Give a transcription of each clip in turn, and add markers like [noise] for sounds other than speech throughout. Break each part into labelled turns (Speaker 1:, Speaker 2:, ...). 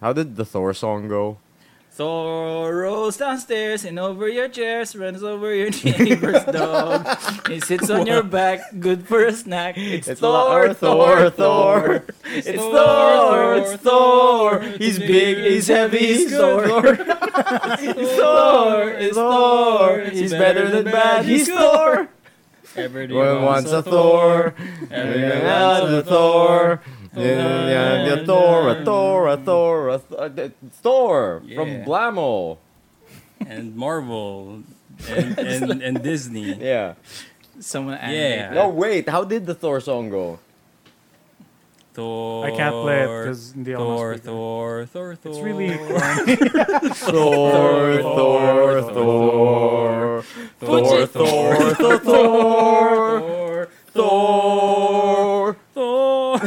Speaker 1: How did the Thor song go?
Speaker 2: Thor rolls downstairs and over your chairs, runs over your [laughs] neighbor's dog. He sits on your back, good for a snack. It's,
Speaker 1: It's
Speaker 2: Thor,
Speaker 1: Thor, Thor,
Speaker 2: Thor, Thor. It's Thor, it's Thor. He's big, he's heavy, he's Thor. [laughs] It's Thor, it's Thor. He's better than bad, he's Thor.
Speaker 1: Everyone
Speaker 2: Everyone
Speaker 1: wants a Thor.
Speaker 2: Everyone
Speaker 1: Yeah,
Speaker 2: wants a
Speaker 1: the
Speaker 2: Thor.
Speaker 1: Thor. Yeah, yeah, yeah, Thor, a Thor, a Thor, a Thor, a th- uh, Thor from
Speaker 3: Yeah.
Speaker 1: Blammo.
Speaker 2: [laughs]
Speaker 3: and Marvel and, and, and Disney.
Speaker 1: Yeah.
Speaker 2: Someone
Speaker 3: Yeah.
Speaker 1: No, wait. How did the Thor song go?
Speaker 3: Thor.
Speaker 4: I can't play it because hindi ako
Speaker 3: Thor,
Speaker 4: speaker.
Speaker 3: Thor, Thor, Thor.
Speaker 4: It's really
Speaker 1: Thor, Thor, Thor, Thor, Thor, Thor, Thor,
Speaker 3: Thor, Thor,
Speaker 1: Thor.
Speaker 3: Thor.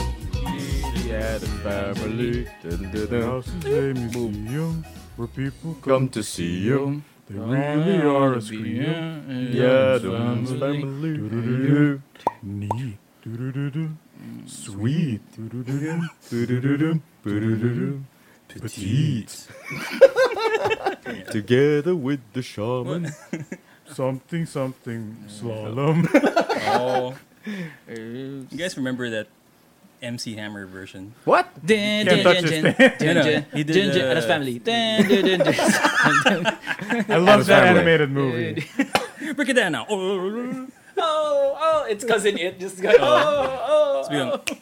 Speaker 1: Yeah, the family. Dun, dun,
Speaker 4: The
Speaker 1: dun.
Speaker 4: house is a museum where people
Speaker 1: Come to see you.
Speaker 4: They really are a scream.
Speaker 1: Yeah, the
Speaker 2: family.
Speaker 1: family.
Speaker 4: Neat. Doo-doo-doo-doo.
Speaker 1: Sweet.
Speaker 4: Doo-doo-doo-doo.
Speaker 1: Petite. Together with the shaman.
Speaker 4: [laughs] Something, something. Slalom.
Speaker 2: [laughs]
Speaker 3: Oh, you guys remember that MC Hammer version?
Speaker 1: What?
Speaker 2: Dun,
Speaker 4: Can't
Speaker 2: dun,
Speaker 4: touch
Speaker 2: dun,
Speaker 4: his
Speaker 2: dun,
Speaker 4: name.
Speaker 2: dun,
Speaker 3: No, no,
Speaker 2: dun,
Speaker 3: he did,
Speaker 2: dun, dun,
Speaker 3: uh,
Speaker 2: and his family. Dun, dun, dun, dun.
Speaker 3: [laughs]
Speaker 4: I love that
Speaker 1: Family.
Speaker 4: animated movie.
Speaker 3: Break it
Speaker 4: [laughs]
Speaker 3: down now. Oh,
Speaker 2: Oh, oh, it's cousin it just got oh, oh,
Speaker 3: we
Speaker 2: oh.
Speaker 3: don't-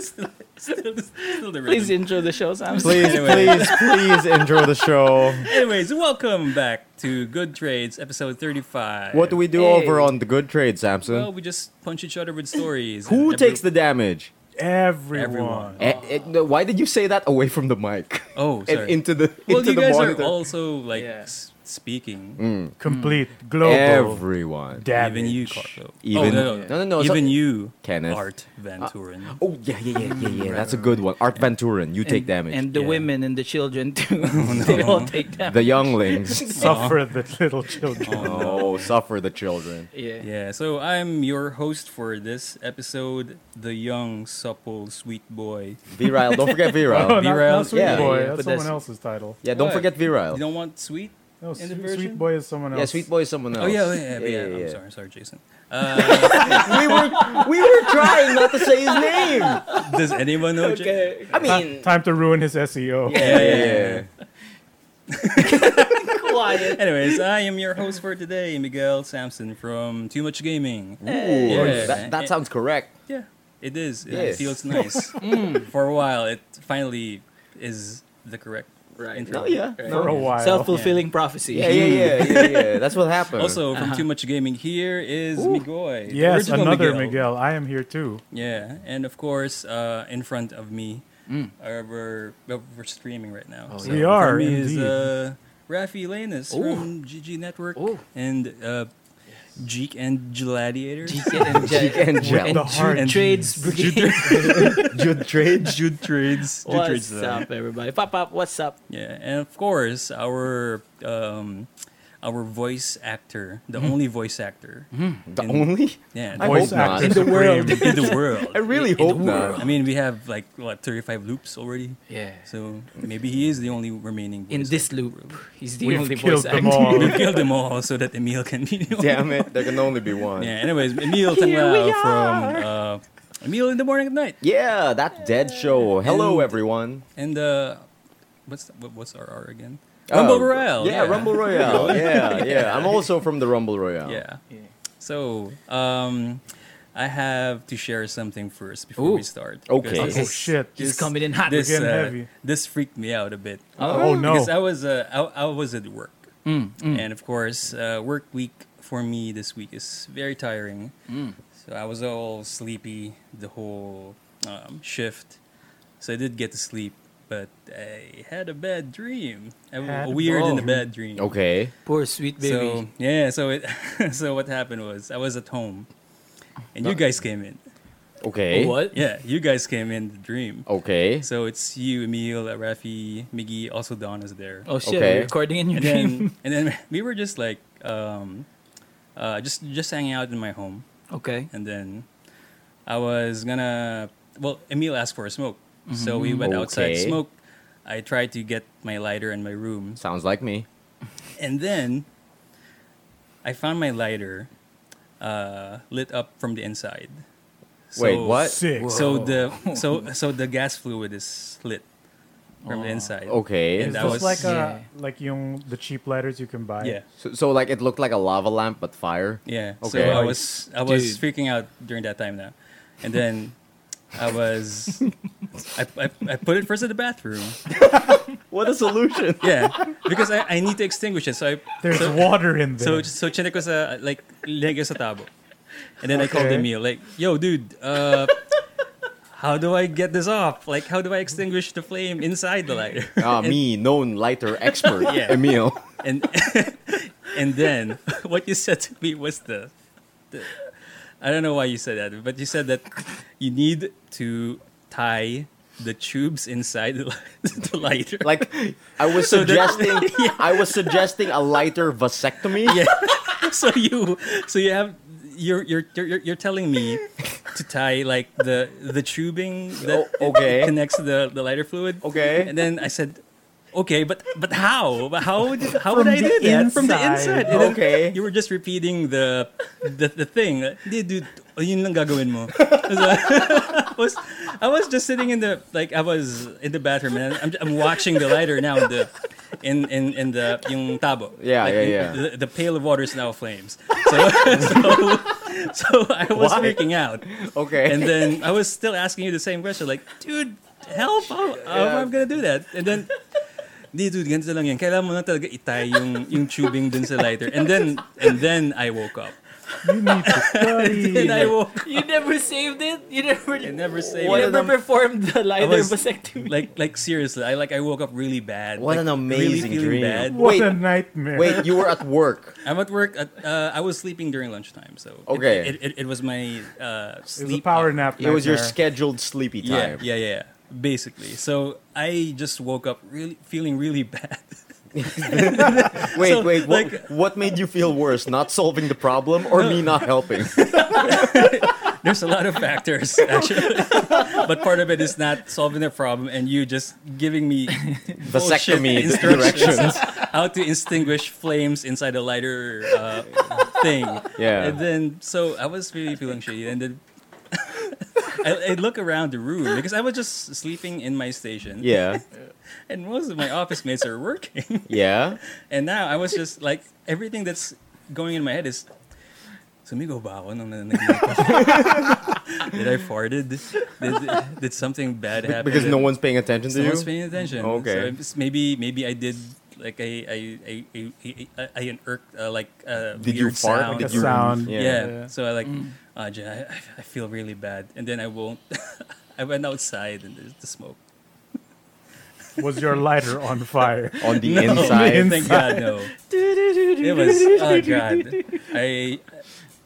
Speaker 3: still, still, still the
Speaker 2: Please
Speaker 3: rhythm.
Speaker 2: intro the show, Sam.
Speaker 1: Please, please, please intro the show.
Speaker 3: Anyways, welcome back to Good Trades, episode 35.
Speaker 1: What do we do
Speaker 2: Hey.
Speaker 1: over on the good trade,
Speaker 3: Well,
Speaker 1: Samson?
Speaker 3: we just punch each other with stories.
Speaker 1: Who
Speaker 3: Every-
Speaker 1: takes the damage?
Speaker 4: Everyone.
Speaker 1: Eh, eh, no, why did you say that away from the mic
Speaker 3: Oh,
Speaker 1: and
Speaker 3: [laughs] sorry.
Speaker 1: into the
Speaker 3: well,
Speaker 1: into
Speaker 3: you
Speaker 1: the
Speaker 3: guys
Speaker 1: monitor?
Speaker 3: are also like
Speaker 2: Yeah.
Speaker 3: s- speaking.
Speaker 4: Complete. Global.
Speaker 1: Everyone,
Speaker 4: Damage.
Speaker 3: Even you, Carlo.
Speaker 1: Even-
Speaker 3: oh, no,
Speaker 1: no, no, no,
Speaker 3: Even
Speaker 1: so-
Speaker 3: you,
Speaker 1: Kenneth.
Speaker 3: Art Van Turen.
Speaker 1: Oh yeah, yeah, yeah, yeah, yeah. That's a good one. Art Venturin, you take damage.
Speaker 2: And the
Speaker 3: Yeah. Oh,
Speaker 2: women and the children too. [laughs] they all take damage.
Speaker 1: the [laughs] younglings.
Speaker 4: Suffer the little children.
Speaker 1: oh, suffer the children.
Speaker 2: yeah.
Speaker 3: Yeah, so I'm your host for this episode, the young, supple, sweet boy.
Speaker 1: Virile. Don't forget
Speaker 4: Oh,
Speaker 3: [laughs]
Speaker 1: virile.
Speaker 4: not,
Speaker 3: Viral.
Speaker 4: not Sweet
Speaker 1: Yeah,
Speaker 4: Boy.
Speaker 2: yeah, but
Speaker 4: that's
Speaker 2: that's-
Speaker 4: someone else's title.
Speaker 1: Yeah, don't
Speaker 3: What?
Speaker 1: forget
Speaker 3: You
Speaker 1: virile.
Speaker 3: don't want sweet?
Speaker 4: No,
Speaker 3: the
Speaker 4: Sweet,
Speaker 3: version?
Speaker 4: Sweet Boy is someone else.
Speaker 1: Yeah, sweet boy is someone else.
Speaker 3: Oh yeah, yeah, yeah, yeah, I'm
Speaker 1: yeah.
Speaker 3: sorry, sorry, Jason. Uh,
Speaker 1: we were we were trying not to say his name. I
Speaker 3: does anyone know? Ja-
Speaker 2: Okay. I mean,
Speaker 4: Time to ruin his E SEO.
Speaker 3: [laughs] Yeah, yeah, yeah. [laughs]
Speaker 2: quiet.
Speaker 3: Anyways, I am your host for today, Miguel Sampson from Too Much Gaming.
Speaker 1: Ooh,
Speaker 3: Yeah.
Speaker 1: that, that sounds correct.
Speaker 3: Yeah, it is. It
Speaker 1: Yes.
Speaker 3: feels nice. For a while, it finally is the correct
Speaker 2: Right.
Speaker 3: intro.
Speaker 1: Oh, yeah.
Speaker 2: Right.
Speaker 4: For a while.
Speaker 2: Self fulfilling prophecy.
Speaker 1: Yeah, yeah, yeah, yeah, yeah. That's what happened. [laughs]
Speaker 3: Also, from Too Much Gaming, here is Migoy. the
Speaker 4: Uh-huh. Yes,
Speaker 3: original
Speaker 4: another Miguel. I am here too.
Speaker 3: Yeah, and of course, uh, in front of me,
Speaker 4: Mm.
Speaker 3: uh, we're, uh, we're streaming right now.
Speaker 2: Oh,
Speaker 3: so
Speaker 2: yeah.
Speaker 4: We are,
Speaker 3: For me is
Speaker 4: indeed.
Speaker 3: uh, Rafi Lanis from GG Network
Speaker 2: Ooh.
Speaker 3: and uh, Geek and Gladiator.
Speaker 2: and,
Speaker 1: Geek and Gel.
Speaker 4: The heart.
Speaker 2: Jude Trades Brigade.
Speaker 1: Jude Trade.
Speaker 3: Jude Trades. [laughs] Jude
Speaker 2: What's
Speaker 3: Trades, uh,
Speaker 2: up, everybody? Pop, pop, what's up?
Speaker 3: Yeah, and of course, our um, our voice actor, the only voice actor. [laughs]
Speaker 1: The
Speaker 3: in-
Speaker 1: only.
Speaker 3: Yeah,
Speaker 4: I
Speaker 3: the
Speaker 4: voice
Speaker 1: hope not.
Speaker 4: actor
Speaker 1: In
Speaker 3: in the
Speaker 4: supreme.
Speaker 3: world. [laughs] in the world.
Speaker 1: [laughs] I really
Speaker 3: In the
Speaker 1: hope
Speaker 3: world.
Speaker 1: not.
Speaker 3: I mean, we have like what thirty-five loops already.
Speaker 2: Yeah.
Speaker 3: So maybe he is the only remaining.
Speaker 2: In
Speaker 3: voice
Speaker 2: this
Speaker 3: actor.
Speaker 2: loop, he's the
Speaker 4: We've
Speaker 2: only
Speaker 4: killed
Speaker 2: voice
Speaker 4: them
Speaker 2: actor. [laughs]
Speaker 4: all.
Speaker 3: we killed them all so that Emil can be. the only-
Speaker 1: Damn it, there can only be one.
Speaker 3: Yeah.
Speaker 1: Yeah,
Speaker 3: Anyways, Emil Tanglao from uh, Emil in the morning at night,
Speaker 1: that dead show. Hello,
Speaker 3: And-
Speaker 1: everyone.
Speaker 3: and uh, what's what, what's our R again? Rumble
Speaker 1: Oh,
Speaker 3: Royale.
Speaker 1: Yeah, Rumble
Speaker 3: [laughs]
Speaker 1: Royale. Yeah, yeah. I'm also from the Rumble Royale.
Speaker 3: Yeah.
Speaker 2: Yeah.
Speaker 3: So, um, I have to share something first before we
Speaker 2: Ooh.
Speaker 3: start.
Speaker 1: Okay.
Speaker 3: because
Speaker 4: Oh
Speaker 3: this-
Speaker 4: shit.
Speaker 2: He's coming in hot.
Speaker 3: This,
Speaker 4: getting
Speaker 3: uh,
Speaker 4: heavy.
Speaker 3: this freaked me out a bit.
Speaker 4: [laughs] Oh
Speaker 3: Because I
Speaker 4: no.
Speaker 3: was uh, I, I was at work,
Speaker 2: Mm,
Speaker 1: Mm.
Speaker 3: and of course, uh, work week for me this week is very tiring.
Speaker 1: Mm.
Speaker 3: So I was all sleepy the whole um, shift. So I did get to sleep, but I had a bad dream. A,
Speaker 4: Had
Speaker 3: a
Speaker 4: a
Speaker 3: weird and a bad
Speaker 4: bad
Speaker 3: dream.
Speaker 1: Okay.
Speaker 2: Poor sweet baby.
Speaker 3: So [laughs]
Speaker 2: Uh,
Speaker 3: yeah, so it so Oh, what happened was I was at home, and you guys came in.
Speaker 1: Okay.
Speaker 2: Oh, What?
Speaker 3: Yeah, you guys came in the dream.
Speaker 1: Okay.
Speaker 3: So it's you, Emil, Rafi, Miggy, also Don is there.
Speaker 2: Oh shit!
Speaker 1: Okay.
Speaker 2: We're recording in your
Speaker 3: and
Speaker 2: dream. [laughs]
Speaker 3: then and then we were just like um, uh, just just hanging out in my home,
Speaker 2: okay.
Speaker 3: and then I was gonna well Emil asked for a smoke, so we
Speaker 2: Mm-hmm.
Speaker 3: went outside to
Speaker 1: Okay.
Speaker 3: smoke. I tried to get my lighter in my room,
Speaker 1: Sounds like me.
Speaker 3: and then I found my lighter uh, lit up from the inside.
Speaker 1: Wait,
Speaker 3: So-
Speaker 1: what?
Speaker 4: Sick.
Speaker 3: So the so so the gas fluid is lit from the inside.
Speaker 1: Okay.
Speaker 3: And
Speaker 4: It's
Speaker 3: that
Speaker 4: just
Speaker 3: was
Speaker 4: like uh,
Speaker 2: Yeah.
Speaker 4: like yung the cheap lighters you can buy.
Speaker 3: yeah.
Speaker 1: So, so like it looked like a lava lamp but fire.
Speaker 3: Yeah.
Speaker 1: Okay.
Speaker 3: So I was I was
Speaker 2: Dude.
Speaker 3: freaking out during that time now, and then I was I, I, I put it first in the bathroom.
Speaker 1: What a solution.
Speaker 3: Yeah, because I, I need to extinguish it. So I
Speaker 4: There's
Speaker 3: so,
Speaker 4: water in
Speaker 3: so
Speaker 4: there.
Speaker 3: so chinek ko sa like leg sa tabo, and then I called
Speaker 4: Okay.
Speaker 3: Emil like, "Yo, dude, uh, how do I get this off? Like, how do I extinguish the flame inside the lighter?"
Speaker 1: [laughs] ah,
Speaker 3: [laughs] And-
Speaker 1: me, known lighter expert,
Speaker 3: [laughs] Yeah.
Speaker 1: Emil.
Speaker 3: and [laughs] and then [laughs] what you said to me was the, the I don't know why you said that, but you said that you need to tie the tubes inside the, li- [laughs] the lighter.
Speaker 1: Like I was
Speaker 3: So that-
Speaker 1: suggesting,
Speaker 3: [laughs]
Speaker 1: I was suggesting a lighter vasectomy.
Speaker 3: yeah. [laughs] So you so you have you're you're you're, you're telling me to tie like the the tubing that
Speaker 1: O- okay.
Speaker 3: connects the the lighter fluid.
Speaker 1: Okay.
Speaker 3: And then I said Okay, but but how? But how would how would
Speaker 4: From
Speaker 3: I do
Speaker 4: the
Speaker 3: that from the
Speaker 4: inside.
Speaker 3: inside? And then
Speaker 1: Okay.
Speaker 3: you were just repeating the the, the thing. Hindi, dude, oh, yun lang gagawin mo. I was I was just sitting in the like I was in the bathroom and I'm, I'm watching the lighter now in the in in, in the yung tabo.
Speaker 1: Yeah,
Speaker 3: Like,
Speaker 1: yeah,
Speaker 3: in-
Speaker 1: yeah.
Speaker 3: The, the pail of water is now flames. So [laughs] so, so I was
Speaker 1: Why?
Speaker 3: freaking out,
Speaker 1: Okay.
Speaker 3: and then I was still asking you the same question, like, dude, help! How, how am
Speaker 1: Yeah.
Speaker 3: I gonna do that? And then. Di dude, ganito lang yan. Kailangan mo na talaga itay yung, yung tubing dun sa lighter. And then, and then I woke up.
Speaker 4: you need to study.
Speaker 3: [laughs] And I woke
Speaker 2: You never saved it. You never.
Speaker 3: I never
Speaker 2: You
Speaker 3: say
Speaker 1: What
Speaker 2: never
Speaker 1: an am-
Speaker 2: performed the lighter
Speaker 3: was-
Speaker 2: vasectomy. [laughs]
Speaker 3: like like seriously i like i woke up really bad
Speaker 1: What an
Speaker 3: like, really
Speaker 1: amazing
Speaker 3: feeling
Speaker 1: dream.
Speaker 3: bad.
Speaker 4: [laughs]
Speaker 1: Wait.
Speaker 4: what a nightmare.
Speaker 1: Wait, you were at work.
Speaker 3: i'm at work at, uh, i was sleeping during lunchtime so it-
Speaker 1: Okay.
Speaker 3: it, it, it was my uh
Speaker 4: it was a
Speaker 3: sleep
Speaker 4: power
Speaker 3: hour.
Speaker 4: nap.
Speaker 1: It was your
Speaker 4: nightmare.
Speaker 1: scheduled sleepy
Speaker 3: yeah
Speaker 1: time.
Speaker 3: yeah yeah basically so i just woke up really feeling really bad [laughs]
Speaker 1: Wait,
Speaker 3: So,
Speaker 1: wait. What,
Speaker 3: like-
Speaker 1: what made you feel worse? Not solving the problem or me not helping?
Speaker 3: [laughs] there's a lot of factors [laughs] actually but part of it is not solving the problem and you just giving me bullshit
Speaker 1: Vasectomy
Speaker 3: instructions [laughs]
Speaker 1: directions.
Speaker 3: how to extinguish flames inside a lighter uh, thing
Speaker 1: Yeah.
Speaker 3: And then, so I was really feeling shitty. And then I, I look around the room because I was just sleeping in my station.
Speaker 1: yeah.
Speaker 3: And most of my office mates are working.
Speaker 1: Yeah.
Speaker 3: And now I was just like, everything that's going in my head is, sumigaw ba ako nung nanaginip ako? Did I farted? Did, did something bad happen?
Speaker 1: Because no one's paying attention to
Speaker 3: No one's
Speaker 1: you.
Speaker 3: paying attention.
Speaker 1: Okay.
Speaker 3: So it's- maybe maybe I did like I I I I, I- I, I an irk uh, like uh,
Speaker 1: Did you
Speaker 3: weird
Speaker 1: fart?
Speaker 3: sound.
Speaker 4: The
Speaker 1: Did you-
Speaker 4: sound.
Speaker 1: Yeah. Mm.
Speaker 3: Yeah.
Speaker 4: Yeah.
Speaker 3: So I like, "Ah, Jen, I, I- I feel really bad. And then I won't. [laughs] I went outside and there's the smoke.
Speaker 4: Was your lighter on fire?
Speaker 1: On the
Speaker 3: [laughs] No,
Speaker 1: inside.
Speaker 3: Thank
Speaker 1: [laughs]
Speaker 3: God, no. It was, oh God. I,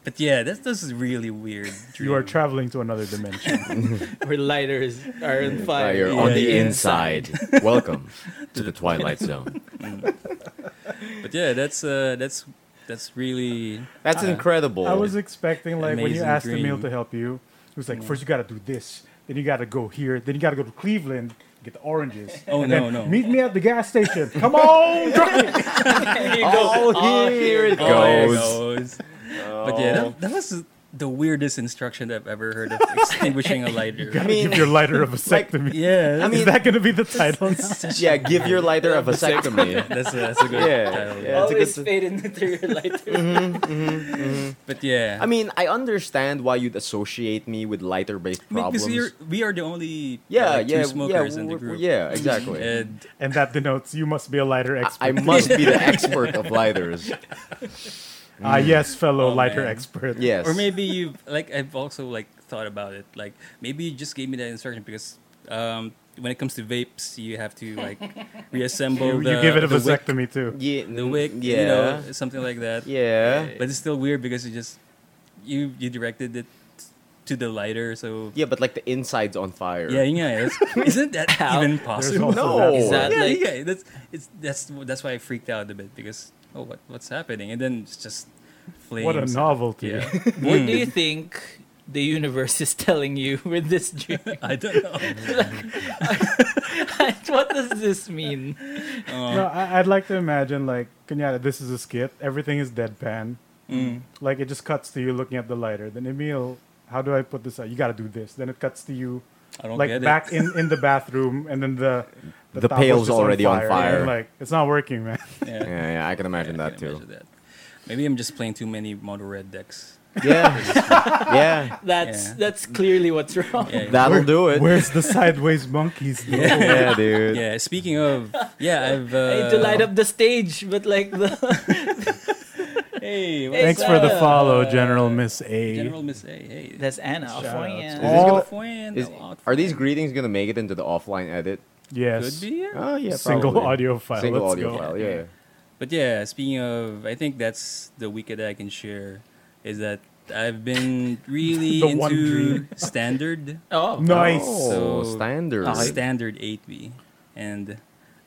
Speaker 3: but yeah, this, this is really weird. Dream.
Speaker 4: You are traveling to another dimension.
Speaker 2: [laughs] Where lighters are on
Speaker 1: Fire
Speaker 2: fire. [laughs]
Speaker 1: on
Speaker 3: Yeah,
Speaker 1: the
Speaker 3: yeah.
Speaker 1: inside. Welcome to the Twilight Zone.
Speaker 3: But yeah, that's, uh, that's, that's really,
Speaker 1: That's incredible.
Speaker 4: I was expecting like when
Speaker 3: Amazing
Speaker 4: you asked Emil
Speaker 3: dream.
Speaker 4: to help you, it was like first you gotta do this, then you gotta go here, then you gotta go to Cleveland, get the oranges.
Speaker 3: Oh,
Speaker 4: and
Speaker 3: no,
Speaker 4: then
Speaker 3: no.
Speaker 4: Meet me at the gas station. Come on, drop it.
Speaker 1: Oh, here it
Speaker 3: oh, there it
Speaker 1: goes.
Speaker 3: goes. But yeah, that, that was the weirdest instruction I've ever heard of extinguishing
Speaker 1: [laughs]
Speaker 3: a lighter.
Speaker 1: [laughs] I mean,
Speaker 4: [laughs] Give your lighter a vasectomy.
Speaker 3: yeah.
Speaker 1: I mean-
Speaker 4: [laughs] Is that gonna be
Speaker 1: [laughs]
Speaker 4: the title?
Speaker 1: yeah, give your lighter a
Speaker 3: [laughs]
Speaker 1: vasectomy.
Speaker 3: that's, a, that's a
Speaker 1: [laughs]
Speaker 3: good
Speaker 1: Yeah,
Speaker 3: title.
Speaker 1: yeah. That's a
Speaker 2: [laughs] Always
Speaker 1: good-
Speaker 2: fade into your lighter.
Speaker 3: But yeah.
Speaker 1: I mean, I understand why you'd associate me with lighter based problems.
Speaker 3: Because we are, we are the only uh,
Speaker 1: yeah,
Speaker 3: like, two
Speaker 1: yeah,
Speaker 3: smokers
Speaker 1: yeah,
Speaker 3: in the
Speaker 1: we're-
Speaker 3: group.
Speaker 1: yeah,
Speaker 3: [laughs]
Speaker 1: exactly.
Speaker 3: And
Speaker 4: and that denotes you must be a lighter
Speaker 1: I-
Speaker 4: expert.
Speaker 1: I
Speaker 4: [laughs]
Speaker 1: must be the expert of
Speaker 3: [laughs]
Speaker 1: lighters.
Speaker 4: Ah, yes, fellow
Speaker 3: Oh,
Speaker 4: lighter
Speaker 3: man.
Speaker 4: expert.
Speaker 1: Yes.
Speaker 3: or maybe you like I've also like thought about it. Like maybe you just gave me that instruction because um, when it comes to vapes, you have to
Speaker 1: [laughs]
Speaker 3: like reassemble
Speaker 4: You,
Speaker 3: the
Speaker 4: you give it a
Speaker 3: the wick,
Speaker 4: vasectomy too.
Speaker 1: yeah,
Speaker 3: the wick,
Speaker 1: Mm, yeah,
Speaker 3: you know, something like that.
Speaker 1: yeah.
Speaker 3: But it's still weird because you just you you directed it to the lighter. So
Speaker 1: Yeah, but like the inside's on fire.
Speaker 3: yeah, yeah. that's- Isn't that
Speaker 2: How?
Speaker 3: even
Speaker 4: also
Speaker 3: possible?
Speaker 1: No.
Speaker 4: that
Speaker 1: Is
Speaker 4: part.
Speaker 2: that-
Speaker 3: [laughs] yeah,
Speaker 2: like-
Speaker 3: yeah. That's it's that's that's why I freaked out a bit because oh what what's happening and then it's just flames.
Speaker 4: what a novelty.
Speaker 3: Yeah,
Speaker 2: What do you think the universe is telling you with this dream?
Speaker 3: [laughs]
Speaker 2: [laughs]
Speaker 3: I don't know. Uh,
Speaker 2: what does this mean?
Speaker 4: No, I, I'd like to imagine like kunyari, this is a skit. Everything is deadpan.
Speaker 3: Mm.
Speaker 4: Like it just cuts to you looking at the lighter. Then Emil, how do I put this out? You got to do this. Then it cuts to you
Speaker 3: I don't
Speaker 4: like
Speaker 3: get
Speaker 4: back
Speaker 3: it.
Speaker 4: in in the bathroom, and then
Speaker 1: [laughs]
Speaker 4: the
Speaker 1: The
Speaker 4: towel's
Speaker 1: pail's
Speaker 4: just
Speaker 1: already on fire.
Speaker 4: And, like it's not working,
Speaker 3: [laughs]
Speaker 4: man.
Speaker 3: Yeah.
Speaker 1: Yeah, yeah, I can imagine
Speaker 3: I
Speaker 1: that
Speaker 3: can
Speaker 1: too.
Speaker 3: imagine that. Maybe I'm just playing too many mono red decks.
Speaker 1: Yeah, yeah,
Speaker 2: That's
Speaker 3: Yeah.
Speaker 2: that's clearly what's wrong.
Speaker 1: [laughs]
Speaker 3: Yeah, yeah.
Speaker 1: that'll do it.
Speaker 4: Where's the sideways monkeys? though?
Speaker 1: Yeah, dude.
Speaker 3: Yeah, Speaking of, yeah, I've. Uh,
Speaker 2: I need to light up the stage, but like the [laughs]
Speaker 3: Hey, what's
Speaker 4: [laughs] Thanks for the
Speaker 3: up?
Speaker 4: follow, General Miss A.
Speaker 3: uh, General Miss A. Hey,
Speaker 2: that's Anna.
Speaker 4: Shout
Speaker 1: Is
Speaker 2: Alfoyan.
Speaker 1: this gonna-
Speaker 3: California,
Speaker 1: is-
Speaker 3: Alfoyan,
Speaker 1: are these greetings gonna make it into the offline edit?
Speaker 4: yes.
Speaker 3: could be? Yeah.
Speaker 1: Oh yeah,
Speaker 4: Single
Speaker 1: probably.
Speaker 4: audio file.
Speaker 1: Single
Speaker 4: Let's
Speaker 1: audio
Speaker 4: go.
Speaker 1: file. Yeah.
Speaker 3: But yeah, speaking of, I think that's the weekend that I can share is that I've been really
Speaker 4: [laughs] The one
Speaker 3: into
Speaker 4: dream.
Speaker 3: standard,
Speaker 2: Oh,
Speaker 4: Nice.
Speaker 1: Oh,
Speaker 3: So-
Speaker 1: standard.
Speaker 3: standard 8B, and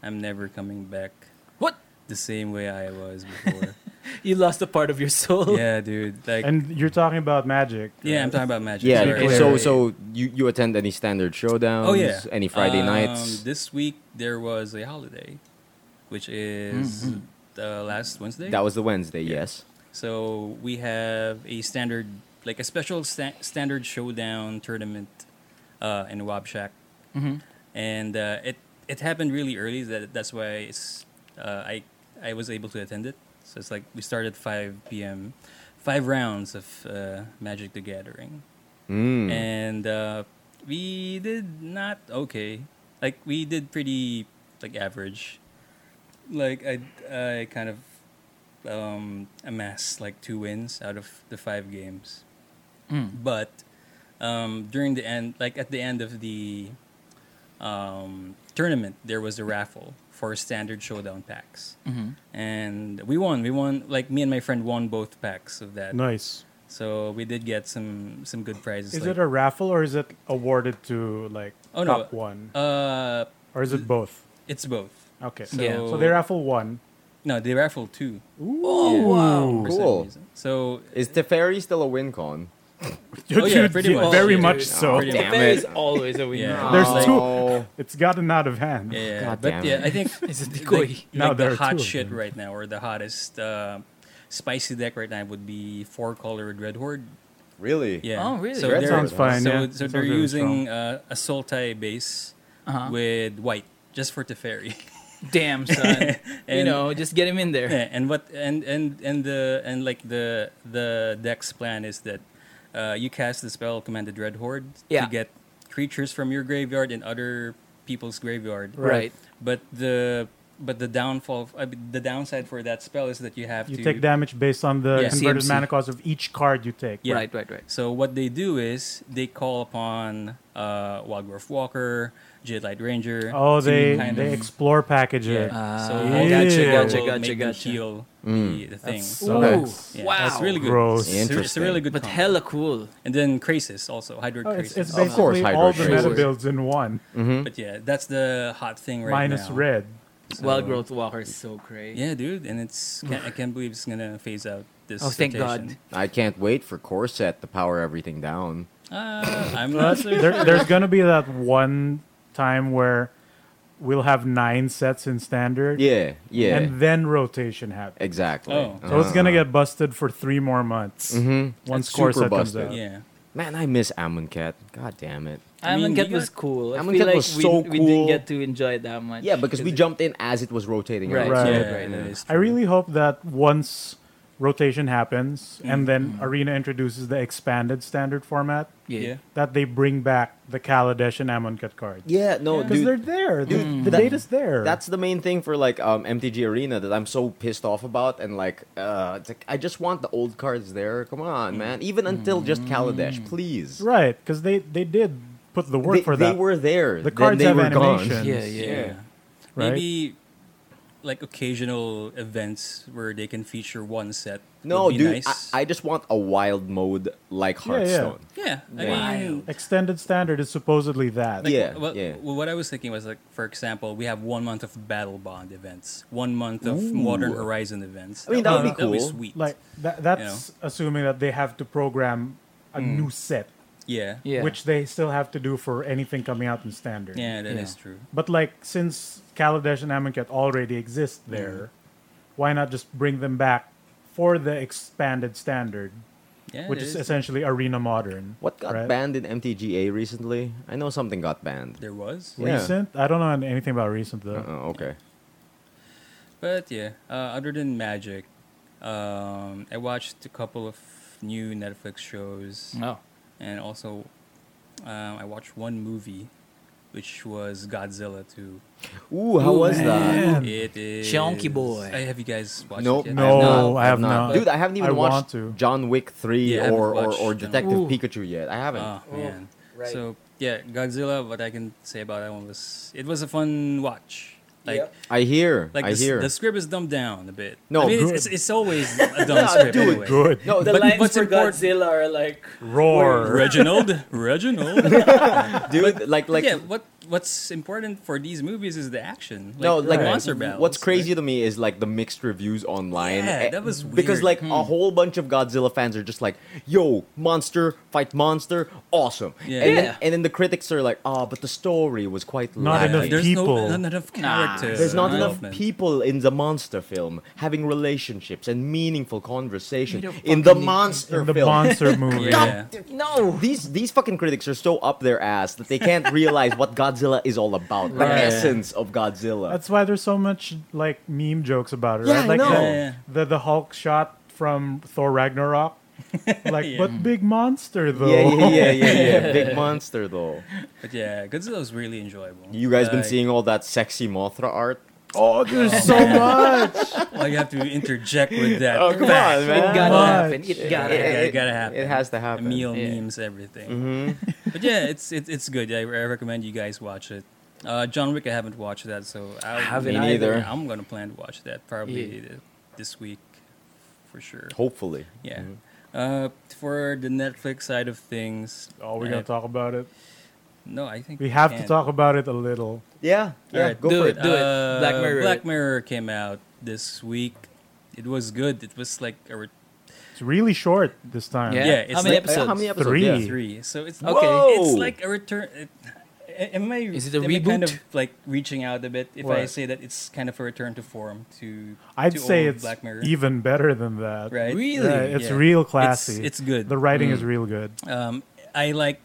Speaker 3: I'm never coming back
Speaker 2: what?
Speaker 3: the same way I was
Speaker 4: [laughs]
Speaker 3: before.
Speaker 2: You lost a part of your soul. [laughs]
Speaker 3: yeah, dude. Like,
Speaker 4: And you're talking about magic.
Speaker 3: yeah, I'm talking about magic.
Speaker 1: Yeah.
Speaker 3: sorry.
Speaker 1: okay, So so you you attend any standard showdowns?
Speaker 3: oh yeah,
Speaker 1: Any Friday
Speaker 3: Um,
Speaker 1: nights?
Speaker 3: This week there was a holiday, which is uh, last Wednesday.
Speaker 1: Mm-hmm. That was the Wednesday. Yes.
Speaker 3: So we have a standard, like a special sta- standard showdown tournament uh, in Wabshack, and uh, it it happened really early. That that's why it's uh, I I was able to attend it. So it's like we started five p.m. Five rounds of uh, Magic the Gathering,
Speaker 1: Mm.
Speaker 3: and uh, we did not okay. Like we did pretty like average. Like I I kind of um, amassed like two wins out of the five games, but um, during the end, like at the end of the um, tournament, there was a raffle for standard showdown packs, and we won. We won. Like me and my friend won both packs of that.
Speaker 4: Nice.
Speaker 3: So we did get some some good prizes.
Speaker 4: Is
Speaker 3: like-
Speaker 4: it a raffle or is it awarded to like
Speaker 3: Oh, no.
Speaker 4: top one?
Speaker 3: Uh,
Speaker 4: or is it both?
Speaker 3: it's both.
Speaker 4: Okay.
Speaker 3: So-
Speaker 4: So, so they raffle one. [laughs]
Speaker 3: No, they raffle two.
Speaker 4: Ooh.
Speaker 3: for some
Speaker 1: Cool.
Speaker 3: reason. So
Speaker 1: Is Teferi still a win con?
Speaker 3: Oh, yeah, pretty much.
Speaker 4: Very
Speaker 3: Dude.
Speaker 4: much
Speaker 2: Dude. oh,
Speaker 4: so.
Speaker 1: Pretty much. Damn
Speaker 2: Fair
Speaker 1: it.
Speaker 2: is always a winner.
Speaker 3: Yeah.
Speaker 4: There's two-
Speaker 1: Oh.
Speaker 4: It's gotten out of hand.
Speaker 3: yeah, yeah.
Speaker 1: God
Speaker 3: but
Speaker 1: damn
Speaker 3: yeah,
Speaker 1: it.
Speaker 3: I think
Speaker 2: [laughs]
Speaker 4: [laughs]
Speaker 2: It's a
Speaker 3: the-
Speaker 2: decoy.
Speaker 3: Like,
Speaker 4: Now
Speaker 3: like
Speaker 4: there
Speaker 3: the
Speaker 4: are two
Speaker 3: hot
Speaker 4: of
Speaker 3: shit
Speaker 4: them.
Speaker 3: right now, or the hottest uh, spicy deck right now would be four colored red horde.
Speaker 1: Really?
Speaker 3: Yeah.
Speaker 2: Oh, really?
Speaker 3: So
Speaker 2: Red
Speaker 3: they're-
Speaker 1: sounds
Speaker 4: fine,
Speaker 3: So,
Speaker 4: yeah.
Speaker 3: so
Speaker 4: That sounds
Speaker 3: they're
Speaker 4: really
Speaker 3: using uh, a Sultai base
Speaker 4: Uh-huh.
Speaker 3: with white just for Teferi.
Speaker 2: Uh-huh. Damn son. you
Speaker 3: And-
Speaker 2: know, just get him in there.
Speaker 3: Yeah, [coughs] and what and and and the and like the the deck's plan is that uh, you cast the spell command the dread horde
Speaker 2: Yeah.
Speaker 3: to get creatures from your graveyard and other people's graveyard.
Speaker 2: Right.
Speaker 3: But the but the downfall, I mean, the downside for that spell is that you have
Speaker 4: You
Speaker 3: to
Speaker 4: take damage based on the
Speaker 3: Yeah.
Speaker 4: converted
Speaker 2: CMC.
Speaker 4: mana cost of each card you take.
Speaker 3: Yeah.
Speaker 2: Right, right, right.
Speaker 3: So what they do is they call upon uh, Wildgrove Walker, Jade Light Ranger.
Speaker 4: Oh,
Speaker 3: to
Speaker 4: they
Speaker 3: kind
Speaker 4: they
Speaker 3: of-
Speaker 4: explore package it.
Speaker 3: yeah. uh,
Speaker 2: Ah,
Speaker 3: so
Speaker 4: yeah.
Speaker 3: all
Speaker 4: Gotcha,
Speaker 3: that
Speaker 4: gotcha,
Speaker 3: will
Speaker 2: gotcha,
Speaker 3: make them
Speaker 2: gotcha. Mm.
Speaker 3: heal the, the thing.
Speaker 4: That's
Speaker 2: Ooh,
Speaker 1: Nice.
Speaker 3: Yeah,
Speaker 2: wow.
Speaker 3: That's really good.
Speaker 4: Gross.
Speaker 3: It's, a- it's a really good.
Speaker 2: But
Speaker 3: combo.
Speaker 2: hella cool.
Speaker 3: And then Crasis also, Hydro
Speaker 4: Oh,
Speaker 3: Crasis.
Speaker 4: it's, it's
Speaker 1: Of
Speaker 4: basically
Speaker 1: course,
Speaker 4: all
Speaker 1: Hydro
Speaker 4: the meta
Speaker 2: Tracer.
Speaker 4: builds in one,
Speaker 3: But yeah, that's the hot thing right
Speaker 4: minus
Speaker 3: now.
Speaker 4: red.
Speaker 3: So-
Speaker 2: Wild Growth Walker is so great.
Speaker 3: Yeah, dude, and it's can I can't believe it's gonna phase out this.
Speaker 2: Oh, thank
Speaker 3: rotation.
Speaker 1: I can't wait for Corset to power everything down.
Speaker 3: Uh, I'm not
Speaker 4: But
Speaker 3: so
Speaker 4: there,
Speaker 3: sure.
Speaker 4: there's gonna be that one time where we'll have nine sets in standard,
Speaker 1: Yeah, yeah,
Speaker 4: and then rotation happens.
Speaker 1: exactly. Uh-huh.
Speaker 3: Oh.
Speaker 4: So it's gonna get busted for three more months once
Speaker 1: That's
Speaker 4: core
Speaker 1: Mm-hmm. super
Speaker 4: set comes
Speaker 1: busted.
Speaker 4: out.
Speaker 3: Yeah,
Speaker 1: Man, I miss Amonkhet. God damn it.
Speaker 3: I mean,
Speaker 2: Amon Cat
Speaker 3: we
Speaker 2: was
Speaker 3: got-
Speaker 2: cool. I
Speaker 1: Amon
Speaker 2: feel
Speaker 1: Cat
Speaker 2: like
Speaker 1: was
Speaker 2: we,
Speaker 1: so
Speaker 2: we didn't
Speaker 1: cool.
Speaker 2: get to enjoy it that much.
Speaker 1: Yeah, because we jumped in as it was rotating.
Speaker 2: Right.
Speaker 1: out.
Speaker 4: Right.
Speaker 3: yeah,
Speaker 2: right.
Speaker 3: that is
Speaker 4: I
Speaker 3: true.
Speaker 4: really hope that once rotation happens and then
Speaker 3: Mm-hmm.
Speaker 4: Arena introduces the expanded standard format,
Speaker 2: Yeah.
Speaker 3: yeah.
Speaker 4: that they bring back the Kaladesh and Amonkhet cards.
Speaker 1: Yeah, no,
Speaker 4: Because
Speaker 1: dude.
Speaker 4: they're there. The,
Speaker 1: dude,
Speaker 4: the
Speaker 1: that-
Speaker 4: data's there.
Speaker 1: That's the main thing for like um, MTG Arena that I'm so pissed off about, and like, uh, it's like I just want the old cards there. Come on, man. Even until just Kaladesh, please.
Speaker 4: Mm. right. Because they, they did put the work
Speaker 1: They,
Speaker 4: for
Speaker 1: they
Speaker 4: that.
Speaker 1: were there.
Speaker 4: The
Speaker 1: then
Speaker 4: cards
Speaker 1: they
Speaker 4: have
Speaker 1: were
Speaker 4: animations.
Speaker 1: Gone.
Speaker 2: Yeah, yeah.
Speaker 3: yeah.
Speaker 4: Right?
Speaker 3: Maybe like occasional events where they can feature one set.
Speaker 1: No,
Speaker 3: would be
Speaker 1: dude,
Speaker 3: nice.
Speaker 1: I, I just want a wild mode like
Speaker 4: Yeah, yeah.
Speaker 1: Hearthstone.
Speaker 3: yeah, I
Speaker 1: Wild.
Speaker 3: mean,
Speaker 4: Extended standard is supposedly that.
Speaker 3: like,
Speaker 1: Yeah,
Speaker 3: what,
Speaker 1: yeah.
Speaker 3: what I was thinking was like, for example, we have one month of Battle Bond events, one month of Modern Horizon events.
Speaker 1: I mean, that would be cool.
Speaker 3: sweet.
Speaker 4: Like that, that's assuming that they have to program a
Speaker 3: Mm.
Speaker 4: new set,
Speaker 3: yeah,
Speaker 2: Yeah.
Speaker 4: which they still have to do for anything coming out in standard.
Speaker 3: yeah, that is
Speaker 2: Yeah.
Speaker 3: true.
Speaker 4: But like since Kaladesh and Amonkhet already exist there, why not just bring them back for the expanded standard,
Speaker 3: Yeah,
Speaker 4: which
Speaker 3: it
Speaker 4: is essentially arena modern?
Speaker 1: What got
Speaker 4: right?
Speaker 1: banned in MTGA recently? I know something got banned.
Speaker 3: there was,
Speaker 1: Yeah.
Speaker 4: Recent? I don't know anything about recent though.
Speaker 1: Oh, okay.
Speaker 3: but yeah. Uh, other than Magic, um, I watched a couple of new Netflix shows.
Speaker 2: No.
Speaker 3: and also um, I watched one movie, which was Godzilla 2.
Speaker 1: Ooh, how
Speaker 2: Ooh,
Speaker 1: was that?
Speaker 4: man.
Speaker 3: It is
Speaker 2: Chunky boy.
Speaker 3: I, have you guys watched
Speaker 1: Nope,
Speaker 3: it? yet?
Speaker 1: I have
Speaker 4: No,
Speaker 1: not,
Speaker 4: I have not.
Speaker 1: Dude, I haven't even
Speaker 4: I want
Speaker 1: watched
Speaker 4: to.
Speaker 1: John Wick 3
Speaker 3: Yeah, I haven't
Speaker 1: or, or,
Speaker 3: watched
Speaker 1: or
Speaker 3: John
Speaker 1: Detective
Speaker 2: Wick.
Speaker 1: Pikachu yet. I haven't.
Speaker 3: Oh man.
Speaker 2: right.
Speaker 3: So yeah, Godzilla. What I can say about that one was it was a fun watch. Like
Speaker 2: Yep.
Speaker 1: I hear.
Speaker 3: like
Speaker 1: I
Speaker 3: the, s-
Speaker 1: hear.
Speaker 3: the script is dumbed down a bit.
Speaker 1: No,
Speaker 3: I mean
Speaker 4: good.
Speaker 3: it's, it's, it's
Speaker 2: [laughs]
Speaker 3: always a dumb script anyway.
Speaker 4: Good.
Speaker 1: no,
Speaker 2: The
Speaker 1: but-
Speaker 2: lines
Speaker 3: what's
Speaker 2: for
Speaker 3: important-
Speaker 2: Godzilla are like
Speaker 4: Roar.
Speaker 3: Reginald, Reginald.
Speaker 1: dude, [laughs] like, like,
Speaker 3: yeah, what what's important for these movies is the action. Like,
Speaker 1: no, like
Speaker 4: Right.
Speaker 3: monster battles.
Speaker 1: What's
Speaker 3: right?
Speaker 1: crazy to me is like the mixed reviews online.
Speaker 3: Yeah,
Speaker 1: Eh,
Speaker 3: that was
Speaker 1: because
Speaker 3: weird. Hmm.
Speaker 1: like a whole bunch of Godzilla fans are just like, "Yo, monster fight monster, awesome."
Speaker 3: Yeah.
Speaker 1: And, Then,
Speaker 2: Yeah.
Speaker 1: and then the critics are like, "Ah, but the story was quite
Speaker 4: Not
Speaker 1: lacking.
Speaker 4: enough
Speaker 3: there's
Speaker 4: people.
Speaker 3: No, not enough
Speaker 2: Nah.
Speaker 3: characters.
Speaker 1: There's not enough
Speaker 3: development.
Speaker 1: people in the monster film having relationships and meaningful conversation
Speaker 2: We don't
Speaker 1: in the
Speaker 2: fucking-
Speaker 1: monster
Speaker 4: In the
Speaker 1: film. [laughs]
Speaker 4: monster movie.
Speaker 3: Yeah.
Speaker 1: no, these these fucking critics are so up their ass that they
Speaker 4: [laughs]
Speaker 1: can't realize what Godzilla is all about, the
Speaker 3: Right.
Speaker 1: essence of Godzilla.
Speaker 4: That's why there's so much like meme jokes about it,
Speaker 1: Yeah, I
Speaker 4: right? Like
Speaker 1: know.
Speaker 4: The,
Speaker 1: Yeah,
Speaker 3: yeah.
Speaker 4: the the Hulk shot from Thor
Speaker 3: [laughs]
Speaker 4: Ragnarok. Like, but big monster though.
Speaker 1: yeah, yeah, yeah, yeah,
Speaker 4: [laughs]
Speaker 1: yeah. Big monster though.
Speaker 3: But yeah, Godzilla was really enjoyable.
Speaker 1: You guys been
Speaker 3: Like,
Speaker 1: seeing all that sexy Mothra art?
Speaker 4: Oh, there's so [laughs] much.
Speaker 3: Why you have to interject
Speaker 1: [laughs]
Speaker 3: with that?
Speaker 1: Oh come on, man!
Speaker 2: it gotta
Speaker 4: Much.
Speaker 2: happen. It gotta
Speaker 1: Yeah.
Speaker 2: happen.
Speaker 3: it, gotta happen.
Speaker 1: It has to happen.
Speaker 3: Meal
Speaker 2: Yeah.
Speaker 3: memes, everything.
Speaker 1: Mm-hmm.
Speaker 3: but yeah, it's it, it's good. I, I recommend you guys watch it. Uh, John Wick, I haven't watched that, so I
Speaker 2: Haven't
Speaker 1: Me neither. either.
Speaker 3: I'm gonna plan to watch that probably
Speaker 2: Yeah.
Speaker 3: th- this week, for sure.
Speaker 1: Hopefully.
Speaker 3: Yeah. Uh, for the Netflix side of things,
Speaker 4: Oh, we're
Speaker 3: I-
Speaker 4: gonna talk about it.
Speaker 3: No, I think
Speaker 4: We have to
Speaker 3: can.
Speaker 4: talk about it a little.
Speaker 1: Yeah. Yeah.
Speaker 3: Alright,
Speaker 1: go
Speaker 2: do
Speaker 1: for
Speaker 2: it.
Speaker 1: it. Uh,
Speaker 2: Do Black Mirror.
Speaker 3: Uh, Black Mirror came out this week. It was good. It was like a re-
Speaker 4: It's really short this time.
Speaker 2: Yeah.
Speaker 3: Yeah, it's
Speaker 2: How many
Speaker 3: like-
Speaker 2: episodes?
Speaker 1: How many episodes?
Speaker 4: Three.
Speaker 1: Yeah.
Speaker 3: three. So it's
Speaker 2: Okay.
Speaker 3: It's
Speaker 1: Whoa!
Speaker 3: like a return. It, am I?
Speaker 2: Is it a
Speaker 3: am I kind
Speaker 2: reboot?
Speaker 3: of like reaching out a bit if I
Speaker 4: Right.
Speaker 3: say that it's kind of a return to form to.
Speaker 4: I'd
Speaker 3: to
Speaker 4: say
Speaker 3: old
Speaker 4: it's
Speaker 3: Black Mirror.
Speaker 4: even better than that.
Speaker 3: Right.
Speaker 2: Really?
Speaker 4: Yeah, it's
Speaker 3: Yeah.
Speaker 4: real classy.
Speaker 3: It's, it's good.
Speaker 4: The writing is real good.
Speaker 3: um, I like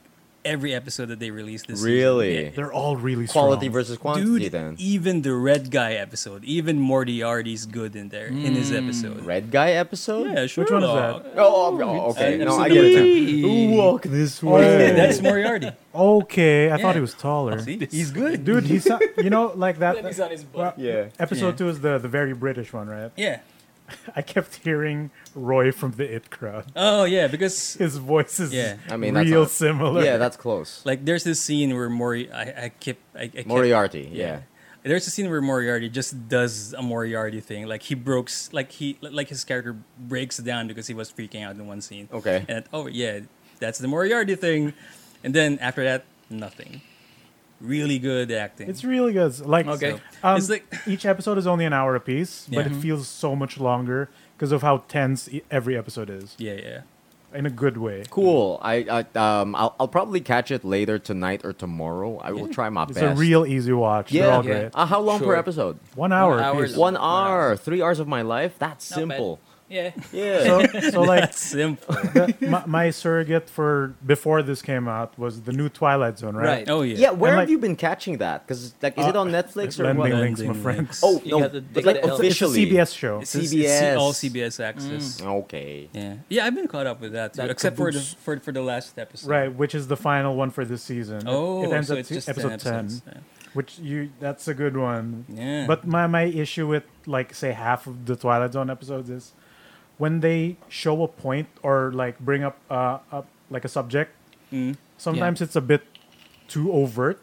Speaker 3: every episode that they released this. season.
Speaker 1: Really?
Speaker 3: Yeah.
Speaker 4: They're all really
Speaker 1: Quality
Speaker 4: strong.
Speaker 1: versus quantity
Speaker 3: Dude,
Speaker 1: then.
Speaker 3: even the red guy episode, even Moriarty's good in there in
Speaker 2: Hmm.
Speaker 3: his episode.
Speaker 1: Red guy episode?
Speaker 3: Yeah, sure.
Speaker 4: Which one is
Speaker 3: dog. [laughs]
Speaker 1: Oh, oh, oh, okay.
Speaker 3: Uh,
Speaker 1: no, I get it. now.
Speaker 2: Ooh.
Speaker 1: Walk this
Speaker 4: way.
Speaker 3: Oh, That's Moriarty.
Speaker 4: Okay, I thought
Speaker 3: Yeah.
Speaker 4: he
Speaker 3: Oh,
Speaker 4: was taller.
Speaker 3: See, he's good.
Speaker 4: Dude, [laughs] he's you know
Speaker 3: [laughs]
Speaker 4: like that. [laughs]
Speaker 2: He's on his butt.
Speaker 4: well,
Speaker 1: Yeah.
Speaker 4: Episode
Speaker 3: Yeah.
Speaker 4: two is the the very British one, right?
Speaker 3: Yeah.
Speaker 4: I kept hearing Roy from the It crowd.
Speaker 3: Oh yeah, because
Speaker 4: His voice is
Speaker 3: Yeah.
Speaker 1: I mean, that's
Speaker 4: real
Speaker 1: not-
Speaker 4: similar.
Speaker 1: Yeah, that's close.
Speaker 3: like there's this scene where Mori, I, I kept, I, I kept,
Speaker 1: Moriarty, yeah.
Speaker 3: There's a scene where Moriarty just does a Moriarty thing, like he breaks, like he, like his character breaks down because he was freaking out in one scene.
Speaker 1: Okay.
Speaker 3: And oh yeah, that's the Moriarty thing, and then after that, nothing. Really good acting.
Speaker 4: It's really good. Like
Speaker 2: Okay. So,
Speaker 4: um,
Speaker 3: it's like- [laughs]
Speaker 4: each episode is only an hour apiece, but
Speaker 3: Yeah.
Speaker 4: it feels so much longer because of how tense e- every episode is
Speaker 3: yeah, yeah.
Speaker 4: in a good way.
Speaker 1: Cool. I, I um I'll, I'll probably catch it later tonight or tomorrow. I will try my
Speaker 4: It's
Speaker 1: best.
Speaker 4: a real easy watch. They're
Speaker 1: Yeah.
Speaker 4: all
Speaker 2: Yeah.
Speaker 4: great.
Speaker 1: Uh, how long
Speaker 2: Sure.
Speaker 1: per episode?
Speaker 4: One hour.
Speaker 2: One hour
Speaker 1: [laughs]
Speaker 4: apiece.
Speaker 2: long.
Speaker 1: One hour, three hours of my life. That's simple.
Speaker 2: Yeah.
Speaker 1: Yeah.
Speaker 4: So, so like
Speaker 3: [laughs] That's
Speaker 4: [laughs]
Speaker 3: simple.
Speaker 4: the, my, my surrogate for before this came out was the new Twilight Zone, right?
Speaker 2: Right.
Speaker 3: Oh yeah.
Speaker 1: [laughs] yeah, where have
Speaker 4: And, like-
Speaker 1: you been catching that? Because like, is it on Netflix or
Speaker 4: Uh, Lending
Speaker 1: what?
Speaker 4: links, my
Speaker 3: Lending
Speaker 4: friend.
Speaker 3: links.
Speaker 1: Oh
Speaker 2: You
Speaker 1: no,
Speaker 2: gotta dig
Speaker 1: but like
Speaker 2: it out.
Speaker 4: It's a
Speaker 1: officially
Speaker 4: CBS show.
Speaker 3: It's, it's- it's
Speaker 1: CBS.
Speaker 3: all CBS access.
Speaker 1: Mm. Okay.
Speaker 3: Yeah, yeah, I've been caught up with that too,
Speaker 2: That
Speaker 3: except for the
Speaker 2: caboose.
Speaker 3: for, for the last episode.
Speaker 4: Right, which is the final one for this season. It-
Speaker 3: Oh,
Speaker 4: it ends
Speaker 3: so
Speaker 4: at
Speaker 3: it's
Speaker 4: se-
Speaker 3: just 10
Speaker 4: episode ten,
Speaker 3: episodes.
Speaker 4: which you that's a good one.
Speaker 3: [laughs] Yeah.
Speaker 4: But my my issue with like say half of the Twilight Zone episodes is when they show a point or like bring up uh up like a subject.
Speaker 3: Mm.
Speaker 4: Sometimes it's a bit too overt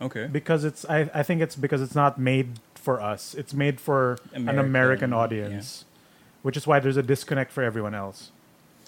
Speaker 3: Okay.
Speaker 4: because it's I I think it's because it's not made for us. It's made for an
Speaker 3: American,
Speaker 4: American
Speaker 3: yeah.
Speaker 4: audience, which is why there's a disconnect for everyone else.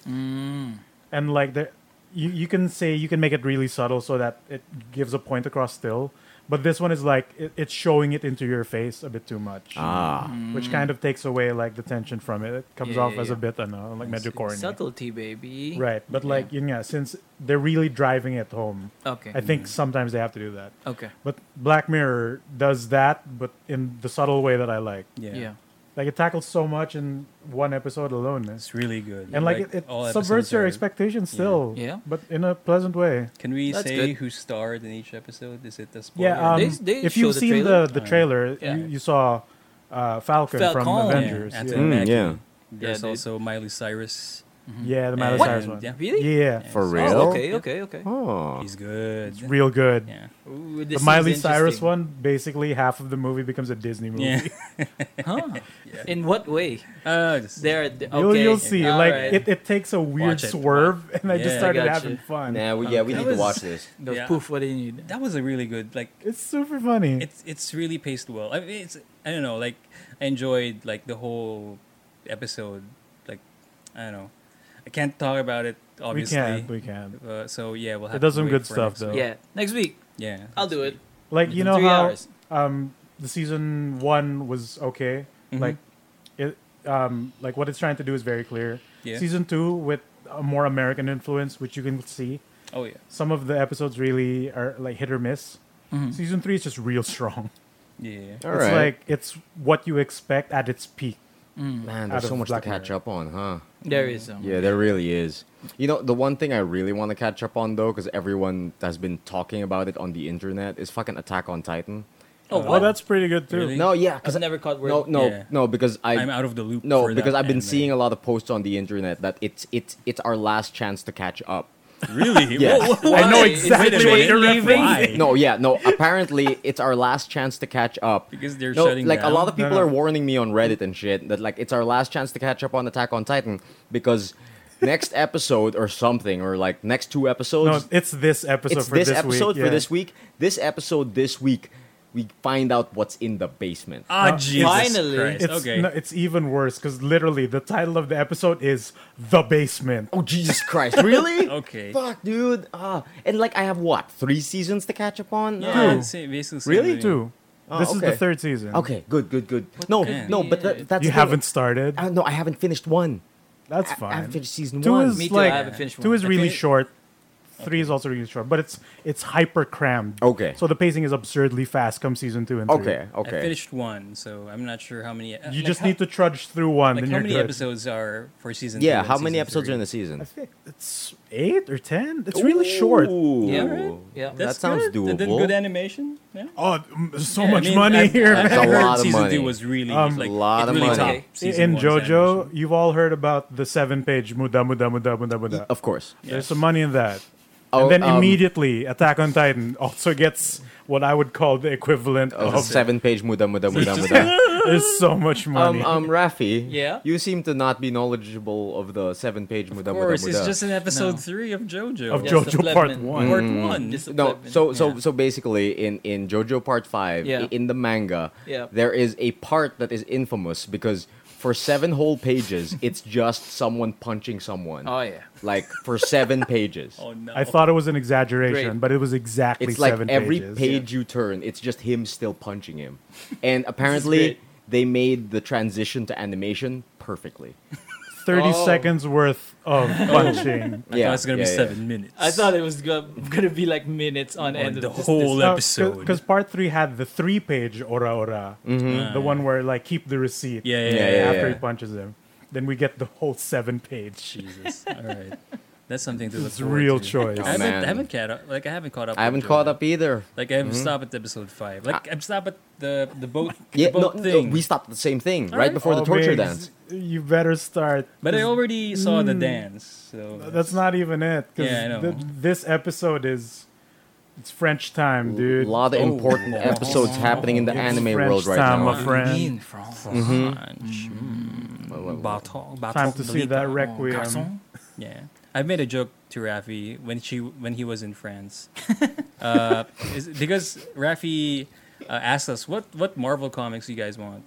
Speaker 4: Mm. And like there, you you can say you can make it really subtle so that it gives a point across still. But this one is like it, it's showing it into your face a bit too much,
Speaker 1: Ah.
Speaker 4: which kind of takes away like the tension from it. It comes
Speaker 2: Mm. Yeah,
Speaker 4: off
Speaker 2: yeah,
Speaker 4: as a
Speaker 2: yeah.
Speaker 4: bit, I know, like medyo corny.
Speaker 2: Subtlety, baby.
Speaker 4: Right, but like yeah. yeah, since they're really driving it home,
Speaker 2: Okay.
Speaker 4: I think sometimes they have to do that.
Speaker 2: okay.
Speaker 4: But Black Mirror does that, but in the subtle way that I like.
Speaker 3: Yeah.
Speaker 2: Yeah.
Speaker 4: Like it tackles so much in one episode alone, eh?
Speaker 3: It's really good.
Speaker 4: and like, it,
Speaker 3: all
Speaker 4: it subverts
Speaker 3: episodes
Speaker 4: your
Speaker 3: are-
Speaker 4: expectations still.
Speaker 2: Yeah.
Speaker 4: But in a pleasant way.
Speaker 3: Can we
Speaker 1: That's
Speaker 3: say
Speaker 1: good.
Speaker 3: who starred in each episode? Is it the spoiler?
Speaker 4: Yeah. Um,
Speaker 2: They- they
Speaker 4: if
Speaker 2: show
Speaker 4: you've
Speaker 2: the
Speaker 4: seen
Speaker 2: trailer.
Speaker 4: the the
Speaker 3: Oh, yeah.
Speaker 4: trailer,
Speaker 2: Yeah.
Speaker 4: you, you saw uh, Falcon,
Speaker 2: Falcon.
Speaker 4: from Avengers. Yeah,
Speaker 3: Anthony
Speaker 4: yeah.
Speaker 1: Mm,
Speaker 3: Mackie.
Speaker 1: yeah.
Speaker 3: There's
Speaker 2: Yeah, they-
Speaker 3: also Miley Cyrus.
Speaker 4: the
Speaker 3: And-
Speaker 4: Miley
Speaker 2: What?
Speaker 4: Cyrus one. Mm-hmm. Yeah.
Speaker 3: Yeah.
Speaker 2: Really?
Speaker 1: For
Speaker 2: Oh,
Speaker 1: real?
Speaker 2: okay. Okay. Okay.
Speaker 1: Oh.
Speaker 3: He's good.
Speaker 4: It's real good.
Speaker 3: yeah.
Speaker 2: Ooh,
Speaker 4: The
Speaker 2: this
Speaker 4: Miley
Speaker 2: is
Speaker 4: Cyrus
Speaker 2: interesting.
Speaker 4: one, basically half of the movie becomes a Disney movie.
Speaker 3: [laughs] Yeah.
Speaker 2: Huh? In what way?
Speaker 3: Uh, just-
Speaker 2: There. th- Okay.
Speaker 4: [laughs] You'll, you'll see.
Speaker 2: All
Speaker 4: like
Speaker 2: right.
Speaker 4: it, it takes a weird
Speaker 3: Watch it.
Speaker 4: swerve, [laughs] and I
Speaker 3: Yeah,
Speaker 4: just
Speaker 3: I
Speaker 4: started
Speaker 2: gotcha.
Speaker 4: having fun.
Speaker 1: Nah, we, yeah, we
Speaker 3: That
Speaker 1: need
Speaker 3: was-
Speaker 1: to watch this.
Speaker 2: Those
Speaker 3: Yeah.
Speaker 2: poof. What do you need?
Speaker 3: that was a really good like
Speaker 4: It's super funny.
Speaker 3: it's it's really paced well. I mean, it's I don't know, like I enjoyed like the whole episode. Like I don't know, I can't talk about it
Speaker 4: we
Speaker 3: obviously.
Speaker 4: can't. We can't.
Speaker 3: Uh, so yeah, we'll have.
Speaker 4: does
Speaker 3: to
Speaker 4: some
Speaker 3: wait
Speaker 4: good
Speaker 3: for
Speaker 4: stuff,
Speaker 3: next
Speaker 4: though.
Speaker 3: week.
Speaker 2: Yeah. Next week,
Speaker 3: Yeah,
Speaker 2: I'll do it.
Speaker 4: Like you know
Speaker 2: Three
Speaker 4: how
Speaker 2: hours.
Speaker 4: um, the season one was okay.
Speaker 3: Mhm.
Speaker 4: Like it, um, like what it's trying to do is very clear.
Speaker 3: Yeah.
Speaker 4: Season two with a more American influence, which you can see.
Speaker 3: Oh yeah,
Speaker 4: Some of the episodes really are like hit or miss. Season three is just real
Speaker 1: [laughs]
Speaker 4: strong.
Speaker 3: yeah.
Speaker 1: All
Speaker 4: it's
Speaker 1: right.
Speaker 4: like it's what you expect at its peak.
Speaker 1: Man,
Speaker 4: out
Speaker 1: there's so
Speaker 4: of
Speaker 1: much
Speaker 4: Black
Speaker 1: to catch
Speaker 4: Mirror.
Speaker 1: up on, huh?
Speaker 2: There is some.
Speaker 1: Yeah, there really is. You know, the one thing I really want to catch up on though, because everyone has been talking about it on the internet, is fucking Attack on Titan.
Speaker 2: Oh,
Speaker 4: Oh,
Speaker 2: what?
Speaker 4: that's pretty good too.
Speaker 3: Really?
Speaker 1: No, yeah, because
Speaker 2: I've never caught word.
Speaker 1: no, no,
Speaker 3: Yeah.
Speaker 1: no, because I
Speaker 3: I'm out of the loop.
Speaker 1: no
Speaker 3: for
Speaker 1: because
Speaker 3: that
Speaker 1: I've been
Speaker 3: anime.
Speaker 1: seeing a lot of posts on the internet that it's it's it's our last chance to catch up.
Speaker 3: Really?
Speaker 1: Yeah.
Speaker 3: Whoa, whoa,
Speaker 2: I know
Speaker 3: why?
Speaker 2: exactly
Speaker 3: Wait a
Speaker 2: what
Speaker 3: minute.
Speaker 2: you're referencing.
Speaker 3: Why?
Speaker 1: No, yeah, no. Apparently, it's our last chance to catch up.
Speaker 3: Because they're
Speaker 1: no,
Speaker 3: shutting
Speaker 1: like a lot
Speaker 3: down?
Speaker 1: of people
Speaker 4: No, no.
Speaker 1: are warning me on Reddit and shit that like it's our last chance to catch up on Attack on Titan because next episode or something or like next two
Speaker 4: No,
Speaker 1: episodes.
Speaker 4: it's this episode
Speaker 1: it's
Speaker 4: for
Speaker 1: this,
Speaker 4: this
Speaker 1: episode
Speaker 4: week.
Speaker 1: for
Speaker 4: yeah.
Speaker 1: this week. This episode this week, we find out what's in the basement.
Speaker 3: Ah,
Speaker 4: Uh,
Speaker 3: Jesus
Speaker 2: finally.
Speaker 3: Christ.
Speaker 4: It's,
Speaker 3: okay.
Speaker 4: no, it's even worse because literally the title of the episode is The Basement.
Speaker 1: Oh Jesus Christ! Really?
Speaker 3: [laughs] Okay.
Speaker 1: Fuck, dude. Ah, and like I have what three seasons to catch up on.
Speaker 3: Yeah,
Speaker 1: Ah.
Speaker 3: I'd say basically same
Speaker 1: Really?
Speaker 3: thing.
Speaker 4: Two.
Speaker 1: Oh,
Speaker 4: this is the
Speaker 1: okay.
Speaker 4: third season.
Speaker 1: Okay, good, good, good. no,
Speaker 3: the-
Speaker 1: no, but that, that's
Speaker 4: You
Speaker 1: the thing.
Speaker 4: haven't started.
Speaker 1: Uh, no, I haven't finished one.
Speaker 4: That's
Speaker 1: I- I
Speaker 4: fine.
Speaker 1: haven't finished season
Speaker 4: Two
Speaker 1: one.
Speaker 4: is
Speaker 2: Me too.
Speaker 4: like
Speaker 2: I haven't finished
Speaker 4: two
Speaker 2: one.
Speaker 4: is really
Speaker 3: Okay.
Speaker 4: short. Three is also really short, but it's it's hyper crammed.
Speaker 1: Okay.
Speaker 4: So the pacing is absurdly fast. Come season two and three.
Speaker 1: Okay, okay.
Speaker 3: I finished one, so I'm not sure how many. uh,
Speaker 4: You
Speaker 3: like
Speaker 4: just
Speaker 3: how-
Speaker 4: need to trudge through one,
Speaker 3: Like
Speaker 4: then
Speaker 3: how
Speaker 4: you're
Speaker 3: many
Speaker 4: good.
Speaker 3: episodes are for season? two
Speaker 1: yeah,
Speaker 3: and
Speaker 1: how many
Speaker 3: season
Speaker 1: episodes
Speaker 3: three?
Speaker 1: are in the season?
Speaker 4: I think it's eight or ten. It's really short.
Speaker 1: Ooh. Oh,
Speaker 2: Yeah, right? Yeah.
Speaker 1: that sounds
Speaker 3: good. They
Speaker 1: doable.
Speaker 3: did good animation. Yeah.
Speaker 4: Oh, mm, there's so
Speaker 3: Yeah, I
Speaker 4: much
Speaker 3: mean,
Speaker 4: money
Speaker 3: I-
Speaker 4: here,
Speaker 3: I,
Speaker 4: man.
Speaker 1: That's a
Speaker 3: I [laughs] heard
Speaker 1: lot of
Speaker 3: season
Speaker 1: money.
Speaker 3: two was really
Speaker 4: Um,
Speaker 3: like
Speaker 1: Lot
Speaker 3: it
Speaker 1: of
Speaker 3: really
Speaker 1: money.
Speaker 3: topped
Speaker 2: Okay.
Speaker 3: season
Speaker 4: in
Speaker 3: one's
Speaker 4: JoJo,
Speaker 3: animation.
Speaker 4: you've all heard about the seven page muda muda muda muda muda.
Speaker 1: Of course.
Speaker 4: There's
Speaker 3: Yes.
Speaker 4: some money in that.
Speaker 1: Oh,
Speaker 4: and then
Speaker 1: um,
Speaker 4: immediately, Attack on Titan also gets what I would call the equivalent
Speaker 1: Oh,
Speaker 4: of
Speaker 1: seven page muda muda
Speaker 4: [laughs]
Speaker 1: muda muda.
Speaker 4: There's so much money.
Speaker 1: um, um, Rafi.
Speaker 2: Yeah?
Speaker 1: You seem to not be knowledgeable of the seven page muda
Speaker 3: Of
Speaker 1: muda
Speaker 3: course, it's
Speaker 1: muda.
Speaker 3: just in episode
Speaker 2: No.
Speaker 3: three of JoJo.
Speaker 4: of
Speaker 2: Yes, the
Speaker 4: JoJo Part
Speaker 2: Plebman.
Speaker 4: One. Mm.
Speaker 3: Part one.
Speaker 2: Mm. Just a
Speaker 1: no,
Speaker 2: flip
Speaker 1: so
Speaker 2: and-
Speaker 1: so
Speaker 2: yeah.
Speaker 1: so basically, in in JoJo Part Five,
Speaker 2: Yeah.
Speaker 1: i- in the manga,
Speaker 2: Yeah.
Speaker 1: there is a part that is infamous because for seven whole pages, it's just someone punching someone.
Speaker 2: Oh yeah.
Speaker 1: Like for
Speaker 3: [laughs]
Speaker 1: seven pages.
Speaker 3: oh no!
Speaker 4: I thought it was an exaggeration,
Speaker 2: Great.
Speaker 4: but it was exactly
Speaker 1: It's like
Speaker 4: seven
Speaker 1: every
Speaker 4: pages.
Speaker 1: page you turn, it's just him still punching him. And apparently,
Speaker 2: great.
Speaker 1: they made the transition to animation perfectly.
Speaker 4: Thirty
Speaker 2: Oh.
Speaker 4: seconds worth of punching.
Speaker 3: I thought Oh it's gonna be seven minutes.
Speaker 2: I thought it was go- gonna be like minutes on
Speaker 3: On
Speaker 2: end.
Speaker 3: the
Speaker 2: of this-
Speaker 3: whole
Speaker 2: this-
Speaker 3: episode.
Speaker 4: Because part three had the three page ora ora, the one where like keep the receipt.
Speaker 3: Yeah, yeah,
Speaker 1: Yeah,
Speaker 3: yeah.
Speaker 1: yeah, yeah.
Speaker 4: after he punches him. Then we get the whole seven page.
Speaker 3: Jesus. All right, that's something to look
Speaker 4: It's
Speaker 3: forward
Speaker 4: real
Speaker 3: to.
Speaker 4: choice.
Speaker 1: Oh,
Speaker 3: I haven't,
Speaker 1: man.
Speaker 3: I haven't caught up. Like I haven't caught up.
Speaker 1: I haven't
Speaker 3: with
Speaker 1: caught
Speaker 3: JoJo.
Speaker 1: up Mm-hmm. either.
Speaker 3: Like I've stopped at episode five. Like I've stopped at the the boat.
Speaker 1: Yeah,
Speaker 3: the
Speaker 1: no,
Speaker 3: boat
Speaker 1: no,
Speaker 3: thing.
Speaker 1: we stopped at the same thing right
Speaker 3: Alright.
Speaker 1: before the torture dance.
Speaker 4: Biggs, Oh, You better start.
Speaker 3: But I
Speaker 4: 'cause
Speaker 3: already saw the dance, so
Speaker 4: Mm. That's not even it. 'cause
Speaker 3: Yeah, I know.
Speaker 4: th- this episode is it's French time, dude.
Speaker 1: A lot of
Speaker 3: Oh.
Speaker 1: important episodes happening in the
Speaker 4: It's
Speaker 1: anime
Speaker 4: French
Speaker 1: world right
Speaker 4: time,
Speaker 1: now.
Speaker 4: my friend. Mm-hmm.
Speaker 2: Mean Mm. France.
Speaker 3: Mm.
Speaker 1: Well, well, well.
Speaker 3: Baton, baton
Speaker 4: Time to see
Speaker 3: Belita.
Speaker 4: that Requiem.
Speaker 3: Oh, Garçon. Yeah, I made a joke
Speaker 2: [laughs]
Speaker 3: to Rafi when she when he was in France, uh, is- because Rafi uh, asked us what what Marvel comics you
Speaker 2: [laughs]
Speaker 3: guys want,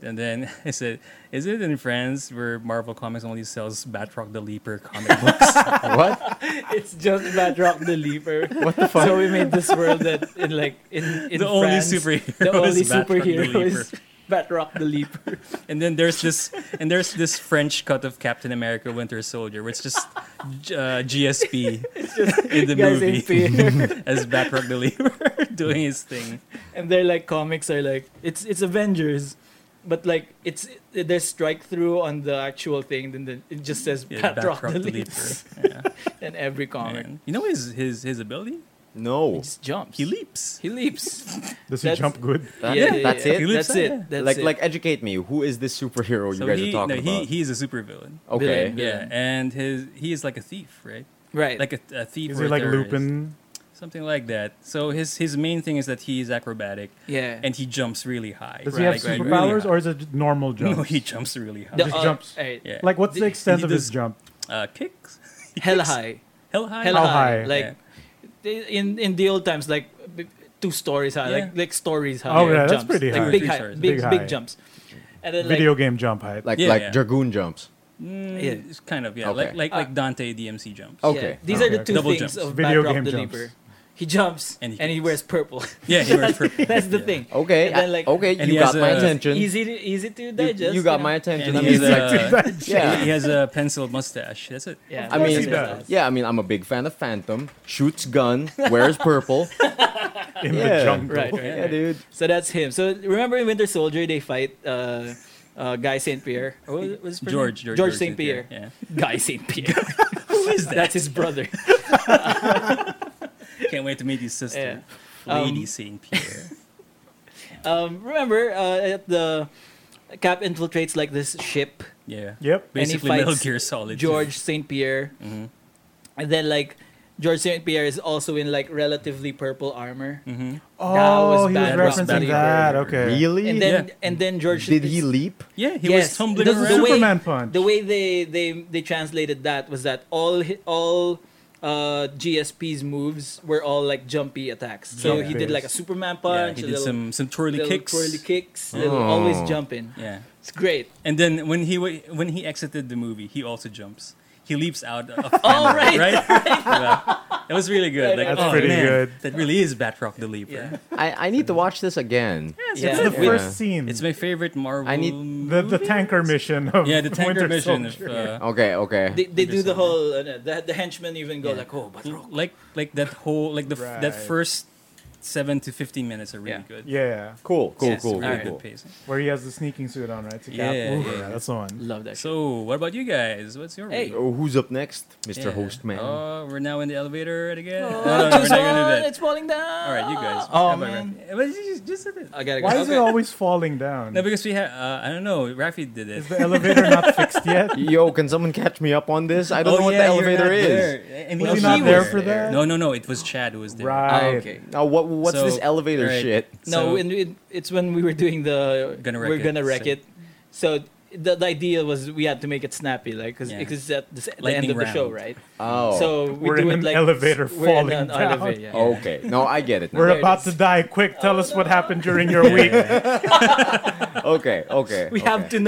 Speaker 3: and then I said, "Is it in France where Marvel Comics only sells Batroc the Leaper comic books?"
Speaker 1: what?
Speaker 2: [laughs] It's just Batroc the Leaper.
Speaker 3: [laughs]
Speaker 1: What the fuck?
Speaker 2: So we made this world that in like in, [laughs] in
Speaker 3: The only
Speaker 2: France,
Speaker 3: superhero
Speaker 2: the only
Speaker 3: is Batroc the
Speaker 2: superhero [laughs]
Speaker 3: Leaper.
Speaker 2: is Batroc the Leaper.
Speaker 3: and then there's this and there's this French cut of Captain America Winter Soldier, which just uh,
Speaker 2: [laughs]
Speaker 3: GSP in the
Speaker 2: guys in
Speaker 3: movie
Speaker 2: fear.
Speaker 3: [laughs] as Batroc the Leaper [laughs] doing his thing.
Speaker 2: and their like comics are like it's it's Avengers, but like it's there's strike through on the actual thing, then the, it just says
Speaker 3: Yeah,
Speaker 2: Batroc,
Speaker 3: Batroc
Speaker 2: the,
Speaker 3: the
Speaker 2: Leaper [laughs]
Speaker 3: Leaper. Yeah.
Speaker 2: in every comic.
Speaker 3: Man. You know his his his ability?
Speaker 2: He
Speaker 1: [laughs] No.
Speaker 2: just jumps.
Speaker 3: He leaps.
Speaker 2: He leaps.
Speaker 4: Does he
Speaker 2: That's-
Speaker 4: jump good?
Speaker 1: That-
Speaker 2: yeah, yeah,
Speaker 1: that's
Speaker 2: yeah.
Speaker 1: it?
Speaker 3: He leaps
Speaker 2: That's
Speaker 3: out,
Speaker 2: it.
Speaker 3: yeah.
Speaker 2: That's
Speaker 1: like,
Speaker 2: it.
Speaker 1: like, educate me. Who is this superhero you
Speaker 3: So
Speaker 1: guys
Speaker 3: he,
Speaker 1: are talking
Speaker 3: no,
Speaker 1: about? Oh,
Speaker 3: He, he's a supervillain.
Speaker 1: okay.
Speaker 2: Yeah.
Speaker 3: Yeah, and his he is like a thief, right?
Speaker 2: right.
Speaker 3: Like a, a thief
Speaker 4: Is
Speaker 3: or a
Speaker 4: he like
Speaker 3: terrorist.
Speaker 4: Lupin?
Speaker 3: Something like that. So his his main thing is that he is acrobatic
Speaker 2: yeah.
Speaker 3: and he jumps really high.
Speaker 4: Does
Speaker 3: right?
Speaker 4: he
Speaker 3: Like,
Speaker 4: have
Speaker 3: really
Speaker 4: superpowers
Speaker 3: high.
Speaker 4: or is it normal jump?
Speaker 3: [laughs] No, he jumps really high.
Speaker 2: The-
Speaker 4: just
Speaker 2: uh,
Speaker 4: jumps.
Speaker 2: alright.
Speaker 3: yeah.
Speaker 4: Like, what's the
Speaker 2: He
Speaker 4: extent of
Speaker 3: does-
Speaker 4: his
Speaker 3: [laughs]
Speaker 4: jump?
Speaker 3: uh, kicks? [laughs]
Speaker 2: Hella high.
Speaker 3: Hell high?
Speaker 2: Hella
Speaker 4: How
Speaker 2: high.
Speaker 4: high?
Speaker 2: Like they- in in the old times, like b- two stories high,
Speaker 3: Yeah.
Speaker 2: like like stories high.
Speaker 4: Oh, yeah, that's
Speaker 2: jumps.
Speaker 4: pretty
Speaker 2: like
Speaker 4: high.
Speaker 2: Big
Speaker 3: Three
Speaker 2: high,
Speaker 3: stories.
Speaker 2: big
Speaker 4: Big
Speaker 2: big
Speaker 4: high.
Speaker 2: jump. And then like
Speaker 4: Video game jump height. [laughs]
Speaker 1: Like
Speaker 3: Yeah,
Speaker 1: like
Speaker 3: yeah.
Speaker 1: dragoon jumps.
Speaker 3: Mm,
Speaker 2: Yeah.
Speaker 3: It's kind of, yeah.
Speaker 1: Okay.
Speaker 3: Like like, like
Speaker 2: Uh,
Speaker 1: uh,
Speaker 2: [laughs] uh, Um, [laughs] uh,
Speaker 3: Oh, [laughs] [laughs]
Speaker 2: uh,
Speaker 3: [laughs]
Speaker 4: Oh,
Speaker 2: uh, "Oh,
Speaker 3: oh, [laughs] uh,
Speaker 4: [laughs]
Speaker 3: Hmm.
Speaker 1: Oh,
Speaker 2: [laughs]
Speaker 3: Oh.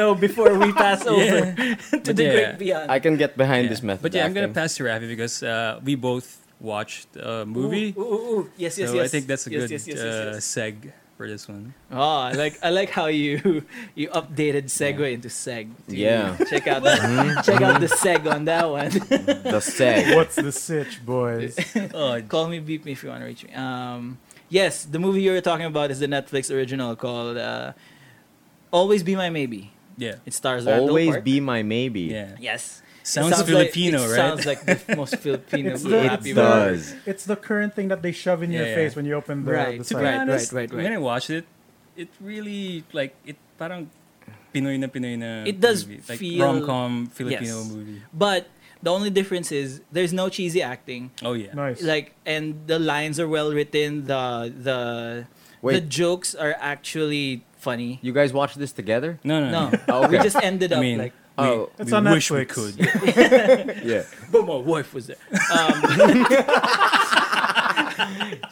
Speaker 2: "Oh,
Speaker 4: [laughs]
Speaker 3: uh, [laughs] Oh,
Speaker 1: Oh,
Speaker 3: Ah,
Speaker 1: Oh.
Speaker 2: [laughs] Ah, [laughs] [laughs] [laughs] Um, uh,
Speaker 3: [laughs] uh, uh, Oh,
Speaker 4: [laughs] Oh,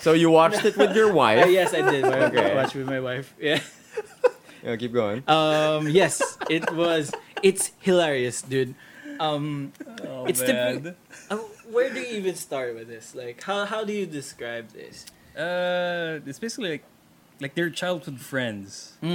Speaker 1: So you watched it with your wife.
Speaker 2: Uh, yes, I
Speaker 4: [laughs]
Speaker 2: did. I
Speaker 1: Okay.
Speaker 2: watched with my wife. Yeah.
Speaker 1: Yeah, keep going.
Speaker 2: Um, yes, it was. It's hilarious, dude. Um,
Speaker 3: Oh,
Speaker 2: It's
Speaker 3: man.
Speaker 2: typical- uh, where do you even start with this? Like, how how do you describe this?
Speaker 3: Uh, it's basically like, like their childhood friends.
Speaker 4: Hmm.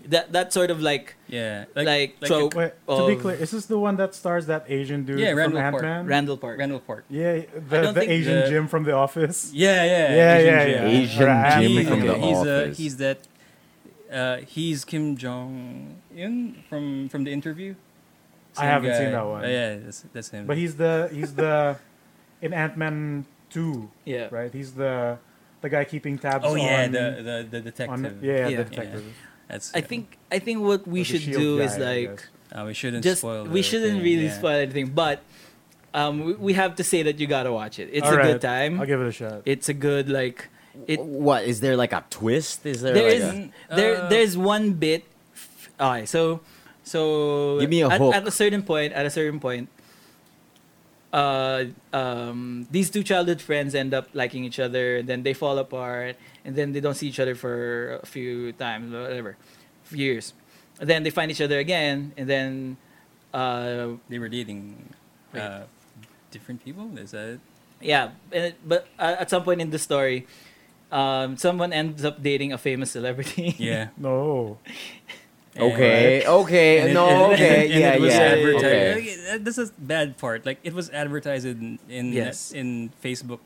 Speaker 2: Mm, that that sort of like
Speaker 3: Yeah,
Speaker 2: like,
Speaker 3: like
Speaker 2: trope
Speaker 4: Wait, to be
Speaker 2: of-
Speaker 4: clear, is this the one that stars that Asian dude
Speaker 3: Yeah,
Speaker 4: from
Speaker 3: Randall Park.
Speaker 4: Ant Man?
Speaker 2: Randall Park.
Speaker 3: Randall Park.
Speaker 4: yeah, the,
Speaker 3: don't
Speaker 4: the
Speaker 3: think
Speaker 4: Asian
Speaker 3: the-
Speaker 4: Jim from The Office.
Speaker 3: Yeah, yeah,
Speaker 4: Yeah,
Speaker 3: Asian
Speaker 4: yeah,
Speaker 3: Jim.
Speaker 4: yeah.
Speaker 1: Asian
Speaker 4: Right.
Speaker 1: Jimmy
Speaker 3: He-
Speaker 1: from
Speaker 3: yeah,
Speaker 1: the
Speaker 3: he's, uh,
Speaker 1: office.
Speaker 3: he's that. Uh, he's Kim Jong Un from from the interview.
Speaker 4: I haven't seen that one.
Speaker 3: Oh, yeah, that's that's him.
Speaker 4: But he's the he's the in Ant Man two,
Speaker 2: yeah.
Speaker 4: right? He's the the guy keeping tabs.
Speaker 3: oh yeah,
Speaker 4: on,
Speaker 3: the, the the detective.
Speaker 4: on
Speaker 2: Yeah.
Speaker 4: yeah, the detective.
Speaker 3: that's.
Speaker 2: I
Speaker 3: him.
Speaker 2: think I think what we
Speaker 4: Or the
Speaker 2: should
Speaker 4: shield
Speaker 2: do
Speaker 4: guy,
Speaker 2: is
Speaker 4: I
Speaker 2: like
Speaker 4: guess.
Speaker 3: Uh, we shouldn't
Speaker 2: just
Speaker 3: spoil.
Speaker 2: we
Speaker 3: the
Speaker 2: shouldn't
Speaker 3: thing,
Speaker 2: really
Speaker 3: yeah.
Speaker 2: spoil anything, but um, we, we have to say that you gotta watch it. It's a
Speaker 4: Alright,
Speaker 2: good time.
Speaker 4: I'll give it a shot.
Speaker 2: It's a good like it.
Speaker 1: what is there like a twist? Is there,
Speaker 2: There
Speaker 1: like
Speaker 2: is
Speaker 1: a,
Speaker 2: there
Speaker 3: Uh,
Speaker 2: there's one bit. Alright, so so
Speaker 1: Give me a
Speaker 2: at,
Speaker 1: hook.
Speaker 2: at a certain point. At a certain point, uh, um, these two childhood friends end up liking each other, and then they fall apart, and then they don't see each other for a few times, whatever, few years. And then they find each other again, and then uh,
Speaker 3: They were dating
Speaker 2: Wait.
Speaker 3: uh, different people. Is that it?
Speaker 2: yeah, and, it- but uh, at some point in the story. Um, someone ends up dating a famous celebrity.
Speaker 3: yeah?
Speaker 4: No,
Speaker 3: And-
Speaker 1: okay, okay,
Speaker 3: And it-
Speaker 1: no,
Speaker 3: and-
Speaker 1: okay,
Speaker 3: and- and
Speaker 1: yeah,
Speaker 3: it was
Speaker 1: yeah,
Speaker 3: advertised.
Speaker 1: okay.
Speaker 3: Like, that- That's a bad part. Like it was advertised in in,
Speaker 2: Yes.
Speaker 3: in Facebook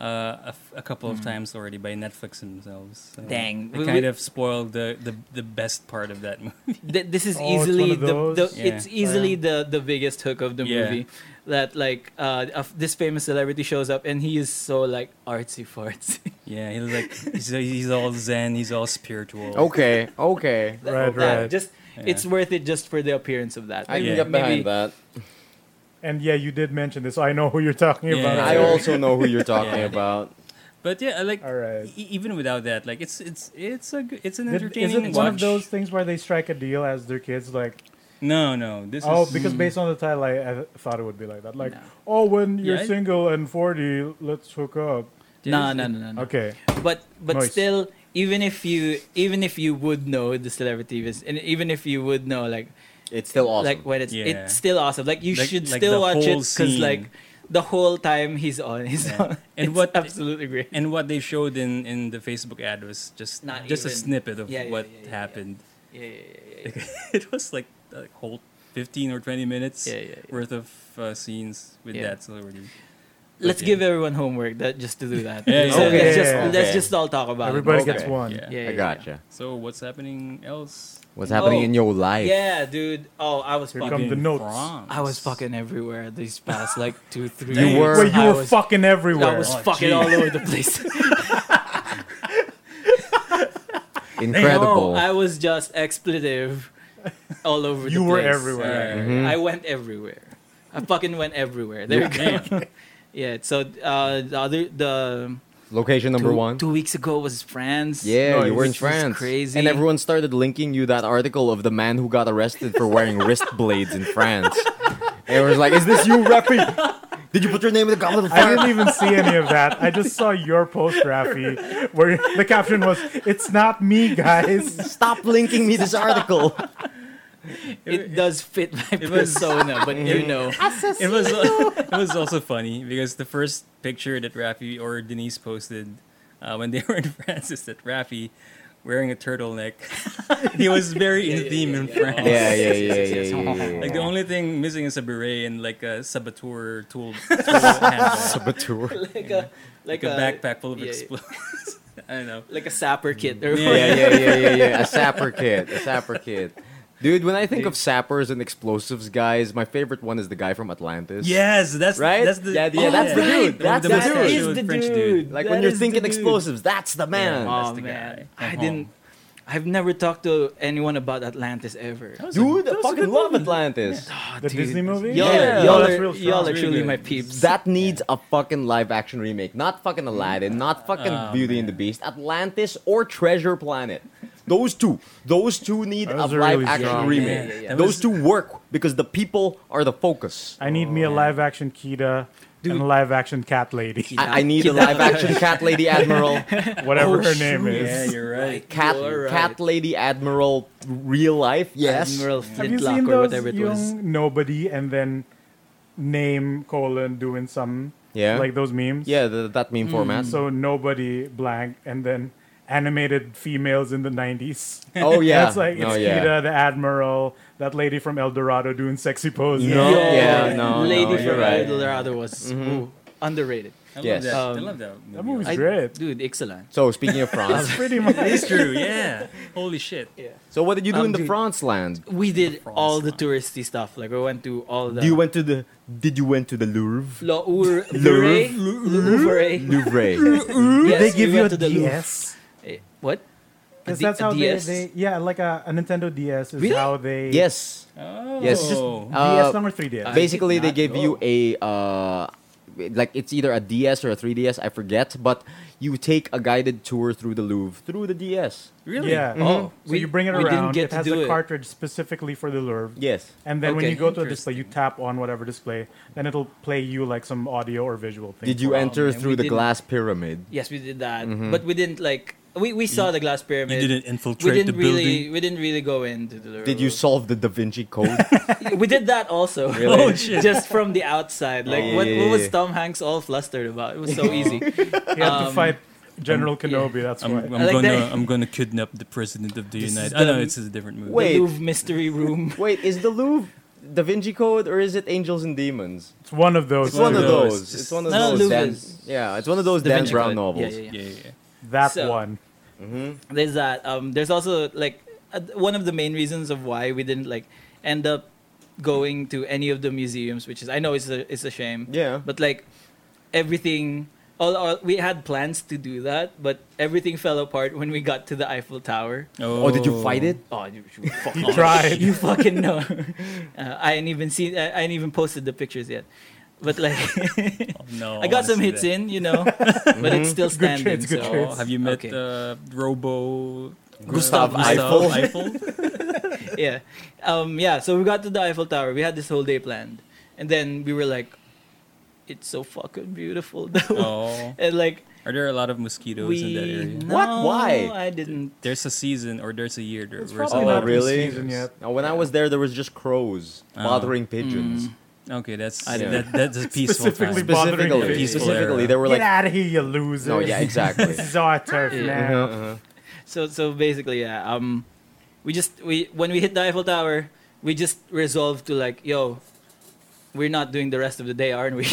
Speaker 3: uh, a, f- a couple of times already by Netflix themselves. So
Speaker 2: Dang.
Speaker 3: they
Speaker 2: We-
Speaker 3: kind
Speaker 2: we-
Speaker 3: of spoiled the, the the best part of that movie.
Speaker 2: [laughs]
Speaker 3: [laughs]
Speaker 2: Th- this is
Speaker 4: Oh, it's
Speaker 2: easily
Speaker 4: one of
Speaker 2: the, the
Speaker 4: those?
Speaker 3: Yeah.
Speaker 2: it's easily the the biggest hook of the
Speaker 3: Yeah.
Speaker 2: movie that like uh a f- this famous celebrity shows up and he is so like artsy fartsy [laughs]
Speaker 3: Yeah, he was like he's, he's all zen, he's all spiritual.
Speaker 1: Okay, okay.
Speaker 2: That-
Speaker 4: Right,
Speaker 2: that
Speaker 4: right.
Speaker 2: just
Speaker 3: Yeah.
Speaker 2: it's worth it just for the appearance of that
Speaker 1: I can
Speaker 3: Yeah.
Speaker 1: get behind that.
Speaker 4: and yeah, you did mention this. so I know who you're talking
Speaker 3: Yeah.
Speaker 4: about.
Speaker 1: I also know who you're talking
Speaker 3: Yeah.
Speaker 1: about.
Speaker 3: But yeah, I like
Speaker 4: All right.
Speaker 3: e- even without that, like it's it's it's a g- it's an
Speaker 4: Did-
Speaker 3: entertaining
Speaker 4: is it
Speaker 3: watch.
Speaker 4: one of those things where they strike a deal as their kids like
Speaker 3: No, no, this
Speaker 4: oh
Speaker 3: is
Speaker 4: because based on the title I, I thought it would be like that like oh when you're
Speaker 3: Yeah, I-
Speaker 4: single and 40 let's hook up
Speaker 2: no, no no no no
Speaker 4: okay
Speaker 2: but but
Speaker 4: Nice.
Speaker 2: still even if you even if you would know the celebrity is and even if you would know like
Speaker 1: It's still awesome.
Speaker 2: like when it's
Speaker 3: Yeah.
Speaker 2: it's still awesome like you
Speaker 3: Like-
Speaker 2: should
Speaker 3: like
Speaker 2: still
Speaker 3: the
Speaker 2: watch it
Speaker 3: whole
Speaker 2: because
Speaker 3: scene.
Speaker 2: like the whole time he's on he's
Speaker 3: Yeah.
Speaker 2: on
Speaker 3: And
Speaker 2: It's
Speaker 3: what-
Speaker 2: absolutely great
Speaker 3: And what they showed in, in the Facebook ad was just
Speaker 2: Not
Speaker 3: just a
Speaker 2: even-
Speaker 3: snippet of
Speaker 2: Yeah, yeah,
Speaker 3: what
Speaker 2: yeah, yeah, yeah.
Speaker 3: happened. [laughs]
Speaker 2: yeah, yeah, yeah, yeah.
Speaker 3: it was like a whole 15 or 20 minutes
Speaker 2: Yeah, yeah, yeah.
Speaker 3: worth of uh, scenes with
Speaker 2: Yeah.
Speaker 3: that celebrity. But
Speaker 2: Let's
Speaker 3: yeah.
Speaker 2: give everyone homework that just to do that.
Speaker 3: Yeah, yeah,
Speaker 1: yeah.
Speaker 2: so let's
Speaker 1: Okay.
Speaker 2: just
Speaker 1: Yeah, yeah,
Speaker 2: let's
Speaker 1: okay.
Speaker 2: just all talk about
Speaker 4: everybody
Speaker 2: it.
Speaker 1: Okay.
Speaker 4: gets one
Speaker 3: Yeah.
Speaker 2: Yeah,
Speaker 1: I
Speaker 2: yeah,
Speaker 1: gotcha.
Speaker 3: So what's happening else?
Speaker 1: What's
Speaker 2: Oh.
Speaker 1: happening in your life?
Speaker 2: Yeah, dude. Oh, I was
Speaker 4: Here
Speaker 2: fucking
Speaker 4: come the
Speaker 3: In
Speaker 4: notes.
Speaker 3: France.
Speaker 2: I was fucking everywhere these past like two, three
Speaker 1: You
Speaker 2: days.
Speaker 1: were-
Speaker 4: Wait, you
Speaker 2: I
Speaker 4: were
Speaker 2: was,
Speaker 4: fucking everywhere
Speaker 2: I was
Speaker 3: Oh,
Speaker 2: fucking
Speaker 3: geez.
Speaker 2: all over the place.
Speaker 1: Incredible.
Speaker 2: I was just expletive all over the place.
Speaker 4: you were
Speaker 3: All
Speaker 4: everywhere
Speaker 3: right.
Speaker 1: Mhm.
Speaker 2: I went everywhere. I fucking went everywhere. There you go.
Speaker 3: Damn.
Speaker 2: Yeah, so uh, the other the
Speaker 1: Location number
Speaker 2: two,
Speaker 1: one.
Speaker 2: two weeks ago was France.
Speaker 1: Yeah,
Speaker 4: No,
Speaker 1: you were in
Speaker 2: this is
Speaker 1: France.
Speaker 2: crazy.
Speaker 1: And everyone started linking you that article of the man who got arrested for wearing wrist blades in France. And it was like, is this you, Rafi? Did you put your name in the goblet of
Speaker 4: I
Speaker 1: fire?
Speaker 4: didn't even see any of that. I just saw your post, Rafi, where the caption was, "It's not me, guys."
Speaker 1: Stop linking me this [laughs] article.
Speaker 2: it does fit my
Speaker 3: it was-
Speaker 2: persona, but you know.
Speaker 3: [laughs] it was it was also funny because the first picture that Rafi or Denise posted uh, when they were in [laughs] France is that Rafi wearing a
Speaker 2: [laughs]
Speaker 3: turtleneck. he was very in
Speaker 2: yeah,
Speaker 3: theme
Speaker 2: yeah,
Speaker 3: in
Speaker 2: yeah.
Speaker 3: France.
Speaker 1: yeah, yeah, yeah, yeah, yeah, yeah, yeah.
Speaker 3: Like the only thing missing is a beret and like a saboteur tool, tool handle.
Speaker 1: Saboteur.
Speaker 2: like a like,
Speaker 3: like, a, backpack full of
Speaker 2: yeah, yeah.
Speaker 3: explosives. [laughs] I don't know.
Speaker 2: like a sapper kit or
Speaker 3: Yeah,
Speaker 1: [laughs] Yeah, yeah, yeah, yeah, yeah. A sapper kid. A sapper kid. Dude, when I think of sappers and explosives guys, my favorite one is the guy from Atlantis.
Speaker 3: Yes, that's
Speaker 1: Right?
Speaker 3: that's the
Speaker 1: Yeah, yeah, that's the dude. That's the
Speaker 3: mustache
Speaker 1: dude.
Speaker 3: with
Speaker 2: Is the
Speaker 3: French
Speaker 2: dude.
Speaker 1: Like
Speaker 2: That
Speaker 1: when you're
Speaker 2: is the
Speaker 1: thinking
Speaker 2: dude.
Speaker 1: explosives, that's the man.
Speaker 3: Yeah.
Speaker 2: oh
Speaker 3: That's the guy.
Speaker 2: man i
Speaker 3: Uh-huh.
Speaker 2: didn't i've never talked to anyone about atlantis ever
Speaker 1: Dude, I fucking love Atlantis.
Speaker 2: [laughs] Ah,
Speaker 4: The
Speaker 2: dude.
Speaker 4: Disney movie?
Speaker 2: y'all,
Speaker 1: Yeah.
Speaker 2: are, y'all,
Speaker 4: No, Oh, that's
Speaker 2: are-
Speaker 4: real strong.
Speaker 2: y'all are
Speaker 3: That's really
Speaker 2: truly
Speaker 3: good.
Speaker 2: my peeps
Speaker 1: That needs a fucking live action remake. Not fucking Aladdin, not fucking
Speaker 3: Oh,
Speaker 1: Beauty and the Beast, Atlantis or Treasure Planet. Those two, those two need
Speaker 4: Those
Speaker 1: a
Speaker 4: are
Speaker 1: live
Speaker 4: really
Speaker 1: action
Speaker 4: strong.
Speaker 1: remake.
Speaker 3: Yeah, yeah, yeah.
Speaker 1: Those
Speaker 3: That
Speaker 1: two work because the people are the focus.
Speaker 4: I need
Speaker 2: Oh,
Speaker 4: me a live action Kida and a live action cat
Speaker 2: [laughs]
Speaker 4: lady,
Speaker 1: I, I need a live action Cat Lady Admiral,
Speaker 4: whatever
Speaker 2: Oh,
Speaker 4: her name
Speaker 2: shoot.
Speaker 4: is.
Speaker 3: Yeah, you're right.
Speaker 1: Cat
Speaker 2: You're right.
Speaker 1: Cat Lady Admiral, real life. Yes,
Speaker 2: Admiral
Speaker 4: Have you
Speaker 2: Flintlock
Speaker 4: seen
Speaker 2: or
Speaker 4: those
Speaker 2: whatever it
Speaker 4: young
Speaker 2: was.
Speaker 4: nobody and then name colon doing some
Speaker 1: Yeah.
Speaker 4: like those memes?
Speaker 1: yeah, the, that meme format.
Speaker 4: So nobody blank and then animated females in the nineties. [laughs]
Speaker 1: oh yeah,
Speaker 4: That's like
Speaker 1: no,
Speaker 4: it's
Speaker 1: yeah.
Speaker 4: Kida, the Admiral, that lady from El Dorado doing sexy poses.
Speaker 1: No.
Speaker 4: [laughs]
Speaker 1: Yeah. Yeah, no,
Speaker 2: Lady
Speaker 1: no,
Speaker 2: from
Speaker 1: you're right. Mm-hmm.
Speaker 2: El Dorado was ooh, underrated.
Speaker 3: I
Speaker 1: Yes.
Speaker 3: love that. I
Speaker 2: Um,
Speaker 3: love that movie.
Speaker 4: That movie's
Speaker 2: I-
Speaker 4: great.
Speaker 2: Dude, excellent.
Speaker 1: So speaking of
Speaker 4: [laughs]
Speaker 1: France,
Speaker 4: Pretty much.
Speaker 3: It's true, [laughs] yeah. Holy shit.
Speaker 2: Yeah.
Speaker 1: so what did you do
Speaker 2: Um,
Speaker 1: in the
Speaker 2: dude.
Speaker 1: France land?
Speaker 2: We did
Speaker 3: France
Speaker 2: all the
Speaker 3: line.
Speaker 2: touristy stuff. Like we went to all the
Speaker 1: Do you went to the? Did you went to the Louvre?
Speaker 2: La
Speaker 4: [laughs]
Speaker 2: Ur- Louvre. Louvre.
Speaker 1: Louvre.
Speaker 2: Yes,
Speaker 4: they give
Speaker 2: we
Speaker 4: you
Speaker 2: went
Speaker 4: a
Speaker 2: to the Louvre.
Speaker 4: DS.
Speaker 2: Eh, What? A
Speaker 4: Because
Speaker 2: D-
Speaker 4: that's
Speaker 2: a
Speaker 4: how they,
Speaker 2: DS?
Speaker 4: they, yeah, like a, a Nintendo DS is
Speaker 2: Really?
Speaker 4: how they.
Speaker 1: yes.
Speaker 3: Oh.
Speaker 1: Yes.
Speaker 4: DS
Speaker 1: Uh,
Speaker 4: number 3DS.
Speaker 2: Uh, I-
Speaker 1: basically
Speaker 3: did
Speaker 1: they
Speaker 3: not
Speaker 1: give
Speaker 3: know.
Speaker 1: you a uh like it's either a DS or a 3DS, I forget, but you take a guided tour through the Louvre through the DS.
Speaker 3: really?
Speaker 4: Yeah. Mm-hmm.
Speaker 2: Oh,
Speaker 4: so
Speaker 2: we-
Speaker 4: you bring it
Speaker 2: we didn't
Speaker 4: around.
Speaker 2: get
Speaker 4: it
Speaker 2: to
Speaker 4: has
Speaker 2: do
Speaker 4: the
Speaker 2: it.
Speaker 4: cartridge specifically for the Lure.
Speaker 1: Yes.
Speaker 4: And then when
Speaker 2: Okay,
Speaker 4: you go to a display, you tap on whatever display, then it'll play you like some audio or visual thing.
Speaker 1: Did you
Speaker 4: Wow.
Speaker 1: enter
Speaker 2: man, we
Speaker 1: through the
Speaker 2: didn't-
Speaker 1: glass pyramid?
Speaker 2: Yes, we did that, but we didn't like we, we saw the glass
Speaker 3: Mm-hmm. You
Speaker 2: pyramid.
Speaker 3: didn't
Speaker 2: we
Speaker 3: infiltrate
Speaker 2: didn't
Speaker 3: the
Speaker 2: really
Speaker 3: building.
Speaker 2: we didn't really go into the Louvre.
Speaker 1: Did you solve the Da Vinci
Speaker 2: [laughs]
Speaker 1: Code?
Speaker 2: we did that
Speaker 4: [laughs]
Speaker 2: also.
Speaker 1: Really? Oh,
Speaker 3: shit.
Speaker 2: Just from the outside. Like
Speaker 1: Oh.
Speaker 2: what,
Speaker 1: Yeah, yeah,
Speaker 2: what was
Speaker 1: yeah.
Speaker 2: Tom Hanks all flustered about? It was so
Speaker 4: [laughs]
Speaker 2: easy.
Speaker 4: You have to
Speaker 2: Um,
Speaker 4: fight General
Speaker 2: yeah.
Speaker 4: Kenobi, that's
Speaker 3: I'm,
Speaker 4: why.
Speaker 3: I'm
Speaker 2: I like
Speaker 3: gonna
Speaker 2: that.
Speaker 3: I'm gonna kidnap the president of the
Speaker 2: This is
Speaker 3: United. I know
Speaker 2: the-
Speaker 3: it's a different movie.
Speaker 1: Wait.
Speaker 2: The Louvre mystery room.
Speaker 1: Wait, is the Louvre Da Vinci Code or is it Angels and Demons?
Speaker 4: it's one of those.
Speaker 1: It's one of
Speaker 4: two.
Speaker 1: those.
Speaker 3: those.
Speaker 1: It's one of
Speaker 2: No,
Speaker 1: those.
Speaker 2: Louvre
Speaker 1: Dan,
Speaker 2: is-
Speaker 1: yeah, it's one of those
Speaker 2: Da
Speaker 1: Dan
Speaker 2: Vinci
Speaker 1: Brown
Speaker 2: Code.
Speaker 1: novels.
Speaker 2: Yeah, yeah,
Speaker 3: Yeah, yeah, yeah.
Speaker 4: That
Speaker 2: So- [laughs]
Speaker 4: one.
Speaker 2: There's that. Um, there's also like uh, one of the main reasons of why we didn't like end up going to any of the museums, which is I know it's a it's a shame.
Speaker 1: Yeah.
Speaker 2: But like everything, all, all we had plans to do that, but everything fell apart when we got to the Eiffel
Speaker 4: [laughs]
Speaker 2: Tower.
Speaker 1: Oh, did you fight it?
Speaker 2: Oh, you, you
Speaker 1: [laughs]
Speaker 2: fucking
Speaker 4: He tried.
Speaker 2: you fucking know. [laughs] Uh, I ain't even seen. I, I ain't even posted the pictures yet. But like, [laughs]
Speaker 3: Oh, no.
Speaker 2: I got some hits in, you know, but it's still
Speaker 4: Mm-hmm. Good
Speaker 2: standing.
Speaker 4: trades, good
Speaker 2: so-
Speaker 4: trades.
Speaker 3: Have you met
Speaker 2: Okay.
Speaker 3: uh, Robo
Speaker 2: Gustav
Speaker 1: Eiffel?
Speaker 2: [laughs]
Speaker 3: Eiffel?
Speaker 2: yeah. Um, yeah, so we got to the Eiffel Tower. We had this whole day planned. And then we were like, it's so fucking beautiful, [laughs] though.
Speaker 3: oh,
Speaker 2: And like,
Speaker 3: are there a lot of mosquitoes
Speaker 2: we.
Speaker 3: in that area?
Speaker 1: What?
Speaker 2: No,
Speaker 1: Why?
Speaker 2: I didn't.
Speaker 3: There's a season or there's a year. There,
Speaker 4: It's
Speaker 3: where it's
Speaker 4: probably
Speaker 3: a
Speaker 1: Oh,
Speaker 3: lot
Speaker 4: not
Speaker 3: of
Speaker 4: this
Speaker 1: really?
Speaker 4: season yet.
Speaker 1: Now, when I was there, there was just crows
Speaker 2: Oh.
Speaker 1: bothering pigeons.
Speaker 2: Mm.
Speaker 3: mosquitoes. Okay, that's
Speaker 1: I don't
Speaker 2: [laughs]
Speaker 3: that, that's a peaceful
Speaker 4: Specifically
Speaker 3: time. [laughs]
Speaker 4: bothering
Speaker 1: Specifically,
Speaker 4: pigeons.
Speaker 3: Peaceful
Speaker 1: specifically,
Speaker 3: era.
Speaker 1: they were
Speaker 4: Get
Speaker 1: like,
Speaker 4: out of here, you losers.
Speaker 1: no, yeah, exactly.
Speaker 4: [laughs]
Speaker 1: Uh-huh.
Speaker 4: this is our turf
Speaker 2: Yeah.
Speaker 4: now.
Speaker 2: So, so basically, yeah. Um, we just, we when we hit the Eiffel Tower, we just resolved to like, yo, we're not doing the rest of the day, aren't we? [laughs]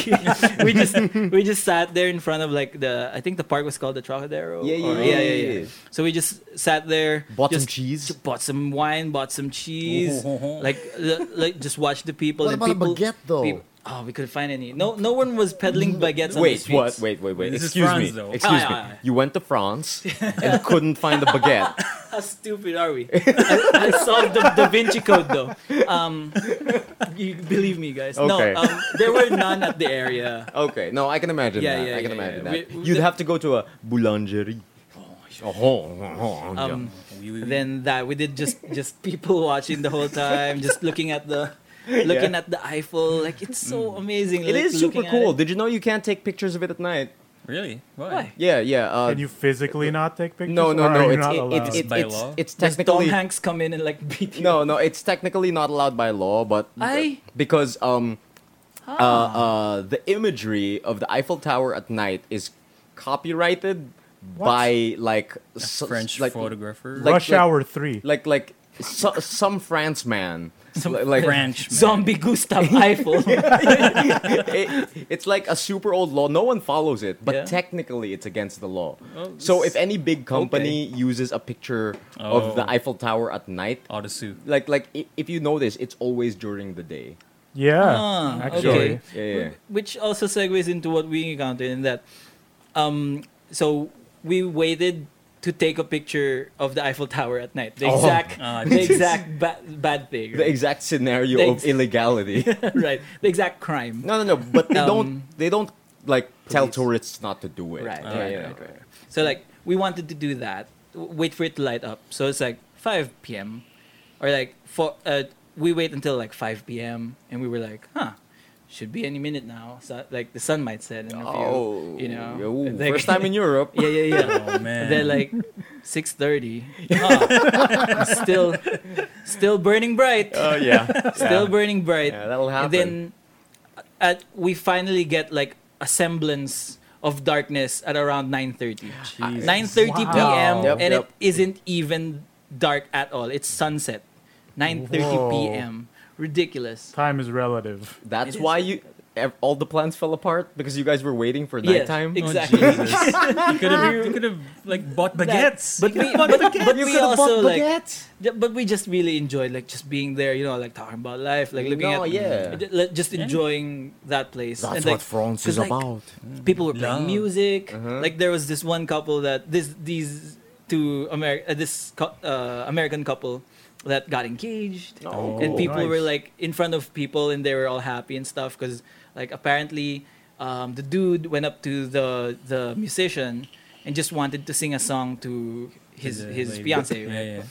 Speaker 2: we just, we just sat there in front of like the, I think the park was called the Trocadero.
Speaker 1: Yeah, yeah,
Speaker 2: or-
Speaker 1: yeah, yeah, yeah.
Speaker 2: So we just sat there,
Speaker 1: Bought some
Speaker 2: just
Speaker 1: cheese?
Speaker 2: just bought some wine, bought some cheese,
Speaker 3: Oh.
Speaker 2: like l- like just watch the people.
Speaker 1: What
Speaker 2: and
Speaker 1: about a
Speaker 2: people,
Speaker 1: baguette, though? Mm-hmm.
Speaker 2: peop- oh, we couldn't find any. No, no one was peddling baguettes. on the
Speaker 1: Wait,
Speaker 2: streets.
Speaker 1: what? Wait, wait, wait.
Speaker 3: This is
Speaker 1: Excuse
Speaker 3: France,
Speaker 1: me.
Speaker 3: though.
Speaker 1: Excuse
Speaker 2: Ah,
Speaker 1: me.
Speaker 2: yeah, yeah.
Speaker 1: You went to France
Speaker 2: [laughs]
Speaker 1: and couldn't find the baguette.
Speaker 2: How stupid are we? [laughs] I, I solved the Da Vinci Code though. Um, you believe me, guys.
Speaker 1: Okay.
Speaker 2: No, um, there were none at the area.
Speaker 1: Okay, no, I can imagine
Speaker 2: Yeah,
Speaker 1: that.
Speaker 2: yeah,
Speaker 1: I can
Speaker 2: yeah,
Speaker 1: imagine
Speaker 2: yeah.
Speaker 1: that.
Speaker 2: We- we-
Speaker 1: You'd
Speaker 2: the-
Speaker 1: have to go to a boulangerie. Oh, oh, oh,
Speaker 2: Um,
Speaker 3: We- we-
Speaker 2: Then that we did just just people watching the whole time, just looking at the looking
Speaker 1: Yeah.
Speaker 2: at the Eiffel. Like it's so amazing.
Speaker 1: it
Speaker 2: like,
Speaker 1: is super
Speaker 2: looking at
Speaker 1: cool.
Speaker 2: it.
Speaker 1: Did you know you can't take pictures of it at night?
Speaker 3: really? Why?
Speaker 2: Why?
Speaker 1: Yeah, yeah. Uh,
Speaker 4: Can you physically not take pictures?
Speaker 1: no,
Speaker 4: or
Speaker 1: no,
Speaker 4: are
Speaker 1: no.
Speaker 4: you
Speaker 1: It's
Speaker 4: not
Speaker 1: it,
Speaker 4: allowed?
Speaker 1: it's it's,
Speaker 3: By
Speaker 1: it's
Speaker 3: law?
Speaker 1: it's
Speaker 2: Does
Speaker 1: technically
Speaker 2: Tom Hanks come in and like beat you?
Speaker 1: no, no. It's technically not allowed by law, but
Speaker 2: I-
Speaker 1: because um uh, uh the imagery of the Eiffel Tower at night is copyrighted by like s-
Speaker 3: French
Speaker 1: like,
Speaker 3: photographer.
Speaker 1: like-
Speaker 4: Rush Hour 3.
Speaker 1: like like so, some France man. Some like,
Speaker 3: French man.
Speaker 2: Zombie [laughs] Gustav Eiffel.
Speaker 1: [laughs] it, it's like a super old law. No one follows it, but
Speaker 2: Yeah.
Speaker 1: technically it's against the law. so if any big company uses a picture of the
Speaker 3: Oh.
Speaker 1: Eiffel Tower at night,
Speaker 3: Odyssey.
Speaker 2: [laughs]
Speaker 1: like like i- if you notice, it's always during the day.
Speaker 4: Yeah,
Speaker 2: Ah,
Speaker 4: actually.
Speaker 2: okay.
Speaker 1: Yeah, yeah.
Speaker 2: Which also segues into what we encountered in that. Um, so we waited to take a picture of the Eiffel Tower at night. The
Speaker 1: Oh.
Speaker 2: exact,
Speaker 3: Ah,
Speaker 2: the
Speaker 3: Jesus.
Speaker 2: exact ba- bad thing.
Speaker 1: The
Speaker 2: Right?
Speaker 1: exact scenario
Speaker 2: Thanks.
Speaker 1: of illegality.
Speaker 2: [laughs] right. The exact crime.
Speaker 1: no, no, no. But they
Speaker 2: Um,
Speaker 1: don't. They don't like tell
Speaker 2: police.
Speaker 1: tourists not to do it.
Speaker 2: Right,
Speaker 1: Yeah,
Speaker 2: right,
Speaker 1: yeah.
Speaker 2: right, right. So like we wanted to do that. wait for it to light up. So it's like 5 p.m. or like four. Uh, we wait until like 5 p.m. and we were like, huh, should be any minute now. So like the sun might set in a few.
Speaker 1: Oh,
Speaker 2: you know,
Speaker 1: yo,
Speaker 2: like-
Speaker 1: first time in Europe.
Speaker 2: [laughs] Yeah, yeah, yeah.
Speaker 3: Oh man.
Speaker 2: They're
Speaker 1: [laughs]
Speaker 2: like six thirty. Ah, still, still burning bright.
Speaker 1: Oh
Speaker 2: [laughs]
Speaker 1: yeah,
Speaker 2: Still
Speaker 1: yeah.
Speaker 2: burning bright.
Speaker 1: Yeah, that'll happen.
Speaker 2: And then, at we finally get like a semblance of darkness at around nine thirty.
Speaker 3: Jesus.
Speaker 2: Nine thirty
Speaker 4: Wow.
Speaker 2: p.m.
Speaker 1: Yep,
Speaker 2: and
Speaker 1: yep.
Speaker 2: it isn't even dark at all. It's sunset. Nine thirty
Speaker 4: Whoa.
Speaker 2: p.m. Ridiculous.
Speaker 4: Time is relative.
Speaker 1: that's
Speaker 2: It is-
Speaker 1: why you ev- all the plans fell apart because you guys were waiting for
Speaker 2: Yeah,
Speaker 1: nighttime.
Speaker 2: ex-
Speaker 3: Oh,
Speaker 2: Exactly. [laughs]
Speaker 3: Jesus. you could have you could have like bought baguettes.
Speaker 2: But we, but, [laughs] but
Speaker 1: you
Speaker 2: we
Speaker 1: could've bought
Speaker 2: also like
Speaker 1: baguettes.
Speaker 2: Yeah, but we just really enjoyed like just being there, you know, like talking about life, like looking
Speaker 1: No,
Speaker 2: at
Speaker 1: yeah.
Speaker 2: ju- like, just enjoying that place.
Speaker 1: That's
Speaker 2: And,
Speaker 1: what
Speaker 2: like,
Speaker 1: France
Speaker 2: 'cause,
Speaker 1: is
Speaker 2: like,
Speaker 1: about.
Speaker 2: People were playing
Speaker 3: Love.
Speaker 2: music.
Speaker 1: Uh-huh.
Speaker 2: Like there was this one couple that this these two Ameri- uh, this cou- uh, American couple that got engaged,
Speaker 1: Oh,
Speaker 2: and
Speaker 1: cool.
Speaker 2: people were
Speaker 4: Nice.
Speaker 2: like in front of people and they were all happy and stuff because like apparently um, the dude went up to the the musician and just wanted to sing a song to his
Speaker 3: The
Speaker 2: his
Speaker 3: lady.
Speaker 2: fiance.
Speaker 3: Yeah, yeah.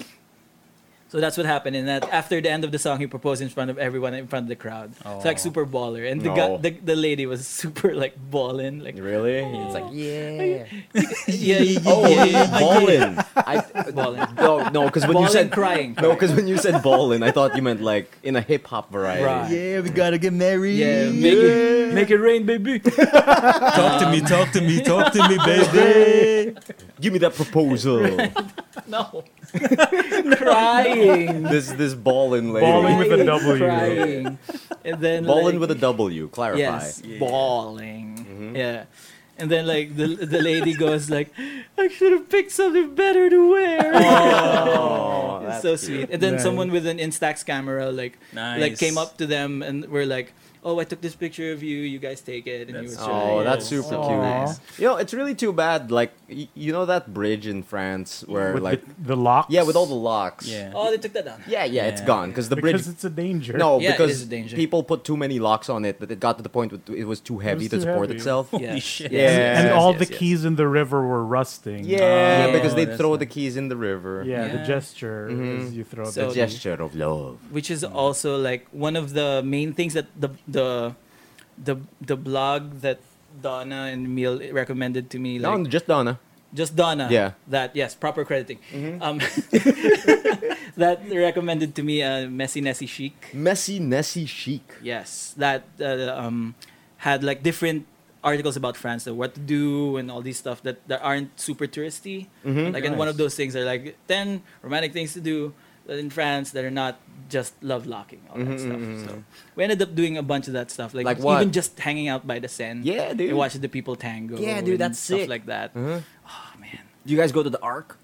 Speaker 2: So that's what happened, and that after the end of the song, he proposed in front of everyone, in front of the crowd. It's like
Speaker 3: Aw.
Speaker 2: super baller, and the,
Speaker 1: No.
Speaker 2: guy, the the lady was [laughs] super like balling, like [laughs]
Speaker 1: Really? It's like yeah.
Speaker 2: yeah, yeah,
Speaker 1: Oh,
Speaker 2: Oh. yeah,
Speaker 1: ballin. I,
Speaker 2: Ballin'.
Speaker 1: No, no, because [laughs] when
Speaker 2: Ballin',
Speaker 1: you said
Speaker 2: crying.
Speaker 1: [laughs] no, because when you said ballin, I thought you meant like in a hip hop variety.
Speaker 2: Right.
Speaker 5: Yeah, we gotta get married.
Speaker 2: yeah, make it make it rain, baby.
Speaker 3: Talk to me, talk to me, talk to
Speaker 2: [laughs]
Speaker 3: me, baby.
Speaker 1: Give me that proposal.
Speaker 2: No, [laughs] crying,
Speaker 1: this this ballin lady.
Speaker 4: Ballin' with a
Speaker 2: Crying,
Speaker 4: W.
Speaker 2: crying, and then
Speaker 1: Ballin'
Speaker 2: like,
Speaker 1: with a W. Clarify.
Speaker 2: Yes,
Speaker 3: Yeah.
Speaker 2: balling. Yeah. And then like the the lady goes like, I should have picked something better to wear.
Speaker 1: Oh, that's
Speaker 2: it's so
Speaker 1: cute.
Speaker 2: sweet. And then
Speaker 4: Nice.
Speaker 2: someone with an Instax camera like
Speaker 3: Nice.
Speaker 2: like came up to them and were like, "Oh, I took this picture of you. You guys take it." And
Speaker 3: That's
Speaker 2: you were
Speaker 1: Oh,
Speaker 2: showing
Speaker 1: that's
Speaker 2: it.
Speaker 1: super
Speaker 2: So
Speaker 1: cute.
Speaker 2: nice.
Speaker 1: You know, it's really too bad. Like y- you know that bridge in France where
Speaker 4: With
Speaker 1: like
Speaker 4: the, the locks.
Speaker 1: yeah, with all the locks.
Speaker 3: Yeah.
Speaker 2: Oh, they took that down.
Speaker 1: Yeah, yeah, it's
Speaker 3: Yeah.
Speaker 1: gone because the bridge.
Speaker 4: because it's a danger.
Speaker 1: No,
Speaker 2: Yeah, it
Speaker 1: because
Speaker 2: is a danger.
Speaker 1: people put too many locks on it that it got to the point where it was too heavy to
Speaker 4: was too
Speaker 1: support
Speaker 4: heavy. [laughs]
Speaker 1: itself.
Speaker 2: Yeah.
Speaker 3: Holy shit.
Speaker 1: Yeah. Yes,
Speaker 4: and
Speaker 1: yes,
Speaker 4: all
Speaker 1: yes,
Speaker 4: the
Speaker 1: yes.
Speaker 4: keys in the river were rusting.
Speaker 1: [laughs] Yeah,
Speaker 2: Yeah.
Speaker 1: because they
Speaker 3: That's
Speaker 1: throw
Speaker 3: nice.
Speaker 1: the keys in the river.
Speaker 4: Yeah, the
Speaker 3: Yeah.
Speaker 4: gesture
Speaker 1: Mm-hmm.
Speaker 4: is you throw
Speaker 2: So-
Speaker 1: The
Speaker 4: the
Speaker 1: gesture of love.
Speaker 2: Which is also like one of the main things that the the the the blog that Donna and Emil recommended to me. Like,
Speaker 1: no, just Donna.
Speaker 2: just Donna.
Speaker 1: Yeah. Mm-hmm.
Speaker 2: That yes, proper crediting. Um, [laughs] that recommended to me uh, Messy Nessie Chic.
Speaker 1: Messy Nessie Chic.
Speaker 2: Yes, that uh, um, had like different articles about France, the what to do and all these stuff that, that aren't super touristy.
Speaker 1: Mm-hmm.
Speaker 2: Like, and one of those things are like ten romantic things to do in France that are not just love locking, all that stuff. So we ended up doing a bunch of that stuff, like,
Speaker 1: Mm-hmm, Like what?
Speaker 2: even just hanging out by the Seine.
Speaker 1: Yeah, dude. [laughs]
Speaker 2: And watching the people tango.
Speaker 1: Yeah, dude,
Speaker 2: and
Speaker 1: that's
Speaker 2: stuff
Speaker 1: sick.
Speaker 2: like that.
Speaker 1: Uh-huh.
Speaker 2: Oh man,
Speaker 1: Do you guys go to the Ark?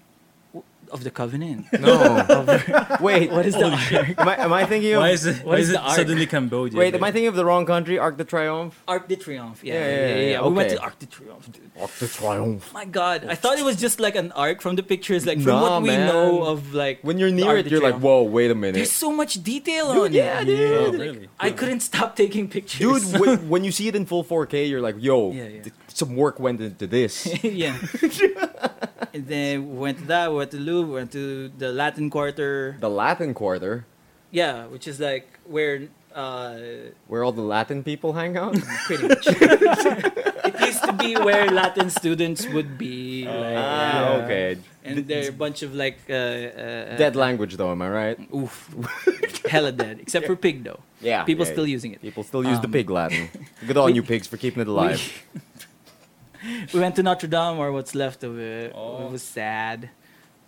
Speaker 2: of the
Speaker 1: [laughs]
Speaker 2: Covenant. Oh,
Speaker 1: No. [laughs] Wait,
Speaker 2: What [laughs] is the
Speaker 3: Holy shit.
Speaker 1: am I, am I thinking of?
Speaker 3: Why is it,
Speaker 2: What
Speaker 3: why
Speaker 2: is
Speaker 3: is it
Speaker 2: the arc?
Speaker 3: suddenly Cambodia?
Speaker 1: wait, am I thinking of the wrong country? Arc de Triomphe.
Speaker 2: Arc de Triomphe. Yeah,
Speaker 1: Yeah,
Speaker 2: yeah,
Speaker 1: yeah,
Speaker 2: yeah.
Speaker 1: yeah,
Speaker 2: yeah. We went
Speaker 1: okay.
Speaker 2: to Arc de Triomphe, dude.
Speaker 1: Arc de Triomphe.
Speaker 2: My God, I thought it was just like an arc from the pictures, like from
Speaker 1: Nah,
Speaker 2: what we
Speaker 1: man.
Speaker 2: know of like.
Speaker 1: When you're
Speaker 2: the
Speaker 1: near
Speaker 2: Arc
Speaker 1: it,
Speaker 2: de
Speaker 1: you're like,
Speaker 2: Triomphe.
Speaker 1: whoa, wait a
Speaker 2: There's
Speaker 1: minute.
Speaker 2: so much detail on
Speaker 1: Dude,
Speaker 2: it.
Speaker 1: yeah, dude.
Speaker 3: Oh, really?
Speaker 2: I couldn't stop taking
Speaker 1: Dude,
Speaker 2: [laughs] pictures.
Speaker 1: when, when you see it in full 4K, you're like, yo,
Speaker 2: Yeah, yeah.
Speaker 1: th- some work went into this. [laughs]
Speaker 2: yeah. and then we went to that, we went to Louvre, we went to the Latin Quarter.
Speaker 1: the Latin Quarter,
Speaker 2: Yeah, which is like where uh,
Speaker 1: where all the Latin people hang out.
Speaker 2: [laughs] pretty much. it used to be where Latin students would be. like,
Speaker 1: ah,
Speaker 2: yeah.
Speaker 1: okay.
Speaker 2: And there are a bunch of like uh, uh,
Speaker 1: Dead language, though, am I right?
Speaker 2: Oof, [laughs] hella dead. Except
Speaker 1: [laughs]
Speaker 2: for pig though.
Speaker 1: Yeah.
Speaker 2: People
Speaker 1: yeah,
Speaker 2: still
Speaker 1: yeah.
Speaker 2: using it.
Speaker 1: People still use the
Speaker 2: Um,
Speaker 1: pig
Speaker 2: [laughs]
Speaker 1: Latin. Good on you, pigs, for keeping it alive.
Speaker 2: we went to Notre Dame or what's left of it.
Speaker 3: Oh.
Speaker 2: It was sad.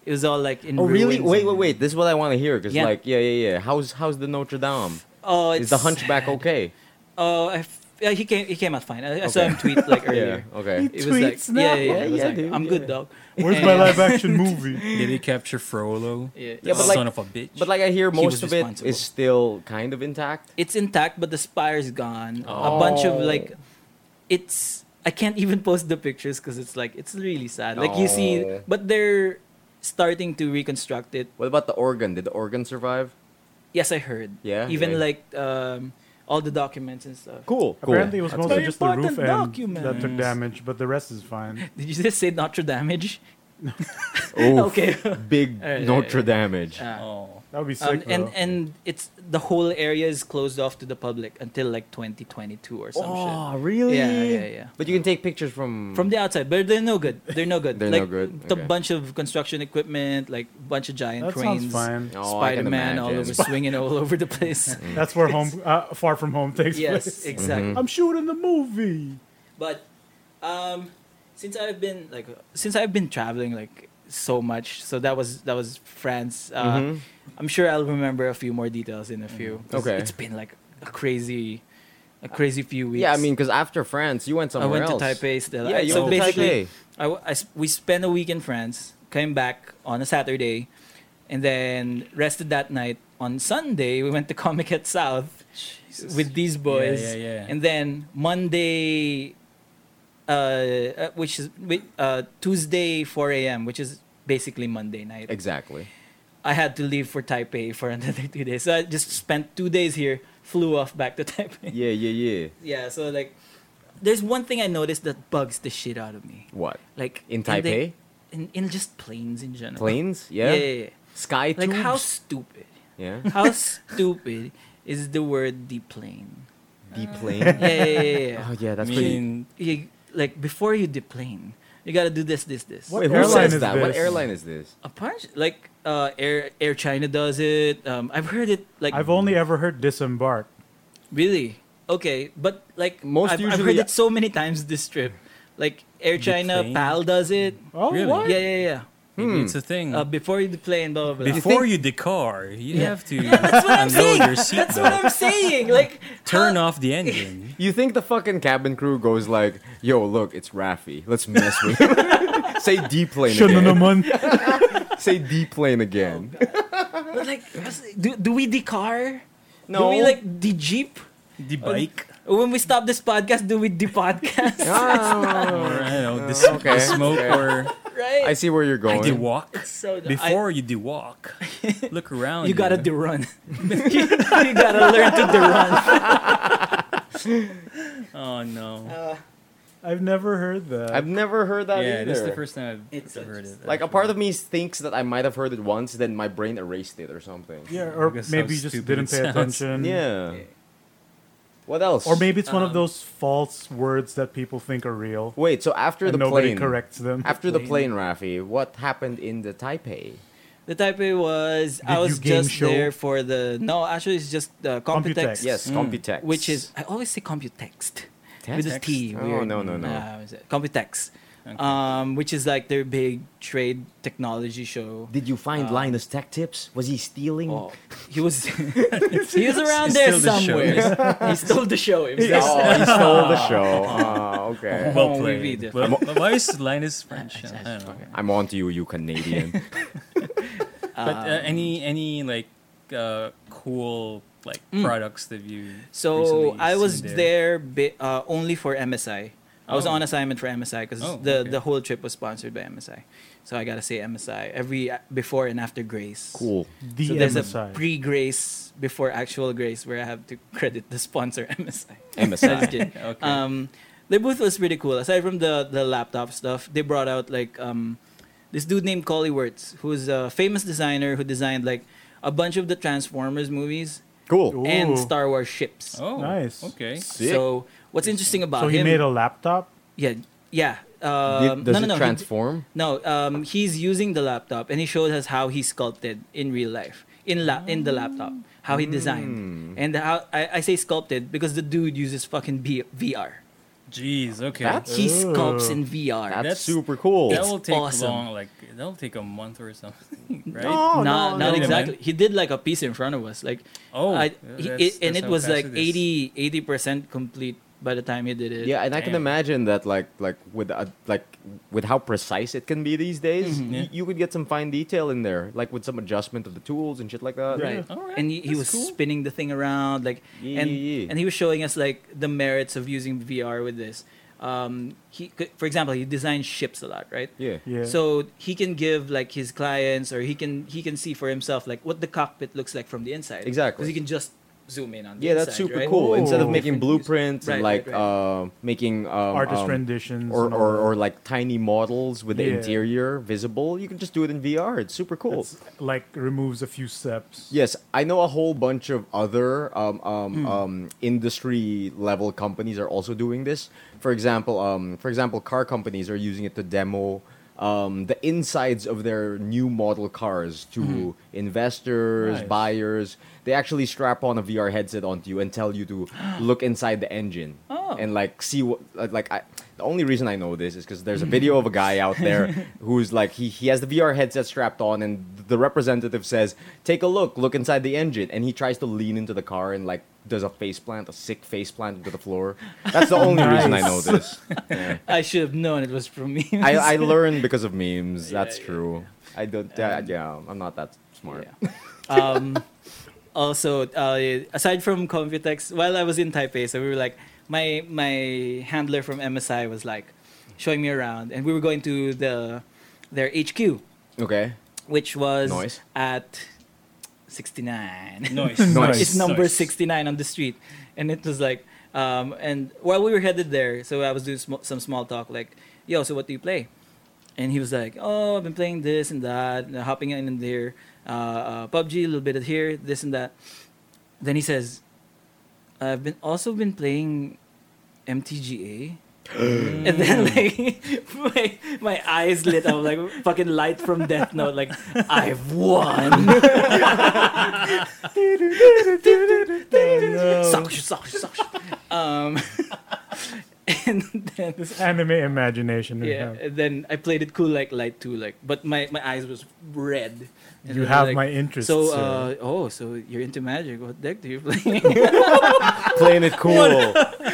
Speaker 2: It was all like in
Speaker 1: oh, really?
Speaker 2: ruins
Speaker 1: Wait,
Speaker 2: and-
Speaker 1: wait, wait. This is what I want to hear. Because,
Speaker 2: Yeah.
Speaker 1: like, yeah, yeah, yeah. How's how's the Notre Dame?
Speaker 2: Oh, it's
Speaker 1: Is the hunchback okay?
Speaker 2: Oh, I f- yeah, he came. He came out fine. I, I saw him tweet
Speaker 1: [laughs]
Speaker 2: like
Speaker 1: Yeah,
Speaker 2: earlier.
Speaker 1: okay.
Speaker 2: It was like,
Speaker 4: Tweets now.
Speaker 2: yeah, yeah, yeah. It was
Speaker 1: Yeah,
Speaker 2: like,
Speaker 1: dude,
Speaker 2: I'm
Speaker 1: yeah.
Speaker 2: good, dog.
Speaker 4: Where's my
Speaker 2: And-
Speaker 4: live
Speaker 2: [laughs]
Speaker 4: action movie?
Speaker 3: Did they capture Frollo?
Speaker 2: Yeah.
Speaker 1: Yeah, but like-
Speaker 3: son of a bitch.
Speaker 1: But, like, I hear
Speaker 2: He
Speaker 1: most
Speaker 2: was
Speaker 1: of it
Speaker 2: responsible.
Speaker 1: is still kind of intact.
Speaker 2: it's intact, but the spire's gone.
Speaker 1: Oh.
Speaker 2: A bunch of like, it's. I can't [laughs] even post the pictures because it's like it's really sad. Like you see,
Speaker 1: Oh.
Speaker 2: but they're starting to reconstruct it.
Speaker 1: What about the organ? Did the organ survive?
Speaker 2: Yes, I heard.
Speaker 1: Yeah,
Speaker 2: Even
Speaker 1: yeah.
Speaker 2: like um, all the documents and stuff.
Speaker 1: Cool. cool.
Speaker 4: Apparently, it was
Speaker 1: That's
Speaker 4: mostly
Speaker 1: good.
Speaker 4: just the roof
Speaker 2: important
Speaker 4: end
Speaker 2: document.
Speaker 4: that took damage, but the rest is fine. [laughs]
Speaker 2: Did you just say not to damage? Um,
Speaker 1: Oof.
Speaker 2: okay.
Speaker 1: [laughs] Big
Speaker 2: Alright,
Speaker 1: Notre
Speaker 2: alright.
Speaker 1: damage.
Speaker 2: Ah.
Speaker 3: Oh,
Speaker 4: That would be
Speaker 2: Um,
Speaker 4: sick.
Speaker 2: and
Speaker 4: though.
Speaker 2: and it's the whole area is closed off to the public until like 2022 or some
Speaker 4: Oh.
Speaker 2: shit.
Speaker 1: really?
Speaker 2: Yeah, yeah, yeah.
Speaker 1: But you can take pictures from Oh,
Speaker 2: From the outside, but they're no good. They're no
Speaker 1: [laughs]
Speaker 2: good.
Speaker 1: They're no
Speaker 2: like,
Speaker 1: good?
Speaker 2: A
Speaker 1: Okay.
Speaker 2: bunch of construction equipment, like bunch of giant
Speaker 4: that
Speaker 2: cranes,
Speaker 4: sounds fine.
Speaker 1: Oh, I can
Speaker 2: Spider-Man all
Speaker 1: imagine.
Speaker 2: over swinging all over the
Speaker 1: [laughs]
Speaker 2: place.
Speaker 4: That's where home, uh, far from home takes
Speaker 2: yes,
Speaker 4: place.
Speaker 2: exactly.
Speaker 4: I'm shooting the movie.
Speaker 2: But um, since I've been like since I've been traveling like so much, so that was that was France. Uh,
Speaker 1: Mhm.
Speaker 2: I'm sure I'll remember a few more details in a few. 'cause
Speaker 1: Mm-hmm. Okay.
Speaker 2: It's been like a crazy, a crazy few weeks.
Speaker 1: [laughs] Yeah, I mean, because after France, you went
Speaker 2: I
Speaker 1: somewhere
Speaker 2: went
Speaker 1: else.
Speaker 2: to Taipei still.
Speaker 1: Yeah,
Speaker 2: I-
Speaker 1: you
Speaker 2: so
Speaker 1: went to
Speaker 2: basically,
Speaker 1: Taipei.
Speaker 2: I w- I s- we spent a week in France, came back on a Saturday, and then rested that night. On Sunday, we went to Comic Con South with these boys.
Speaker 3: yeah, yeah.
Speaker 2: And then Monday, uh, uh, which is wi- uh, Tuesday 4 a.m., which is basically Monday night.
Speaker 1: Exactly.
Speaker 2: I had to leave for Taipei for [laughs] another two days. So I just spent two days here, flew off back to [laughs] Taipei.
Speaker 1: Yeah, yeah, yeah.
Speaker 2: Yeah, so like, there's one thing I noticed that bugs the shit out of me.
Speaker 1: What?
Speaker 2: Like
Speaker 1: In
Speaker 2: the-
Speaker 1: Taipei?
Speaker 2: in, in just planes in general.
Speaker 1: Planes?
Speaker 2: Yeah.
Speaker 1: Yeah.
Speaker 2: yeah, yeah.
Speaker 1: Sky
Speaker 2: Like
Speaker 1: tubes.
Speaker 2: how stupid?
Speaker 1: yeah.
Speaker 2: How stupid is the word deplane?
Speaker 1: Deplane.
Speaker 2: [laughs] Yeah, yeah, yeah, yeah, yeah.
Speaker 1: [laughs] Oh yeah, that's
Speaker 3: I
Speaker 1: pretty.
Speaker 3: mean,
Speaker 2: You, like before you deplane, you gotta do this, this, this.
Speaker 4: What
Speaker 1: Wait, who
Speaker 4: airline
Speaker 1: says
Speaker 4: is
Speaker 1: that? What
Speaker 4: this?
Speaker 1: airline is this?
Speaker 2: Apparently, like uh, Air Air China does it. Um, I've heard it. Like
Speaker 4: I've only ever heard disembark.
Speaker 2: really okay, but like
Speaker 1: Most
Speaker 2: I've, I've
Speaker 1: usually-
Speaker 2: heard it so many times this trip. Like Air China,
Speaker 3: Deplane?
Speaker 2: PAL does it.
Speaker 4: Oh,
Speaker 3: Really?
Speaker 4: what?
Speaker 2: Yeah, yeah, yeah.
Speaker 3: maybe it's a thing.
Speaker 2: Uh, before you deplane, blah blah blah.
Speaker 3: Before you decar, you
Speaker 2: Yeah.
Speaker 3: have to
Speaker 2: [laughs] That's
Speaker 1: [laughs]
Speaker 2: what I'm
Speaker 3: unload
Speaker 2: saying.
Speaker 3: your
Speaker 2: That's what
Speaker 3: seatbelt,
Speaker 2: I'm saying. Like
Speaker 3: turn
Speaker 2: how-
Speaker 3: off the
Speaker 2: [laughs]
Speaker 3: engine. [laughs]
Speaker 1: You think the fucking cabin crew goes like, "Yo, look, it's Rafi. Let's mess with him." [laughs] Say deplane
Speaker 4: Shouldn't
Speaker 1: again.
Speaker 2: [laughs]
Speaker 4: naman.
Speaker 1: Say deplane again.
Speaker 2: But like, what's- do, do we decar?
Speaker 1: No.
Speaker 2: Do we like de jeep?
Speaker 3: The bike.
Speaker 2: When we stop this podcast, do we de
Speaker 1: [laughs]
Speaker 2: podcast?
Speaker 1: Ah,
Speaker 2: Oh, [laughs]
Speaker 3: Or, I don't know, the, sm-
Speaker 1: okay.
Speaker 3: the smoke
Speaker 1: Okay.
Speaker 3: or
Speaker 2: right?
Speaker 1: I see where you're
Speaker 3: I
Speaker 1: going.
Speaker 3: de walk.
Speaker 2: so dumb.
Speaker 3: Before you de
Speaker 2: [laughs]
Speaker 3: walk, look around.
Speaker 2: you gotta de
Speaker 3: do.
Speaker 2: run. [laughs] you, you gotta learn to de run.
Speaker 3: Oh no.
Speaker 4: I've never heard that.
Speaker 1: I've never heard that
Speaker 3: yeah,
Speaker 1: either.
Speaker 3: this is the first time I've
Speaker 2: It's
Speaker 3: ever heard
Speaker 2: such-
Speaker 3: it.
Speaker 1: like a part of me thinks that I might have heard it once, then my brain erased it or something.
Speaker 4: yeah, or
Speaker 3: Because how
Speaker 4: maybe you just
Speaker 3: stupid
Speaker 4: didn't
Speaker 3: it
Speaker 4: pay
Speaker 3: sounds.
Speaker 4: attention.
Speaker 1: Yeah. What else?
Speaker 4: Or maybe it's one of
Speaker 2: Um,
Speaker 4: those false words that people think are real.
Speaker 1: wait. So after
Speaker 4: and
Speaker 1: the
Speaker 4: nobody
Speaker 1: plane,
Speaker 4: corrects them.
Speaker 1: after the plane,
Speaker 2: Plane.
Speaker 1: Rafi, what happened in the Taipei?
Speaker 2: The Taipei was I
Speaker 4: Did
Speaker 2: was
Speaker 4: you game
Speaker 2: just
Speaker 4: show?
Speaker 2: there for the no actually it's just uh, Computex,
Speaker 4: Computex.
Speaker 1: Yes, Computex,
Speaker 2: which is I always say Computext. With a
Speaker 1: Text?
Speaker 2: T.
Speaker 1: Oh,
Speaker 2: weird.
Speaker 1: no, no, no.
Speaker 2: Uh, is it- Computex.
Speaker 3: Okay.
Speaker 2: Um, which is like their big trade technology show.
Speaker 1: Did you find Linus Tech Tips? Was he stealing?
Speaker 2: Uh. Oh, he
Speaker 3: [laughs]
Speaker 2: was he was around
Speaker 3: He
Speaker 2: there
Speaker 3: stole the show.
Speaker 2: somewhere.
Speaker 3: [laughs]
Speaker 2: he stole the show [laughs] himself.
Speaker 1: Oh, he stole
Speaker 2: Ah.
Speaker 1: the
Speaker 2: [laughs]
Speaker 1: show. Oh, okay.
Speaker 2: Well-
Speaker 3: well
Speaker 2: we
Speaker 3: played.
Speaker 2: read it.
Speaker 3: Well, but why is Linus French? I don't know.
Speaker 1: I'm on to you, you [laughs] Canadian.
Speaker 3: But uh, any
Speaker 2: Um,
Speaker 3: any like uh, cool like products that you
Speaker 2: Hmm. So
Speaker 3: recently
Speaker 2: I was
Speaker 3: seen
Speaker 2: there, bi- uh, only for MSI. I was
Speaker 3: Oh.
Speaker 2: on assignment for MSI because
Speaker 3: Oh,
Speaker 2: the,
Speaker 3: okay.
Speaker 2: the whole trip was sponsored by MSI. So I gotta say MSI every before and after Grace.
Speaker 1: cool.
Speaker 4: The
Speaker 2: So there's a
Speaker 4: MSI.
Speaker 2: pre Grace before actual Grace where I have to credit the sponsor [laughs] MSI. I'm just
Speaker 1: MSI.
Speaker 2: kidding.
Speaker 3: Okay.
Speaker 2: Um, their booth was pretty cool. Aside from the the laptop stuff, they brought out like um, this dude named Collie Wirtz, who's a famous designer who designed like a bunch of the Transformers movies
Speaker 1: Cool.
Speaker 2: and
Speaker 4: Ooh.
Speaker 2: Star Wars ships.
Speaker 3: Oh,
Speaker 4: Nice.
Speaker 3: Okay.
Speaker 1: Sick.
Speaker 2: So what's interesting about
Speaker 4: so he
Speaker 2: him?
Speaker 4: made a laptop.
Speaker 2: yeah, yeah.
Speaker 1: Did-
Speaker 2: Um,
Speaker 1: does
Speaker 2: no, no,
Speaker 1: it
Speaker 2: no. he-
Speaker 1: transform?
Speaker 2: no, um, he's using the laptop, and he showed us how he sculpted in real life, in la- in the laptop, how he designed, and how I, I say sculpted because the dude uses fucking B- VR.
Speaker 3: Jeez. Okay.
Speaker 1: That's-
Speaker 2: He sculpts in
Speaker 1: That's,
Speaker 2: VR.
Speaker 3: That's-
Speaker 1: super cool.
Speaker 3: that will
Speaker 2: it's
Speaker 3: take
Speaker 2: awesome. Oh.
Speaker 3: long. Like that'll take a month or something, [laughs] right?
Speaker 1: No,
Speaker 2: not
Speaker 1: no,
Speaker 2: not
Speaker 3: Oh, no.
Speaker 2: exactly. He did like a piece in front of us, like
Speaker 3: Oh,
Speaker 2: I,
Speaker 3: yeah,
Speaker 2: he,
Speaker 3: that's-
Speaker 2: it, and
Speaker 3: that's
Speaker 2: it
Speaker 3: how
Speaker 2: was
Speaker 3: fast
Speaker 2: like
Speaker 3: it is.
Speaker 2: 80 percent complete by the time he did it.
Speaker 1: Yeah, and I can
Speaker 3: Damn.
Speaker 1: imagine that, like, like with uh, like with how precise it can be these days,
Speaker 2: Mm-hmm,
Speaker 3: Mhm.
Speaker 1: y- you could get some fine detail in there, like with some adjustment of the tools and shit like that.
Speaker 2: right.
Speaker 3: Yeah. Alright,
Speaker 2: And he, he was
Speaker 3: that's cool.
Speaker 2: spinning the thing around, like,
Speaker 1: Yeah,
Speaker 2: and
Speaker 1: yeah, yeah.
Speaker 2: and he was showing us like the merits of using VR with this. Um, he, could- for example, he designs ships a lot, right?
Speaker 1: Yeah.
Speaker 4: Yeah.
Speaker 2: So he can give like his clients, or he can he can see for himself like what the cockpit looks like from the inside.
Speaker 1: Exactly.
Speaker 2: Because he can just zoom in on. The
Speaker 1: Yeah, that's
Speaker 2: inside,
Speaker 1: super
Speaker 2: right?
Speaker 1: cool. Instead of
Speaker 4: Ooh.
Speaker 1: making
Speaker 2: Different
Speaker 1: blueprints and like
Speaker 2: Right, right, right.
Speaker 1: uh, making um,
Speaker 4: artist
Speaker 1: um,
Speaker 4: renditions
Speaker 1: or,
Speaker 4: and all
Speaker 1: or,
Speaker 4: that.
Speaker 1: or like tiny models with the
Speaker 4: Yeah.
Speaker 1: interior visible, you can just do it in VR. It's super cool.
Speaker 4: It's, like removes a few steps. [laughs]
Speaker 1: Yes, I know a whole bunch of other um, um,
Speaker 4: Hmm.
Speaker 1: um, industry level companies are also doing this. For example, um, for example, car companies are using it to demo um, the insides of their new model cars to
Speaker 4: Hmm.
Speaker 1: investors,
Speaker 3: Nice.
Speaker 1: buyers. They actually strap on a VR headset onto you and tell you
Speaker 2: [gasps]
Speaker 1: to look inside the engine
Speaker 2: Oh.
Speaker 1: and like see what like- like I. The only reason I know this is because
Speaker 2: [laughs]
Speaker 1: there's a video of a guy out there who's like he he has the VR headset strapped on and the representative says, "Take a look, look inside the engine," and he tries to lean into the car and like does a face plant, a sick face plant into the floor. That's
Speaker 2: [laughs]
Speaker 1: the only reason I know this. Yeah.
Speaker 2: I should have known it was from me.
Speaker 1: I
Speaker 2: [laughs]
Speaker 1: I learned because of memes. That's
Speaker 2: yeah,
Speaker 1: true. I don't. yeah, yeah, I'm not that smart.
Speaker 2: Yeah. um, [laughs] also, uh, aside from Computex, while I was in Taipei, so we were like, my my handler from MSI was like showing me around, and we were going to the their HQ, [laughs]
Speaker 1: Okay.
Speaker 2: which was
Speaker 1: Nice.
Speaker 2: at sixty nine.
Speaker 3: Noise.
Speaker 4: Noise.
Speaker 2: it's number 69 on the street and it was like um, and while we were headed there so i was doing sm- some small talk like yo so what do you play and he was like oh i've been playing this and that and hopping in and there uh, uh, pubg a little bit here this and that then he says i've been also been playing mtga and then like [laughs] my, my eyes lit up like fucking light from Death Note like I've won.
Speaker 1: [laughs]
Speaker 2: Suck, suck, suck. Um, [laughs] and then
Speaker 4: This anime imagination we
Speaker 2: yeah,
Speaker 4: have.
Speaker 2: and then I played it cool like light too like but my, my eyes was red. And
Speaker 4: You
Speaker 2: then,
Speaker 4: have
Speaker 2: like,
Speaker 4: my interest.
Speaker 2: so
Speaker 4: sir.
Speaker 2: uh, oh so you're into magic what deck do you play [laughs]
Speaker 1: Playing it cool.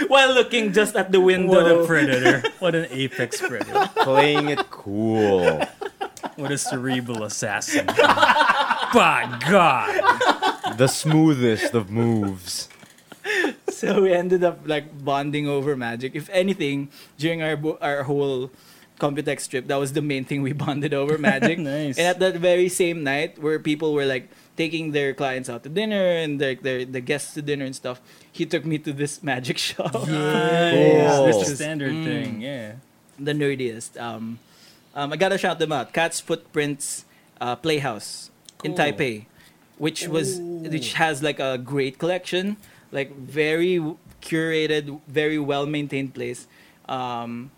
Speaker 2: while looking just at the window
Speaker 3: What
Speaker 2: [laughs]
Speaker 3: a predator. What an apex predator.
Speaker 1: Playing it cool.
Speaker 3: What a cerebral assassin. By God.
Speaker 1: The smoothest of moves.
Speaker 2: [laughs] So we ended up like bonding over magic. If anything, during our bo- our whole Computex trip, that was the main thing we [laughs] bonded over magic.
Speaker 3: Nice.
Speaker 2: And at that very same night, where people were like taking their clients out to dinner and their their the guests to dinner and stuff, he took me to this magic [laughs] shop,
Speaker 3: Nice.
Speaker 1: Cool.
Speaker 3: That's the standard
Speaker 2: Mm.
Speaker 3: thing, yeah.
Speaker 2: the nerdiest. Um, um, I gotta shout them out. Cat's Footprints uh, Playhouse in
Speaker 3: Cool.
Speaker 2: Taipei, which was which has like a great collection, like very w- curated, very well maintained place. Um,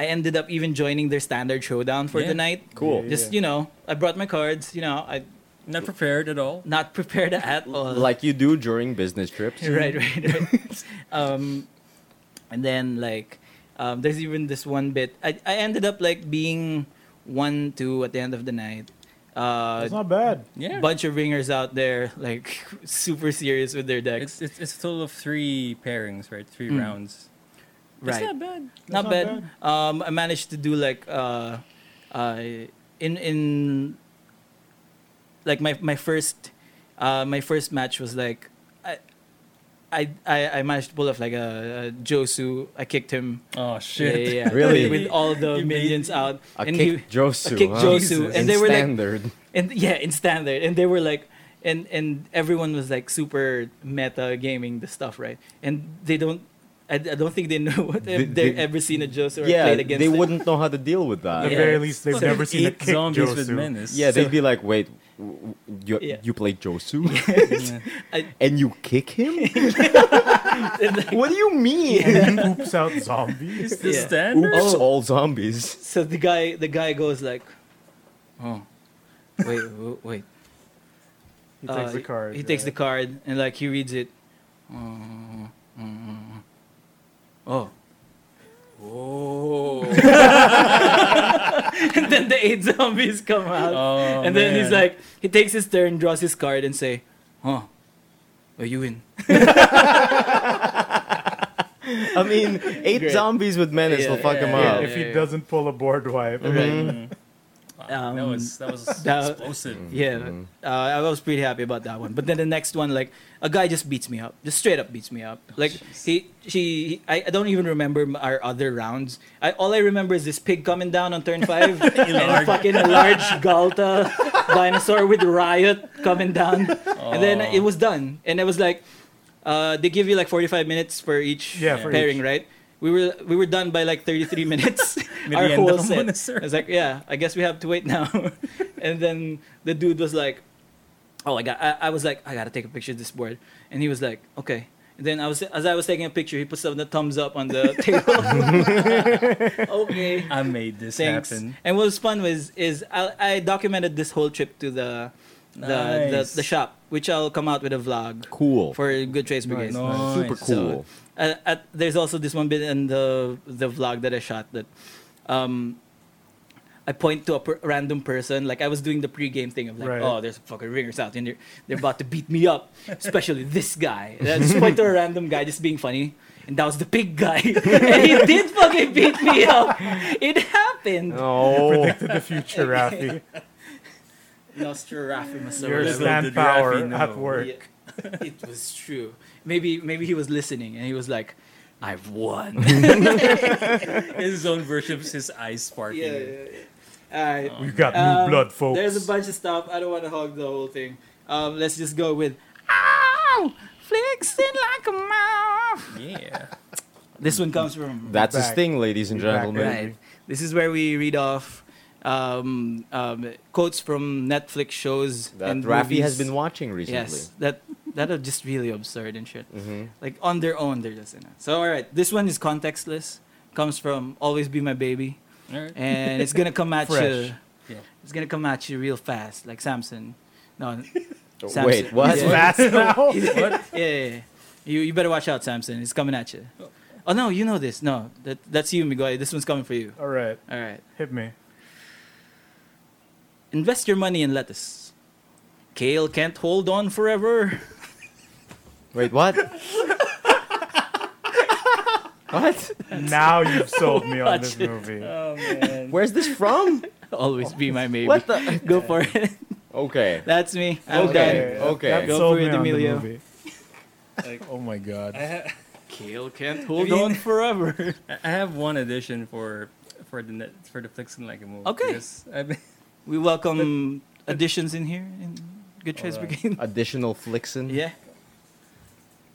Speaker 2: I ended up even joining their standard showdown for the
Speaker 3: Yeah.
Speaker 2: night.
Speaker 1: Cool.
Speaker 4: Yeah.
Speaker 2: Just you know, I brought my cards. You know, I
Speaker 3: Not prepared at all.
Speaker 2: not [laughs] prepared at all.
Speaker 1: Like you do during business trips.
Speaker 2: right, right, right. [laughs] um, and then like, um, there's even this one bit. I, I ended up like being one two at the end of the night. Uh,
Speaker 4: it's not bad.
Speaker 3: Yeah.
Speaker 2: bunch of ringers out there like [laughs] super serious with their decks.
Speaker 3: it's, it's, it's a total of three pairings, right? Three
Speaker 2: Mm.
Speaker 3: rounds.
Speaker 2: right.
Speaker 3: It's not bad.
Speaker 2: not,
Speaker 4: not
Speaker 2: bad. Um, I managed to do like uh, uh, in in like my my first uh, my first match was like I I I, I managed to pull off like a, a Josu. I kicked him.
Speaker 3: Oh, shit.
Speaker 2: Yeah, yeah, yeah.
Speaker 1: Really?
Speaker 2: with all the
Speaker 3: You made-
Speaker 2: minions out
Speaker 1: A
Speaker 2: and
Speaker 1: kick
Speaker 2: he
Speaker 1: Josu.
Speaker 2: a kick
Speaker 1: huh?
Speaker 2: Josu,
Speaker 1: In
Speaker 2: and they were like
Speaker 1: standard.
Speaker 2: and yeah, in standard, and they were like, and and everyone was like super meta gaming the stuff, right? And they don't, I, I don't think they know [laughs] what
Speaker 1: They-
Speaker 2: if they've
Speaker 1: they-
Speaker 2: ever seen a Jose or
Speaker 1: yeah,
Speaker 2: played against.
Speaker 1: they
Speaker 2: it.
Speaker 1: wouldn't know how to deal with
Speaker 4: At
Speaker 1: that.
Speaker 3: [laughs]
Speaker 4: the
Speaker 2: Yeah.
Speaker 1: Yeah,
Speaker 4: very least, they've
Speaker 3: Fucking
Speaker 4: never seen a
Speaker 3: eight
Speaker 4: kick
Speaker 3: zombies with
Speaker 4: Josu.
Speaker 3: menace.
Speaker 1: they'd be like, "Wait, w- w- you
Speaker 2: Yeah.
Speaker 1: you play
Speaker 2: [laughs]
Speaker 1: Josu, [laughs]
Speaker 3: Yeah.
Speaker 1: and you kick him?
Speaker 2: And, like,
Speaker 1: what do you mean?
Speaker 4: And he poops out
Speaker 2: [laughs]
Speaker 3: [laughs]
Speaker 4: zombies.
Speaker 2: Uh,
Speaker 3: Is this
Speaker 2: Yeah.
Speaker 3: standard?
Speaker 1: [laughs] Oops,
Speaker 2: Oh.
Speaker 1: all zombies.
Speaker 2: so the guy, the guy goes like, oh,
Speaker 1: [laughs]
Speaker 2: wait, w- wait.
Speaker 4: He takes
Speaker 2: Uh,
Speaker 4: the card.
Speaker 2: He takes
Speaker 4: yeah.
Speaker 2: the
Speaker 4: [laughs]
Speaker 2: card and like he reads it. [laughs] Mm, mm, mm, mm. Oh. Oh. and then the eight zombies come out.
Speaker 3: Oh,
Speaker 2: and then he's
Speaker 3: man.
Speaker 2: like, he takes his turn, draws his card, and say, "Huh, are you in?"
Speaker 1: I mean, eight
Speaker 2: Great.
Speaker 1: zombies with menace
Speaker 2: Yeah,
Speaker 1: will fuck
Speaker 3: yeah,
Speaker 1: him
Speaker 3: yeah,
Speaker 1: up.
Speaker 4: If
Speaker 2: yeah,
Speaker 4: he
Speaker 2: yeah.
Speaker 1: Mm-hmm.
Speaker 4: doesn't pull a board wipe,
Speaker 2: Right.
Speaker 3: Mm. Wow, that
Speaker 2: Um,
Speaker 3: was that was [laughs]
Speaker 2: that-
Speaker 3: explosive.
Speaker 2: Yeah, uh, I was pretty happy about that one. But then the next one, like a guy just beats me up, just straight up beats me up. Like he, she, he, I, I don't even remember m- our other rounds. I, all I remember is this pig coming down on turn [laughs] five and a
Speaker 3: Enlarged.
Speaker 2: fucking large Galta dinosaur with riot coming down, and then
Speaker 3: Oh.
Speaker 2: it was done. And it was like, uh, they give you like forty five minutes for each
Speaker 4: Yeah, for
Speaker 2: pairing,
Speaker 4: each.
Speaker 2: right? We were we were done by like thirty three minutes. [laughs] our
Speaker 3: Merienda
Speaker 2: whole
Speaker 3: ka
Speaker 2: set.
Speaker 3: muna, sir.
Speaker 2: I was like, yeah, I guess we have to wait now. [laughs] and then the dude was like, oh, I got. I, I was like, I gotta take a picture of this board, and he was like, okay. And then I was as I was taking a picture, he puts up the thumbs up on the table. okay.
Speaker 3: I made this
Speaker 2: Thanks.
Speaker 3: happen.
Speaker 2: And what was fun was is I, I documented this whole trip to the the,
Speaker 3: Nice.
Speaker 2: the the shop, which I'll come out with a vlog
Speaker 1: Cool.
Speaker 2: for Good Trades Brigade.
Speaker 3: Nice.
Speaker 1: Super
Speaker 3: So,
Speaker 1: cool.
Speaker 2: Uh, at, there's also this one bit in the the vlog that I shot that um, I point to a per- random person. Like I was doing the pre-game thing of like,
Speaker 4: Right.
Speaker 2: oh, there's fucking ringers out and they're, they're about to beat me up, especially this guy. And I just point to a random guy just being funny. And that was the pig guy. [laughs] and he did fucking beat me up. It happened.
Speaker 1: Oh,
Speaker 4: Predicted the
Speaker 2: [laughs]
Speaker 4: future, Rafi.
Speaker 2: Nostradamus. or
Speaker 4: Your
Speaker 2: whatever.
Speaker 4: stand
Speaker 3: did
Speaker 4: power
Speaker 3: Rafi know?
Speaker 4: at work.
Speaker 2: Yeah, [laughs] it was true. Maybe maybe he was listening and he was like, I've won.
Speaker 3: His own version of his eyes sparking.
Speaker 2: yeah, yeah, yeah. All right.
Speaker 4: We've got
Speaker 2: Um,
Speaker 4: new blood, folks.
Speaker 2: There's a bunch of stuff. I don't want to hog the whole thing. Um, let's just go with Ow! Flexing like a mouth.
Speaker 3: Yeah.
Speaker 2: This one comes from
Speaker 1: that's his
Speaker 4: Back.
Speaker 1: thing, ladies and
Speaker 4: Back.
Speaker 1: gentlemen.
Speaker 2: right. This is where we read off um, um, quotes from Netflix shows
Speaker 1: That
Speaker 2: and
Speaker 1: Rafi has
Speaker 2: movies.
Speaker 1: been watching recently. Mm-hmm.
Speaker 2: Yes, that that are just really absurd and shit. Like on their own, they're just in it. So all right, this one is contextless. Comes from "Always Be My Baby,"
Speaker 3: All right.
Speaker 2: and it's gonna come at
Speaker 4: [laughs] Fresh.
Speaker 2: you.
Speaker 3: Yeah.
Speaker 2: It's gonna come at you real fast, like Samson. No,
Speaker 1: Oh,
Speaker 2: Samson.
Speaker 1: Wait,
Speaker 4: [laughs]
Speaker 1: what?
Speaker 2: [laughs] Yeah.
Speaker 4: Fast now.
Speaker 3: What?
Speaker 2: yeah, yeah, yeah. You you better watch out, Samson. It's coming at you. Oh no, you know this. No, that that's you, Miguel. This one's coming for you.
Speaker 4: All right,
Speaker 2: All right.
Speaker 4: hit me.
Speaker 2: Invest your money in lettuce. Kale can't hold on forever. [laughs]
Speaker 1: Wait, what? what?
Speaker 2: [laughs]
Speaker 4: Now you've sold me on this
Speaker 2: Watch it.
Speaker 4: movie.
Speaker 3: Oh man.
Speaker 1: Where's this from?
Speaker 2: Always be
Speaker 1: [laughs]
Speaker 2: my baby.
Speaker 1: What the?
Speaker 2: [laughs] Go for it.
Speaker 1: Okay.
Speaker 2: That's me. I'm done.
Speaker 1: Okay. okay.
Speaker 4: That
Speaker 2: Go
Speaker 4: sold
Speaker 2: for it,
Speaker 4: me on the
Speaker 2: Emilio. [laughs]
Speaker 4: movie. oh my god.
Speaker 2: Kale can't hold
Speaker 3: I mean-
Speaker 1: [laughs]
Speaker 2: on forever.
Speaker 3: [laughs] I I have one addition for for the net, for the Flixen like a move.
Speaker 2: Okay.
Speaker 3: Because I've been-
Speaker 2: We welcome additions in here in Good Trades
Speaker 3: Alright.
Speaker 2: Brigade.
Speaker 1: Additional flixen.
Speaker 2: [laughs] Yeah.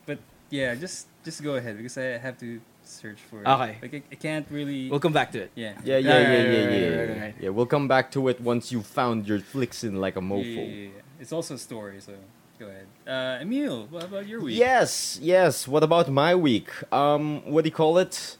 Speaker 3: but yeah, just just go ahead because I have to search for. it.
Speaker 2: Okay.
Speaker 3: Like I, I can't really.
Speaker 2: We'll come back to it.
Speaker 3: yeah. Ah,
Speaker 1: Yeah, yeah, yeah,
Speaker 2: Right,
Speaker 1: yeah,
Speaker 2: right,
Speaker 1: yeah.
Speaker 2: right,
Speaker 1: yeah.
Speaker 2: right, right.
Speaker 1: Yeah, we'll come back to it once you found your flixen like a
Speaker 3: Yeah,
Speaker 1: mofo.
Speaker 3: yeah, yeah, yeah. It's also a story, so go ahead. Uh, Emil, what about your week?
Speaker 1: Yes, yes. What about my week? Um, what do you call it?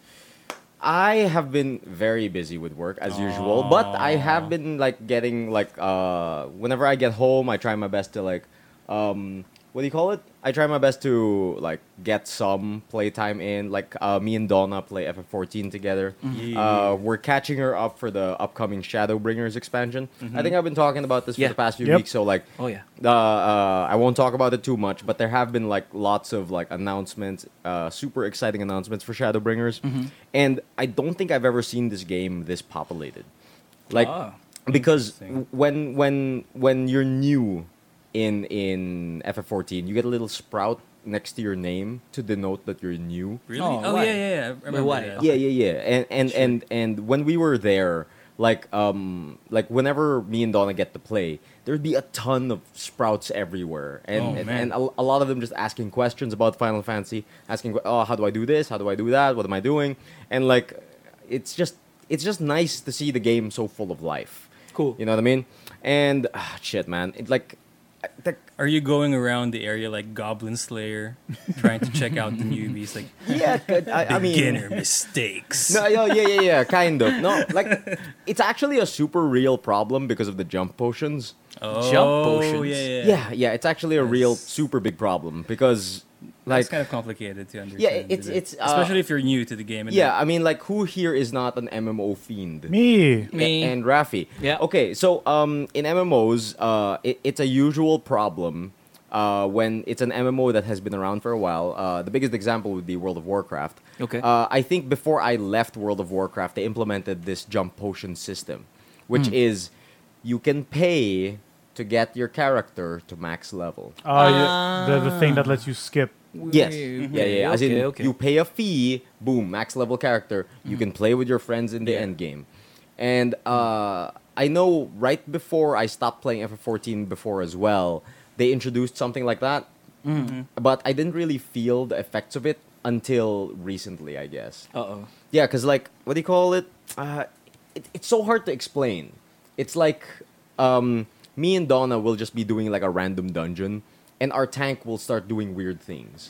Speaker 1: I have been very busy with work as usual, but I have been like getting like uh whenever I get home, I try my best to like um what do you call it? I try my best to like get some playtime in. Like uh, me and Donna play FF14 together.
Speaker 3: Yeah.
Speaker 1: Uh, we're catching her up for the upcoming Shadowbringers expansion. I think I've been talking about this for
Speaker 2: Yeah.
Speaker 1: the past few
Speaker 4: Yep.
Speaker 1: weeks. So like
Speaker 2: Oh yeah.
Speaker 1: uh, uh, I won't talk about it too much, but there have been like lots of like announcements, uh, super exciting announcements for Shadowbringers, and I don't think I've ever seen this game this populated, like
Speaker 2: Ah,
Speaker 1: because
Speaker 3: interesting.
Speaker 1: when when when you're new in in FF14, you get a little sprout next to your name to denote that you're new.
Speaker 3: Really?
Speaker 2: Oh,
Speaker 3: Oh,
Speaker 2: why?
Speaker 3: yeah, yeah, yeah. I remember
Speaker 2: why?
Speaker 3: that.
Speaker 1: Yeah, yeah, yeah. And and and and when we were there, like um like whenever me and Donna get to play, there'd be a ton of sprouts everywhere, and
Speaker 3: Oh,
Speaker 1: and,
Speaker 3: man.
Speaker 1: and a, a lot of them just asking questions about Final Fantasy, asking que- oh how do I do this, how do I do that, what am I doing, and like it's just it's just nice to see the game so full of life.
Speaker 2: Cool.
Speaker 1: You know what I mean? And ah, shit, man, it's like. I- the-
Speaker 3: Are you going around the area like Goblin Slayer, trying to check out the newbies? Like
Speaker 1: Yeah, [laughs] I, I mean,
Speaker 3: beginner mistakes.
Speaker 1: No, yeah, yeah, yeah, yeah, kind of.
Speaker 3: [laughs]
Speaker 1: No, like it's actually a super real problem because of the jump potions.
Speaker 3: oh,
Speaker 2: Jump potions.
Speaker 3: Yeah, yeah.
Speaker 1: Yeah, yeah, it's actually a real
Speaker 3: Yes.
Speaker 1: super big problem because like
Speaker 3: it's kind of complicated to understand.
Speaker 1: it's-
Speaker 3: isn't it?
Speaker 1: it's, uh,
Speaker 3: especially if you're new to the game. And
Speaker 1: yeah, I mean like who here is not an MMO fiend?
Speaker 4: Me.
Speaker 1: A-
Speaker 2: Me.
Speaker 1: and Rafi.
Speaker 2: Yeah.
Speaker 1: Okay, so um, in MMOs, uh, it, it's a usual problem uh, when it's an MMO that has been around for a while. Uh, the biggest example would be World of Warcraft.
Speaker 2: Okay.
Speaker 1: Uh, I think
Speaker 2: Hmm.
Speaker 1: before I left World of Warcraft, they implemented this jump potion system, which is you can pay to get your character to max level.
Speaker 4: Oh, yeah, the the thing that
Speaker 1: Ah.
Speaker 4: lets you skip.
Speaker 1: Yes.
Speaker 2: Wait,
Speaker 1: Yeah, yeah. yeah. As in,
Speaker 2: okay, okay. Mm-hmm.
Speaker 1: you pay a fee, boom, max level character. You can play with your friends in the end game. And uh, I know right before I stopped playing FF14 before as well, they introduced something like that.
Speaker 2: Mm-hmm.
Speaker 1: But I didn't really feel the effects of it until recently, I guess.
Speaker 2: Uh-oh.
Speaker 1: Yeah, because like, what do you call it? Uh, it? It's so hard to explain. It's like um, me and Donna will just be doing like a random dungeon, and our tank will start doing weird
Speaker 3: [laughs]
Speaker 1: things.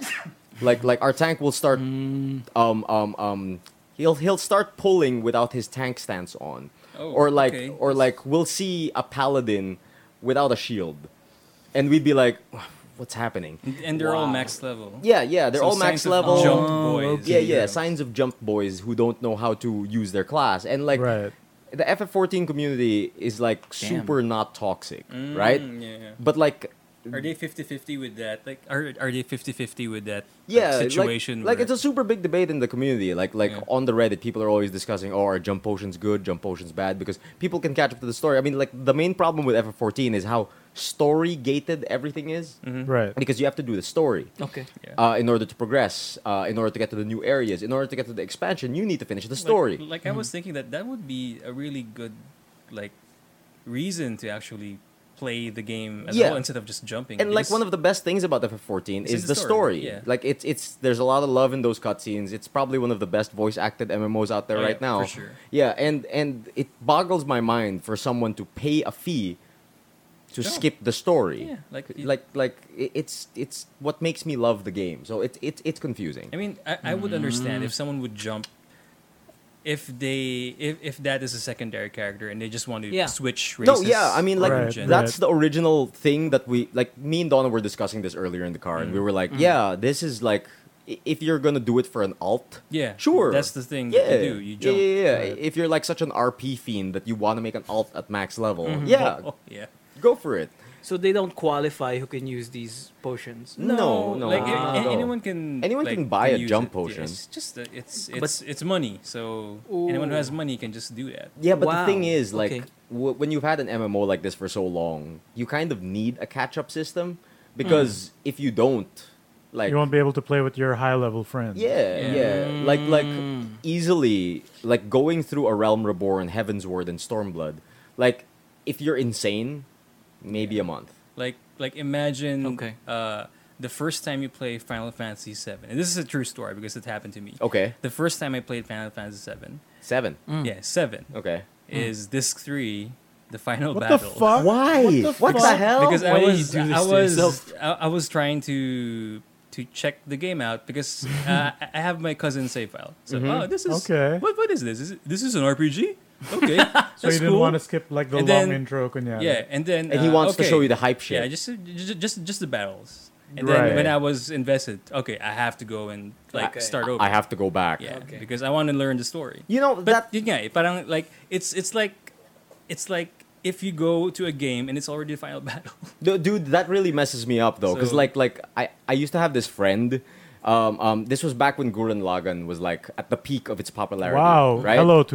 Speaker 1: like like our tank will start
Speaker 3: Mm.
Speaker 1: um um um he'll he'll start pulling without his tank stance on,
Speaker 3: Oh,
Speaker 1: or like
Speaker 3: okay.
Speaker 1: or like we'll see a paladin without a shield, and we'd be like, what's happening?
Speaker 3: And they're all
Speaker 1: Wow.
Speaker 3: max level.
Speaker 1: Yeah, yeah, they're
Speaker 3: So
Speaker 1: all max
Speaker 3: signs of
Speaker 1: level.
Speaker 3: Jumped
Speaker 2: Oh,
Speaker 3: boys.
Speaker 1: Yeah, yeah, signs of jump boys who don't know how to use their class. And like
Speaker 4: Right.
Speaker 1: the FF14 community is like
Speaker 2: Damn.
Speaker 1: super not toxic,
Speaker 3: Mm,
Speaker 1: right?
Speaker 3: Yeah.
Speaker 1: But like
Speaker 3: Are they 50-50 with that? Like, are, are they 50-50 with that like,
Speaker 1: yeah, like-
Speaker 3: situation?
Speaker 1: Like, it's a super big debate in the community. Like like
Speaker 3: Yeah.
Speaker 1: on the Reddit, people are always discussing, oh, are jump potions good, jump potions bad? Because people can catch up to the story. I mean, like the main problem with FF14 is how story gated everything is,
Speaker 4: Right.
Speaker 1: because you have to do the story.
Speaker 2: Okay.
Speaker 3: Mm. Yeah.
Speaker 1: Uh, in order to progress, uh, in order to get to the new areas, in order to get to the expansion, you need to finish the
Speaker 3: Like-
Speaker 1: story.
Speaker 3: Like, I was thinking that that would be a really good, like, reason to actually play the game as
Speaker 1: Yeah.
Speaker 3: well instead of just jumping.
Speaker 1: and like one of the best things about FF14
Speaker 3: It's
Speaker 1: is
Speaker 3: in
Speaker 1: the
Speaker 3: the
Speaker 1: story.
Speaker 3: story, yeah.
Speaker 1: Like it's it's there's a lot of love in those cutscenes. It's probably one of the best voice acted MMOs out there
Speaker 3: Oh, yeah,
Speaker 1: right now.
Speaker 3: for sure.
Speaker 1: Yeah, and and it boggles my mind for someone to pay a fee to
Speaker 3: Yeah.
Speaker 1: skip the story.
Speaker 3: Yeah, like it-
Speaker 1: like like i- it's it's what makes me love the game. So it's it's it's confusing.
Speaker 3: I mean, I, I would understand if someone would jump if they if, if that is a secondary character and they just want to
Speaker 2: Yeah.
Speaker 3: switch races.
Speaker 1: No, yeah, I mean, like
Speaker 4: Right,
Speaker 3: gender.
Speaker 1: that's the original thing that we like. Me and Donna were discussing this earlier in the car,
Speaker 3: Mm.
Speaker 1: and we were like, "Yeah, this is like, i- if you're gonna do it for an alt,
Speaker 3: Yeah,
Speaker 1: sure,
Speaker 3: that's the thing
Speaker 1: yeah,
Speaker 3: that you do, you jump,
Speaker 1: yeah, yeah, yeah.
Speaker 4: right.
Speaker 1: If you're like such an RP fiend that you want to make an alt at max level, yeah,
Speaker 3: Oh, yeah.
Speaker 1: go for it.
Speaker 2: So they don't qualify who can use these potions.
Speaker 1: No, no,
Speaker 3: like
Speaker 1: no,
Speaker 3: a-
Speaker 1: no.
Speaker 3: a- anyone can
Speaker 1: Anyone
Speaker 3: like,
Speaker 1: can buy a
Speaker 3: use
Speaker 1: jump
Speaker 3: it. Yeah,
Speaker 1: potion.
Speaker 3: it's just that it's it's it's money, so anyone who
Speaker 2: Ooh.
Speaker 3: has money can just do that.
Speaker 1: Yeah, but
Speaker 2: Wow,
Speaker 1: the thing is, like,
Speaker 2: okay.
Speaker 1: w- when you've had an MMO like this for so long, you kind of need a catch-up system
Speaker 3: Mm.
Speaker 1: because if you don't, like,
Speaker 4: You won't be able to play with your high level friends.
Speaker 1: Yeah, yeah.
Speaker 3: Yeah. Mm.
Speaker 1: Like like easily like going through a realm reborn, Heaven's Ward, and Stormblood. Like if you're insane, maybe a month.
Speaker 3: Like like imagine
Speaker 2: Okay.
Speaker 3: uh, the first time you play Final Fantasy VII, and this is a true story because it happened to me.
Speaker 1: Okay,
Speaker 3: The first time I played Final Fantasy VII,
Speaker 1: seven.
Speaker 3: yeah, seven
Speaker 1: Okay.
Speaker 3: is disc three, the final
Speaker 4: What the
Speaker 3: battle.
Speaker 4: fuck?
Speaker 1: Why?
Speaker 4: What the,
Speaker 1: What the
Speaker 4: fuck?
Speaker 1: hell?
Speaker 3: Because
Speaker 2: Why
Speaker 3: I
Speaker 2: do you
Speaker 3: was
Speaker 2: do this
Speaker 3: I
Speaker 2: to
Speaker 3: was
Speaker 2: yourself?
Speaker 3: I, I was trying to to check the game out
Speaker 2: [laughs]
Speaker 3: because uh, I I have my cousin's save file. So
Speaker 2: Mm-hmm.
Speaker 3: oh, this is
Speaker 4: Okay.
Speaker 3: What what is this? Is it, this is an RPG?
Speaker 2: [laughs]
Speaker 3: Okay,
Speaker 4: So you didn't want to skip like the
Speaker 3: And
Speaker 4: long
Speaker 3: then-
Speaker 4: intro, kunyari.
Speaker 3: Yeah, and then
Speaker 1: And he
Speaker 3: uh,
Speaker 1: wants to
Speaker 3: okay.
Speaker 1: show you the hype shit.
Speaker 3: Yeah, just just just, just the battles. And
Speaker 4: Right.
Speaker 3: then when I was invested, okay, I have to go and like
Speaker 2: Okay.
Speaker 3: start over.
Speaker 1: I have to go back.
Speaker 3: yeah,
Speaker 2: Okay.
Speaker 3: because I want to learn the story.
Speaker 1: You know that.
Speaker 3: But yun nga eh, parang like it's it's like it's like if you go to a game and it's already the final [laughs] battle.
Speaker 1: No, dude, that really messes me up though, because
Speaker 3: So-
Speaker 1: like like I I used to have this friend. Um, um, this was back when Gurren Lagann was like at the peak of its popularity.
Speaker 4: Wow.
Speaker 1: Right.
Speaker 4: Hello,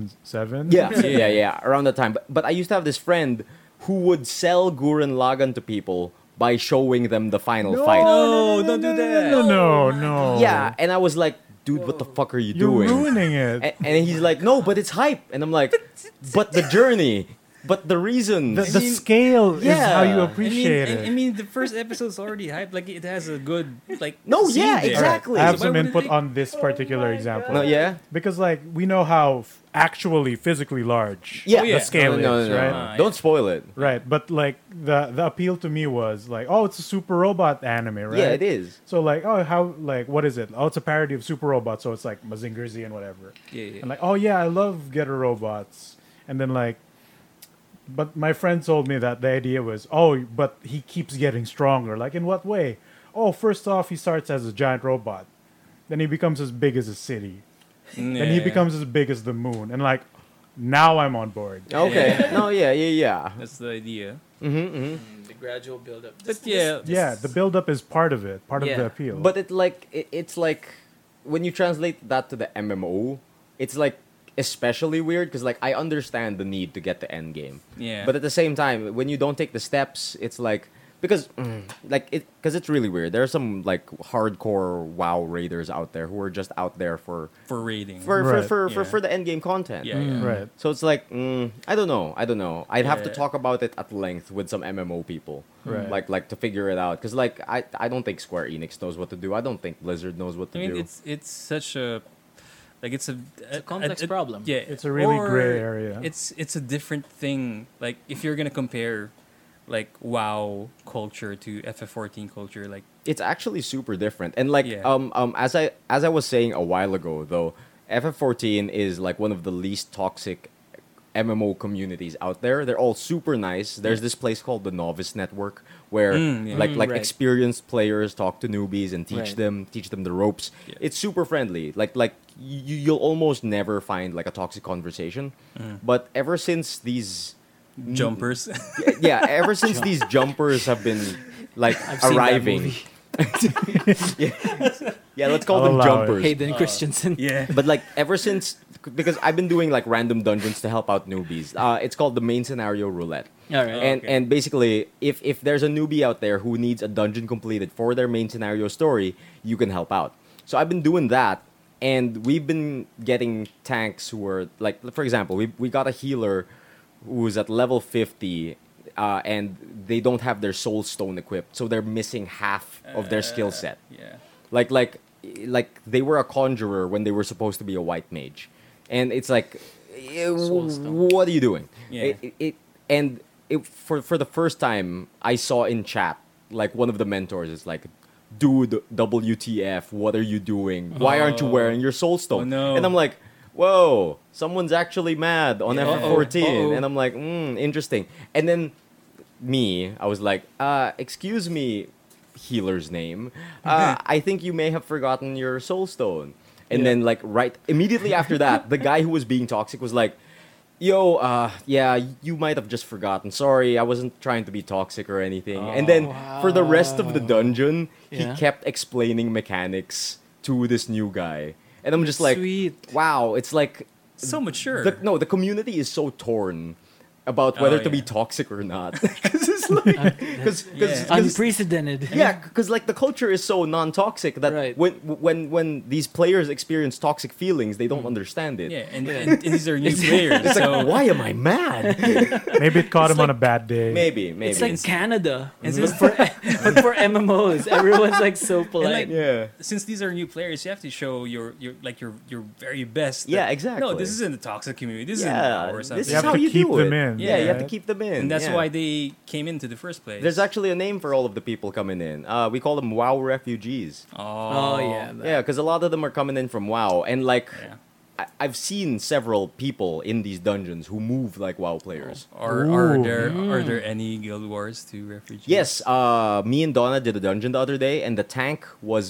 Speaker 4: 2007.
Speaker 1: Yeah, [laughs] yeah, yeah, around that time. But, but I used to have this friend who would sell Gurren Lagann to people by showing them the final fight. Oh
Speaker 3: No, don't do that.
Speaker 4: No, no, no.
Speaker 1: Yeah, and I was like, dude, what the fuck are you
Speaker 4: You're
Speaker 1: doing?
Speaker 4: ruining it.
Speaker 1: A- and he's like, no, but it's hype. And I'm like, but the journey, but the reason.
Speaker 4: the, the
Speaker 3: mean,
Speaker 4: scale is how
Speaker 1: yeah. I
Speaker 4: you
Speaker 1: mean,
Speaker 3: I mean,
Speaker 4: appreciate
Speaker 3: I-
Speaker 4: it.
Speaker 3: I mean, the first episode's already hyped. Like it has a good like.
Speaker 1: No,
Speaker 3: seed
Speaker 1: yeah,
Speaker 3: there.
Speaker 4: All right,
Speaker 1: exactly.
Speaker 4: I have
Speaker 3: So why
Speaker 4: some
Speaker 3: would it
Speaker 4: input
Speaker 3: take-
Speaker 4: on
Speaker 1: Oh
Speaker 4: this particular example.
Speaker 1: no, yeah?
Speaker 4: Because, like, we know how f- actually physically large
Speaker 1: Yeah.
Speaker 3: Oh, yeah.
Speaker 4: the scale
Speaker 1: no, no,
Speaker 4: is,
Speaker 1: no, no,
Speaker 4: right?
Speaker 1: no.
Speaker 3: right?
Speaker 1: Don't spoil it.
Speaker 4: Right, but, like, the, the appeal to me was, like, oh, it's a super robot anime, right?
Speaker 1: Yeah, it is.
Speaker 4: So, like, oh, how, like, what is it? Oh, it's a parody of Super Robot, so it's, like, Mazinger Z and whatever.
Speaker 3: Yeah, yeah.
Speaker 4: And, like, oh, yeah, I love Getter Robots. And then, like, but my friend told me that the idea was, oh, but he keeps getting stronger. Like, in what way? Oh, first off, he starts as a giant robot. Then he becomes as big as a city.
Speaker 3: yeah,
Speaker 4: Then he
Speaker 3: yeah.
Speaker 4: becomes as big as the moon. And, like, now I'm on board.
Speaker 1: Okay. No, yeah, yeah, yeah.
Speaker 3: That's the idea.
Speaker 1: Mm-hmm,
Speaker 2: Mm, The gradual buildup.
Speaker 3: But yeah,
Speaker 4: Yeah, the buildup is part of it, part of the
Speaker 2: Yeah,
Speaker 4: appeal.
Speaker 1: But it like it, it's like when you translate that to the MMO, it's like especially weird because like I understand the need to get the end game.
Speaker 3: Yeah.
Speaker 1: But at the same time, when you don't take the steps, it's like because mm, like it because it's really weird. There are some like hardcore WoW raiders out there who are just out there for
Speaker 3: for rating.
Speaker 1: for
Speaker 4: Right.
Speaker 1: for, for, for,
Speaker 3: Yeah.
Speaker 1: for the end game content.
Speaker 3: yeah, yeah.
Speaker 4: Right.
Speaker 1: So it's like mm, I don't know, I don't know. I'd have to
Speaker 3: Yeah.
Speaker 1: talk about it at length with some MMO people,
Speaker 4: Right.
Speaker 1: like like to figure it out. Because like I I don't think Square Enix knows what to do. I don't think Blizzard knows what
Speaker 3: I
Speaker 1: to
Speaker 3: mean,
Speaker 1: do.
Speaker 3: it's it's such a like it's a, it's
Speaker 2: complex problem.
Speaker 3: Yeah,
Speaker 4: It's a really
Speaker 3: or
Speaker 4: gray area.
Speaker 3: It's it's a different thing. Like if you're gonna compare like WoW culture to FF14 culture, like
Speaker 1: it's actually super different. And like
Speaker 3: Yeah.
Speaker 1: um um as I as I was saying a while ago though, FF14 is like one of the least toxic MMO communities out there. They're all super nice. There's this place called the Novice Network where
Speaker 3: Mm, yeah.
Speaker 1: like
Speaker 2: Mm,
Speaker 1: like
Speaker 2: right.
Speaker 1: experienced players talk to newbies and teach
Speaker 2: Right.
Speaker 1: them teach them the ropes.
Speaker 3: Yeah.
Speaker 1: It's super friendly. Like like you you'll almost never find like a toxic conversation.
Speaker 3: Mm.
Speaker 1: But ever since these Mm.
Speaker 3: jumpers.
Speaker 1: yeah, ever since these jumpers have been like
Speaker 2: seen that
Speaker 1: arriving.
Speaker 2: movie.
Speaker 1: [laughs] yeah. yeah, let's call
Speaker 4: I'll
Speaker 1: them
Speaker 4: allow it.
Speaker 1: jumpers.
Speaker 2: Hayden Christensen.
Speaker 1: [laughs]
Speaker 3: yeah.
Speaker 1: But like ever since because I've been doing like random dungeons to help out newbies. Uh, it's called the main scenario roulette.
Speaker 2: All right.
Speaker 1: and
Speaker 3: okay.
Speaker 1: and basically if if there's a newbie out there who needs a dungeon completed for their main scenario story, you can help out. So I've been doing that and we've been getting tanks who are like for example, we we got a healer who's at level 50 uh, and they don't have their soul stone equipped, so they're missing half of their skill set
Speaker 3: [laughs] Yeah.
Speaker 1: like like like they were a conjurer when they were supposed to be a white mage and it's like eh,
Speaker 2: Soul stone.
Speaker 1: what are you doing
Speaker 3: Yeah.
Speaker 1: it, it, it- and it, for for the first time i saw in chat like one of the mentors is like dude wtf what are you doing why aren't you
Speaker 3: Oh.
Speaker 1: wearing your soul stone
Speaker 3: no.
Speaker 1: and i'm like whoa someone's actually mad on
Speaker 3: Yeah.
Speaker 1: ff14
Speaker 3: Uh-oh, uh-oh.
Speaker 1: and i'm like mm, interesting and then me, I was like, uh, excuse me, healer's
Speaker 3: [laughs]
Speaker 1: name. Uh, I think you may have forgotten your soul stone. And
Speaker 3: Yeah.
Speaker 1: then, like, right immediately after that, the guy who was being toxic was like, yo, uh, yeah, you might have just forgotten. Sorry, I wasn't trying to be toxic or anything. and then for the rest of the
Speaker 3: Oh,
Speaker 1: dungeon,
Speaker 2: Yeah.
Speaker 1: he kept explaining mechanics to this new guy. And I'm just like,
Speaker 2: Sweet.
Speaker 1: wow, it's like
Speaker 3: So mature.
Speaker 1: the, no, the community is so torn about whether
Speaker 3: Oh,
Speaker 1: to be
Speaker 3: yeah.
Speaker 1: toxic or
Speaker 4: [laughs]
Speaker 1: not. Because [laughs] it's like, because
Speaker 3: Yeah.
Speaker 2: Unprecedented.
Speaker 1: yeah, because like the culture is so non-toxic that
Speaker 2: Right.
Speaker 1: when when when these players experience toxic feelings, they don't understand it.
Speaker 3: Mm. yeah, and, and, and these are new players.
Speaker 1: It's
Speaker 3: so
Speaker 1: like, why am I
Speaker 3: [laughs]
Speaker 1: mad?
Speaker 4: Maybe
Speaker 1: [laughs]
Speaker 4: it caught him on a bad day.
Speaker 1: maybe, maybe.
Speaker 2: It's like Canada, but, for,
Speaker 1: [laughs]
Speaker 2: but for [laughs] MMOs, everyone's like so polite.
Speaker 3: like-
Speaker 1: yeah,
Speaker 3: since these are new players, you have to show your your like your your very best.
Speaker 1: Yeah,
Speaker 3: that, No,
Speaker 1: exactly.
Speaker 3: this isn't a toxic community. This
Speaker 1: yeah.
Speaker 3: isn't or
Speaker 1: This
Speaker 3: something.
Speaker 1: is
Speaker 4: You have
Speaker 1: how
Speaker 4: to
Speaker 1: you
Speaker 4: keep
Speaker 1: do
Speaker 4: them
Speaker 1: it.
Speaker 4: in,
Speaker 1: Yeah, you have to
Speaker 4: right?
Speaker 1: keep them in,
Speaker 3: and that's
Speaker 1: yeah.
Speaker 3: why they came into the first place.
Speaker 1: There's actually a name for all of the people coming in. Uh, we call them WoW refugees.
Speaker 3: oh,
Speaker 2: Oh yeah, that-
Speaker 1: Yeah, because a lot of them are coming in from WoW, and like
Speaker 3: Yeah.
Speaker 1: I- I've seen several people in these dungeons who move like WoW players.
Speaker 3: Are, are
Speaker 4: Ooh.
Speaker 3: there are there any guild wars to refugees?
Speaker 1: Mm. Yes, uh, me and Donna did a dungeon the other day, and the tank was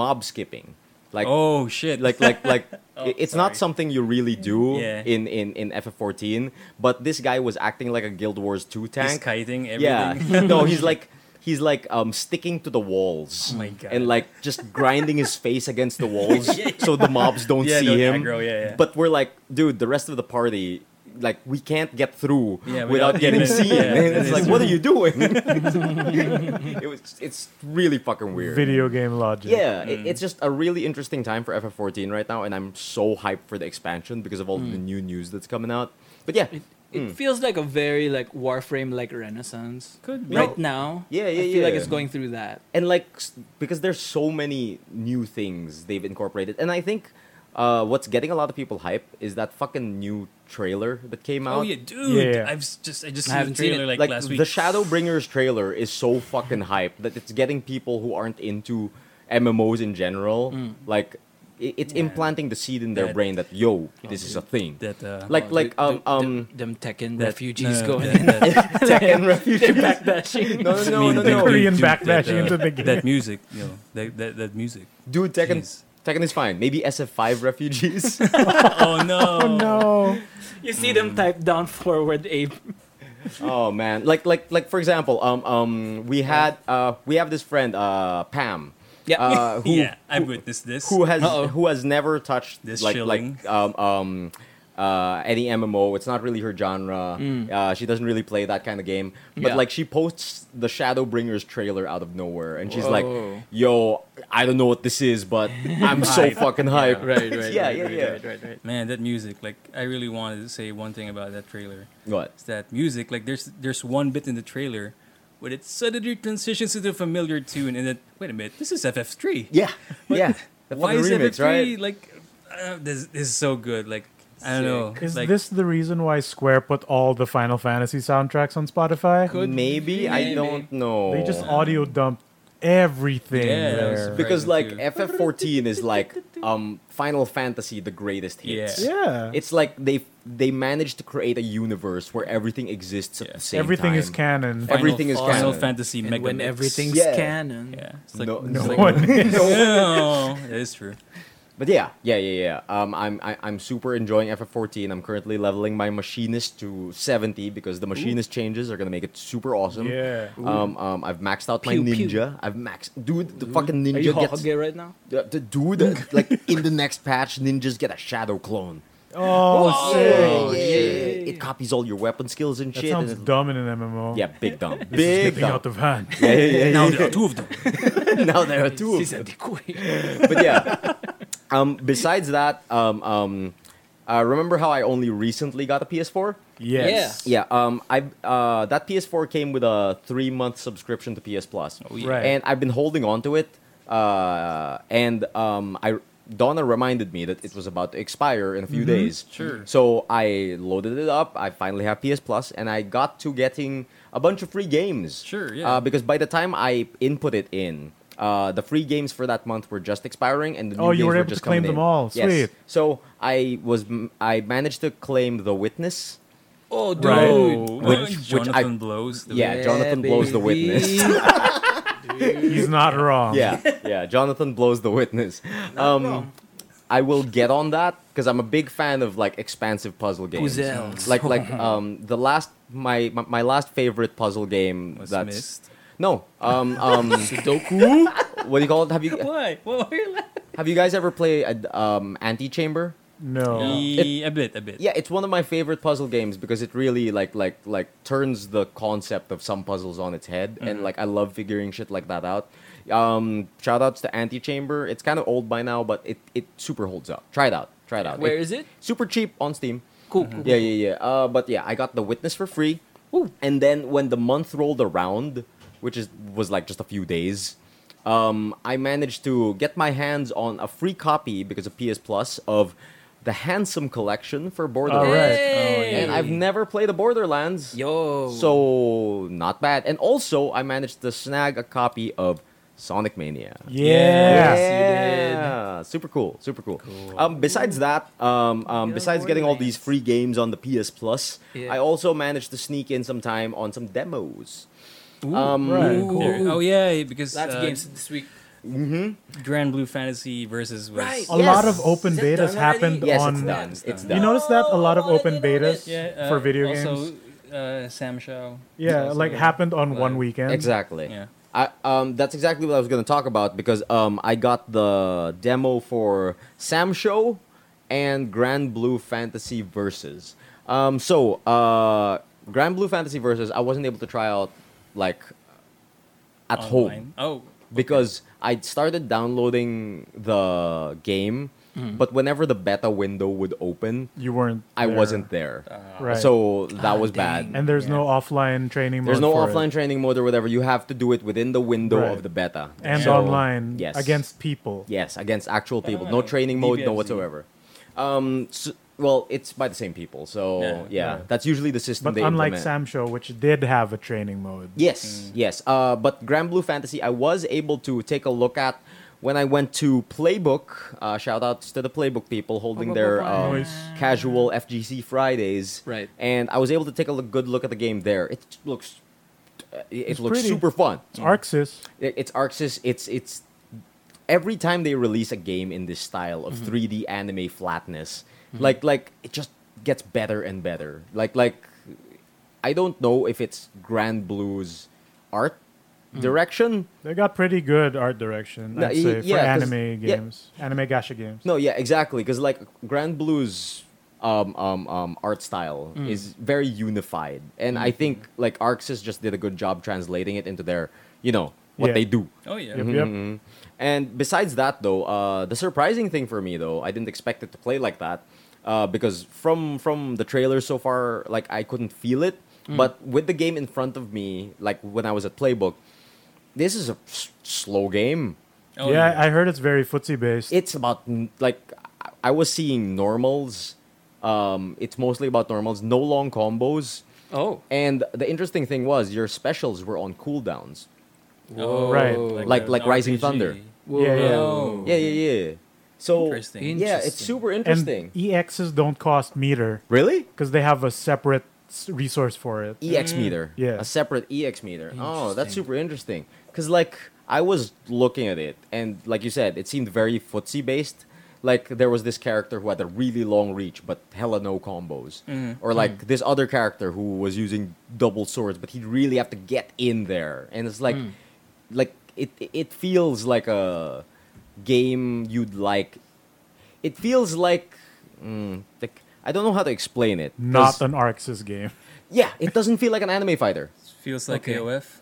Speaker 1: mob skipping. Like,
Speaker 3: Oh shit!
Speaker 1: like, like, like.
Speaker 3: [laughs] Oh,
Speaker 1: it- it's not
Speaker 3: sorry.
Speaker 1: something you really do
Speaker 3: Yeah.
Speaker 1: in in in FF14. But this guy was acting like a Guild Wars 2 tank.
Speaker 3: he's kiting
Speaker 1: Yeah. [laughs]
Speaker 3: everything.
Speaker 1: no,
Speaker 3: [laughs]
Speaker 1: he's like he's like um sticking to the walls.
Speaker 3: Oh my God.
Speaker 1: And like just grinding his face against the
Speaker 3: [laughs]
Speaker 1: walls so the mobs don't
Speaker 3: Yeah,
Speaker 1: see
Speaker 3: don't
Speaker 1: him.
Speaker 3: aggro, yeah, yeah.
Speaker 1: But we're like, dude, the rest of the party like we can't get through
Speaker 3: Yeah,
Speaker 1: without
Speaker 3: without
Speaker 1: getting
Speaker 3: even-
Speaker 1: seen.
Speaker 3: [laughs] yeah,
Speaker 1: and
Speaker 3: that
Speaker 1: it's
Speaker 3: is
Speaker 1: like,
Speaker 3: true.
Speaker 1: what are you
Speaker 3: [laughs]
Speaker 1: doing? it was it's really fucking weird.
Speaker 4: Video game logic.
Speaker 1: Yeah,
Speaker 3: Mm.
Speaker 1: it, it's just a really interesting time for FF14 right now, and I'm so hyped for the expansion because of all the
Speaker 3: Mm.
Speaker 1: new news that's coming out. But yeah,
Speaker 2: It, it
Speaker 1: Hmm.
Speaker 2: feels like a very like Warframe like renaissance.
Speaker 3: Could be.
Speaker 2: right now.
Speaker 1: Yeah,
Speaker 2: I
Speaker 1: yeah,
Speaker 2: feel like
Speaker 1: yeah.
Speaker 2: it's going through that.
Speaker 1: and like s- because there's so many new things they've incorporated and i think uh, what's getting a lot of people hype is that fucking new trailer that came out
Speaker 3: Oh yeah, dude!
Speaker 4: Yeah, yeah.
Speaker 3: I've s- just I just
Speaker 2: I
Speaker 3: seen
Speaker 2: haven't
Speaker 3: the
Speaker 2: seen
Speaker 3: trailer
Speaker 2: it.
Speaker 3: like,
Speaker 1: like
Speaker 3: last week.
Speaker 1: the shadowbringers trailer is so
Speaker 3: [laughs]
Speaker 1: fucking hype that it's getting people who aren't into mmos in general
Speaker 3: Mm.
Speaker 1: like i it's implanting the seed in their
Speaker 3: That-
Speaker 1: brain that yo this is a thing
Speaker 3: [laughs] that uh,
Speaker 1: like
Speaker 2: Oh,
Speaker 1: like
Speaker 2: the-
Speaker 1: um
Speaker 2: the-
Speaker 1: um
Speaker 2: the- them Tekken
Speaker 3: that-
Speaker 2: refugees
Speaker 3: no,
Speaker 2: [laughs] going
Speaker 3: that-
Speaker 2: in.
Speaker 3: that-
Speaker 1: [laughs] Tekken refugee
Speaker 2: They're backdashing.
Speaker 1: no no
Speaker 3: I
Speaker 1: no
Speaker 3: [laughs] mean,
Speaker 1: no
Speaker 3: that
Speaker 1: no
Speaker 4: Korean
Speaker 3: dude- dude,
Speaker 4: backlash
Speaker 3: that, uh,
Speaker 4: into the game.
Speaker 3: That music, you know, that that, that music.
Speaker 1: dude Tekken
Speaker 3: Jeez.
Speaker 1: Tekken is fine maybe SF5
Speaker 3: [laughs]
Speaker 1: refugees
Speaker 3: oh no!
Speaker 4: Oh no.
Speaker 2: you see
Speaker 1: Hmm.
Speaker 2: them type down forward A.
Speaker 1: Oh man, like like like for example, um um we had uh we have this friend uh Pam.
Speaker 2: [laughs] Yeah.
Speaker 1: Uh, who
Speaker 3: yeah, I've witnessed this.
Speaker 1: who has
Speaker 2: Uh-oh.
Speaker 1: who has never touched
Speaker 3: This
Speaker 1: like
Speaker 3: shilling.
Speaker 1: like um um uh, any MMO. It's not really her genre. Uh, she doesn't really play that kind of game. But
Speaker 2: Mm. Yeah.
Speaker 1: like she posts the Shadowbringers trailer out of nowhere, and she's
Speaker 2: Whoa.
Speaker 1: like, "Yo, I don't know what this is,
Speaker 2: [laughs]
Speaker 1: but I'm so
Speaker 3: Hype.
Speaker 1: fucking hype."
Speaker 2: Right, right, right,
Speaker 1: [laughs] yeah,
Speaker 2: right,
Speaker 1: yeah,
Speaker 2: right,
Speaker 1: yeah.
Speaker 2: right, right, right.
Speaker 3: Man, that music. Like, I really wanted to say one thing about that trailer.
Speaker 1: What?
Speaker 3: It's that music. Like, there's there's one bit in the trailer where it suddenly transitions to the familiar tune, and then wait a minute, this is FF3.
Speaker 1: Yeah, yeah. The
Speaker 3: Why
Speaker 1: fucking
Speaker 3: is
Speaker 1: remix,
Speaker 3: FF3
Speaker 1: right?
Speaker 3: like? Uh, this, this is so good. Like, I don't know.
Speaker 4: Is
Speaker 3: like,
Speaker 4: this the reason why Square put all the Final Fantasy soundtracks on Spotify?
Speaker 2: Could-
Speaker 1: maybe I
Speaker 2: Maybe.
Speaker 1: don't know.
Speaker 4: They just audio dumped everything
Speaker 3: Yeah, that was
Speaker 4: there.
Speaker 3: big-
Speaker 1: because like
Speaker 3: Too.
Speaker 1: FF14 is
Speaker 3: [laughs]
Speaker 1: like um Final Fantasy the greatest hits.
Speaker 3: Yeah.
Speaker 4: yeah.
Speaker 1: It's like they they managed to create a universe where everything exists at
Speaker 3: Yeah.
Speaker 1: the same
Speaker 4: everything
Speaker 1: time.
Speaker 4: is canon.
Speaker 1: Every- everything is
Speaker 3: Final Final
Speaker 1: canon.
Speaker 3: Fantasy
Speaker 2: And
Speaker 3: Mega
Speaker 2: when
Speaker 3: Mix.
Speaker 2: everything's
Speaker 1: Yeah.
Speaker 2: canon.
Speaker 3: yeah, it's like [laughs]
Speaker 1: No-
Speaker 3: it's
Speaker 1: no
Speaker 3: like-
Speaker 4: one [laughs]
Speaker 3: no, that is true.
Speaker 1: But yeah, yeah, yeah, yeah. Um, I'm I, I'm super enjoying FF14. I'm currently leveling my machinist to 70 because the machinist changes are gonna make it super awesome.
Speaker 4: Yeah.
Speaker 1: Um, um, I've maxed out my
Speaker 2: Pew, pew.
Speaker 1: ninja. I've maxed, dude. The fucking
Speaker 2: Are you
Speaker 1: ninja gets
Speaker 2: Hokage right now?
Speaker 1: the, the dude.
Speaker 3: [laughs]
Speaker 1: uh, like in the next patch, ninjas get a shadow clone.
Speaker 4: Oh,
Speaker 1: Yeah,
Speaker 4: sick.
Speaker 1: yeah,
Speaker 2: shit.
Speaker 1: yeah. It copies all your weapon skills and
Speaker 4: That
Speaker 1: shit.
Speaker 4: sounds
Speaker 1: and it-
Speaker 4: dumb in an MMO.
Speaker 1: Yeah, big dumb.
Speaker 4: This is
Speaker 1: big
Speaker 4: getting
Speaker 1: dumb.
Speaker 4: out the van.
Speaker 1: yeah, yeah, yeah,
Speaker 3: Now there are two of them.
Speaker 1: yeah. now
Speaker 2: Uh,
Speaker 1: there are two of
Speaker 2: She's
Speaker 1: them.
Speaker 2: a decoy.
Speaker 1: But yeah. Um, besides that, um, um, uh, remember how I only recently got a PS4?
Speaker 4: Yes.
Speaker 1: [laughs] Yeah, um, I uh, that PS4 came with a three month subscription to PS Plus,
Speaker 3: yeah.
Speaker 4: Right.
Speaker 1: and I've been holding on to it. Uh, and um, I Donna reminded me that it was about to expire in a few
Speaker 4: Mm-hmm.
Speaker 1: days.
Speaker 3: Sure.
Speaker 1: So I loaded it up. I finally have PS Plus, and I got to getting a bunch of free games.
Speaker 3: Sure, yeah.
Speaker 1: Uh, because by the time I input it in. Uh, the free games for that month were just expiring, and the
Speaker 4: Oh,
Speaker 1: new
Speaker 4: you were
Speaker 1: games
Speaker 4: able to
Speaker 1: just
Speaker 4: claim
Speaker 1: coming
Speaker 4: them
Speaker 1: in.
Speaker 4: all.
Speaker 1: Yes.
Speaker 4: Sweet.
Speaker 1: So I was I managed to claim The Witness,
Speaker 3: Oh, dude.
Speaker 4: Right.
Speaker 1: Which- which
Speaker 3: Jonathan
Speaker 1: I-
Speaker 3: blows. The
Speaker 1: Yeah, Jonathan blows the witness.
Speaker 2: [laughs]
Speaker 4: He's not wrong.
Speaker 1: yeah, Um, [laughs] yeah. Jonathan blows the witness. Um, I will get on that because I'm a big fan of like expansive puzzle games.
Speaker 2: Puzzles.
Speaker 1: Like like um the last my my, my last favorite puzzle game
Speaker 3: Was
Speaker 1: that's
Speaker 3: missed.
Speaker 1: no um um
Speaker 2: Sudoku?
Speaker 1: [laughs] what do you call it? Have you
Speaker 2: Why? What were you laughing?
Speaker 1: have you guys ever played um Antichamber?
Speaker 4: No.
Speaker 3: Yeah, a bit, a bit.
Speaker 1: Oh. Yeah, it's one of my favorite puzzle games because it really like like like turns the concept of some puzzles on its head, and
Speaker 2: Mm-hmm.
Speaker 1: like I love figuring shit like that out. Um, shout outs to Antichamber. It's kind of old by now, but it it super holds up. Try it out. Try it out.
Speaker 2: Where is it? Mm-hmm.
Speaker 1: Super cheap on Steam.
Speaker 2: Cool, cool.
Speaker 1: Yeah, yeah, yeah. Uh, but yeah, I got The Witness for free, and then when the month rolled around, which is was like just a few days. Um, I managed to get my hands on a free copy because of PS Plus of the Handsome Collection for Borderlands.
Speaker 4: All right.
Speaker 3: Oh,
Speaker 2: Hey!
Speaker 1: And I've never played a Borderlands.
Speaker 2: Yo.
Speaker 1: So, not bad. And also, I managed to snag a copy of Sonic Mania.
Speaker 4: Yeah.
Speaker 2: Yes.
Speaker 1: Yeah. Super cool. Super cool. Um, besides that, um, um,
Speaker 2: You're
Speaker 1: besides getting all these
Speaker 2: Borderlands.
Speaker 1: free games on the PS Plus,
Speaker 2: Yeah.
Speaker 1: I also managed to sneak in some time on some demos.
Speaker 3: Ooh,
Speaker 1: Um,
Speaker 4: Right.
Speaker 3: ooh, there- Oh yeah, because
Speaker 2: Lots
Speaker 3: uh,
Speaker 2: of games this week.
Speaker 3: Grand Blue Fantasy versus was
Speaker 2: Right.
Speaker 4: A
Speaker 1: Yes.
Speaker 4: lot of open
Speaker 2: Is that
Speaker 4: betas
Speaker 2: done already?
Speaker 4: happened
Speaker 1: Yes, it's
Speaker 4: on.
Speaker 1: done.
Speaker 3: It's
Speaker 1: It's
Speaker 3: done.
Speaker 1: done.
Speaker 4: You notice that a lot of
Speaker 2: Oh, I
Speaker 4: open
Speaker 2: didn't know
Speaker 4: betas
Speaker 2: this.
Speaker 3: uh,
Speaker 4: for video
Speaker 3: also,
Speaker 4: games.
Speaker 3: uh, Sam Shao.
Speaker 4: Yeah,
Speaker 3: Also
Speaker 4: like happened on one
Speaker 3: live.
Speaker 4: weekend.
Speaker 1: Exactly.
Speaker 3: Yeah.
Speaker 1: I, um, that's exactly what I was going to talk about because um, I got the demo for Sam Show and Grand Blue Fantasy Versus. Um, so, uh, Grand Blue Fantasy Versus, I wasn't able to try out like at home
Speaker 3: online. Oh,
Speaker 1: because I started downloading the game, but whenever the beta window would open,
Speaker 4: You weren't.
Speaker 1: I
Speaker 4: Mm-hmm. there. Uh,
Speaker 1: wasn't there.
Speaker 4: Right.
Speaker 1: So that was bad.
Speaker 4: And there's no offline training.
Speaker 1: There's
Speaker 4: mode
Speaker 1: no
Speaker 4: for
Speaker 1: offline
Speaker 4: It.
Speaker 1: training mode or whatever. You have to do it within the window
Speaker 4: Right.
Speaker 1: of the beta.
Speaker 4: And
Speaker 1: So,
Speaker 4: online
Speaker 1: Yes.
Speaker 4: against Uh, people.
Speaker 1: Yes, against actual
Speaker 3: Parang
Speaker 1: people. No
Speaker 3: ano,
Speaker 1: training mode, no
Speaker 4: E.
Speaker 3: DBFZ.
Speaker 1: whatsoever. Um, s well, it's by the same people. So yeah,
Speaker 3: Yeah.
Speaker 4: Yeah.
Speaker 1: that's usually the system
Speaker 4: But
Speaker 1: they
Speaker 4: unlike
Speaker 1: implement.
Speaker 4: Sam Show, which did have a training mode. Mm.
Speaker 1: Yes, yes. Uh, but Grand Blue Fantasy, I was able to take a look at when I went to Playbook. Uh, shout outs to the Playbook people holding
Speaker 2: Oh,
Speaker 1: their
Speaker 2: oh, oh,
Speaker 1: um,
Speaker 4: Nice.
Speaker 1: casual FGC Fridays.
Speaker 2: Right.
Speaker 1: And I was able to take a look, good look at the game there. It looks, uh, it
Speaker 4: It's
Speaker 1: looks
Speaker 4: pretty.
Speaker 1: super fun.
Speaker 4: It's Arxis.
Speaker 1: It- It's Arxis. It's it's every time they release a game in this style of 3D anime flatness, like like it just gets better and better. Like like I don't know if it's Grand Blue's art direction.
Speaker 4: They got pretty good art direction,
Speaker 1: No,
Speaker 4: I'd
Speaker 1: y-
Speaker 4: say,
Speaker 1: yeah, 'cause-
Speaker 4: for anime
Speaker 1: yeah.
Speaker 4: games, anime gacha games.
Speaker 1: No, yeah, exactly. Because like Grand Blue's um, um, um, art style is very unified, and I think like Arxis just did a good job translating it into their you know what
Speaker 4: Yeah.
Speaker 1: they do.
Speaker 3: Oh yeah.
Speaker 4: Yep, yep.
Speaker 1: Mm-hmm. And besides that, though, uh, the surprising thing for me, though, I didn't expect it to play like that, uh, because from from the trailer so far, like I couldn't feel it. But with the game in front of me, like when I was at Playbook, this is a s- slow game.
Speaker 3: Oh,
Speaker 4: yeah, I heard it's very footsie based.
Speaker 1: It's about n- like I- I was seeing normals. Um, it's mostly about normals, no long combos.
Speaker 2: Oh.
Speaker 1: And the interesting thing was your specials were on cooldowns.
Speaker 3: Oh,
Speaker 4: Right.
Speaker 1: Like-
Speaker 3: the
Speaker 1: like Rising
Speaker 3: RPG.
Speaker 1: Thunder.
Speaker 2: Whoa.
Speaker 4: Yeah, yeah.
Speaker 3: Oh.
Speaker 1: Yeah, yeah, yeah. So
Speaker 3: Interesting.
Speaker 1: yeah, it's
Speaker 2: Interesting.
Speaker 1: super
Speaker 4: and
Speaker 1: interesting.
Speaker 4: EXs don't cost meter
Speaker 1: really?
Speaker 4: because they have a separate s- resource for it.
Speaker 1: EX E meter.
Speaker 4: Mm. Yeah.
Speaker 1: A separate EX meter. Oh, that's
Speaker 3: Interesting.
Speaker 1: super interesting. Cause like I was looking at it and like you said, it seemed very footsie based. Like there was this character who had a really long reach but hella no combos.
Speaker 4: Mm-hmm.
Speaker 1: Or like
Speaker 4: Mm.
Speaker 1: this other character who was using double swords, but he'd really have to get in there. And it's
Speaker 4: Mm.
Speaker 1: like like it it feels like a game you'd like it feels like mm, like I don't know how to explain it. 'Cause-
Speaker 4: Not an Arxis game.
Speaker 1: yeah, it doesn't feel like an anime fighter.
Speaker 3: Feels like
Speaker 2: Okay.
Speaker 3: AOF.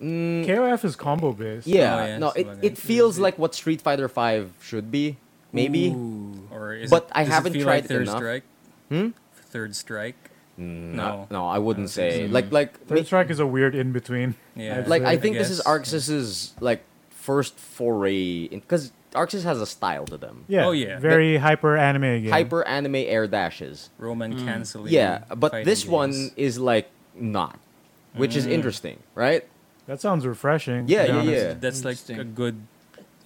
Speaker 4: KOF is combo based.
Speaker 1: Mm. Yeah,
Speaker 3: Oh, yeah,
Speaker 1: no,
Speaker 3: it's
Speaker 1: it,
Speaker 3: like a-
Speaker 1: it feels like what Street Fighter Five should be, maybe.
Speaker 3: Or is
Speaker 1: But
Speaker 3: it,
Speaker 1: I
Speaker 3: does
Speaker 1: haven't
Speaker 3: it feel
Speaker 1: tried
Speaker 3: like Third
Speaker 1: enough.
Speaker 3: Strike. Hmm? Third Strike.
Speaker 1: No,
Speaker 3: No.
Speaker 1: no, I wouldn't
Speaker 3: I don't
Speaker 1: say like like
Speaker 4: Third
Speaker 1: ma-
Speaker 4: Strike is a weird in between.
Speaker 3: Yeah.
Speaker 1: like
Speaker 4: I
Speaker 1: I think this is
Speaker 3: guess.
Speaker 1: Arxis's like first foray because Arxis has a style to them.
Speaker 4: Yeah.
Speaker 3: Oh, yeah.
Speaker 4: Very hyper anime game.
Speaker 1: Hyper anime air dashes.
Speaker 3: Roman canceling.
Speaker 1: Hmm. Yeah, but
Speaker 3: fighting
Speaker 1: this one
Speaker 3: games. Mm.
Speaker 1: is like not, which is interesting, right?
Speaker 4: That sounds refreshing. to
Speaker 1: Yeah,
Speaker 4: be
Speaker 1: yeah,
Speaker 4: honest.
Speaker 1: yeah.
Speaker 3: that's like a
Speaker 2: Interesting.
Speaker 3: good,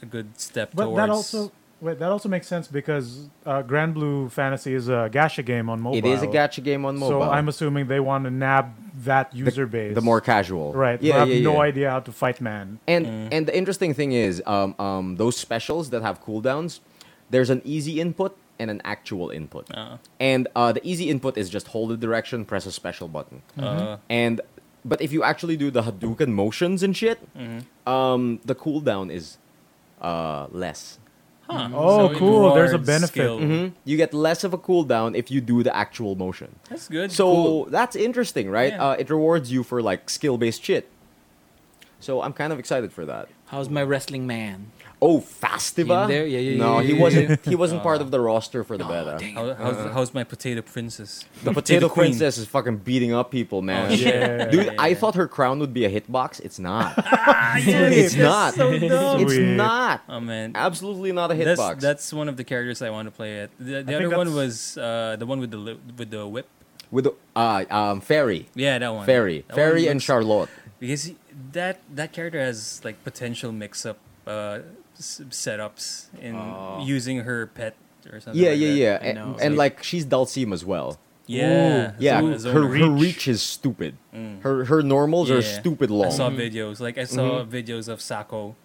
Speaker 3: a good step
Speaker 4: But
Speaker 3: towards.
Speaker 4: that also wait, that also makes sense because uh, Grand Blue Fantasy is a gacha game on mobile.
Speaker 1: It is a gacha game on mobile.
Speaker 4: So I'm assuming they want to nab that user base.
Speaker 1: the more casual,
Speaker 4: right.
Speaker 1: Yeah,
Speaker 4: who have
Speaker 1: yeah,
Speaker 4: no
Speaker 1: yeah.
Speaker 4: idea how to fight man.
Speaker 1: And
Speaker 3: Mm.
Speaker 1: and the interesting thing is, um, um, those specials that have cooldowns, there's an easy input and an actual input.
Speaker 3: Uh,
Speaker 1: And uh, the easy input is just hold the direction, press a special button.
Speaker 4: Mm-hmm.
Speaker 3: uh,
Speaker 1: And but if you actually do the Hadouken motions and shit,
Speaker 3: Mm-hmm.
Speaker 1: um, the cooldown is uh, less.
Speaker 3: huh.
Speaker 4: Oh,
Speaker 3: So it
Speaker 4: cool, there's a
Speaker 3: rewards
Speaker 4: benefit. Mm-hmm.
Speaker 3: skill.
Speaker 1: Mhm. You get less of a cooldown if you do the actual motion.
Speaker 3: That's good.
Speaker 1: So
Speaker 3: Cool.
Speaker 1: that's interesting, right?
Speaker 3: Yeah.
Speaker 1: Uh, it rewards you for like skill based shit. So I'm kind of excited for that.
Speaker 2: How's my wrestling man?
Speaker 1: Oh, Fastiva?
Speaker 2: In there? Yeah, yeah,
Speaker 1: no,
Speaker 2: yeah,
Speaker 1: he
Speaker 2: yeah,
Speaker 1: wasn't. He wasn't part of the roster for the
Speaker 2: Oh,
Speaker 1: beta.
Speaker 2: dang it.
Speaker 3: How, how's, how's my potato princess?
Speaker 1: uh,
Speaker 3: [laughs]
Speaker 1: The potato
Speaker 3: queen.
Speaker 1: princess is fucking beating up people, man. [laughs]
Speaker 3: Oh,
Speaker 4: shit. Yeah.
Speaker 1: Dude,
Speaker 3: Yeah,
Speaker 1: I
Speaker 3: yeah.
Speaker 1: thought her crown would be a hitbox. It's not. it's
Speaker 4: yes,
Speaker 1: not. it's
Speaker 4: Sweet.
Speaker 1: not.
Speaker 3: Oh man,
Speaker 1: Absolutely not a
Speaker 3: that's,
Speaker 1: hitbox.
Speaker 3: that's one of the characters I want to play. At the, the
Speaker 4: I
Speaker 3: other
Speaker 4: think
Speaker 3: one
Speaker 4: that's-
Speaker 3: was uh, the one with the li- with the whip.
Speaker 1: With the, uh, um, fairy,
Speaker 3: Yeah, that one.
Speaker 1: fairy,
Speaker 2: Oh,
Speaker 3: That
Speaker 1: fairy,
Speaker 3: one
Speaker 1: and
Speaker 3: looks-
Speaker 1: Charlotte.
Speaker 3: Because he- that that character has like potential mix-up uh, s- setups in
Speaker 2: Oh.
Speaker 3: using her pet or something.
Speaker 1: Yeah,
Speaker 3: like
Speaker 1: yeah,
Speaker 3: that.
Speaker 1: yeah.
Speaker 2: I
Speaker 1: And,
Speaker 2: know.
Speaker 1: and, like she's Dalsim as well.
Speaker 3: Yeah,
Speaker 1: Yeah,
Speaker 3: Zona- Zona.
Speaker 1: her, her
Speaker 4: Reach.
Speaker 1: reach is stupid.
Speaker 2: Mm.
Speaker 1: Her her normals are
Speaker 3: Yeah.
Speaker 1: stupid
Speaker 3: I
Speaker 1: long. Mm-hmm.
Speaker 3: saw videos. Like I saw videos of Sako,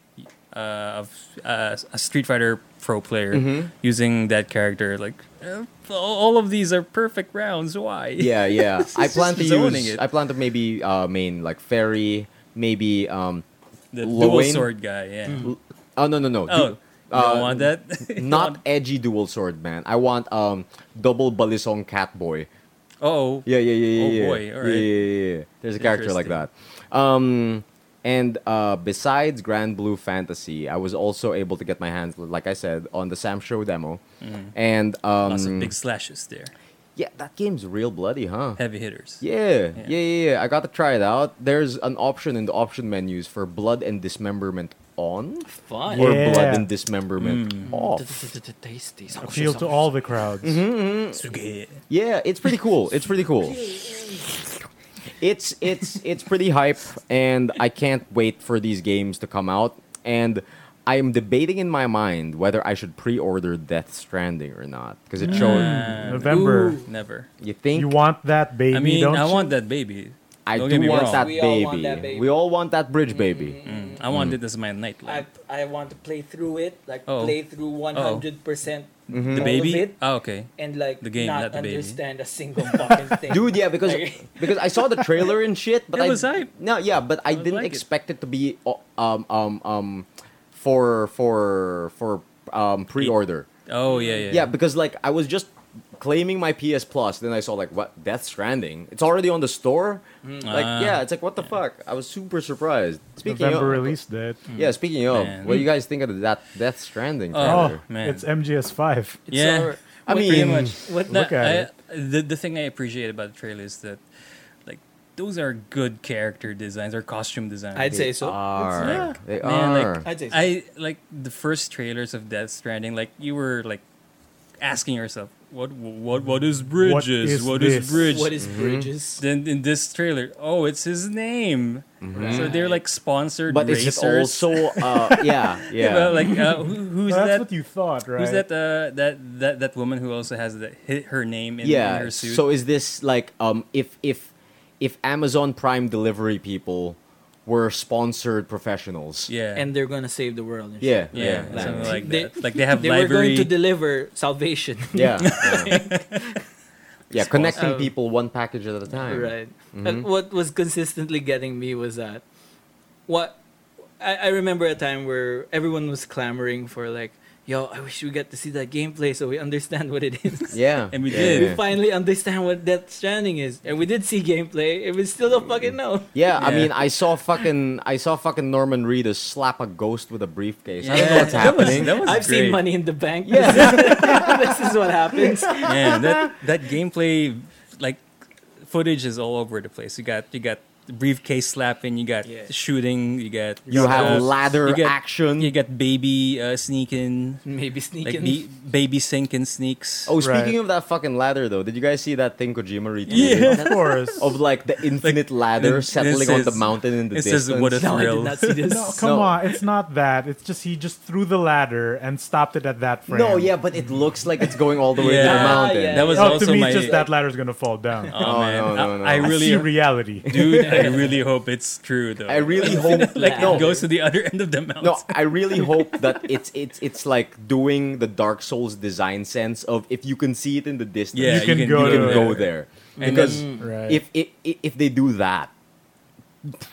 Speaker 3: uh, of uh, a Street Fighter pro player
Speaker 1: Mm-hmm.
Speaker 3: using that character. Like uh, all of these are perfect rounds. Why?
Speaker 1: Yeah, yeah. I plan to
Speaker 3: zoning
Speaker 1: use.
Speaker 3: it.
Speaker 1: I plan to maybe uh, main like fairy, maybe um.
Speaker 3: [laughs] the dual
Speaker 1: Loin.
Speaker 3: sword guy. Yeah.
Speaker 4: Mm.
Speaker 1: l- Oh no no no.
Speaker 3: Oh,
Speaker 1: du-
Speaker 3: you
Speaker 1: uh,
Speaker 3: don't want that? [laughs] You
Speaker 1: Not
Speaker 3: want-
Speaker 1: edgy dual sword man. I want um double balisong cat boy.
Speaker 3: Oh.
Speaker 1: Yeah yeah yeah yeah.
Speaker 3: Oh,
Speaker 1: yeah.
Speaker 3: boy,
Speaker 1: Yeah,
Speaker 3: alright.
Speaker 1: yeah, yeah, yeah. There's a character like that.
Speaker 3: Interesting.
Speaker 1: Um, and uh, besides Grand Blue Fantasy, I was also able to get my hands, like I said, on the Sam Show demo, and um,
Speaker 3: Lots of Mm. big slashes there.
Speaker 1: yeah, that game's real bloody, huh?
Speaker 3: Heavy hitters.
Speaker 1: Yeah, yeah,
Speaker 3: Yeah.
Speaker 1: yeah, yeah. I got to try it out. There's an option in the option menus for blood and dismemberment on
Speaker 2: Fun.
Speaker 1: or
Speaker 4: Yeah. Mm.
Speaker 1: blood and dismemberment off.
Speaker 2: Tasty.
Speaker 4: Appeal to all the crowds.
Speaker 1: Mm-hmm.
Speaker 3: Suge.
Speaker 1: Yeah, it's pretty cool. It's pretty cool. It's it's it's pretty hype, and I can't wait for these games to come out. And I am debating in my mind whether I should pre-order Death Stranding or not because it showed.
Speaker 3: Uh,
Speaker 4: November.
Speaker 2: Ooh.
Speaker 3: Never.
Speaker 1: You think
Speaker 4: You want that baby,
Speaker 3: I mean,
Speaker 4: don't
Speaker 3: I
Speaker 4: you?
Speaker 3: want that baby.
Speaker 1: I
Speaker 3: Don't
Speaker 1: do
Speaker 3: get me
Speaker 1: want
Speaker 3: wrong.
Speaker 1: that,
Speaker 2: We all
Speaker 1: baby.
Speaker 2: want that baby. Mm-hmm.
Speaker 1: We all want that bridge baby.
Speaker 3: Mm, I want it as my nightlight.
Speaker 2: I, I want to play through it, like
Speaker 3: Oh.
Speaker 2: play through 100% percent
Speaker 4: Mm-hmm.
Speaker 3: the
Speaker 2: all
Speaker 3: baby.
Speaker 2: of it
Speaker 3: Oh, okay.
Speaker 2: and like
Speaker 3: The game,
Speaker 2: not
Speaker 3: not the baby.
Speaker 2: understand a single fucking
Speaker 4: [laughs]
Speaker 2: thing.
Speaker 1: Dude, yeah, because
Speaker 3: [laughs]
Speaker 2: Like-
Speaker 1: because I saw the trailer and shit, but
Speaker 3: It
Speaker 1: I
Speaker 3: was hype.
Speaker 1: no, yeah, but I
Speaker 3: I
Speaker 1: didn't
Speaker 3: like it.
Speaker 1: expect it. to be uh, um um um for for for um pre-order.
Speaker 3: Oh yeah, yeah.
Speaker 1: Yeah, because like I was just claiming my PS Plus. Then I saw like what Death Stranding. It's already on the store. Like
Speaker 3: Ah.
Speaker 1: yeah, it's like what the fuck. I was super surprised. Speaking
Speaker 4: November
Speaker 1: of
Speaker 4: release date.
Speaker 1: Yeah, speaking of,
Speaker 3: Man.
Speaker 1: what do you guys think of that Death Stranding?
Speaker 3: Oh,
Speaker 1: trailer?
Speaker 4: Oh,
Speaker 3: man.
Speaker 4: it's MGS five.
Speaker 3: It's Yeah. our-
Speaker 1: I
Speaker 3: Wait,
Speaker 1: mean,
Speaker 3: What
Speaker 4: Look
Speaker 3: the,
Speaker 4: at
Speaker 3: I, the the thing I appreciate about the trailer is that like those are good character designs or costume designs.
Speaker 2: I'd say
Speaker 1: they
Speaker 2: so.
Speaker 1: are.
Speaker 3: Yeah.
Speaker 1: They
Speaker 3: Man, like,
Speaker 1: are.
Speaker 2: I'd say so.
Speaker 3: I like the first trailers of Death Stranding. Like you were like asking yourself, what what what is bridges?
Speaker 4: is
Speaker 3: what is
Speaker 4: this?
Speaker 3: bridge?
Speaker 2: what is bridges?
Speaker 3: then in this trailer, oh, it's his name.
Speaker 4: Mm-hmm.
Speaker 3: So they're like sponsored
Speaker 1: but it's
Speaker 3: racers.
Speaker 1: just also, uh, yeah, yeah.
Speaker 3: [laughs] You know, like uh, who, who's
Speaker 4: So [laughs] that's
Speaker 3: that?
Speaker 4: what you thought, right?
Speaker 3: Who's that? Uh, that that that woman who also has the, hit her name in, in
Speaker 1: yeah.
Speaker 3: her suit.
Speaker 1: So is this like um if if if Amazon Prime delivery people were sponsored professionals?
Speaker 3: yeah,
Speaker 2: And they're gonna save the world. And
Speaker 1: Yeah.
Speaker 2: shit.
Speaker 3: yeah,
Speaker 1: Yeah.
Speaker 3: something like
Speaker 2: They-
Speaker 3: that. Like [laughs] they have
Speaker 2: They were
Speaker 3: library.
Speaker 2: going to deliver salvation.
Speaker 1: Yeah.
Speaker 3: [laughs]
Speaker 1: Yeah. Yeah, connecting
Speaker 2: Um,
Speaker 1: people one package at a time.
Speaker 2: [laughs] Right. And what was consistently getting me was that what I, I remember a time where everyone was clamoring for like, yo, I wish we got to see that gameplay so we understand what it is.
Speaker 1: Yeah.
Speaker 3: And we
Speaker 1: [laughs] yeah,
Speaker 3: did.
Speaker 1: yeah.
Speaker 2: We finally understand what Death Stranding is, and we did see gameplay. It was still a fucking no.
Speaker 1: Yeah, I
Speaker 3: Yeah.
Speaker 1: mean, I saw fucking, I saw fucking Norman Reedus slap a ghost with a briefcase. I don't know
Speaker 3: Yeah, [laughs]
Speaker 1: what's
Speaker 3: that was-
Speaker 1: happening.
Speaker 3: that was
Speaker 2: I've
Speaker 3: great.
Speaker 2: seen Money in the Bank. Yeah. [laughs] this is what happens.
Speaker 3: yeah, that that gameplay like footage is all over the place. You got you got the briefcase slapping, you got
Speaker 2: Yeah.
Speaker 3: shooting, you got
Speaker 1: you have
Speaker 3: uh,
Speaker 1: ladder
Speaker 3: you get-
Speaker 1: action.
Speaker 3: you got baby uh, sneaking,
Speaker 2: Maybe sneaking.
Speaker 3: like be, baby sinking sneaks.
Speaker 1: oh,
Speaker 4: Right.
Speaker 1: speaking of that fucking ladder, though, did you guys see that thing Kojima retweeted?
Speaker 3: Yeah. [laughs]
Speaker 4: Of course.
Speaker 1: Of like the infinite ladder
Speaker 3: it
Speaker 1: settling on the
Speaker 3: says-
Speaker 1: mountain in the
Speaker 3: it
Speaker 1: distance.
Speaker 3: says, "What if
Speaker 2: no, I
Speaker 3: real?"
Speaker 2: did not see this.
Speaker 4: [laughs] no, come
Speaker 1: No.
Speaker 4: on. It's not that. It's just he just threw the ladder and stopped it at that frame.
Speaker 1: no, yeah, but it looks like it's going all the way to the
Speaker 3: Yeah.
Speaker 1: mountain.
Speaker 2: Yeah,
Speaker 3: That was
Speaker 4: Oh,
Speaker 3: also
Speaker 4: to me,
Speaker 3: my
Speaker 4: just that ladder's gonna fall
Speaker 3: [laughs]
Speaker 4: down.
Speaker 3: Oh, man,
Speaker 1: no, no, no.
Speaker 3: I, I
Speaker 4: I see
Speaker 3: really,
Speaker 4: reality.
Speaker 3: [laughs] dude,
Speaker 4: [laughs]
Speaker 3: I really hope it's true though.
Speaker 1: I [laughs] really hope
Speaker 3: like
Speaker 1: no,
Speaker 3: it goes to the other [laughs] end of the mountain.
Speaker 1: No, I really hope that it's it's it's like doing the Dark Souls design sense of if you can see it in the distance,
Speaker 3: yeah,
Speaker 4: You can
Speaker 1: you
Speaker 4: go
Speaker 1: can
Speaker 4: to
Speaker 1: go
Speaker 4: it.
Speaker 1: there.
Speaker 3: And
Speaker 1: because
Speaker 3: then-
Speaker 4: Right.
Speaker 1: if, if if if they do that,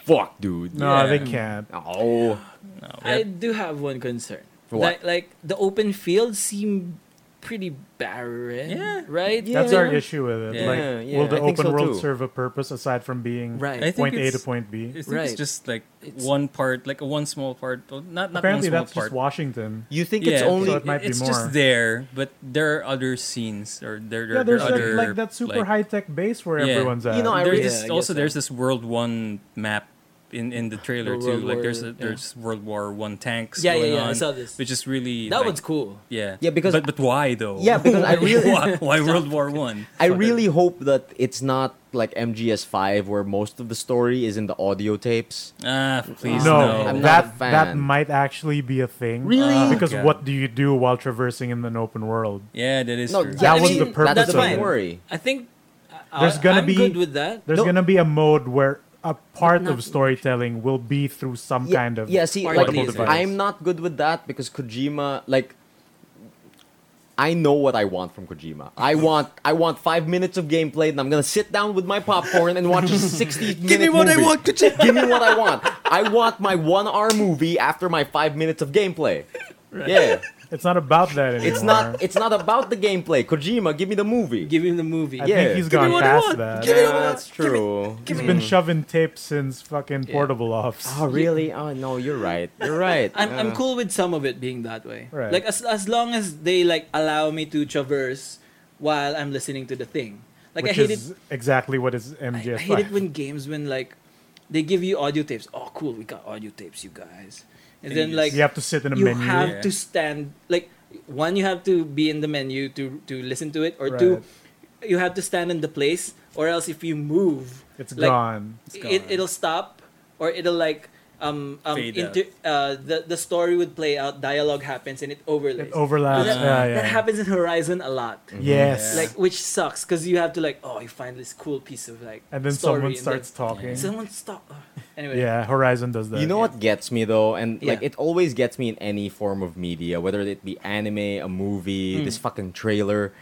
Speaker 1: fuck, dude.
Speaker 4: no, they
Speaker 3: Yeah.
Speaker 4: can't.
Speaker 1: Oh,
Speaker 3: No, we
Speaker 2: I
Speaker 3: have-
Speaker 2: do have one concern.
Speaker 1: What?
Speaker 2: Like, like the open fields seem pretty barren.
Speaker 3: Yeah.
Speaker 2: right.
Speaker 4: That's
Speaker 1: Yeah.
Speaker 4: our issue with it.
Speaker 3: Yeah,
Speaker 4: like,
Speaker 1: yeah,
Speaker 4: will the
Speaker 1: I think
Speaker 4: open
Speaker 1: so
Speaker 4: world
Speaker 1: too.
Speaker 4: serve a purpose aside from being
Speaker 2: Right.
Speaker 3: I think
Speaker 4: point A to
Speaker 3: it's-
Speaker 4: point B?
Speaker 3: I think it's
Speaker 2: Right.
Speaker 3: just like
Speaker 2: It's-
Speaker 3: one part, like a one small part. well, Not not
Speaker 4: Apparently,
Speaker 3: one small
Speaker 4: that's
Speaker 3: part.
Speaker 4: just Washington.
Speaker 1: you think
Speaker 3: yeah,
Speaker 1: it's only?
Speaker 4: so it might be
Speaker 3: it's
Speaker 4: more.
Speaker 3: just there, but there are other scenes or there, there,
Speaker 4: Yeah, there's
Speaker 3: there
Speaker 4: that,
Speaker 3: are other
Speaker 4: like that super
Speaker 3: like-
Speaker 4: high tech base where
Speaker 3: Yeah.
Speaker 4: everyone's at.
Speaker 1: You know, I
Speaker 3: There's
Speaker 1: really-
Speaker 3: this,
Speaker 2: Yeah, I guess
Speaker 3: also there's
Speaker 2: so.
Speaker 3: this World One map in in the trailer
Speaker 2: The
Speaker 3: too.
Speaker 2: World
Speaker 3: like there's
Speaker 2: War,
Speaker 3: a,
Speaker 2: yeah.
Speaker 3: there's World War One tanks.
Speaker 2: Yeah, yeah,
Speaker 3: going
Speaker 2: yeah, I
Speaker 3: on,
Speaker 2: saw this.
Speaker 3: Which is really
Speaker 2: That
Speaker 3: like,
Speaker 2: one's cool.
Speaker 3: Yeah,
Speaker 1: Yeah, because-
Speaker 3: but but why though?
Speaker 1: Yeah, because I really-
Speaker 3: [laughs] why,
Speaker 2: [laughs]
Speaker 3: why World War One?
Speaker 1: I really hope that it's not like MGS Five, where most of the story is in the audio tapes.
Speaker 3: Ah, please
Speaker 4: no,
Speaker 3: no.
Speaker 1: I'm not a
Speaker 4: that
Speaker 1: fan.
Speaker 4: that might actually be a thing. Uh,
Speaker 1: Really?
Speaker 3: Ah,
Speaker 4: Because
Speaker 3: God.
Speaker 4: what do you do while traversing in an open world?
Speaker 3: Yeah, that is
Speaker 1: No,
Speaker 3: true.
Speaker 4: That
Speaker 1: I
Speaker 4: was
Speaker 1: mean,
Speaker 4: the purpose
Speaker 1: That's
Speaker 2: of
Speaker 1: my
Speaker 2: it.
Speaker 1: worry.
Speaker 2: I think I,
Speaker 4: There's gonna
Speaker 2: I'm
Speaker 4: be-
Speaker 2: good with that.
Speaker 4: There's
Speaker 1: No.
Speaker 4: gonna be a mode where a part
Speaker 2: not-
Speaker 4: of storytelling will be through some
Speaker 1: yeah,
Speaker 4: kind of
Speaker 1: yeah see
Speaker 2: Or
Speaker 1: like,
Speaker 2: portable
Speaker 1: please,
Speaker 2: device.
Speaker 1: i'm not good with that because kojima like i know what i want from kojima i want i want five minutes of gameplay and i'm gonna sit down with my popcorn and watch a 60 minute
Speaker 3: me what I
Speaker 1: movie.
Speaker 3: want,
Speaker 1: give me what i want i want my one hour movie after my five minutes of gameplay yeah
Speaker 4: It's not about that anymore.
Speaker 1: it's not it's not about the gameplay kojima give me the movie
Speaker 2: Give him the movie.
Speaker 4: I
Speaker 1: Yeah.
Speaker 4: think he's
Speaker 1: Give me
Speaker 4: gone
Speaker 2: what I
Speaker 4: past
Speaker 2: want.
Speaker 4: that.
Speaker 1: yeah, that's true
Speaker 4: He's been shoving tape since fucking portable offs.
Speaker 1: oh really oh no you're right you're right
Speaker 2: I'm, I'm
Speaker 1: Uh,
Speaker 2: cool with some of it being that way.
Speaker 4: Right.
Speaker 2: Like as as long as they like allow me to traverse while I'm listening to the thing. Like I
Speaker 4: which
Speaker 2: hate
Speaker 4: is
Speaker 2: it.
Speaker 4: exactly what is
Speaker 2: I,
Speaker 4: MGS.
Speaker 2: I hate it when games when like they give you audio tapes. Oh, cool, we got audio tapes, you guys. And
Speaker 3: And
Speaker 2: then
Speaker 3: you
Speaker 2: like
Speaker 4: you have to sit in a
Speaker 2: you
Speaker 4: menu.
Speaker 2: have
Speaker 3: Yeah.
Speaker 2: to stand like one you have to be in the menu to to listen to it or two you have to stand in the place or else if you move
Speaker 4: It's
Speaker 2: like,
Speaker 4: gone.
Speaker 3: gone.
Speaker 2: it, it'll stop or it'll like um, um
Speaker 3: Fade
Speaker 2: inter- uh, the the story would play out dialogue happens and it overlays
Speaker 4: It overlaps.
Speaker 2: that,
Speaker 4: yeah, yeah. Mm.
Speaker 2: that happens in horizon a lot
Speaker 4: Yes.
Speaker 2: like which sucks because you have to like oh you find this cool piece of like
Speaker 4: and then
Speaker 2: story
Speaker 4: someone
Speaker 2: and
Speaker 4: starts talking.
Speaker 2: then, someone stop uh, anyway
Speaker 4: Yeah, Horizon does that.
Speaker 1: You know what gets me though, and like
Speaker 2: Yeah.
Speaker 1: it always gets me in any form of media, whether it be anime, a movie,
Speaker 4: Hmm.
Speaker 1: this fucking trailer.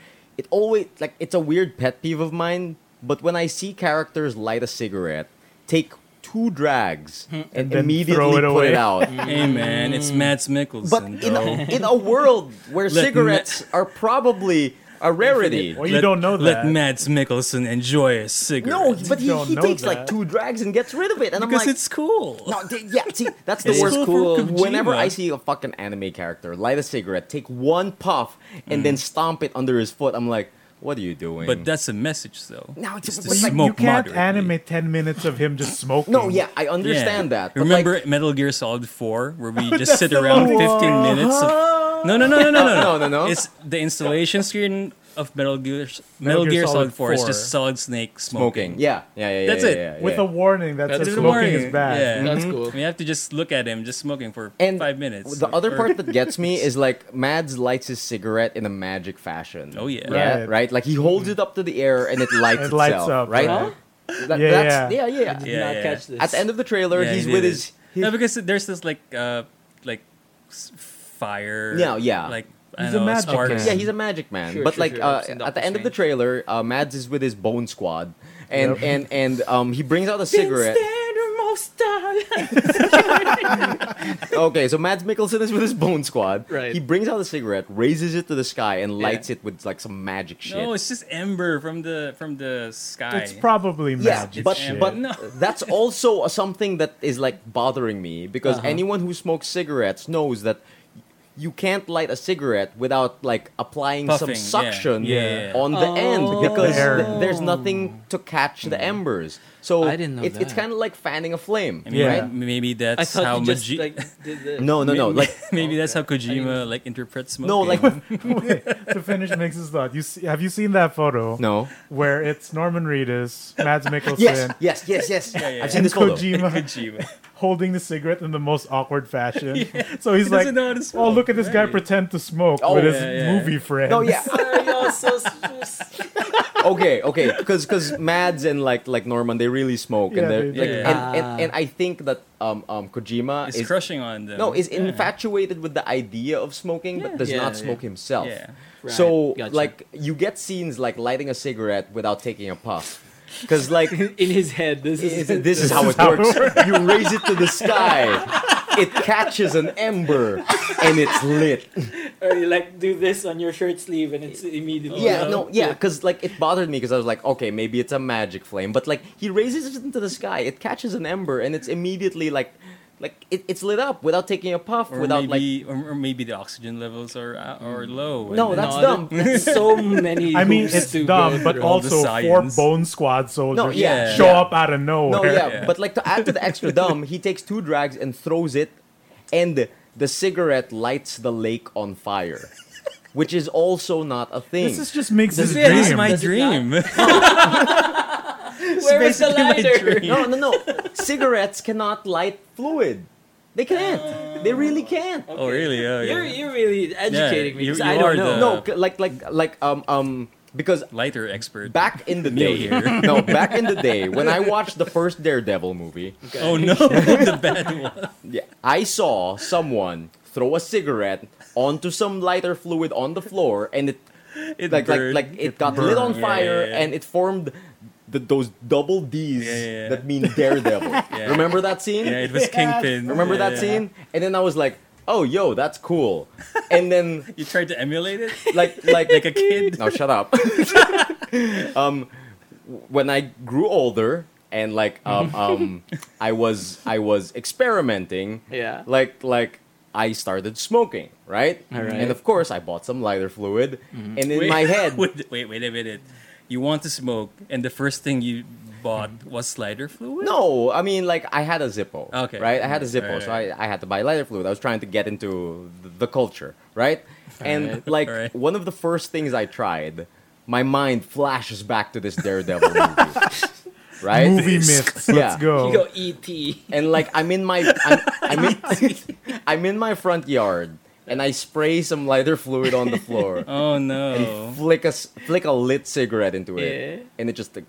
Speaker 1: It always like it's a weird pet peeve of mine. But when I see characters light a cigarette, take two drags, and,
Speaker 4: Hmm. then
Speaker 1: immediately
Speaker 4: throw it
Speaker 1: put
Speaker 4: away. Mm.
Speaker 1: it
Speaker 4: [laughs]
Speaker 1: out.
Speaker 3: Hey
Speaker 2: Mm.
Speaker 3: man, it's Mads
Speaker 1: but
Speaker 3: Mikkelsen.
Speaker 1: in
Speaker 3: though.
Speaker 1: a, in a world where
Speaker 3: Let me-
Speaker 1: cigarettes are probably a rarity.
Speaker 4: Well, you don't know
Speaker 3: Let
Speaker 4: that.
Speaker 3: Mads Mikkelsen enjoy a cigarette.
Speaker 1: No, but he,
Speaker 4: don't
Speaker 1: he
Speaker 4: know
Speaker 1: takes like
Speaker 4: that.
Speaker 1: two drags and gets rid of it, and
Speaker 3: because
Speaker 1: I'm like,
Speaker 3: it's cool.
Speaker 1: No,
Speaker 3: [laughs]
Speaker 1: d- yeah, see, that's the
Speaker 3: It's
Speaker 1: worst.
Speaker 3: cool for Kojima.
Speaker 1: Whenever I see a fucking anime character light a cigarette, take one puff, and then stomp it under his foot, I'm like, what are you doing?
Speaker 3: Mm. But that's a message, though.
Speaker 1: No, it's-
Speaker 3: Is to
Speaker 1: but, like, you
Speaker 4: you
Speaker 3: smoke
Speaker 4: can't
Speaker 3: moderately.
Speaker 4: animate 10 minutes of him just smoking.
Speaker 1: no, yeah, I
Speaker 3: Yeah.
Speaker 1: understand that. but,
Speaker 3: Remember
Speaker 1: like,
Speaker 3: Metal Gear Solid 4, where
Speaker 1: [laughs]
Speaker 3: we just sit around 15 minutes of. No, no, no, no, no, no,
Speaker 1: [laughs] No, no, no.
Speaker 3: It's the installation screen of Metal Gear, Metal Gear, Solid 4. It's just Solid Snake smoking.
Speaker 1: smoking. Yeah, yeah, yeah. yeah,
Speaker 3: That's
Speaker 1: yeah,
Speaker 3: it.
Speaker 1: yeah, yeah.
Speaker 4: With a warning that
Speaker 3: That's
Speaker 4: says
Speaker 3: the
Speaker 4: smoking
Speaker 3: warning.
Speaker 4: is bad.
Speaker 3: Yeah.
Speaker 2: That's cool.
Speaker 3: We have to just look at him just smoking for
Speaker 1: Mm-hmm. and
Speaker 3: five minutes.
Speaker 1: The other
Speaker 3: Or-
Speaker 1: part that gets
Speaker 3: [laughs]
Speaker 1: me is like Mads lights his cigarette in a magic fashion.
Speaker 3: Oh, yeah.
Speaker 1: yeah,
Speaker 4: Right.
Speaker 1: right. Like he holds it up to the air and it lights
Speaker 4: [laughs] It
Speaker 1: itself.
Speaker 4: lights up,
Speaker 1: right?
Speaker 4: right.
Speaker 1: That-
Speaker 4: Yeah,
Speaker 1: that's-
Speaker 4: yeah.
Speaker 1: yeah, yeah,
Speaker 2: Did
Speaker 3: Yeah,
Speaker 2: not
Speaker 3: yeah.
Speaker 2: catch this.
Speaker 1: At the end of the trailer,
Speaker 3: Yeah,
Speaker 1: he's
Speaker 3: he
Speaker 1: with
Speaker 3: did
Speaker 1: his.
Speaker 3: it.
Speaker 1: his
Speaker 3: no, because there's this like uh like s- fire.
Speaker 1: Yeah, yeah.
Speaker 3: Like
Speaker 4: He's
Speaker 3: I
Speaker 4: a
Speaker 3: don't know,
Speaker 4: magic
Speaker 3: sparks.
Speaker 4: man.
Speaker 1: Yeah, he's a magic man.
Speaker 2: Sure,
Speaker 1: but
Speaker 2: sure,
Speaker 1: like
Speaker 2: sure.
Speaker 1: Uh,
Speaker 2: I've seen
Speaker 1: at
Speaker 2: Doctor
Speaker 1: the end of the
Speaker 2: Strange.
Speaker 1: trailer, uh, Mads is with his bone squad, and
Speaker 4: Yep.
Speaker 1: and and um, he brings out a cigarette. okay, so Mads Mikkelsen is with his bone squad.
Speaker 2: Right.
Speaker 1: He brings out a cigarette, raises it to the sky, and lights it with like some magic shit.
Speaker 3: No, it's just ember from the from the sky.
Speaker 4: It's probably
Speaker 1: yeah,
Speaker 4: magic.
Speaker 1: but
Speaker 4: shit. [laughs]
Speaker 1: but
Speaker 3: No.
Speaker 1: [laughs] that's also something that is like bothering me because
Speaker 3: Uh-huh.
Speaker 1: anyone who smokes cigarettes knows that you can't light a cigarette without like applying some
Speaker 3: Puffing, yeah.
Speaker 1: suction
Speaker 3: Yeah.
Speaker 1: on the end
Speaker 2: Oh.
Speaker 1: because
Speaker 4: The air.
Speaker 1: th- there's nothing to catch the
Speaker 3: Mm.
Speaker 1: embers. So
Speaker 2: I didn't know
Speaker 1: it's it's
Speaker 2: that.
Speaker 1: kind of like fanning a flame,
Speaker 3: I mean,
Speaker 4: Yeah.
Speaker 1: right?
Speaker 3: may- maybe
Speaker 2: [laughs] I
Speaker 3: that's
Speaker 2: thought
Speaker 3: how
Speaker 2: you just
Speaker 3: Maji- [laughs]
Speaker 2: like did the
Speaker 1: No, no, no.
Speaker 3: may-
Speaker 1: oh, Like
Speaker 3: maybe that's how
Speaker 2: didn't
Speaker 3: Kojima like interprets smoking.
Speaker 1: no, like
Speaker 4: to finish Mix's thought, you see, have you seen that photo?
Speaker 3: [laughs]
Speaker 1: no.
Speaker 4: Where it's Norman Reedus, Mads
Speaker 1: [laughs]
Speaker 4: Mikkelsen,
Speaker 1: Yes, yes, yes, yes.
Speaker 3: yeah,
Speaker 1: I've
Speaker 3: [laughs] yeah.
Speaker 1: seen
Speaker 4: and
Speaker 1: this photo. [laughs]
Speaker 4: Kojima
Speaker 3: Kojima.
Speaker 4: holding the cigarette in the most
Speaker 3: [laughs]
Speaker 4: awkward fashion. So he's
Speaker 3: He doesn't
Speaker 4: like,
Speaker 3: know how to smoke,
Speaker 4: "Oh, look at this guy
Speaker 3: right."
Speaker 4: pretend to smoke
Speaker 1: Oh,
Speaker 4: with his
Speaker 3: yeah, yeah.
Speaker 4: movie friend."
Speaker 1: No, yeah.
Speaker 2: [laughs] Sorry, y'all, so s-
Speaker 1: okay, okay, because because Mads and like like Norman, they really smoke,
Speaker 4: Yeah,
Speaker 1: and they're
Speaker 4: they
Speaker 1: like,
Speaker 3: do.
Speaker 1: and, and and I think that um um Kojima
Speaker 3: It's
Speaker 1: is
Speaker 3: crushing on them.
Speaker 1: no is infatuated with the idea of smoking, but does
Speaker 2: Yeah,
Speaker 1: not
Speaker 2: yeah.
Speaker 1: smoke himself.
Speaker 3: Yeah.
Speaker 2: Right,
Speaker 1: So
Speaker 2: gotcha.
Speaker 1: like you get scenes like lighting a cigarette without taking a puff, because [laughs] like i-
Speaker 2: in his head. This is
Speaker 1: is- [laughs] this is how it works. you raise it to the sky, it catches an ember, and it's lit.
Speaker 2: or you like do this on your shirt sleeve and it's immediately
Speaker 1: Yeah, no, yeah, because like it bothered me because I was like, okay, maybe it's a magic flame, but like he raises it into the sky, it catches an ember, and it's immediately like, like it, it's lit up without taking a puff,
Speaker 3: or
Speaker 1: without like.
Speaker 3: maybe or, or maybe the oxygen levels are uh, are
Speaker 4: Mm.
Speaker 3: low.
Speaker 1: No,
Speaker 3: and then- [laughs]
Speaker 1: that's
Speaker 2: No,
Speaker 1: dumb.
Speaker 2: there's [laughs] so many.
Speaker 4: I mean,
Speaker 2: hoops
Speaker 4: it's
Speaker 2: to go
Speaker 4: dumb, but
Speaker 2: through.
Speaker 3: all the
Speaker 4: also four
Speaker 3: science.
Speaker 4: Bone Squad soldiers
Speaker 1: No, yeah,
Speaker 4: show
Speaker 1: yeah.
Speaker 4: up out of nowhere.
Speaker 1: No, yeah,
Speaker 3: Yeah.
Speaker 1: but like to add to the extra dumb, he takes two drags and throws it, and the cigarette lights the lake on fire, which is also not a thing.
Speaker 4: This is just makes his
Speaker 3: This is
Speaker 4: dream.
Speaker 3: my
Speaker 2: Does it
Speaker 3: dream. [laughs]
Speaker 2: Where is the
Speaker 3: basically my
Speaker 2: lighter?
Speaker 3: dream.
Speaker 1: [laughs] no, no, no. Cigarettes cannot light fluid. They can't. They really can't.
Speaker 3: oh really? Oh,
Speaker 2: [laughs]
Speaker 3: yeah.
Speaker 2: You're you're really educating me.
Speaker 3: you-
Speaker 2: 'cause
Speaker 3: you
Speaker 2: I don't
Speaker 3: are
Speaker 2: know.
Speaker 3: the-
Speaker 1: No, c- like like like um um because
Speaker 3: Lighter expert.
Speaker 1: back in the
Speaker 3: Me
Speaker 1: day,
Speaker 3: here.
Speaker 1: no, back in the day when I watched the first Daredevil movie,
Speaker 3: Oh
Speaker 1: [laughs]
Speaker 3: no, [laughs] the bad one.
Speaker 1: yeah, I saw someone throw a cigarette onto some lighter fluid on the floor, and it
Speaker 3: It
Speaker 1: like
Speaker 3: burned.
Speaker 1: like like it, got lit on
Speaker 3: Yeah,
Speaker 1: fire,
Speaker 3: yeah, yeah.
Speaker 1: and it formed. The, those double D's
Speaker 3: Yeah, yeah, yeah.
Speaker 1: that mean Daredevil. Remember that scene?
Speaker 3: [laughs] [laughs] Yeah, it was
Speaker 1: [laughs]
Speaker 3: Kingpin.
Speaker 1: Remember
Speaker 3: Yeah,
Speaker 1: that
Speaker 3: yeah.
Speaker 1: scene? And then I was like, "Oh, yo, that's cool." And then
Speaker 3: You tried to
Speaker 1: [laughs]
Speaker 3: emulate it
Speaker 1: like like
Speaker 3: [laughs] like a kid.
Speaker 1: No, shut up. [laughs] um, when I grew older and like um, um, I was I was experimenting.
Speaker 2: Yeah.
Speaker 1: Like like I started smoking, right? Mm-hmm.
Speaker 2: Alright.
Speaker 1: And of course, I bought some lighter fluid, and in
Speaker 3: Wait,
Speaker 1: my head, [laughs]
Speaker 3: [laughs] Wait, wait, wait a minute. You want to smoke, and the first thing you bought was lighter fluid.
Speaker 1: no, I mean like I had a Zippo,
Speaker 3: Okay.
Speaker 1: right? I had a Zippo, so I,
Speaker 3: Alright.
Speaker 1: I had to buy lighter fluid. I was trying to get into th- the culture, right? And
Speaker 3: Alright.
Speaker 1: like
Speaker 3: Alright.
Speaker 1: one of the first things I tried, my mind flashes back to this Daredevil movie, [laughs] right?
Speaker 4: movie myths.
Speaker 1: Yeah.
Speaker 4: Let's go.
Speaker 2: You go E E.T.
Speaker 1: and like I'm in my I'm, I'm in [laughs] I'm in my front yard and I spray some lighter fluid on the
Speaker 3: [laughs]
Speaker 1: floor,
Speaker 3: Oh no.
Speaker 1: flick a s- flick a lit cigarette into it,
Speaker 2: Yeah.
Speaker 1: and it just like,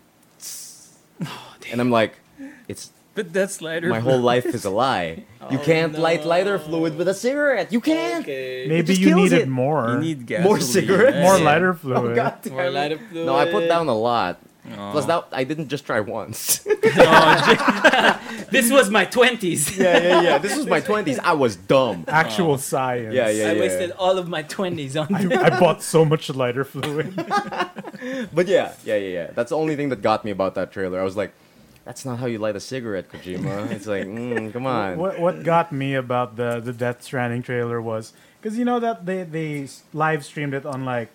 Speaker 1: and I'm like, it's
Speaker 3: But that's lighter.
Speaker 1: my
Speaker 3: fluid.
Speaker 1: whole life is a lie. You can't light lighter fluid with a cigarette. You can't.
Speaker 2: Okay.
Speaker 4: Maybe
Speaker 1: just
Speaker 4: you
Speaker 1: kills it.
Speaker 4: needed more.
Speaker 3: You need gas.
Speaker 1: More cigarettes?
Speaker 4: more
Speaker 1: Yeah. Oh,
Speaker 4: lighter
Speaker 1: [laughs]
Speaker 4: fluid.
Speaker 1: God damn
Speaker 2: More
Speaker 1: it.
Speaker 2: lighter
Speaker 1: No, I put
Speaker 2: fluid.
Speaker 1: down a lot.
Speaker 3: Oh.
Speaker 1: Plus,
Speaker 3: [laughs]
Speaker 1: that I didn't just try once. [laughs]
Speaker 2: This was my 20s.
Speaker 1: yeah, yeah, [laughs] yeah. This was my twenties. I was dumb.
Speaker 4: Actual science.
Speaker 1: Oh. Yeah, yeah,
Speaker 2: [laughs] I
Speaker 1: yeah.
Speaker 2: wasted all of my 20s on this.
Speaker 4: I, I bought so much
Speaker 1: [laughs]
Speaker 4: lighter fluid.
Speaker 1: But yeah, yeah, yeah, yeah. That's the only thing that got me about that trailer. I was like, that's not how you light a cigarette,
Speaker 4: [laughs]
Speaker 1: Kojima. It's like, mm, come on.
Speaker 4: what, what got me about the the Death Stranding trailer was because you know that they they s- live streamed it on like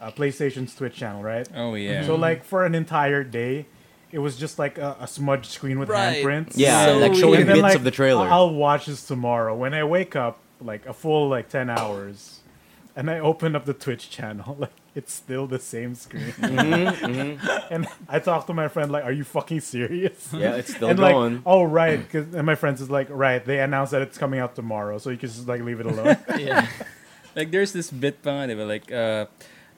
Speaker 4: uh, PlayStation's Twitch channel, right?
Speaker 3: Oh yeah.
Speaker 4: So like for an entire day, it was just like a, a smudged screen with
Speaker 2: Right.
Speaker 4: handprints.
Speaker 1: Yeah,
Speaker 2: So
Speaker 1: like
Speaker 2: weird.
Speaker 1: showing
Speaker 4: And
Speaker 2: And
Speaker 4: then,
Speaker 1: bits
Speaker 4: like,
Speaker 1: of the trailer.
Speaker 4: I- I'll watch this tomorrow when I wake up, like a full like ten hours, and I open up the Twitch channel, [laughs] like it's still the same screen.
Speaker 1: Mm-hmm,
Speaker 4: [laughs] and I talk to my friend, like, "Are you fucking serious?"
Speaker 1: [laughs] yeah, it's still
Speaker 4: and
Speaker 1: going.
Speaker 4: like, oh right, 'cause- and my friends is like, right, they announced that it's coming out tomorrow, so you can just like leave it alone.
Speaker 2: [laughs] yeah.
Speaker 3: Like there's this bit pa, they were like uh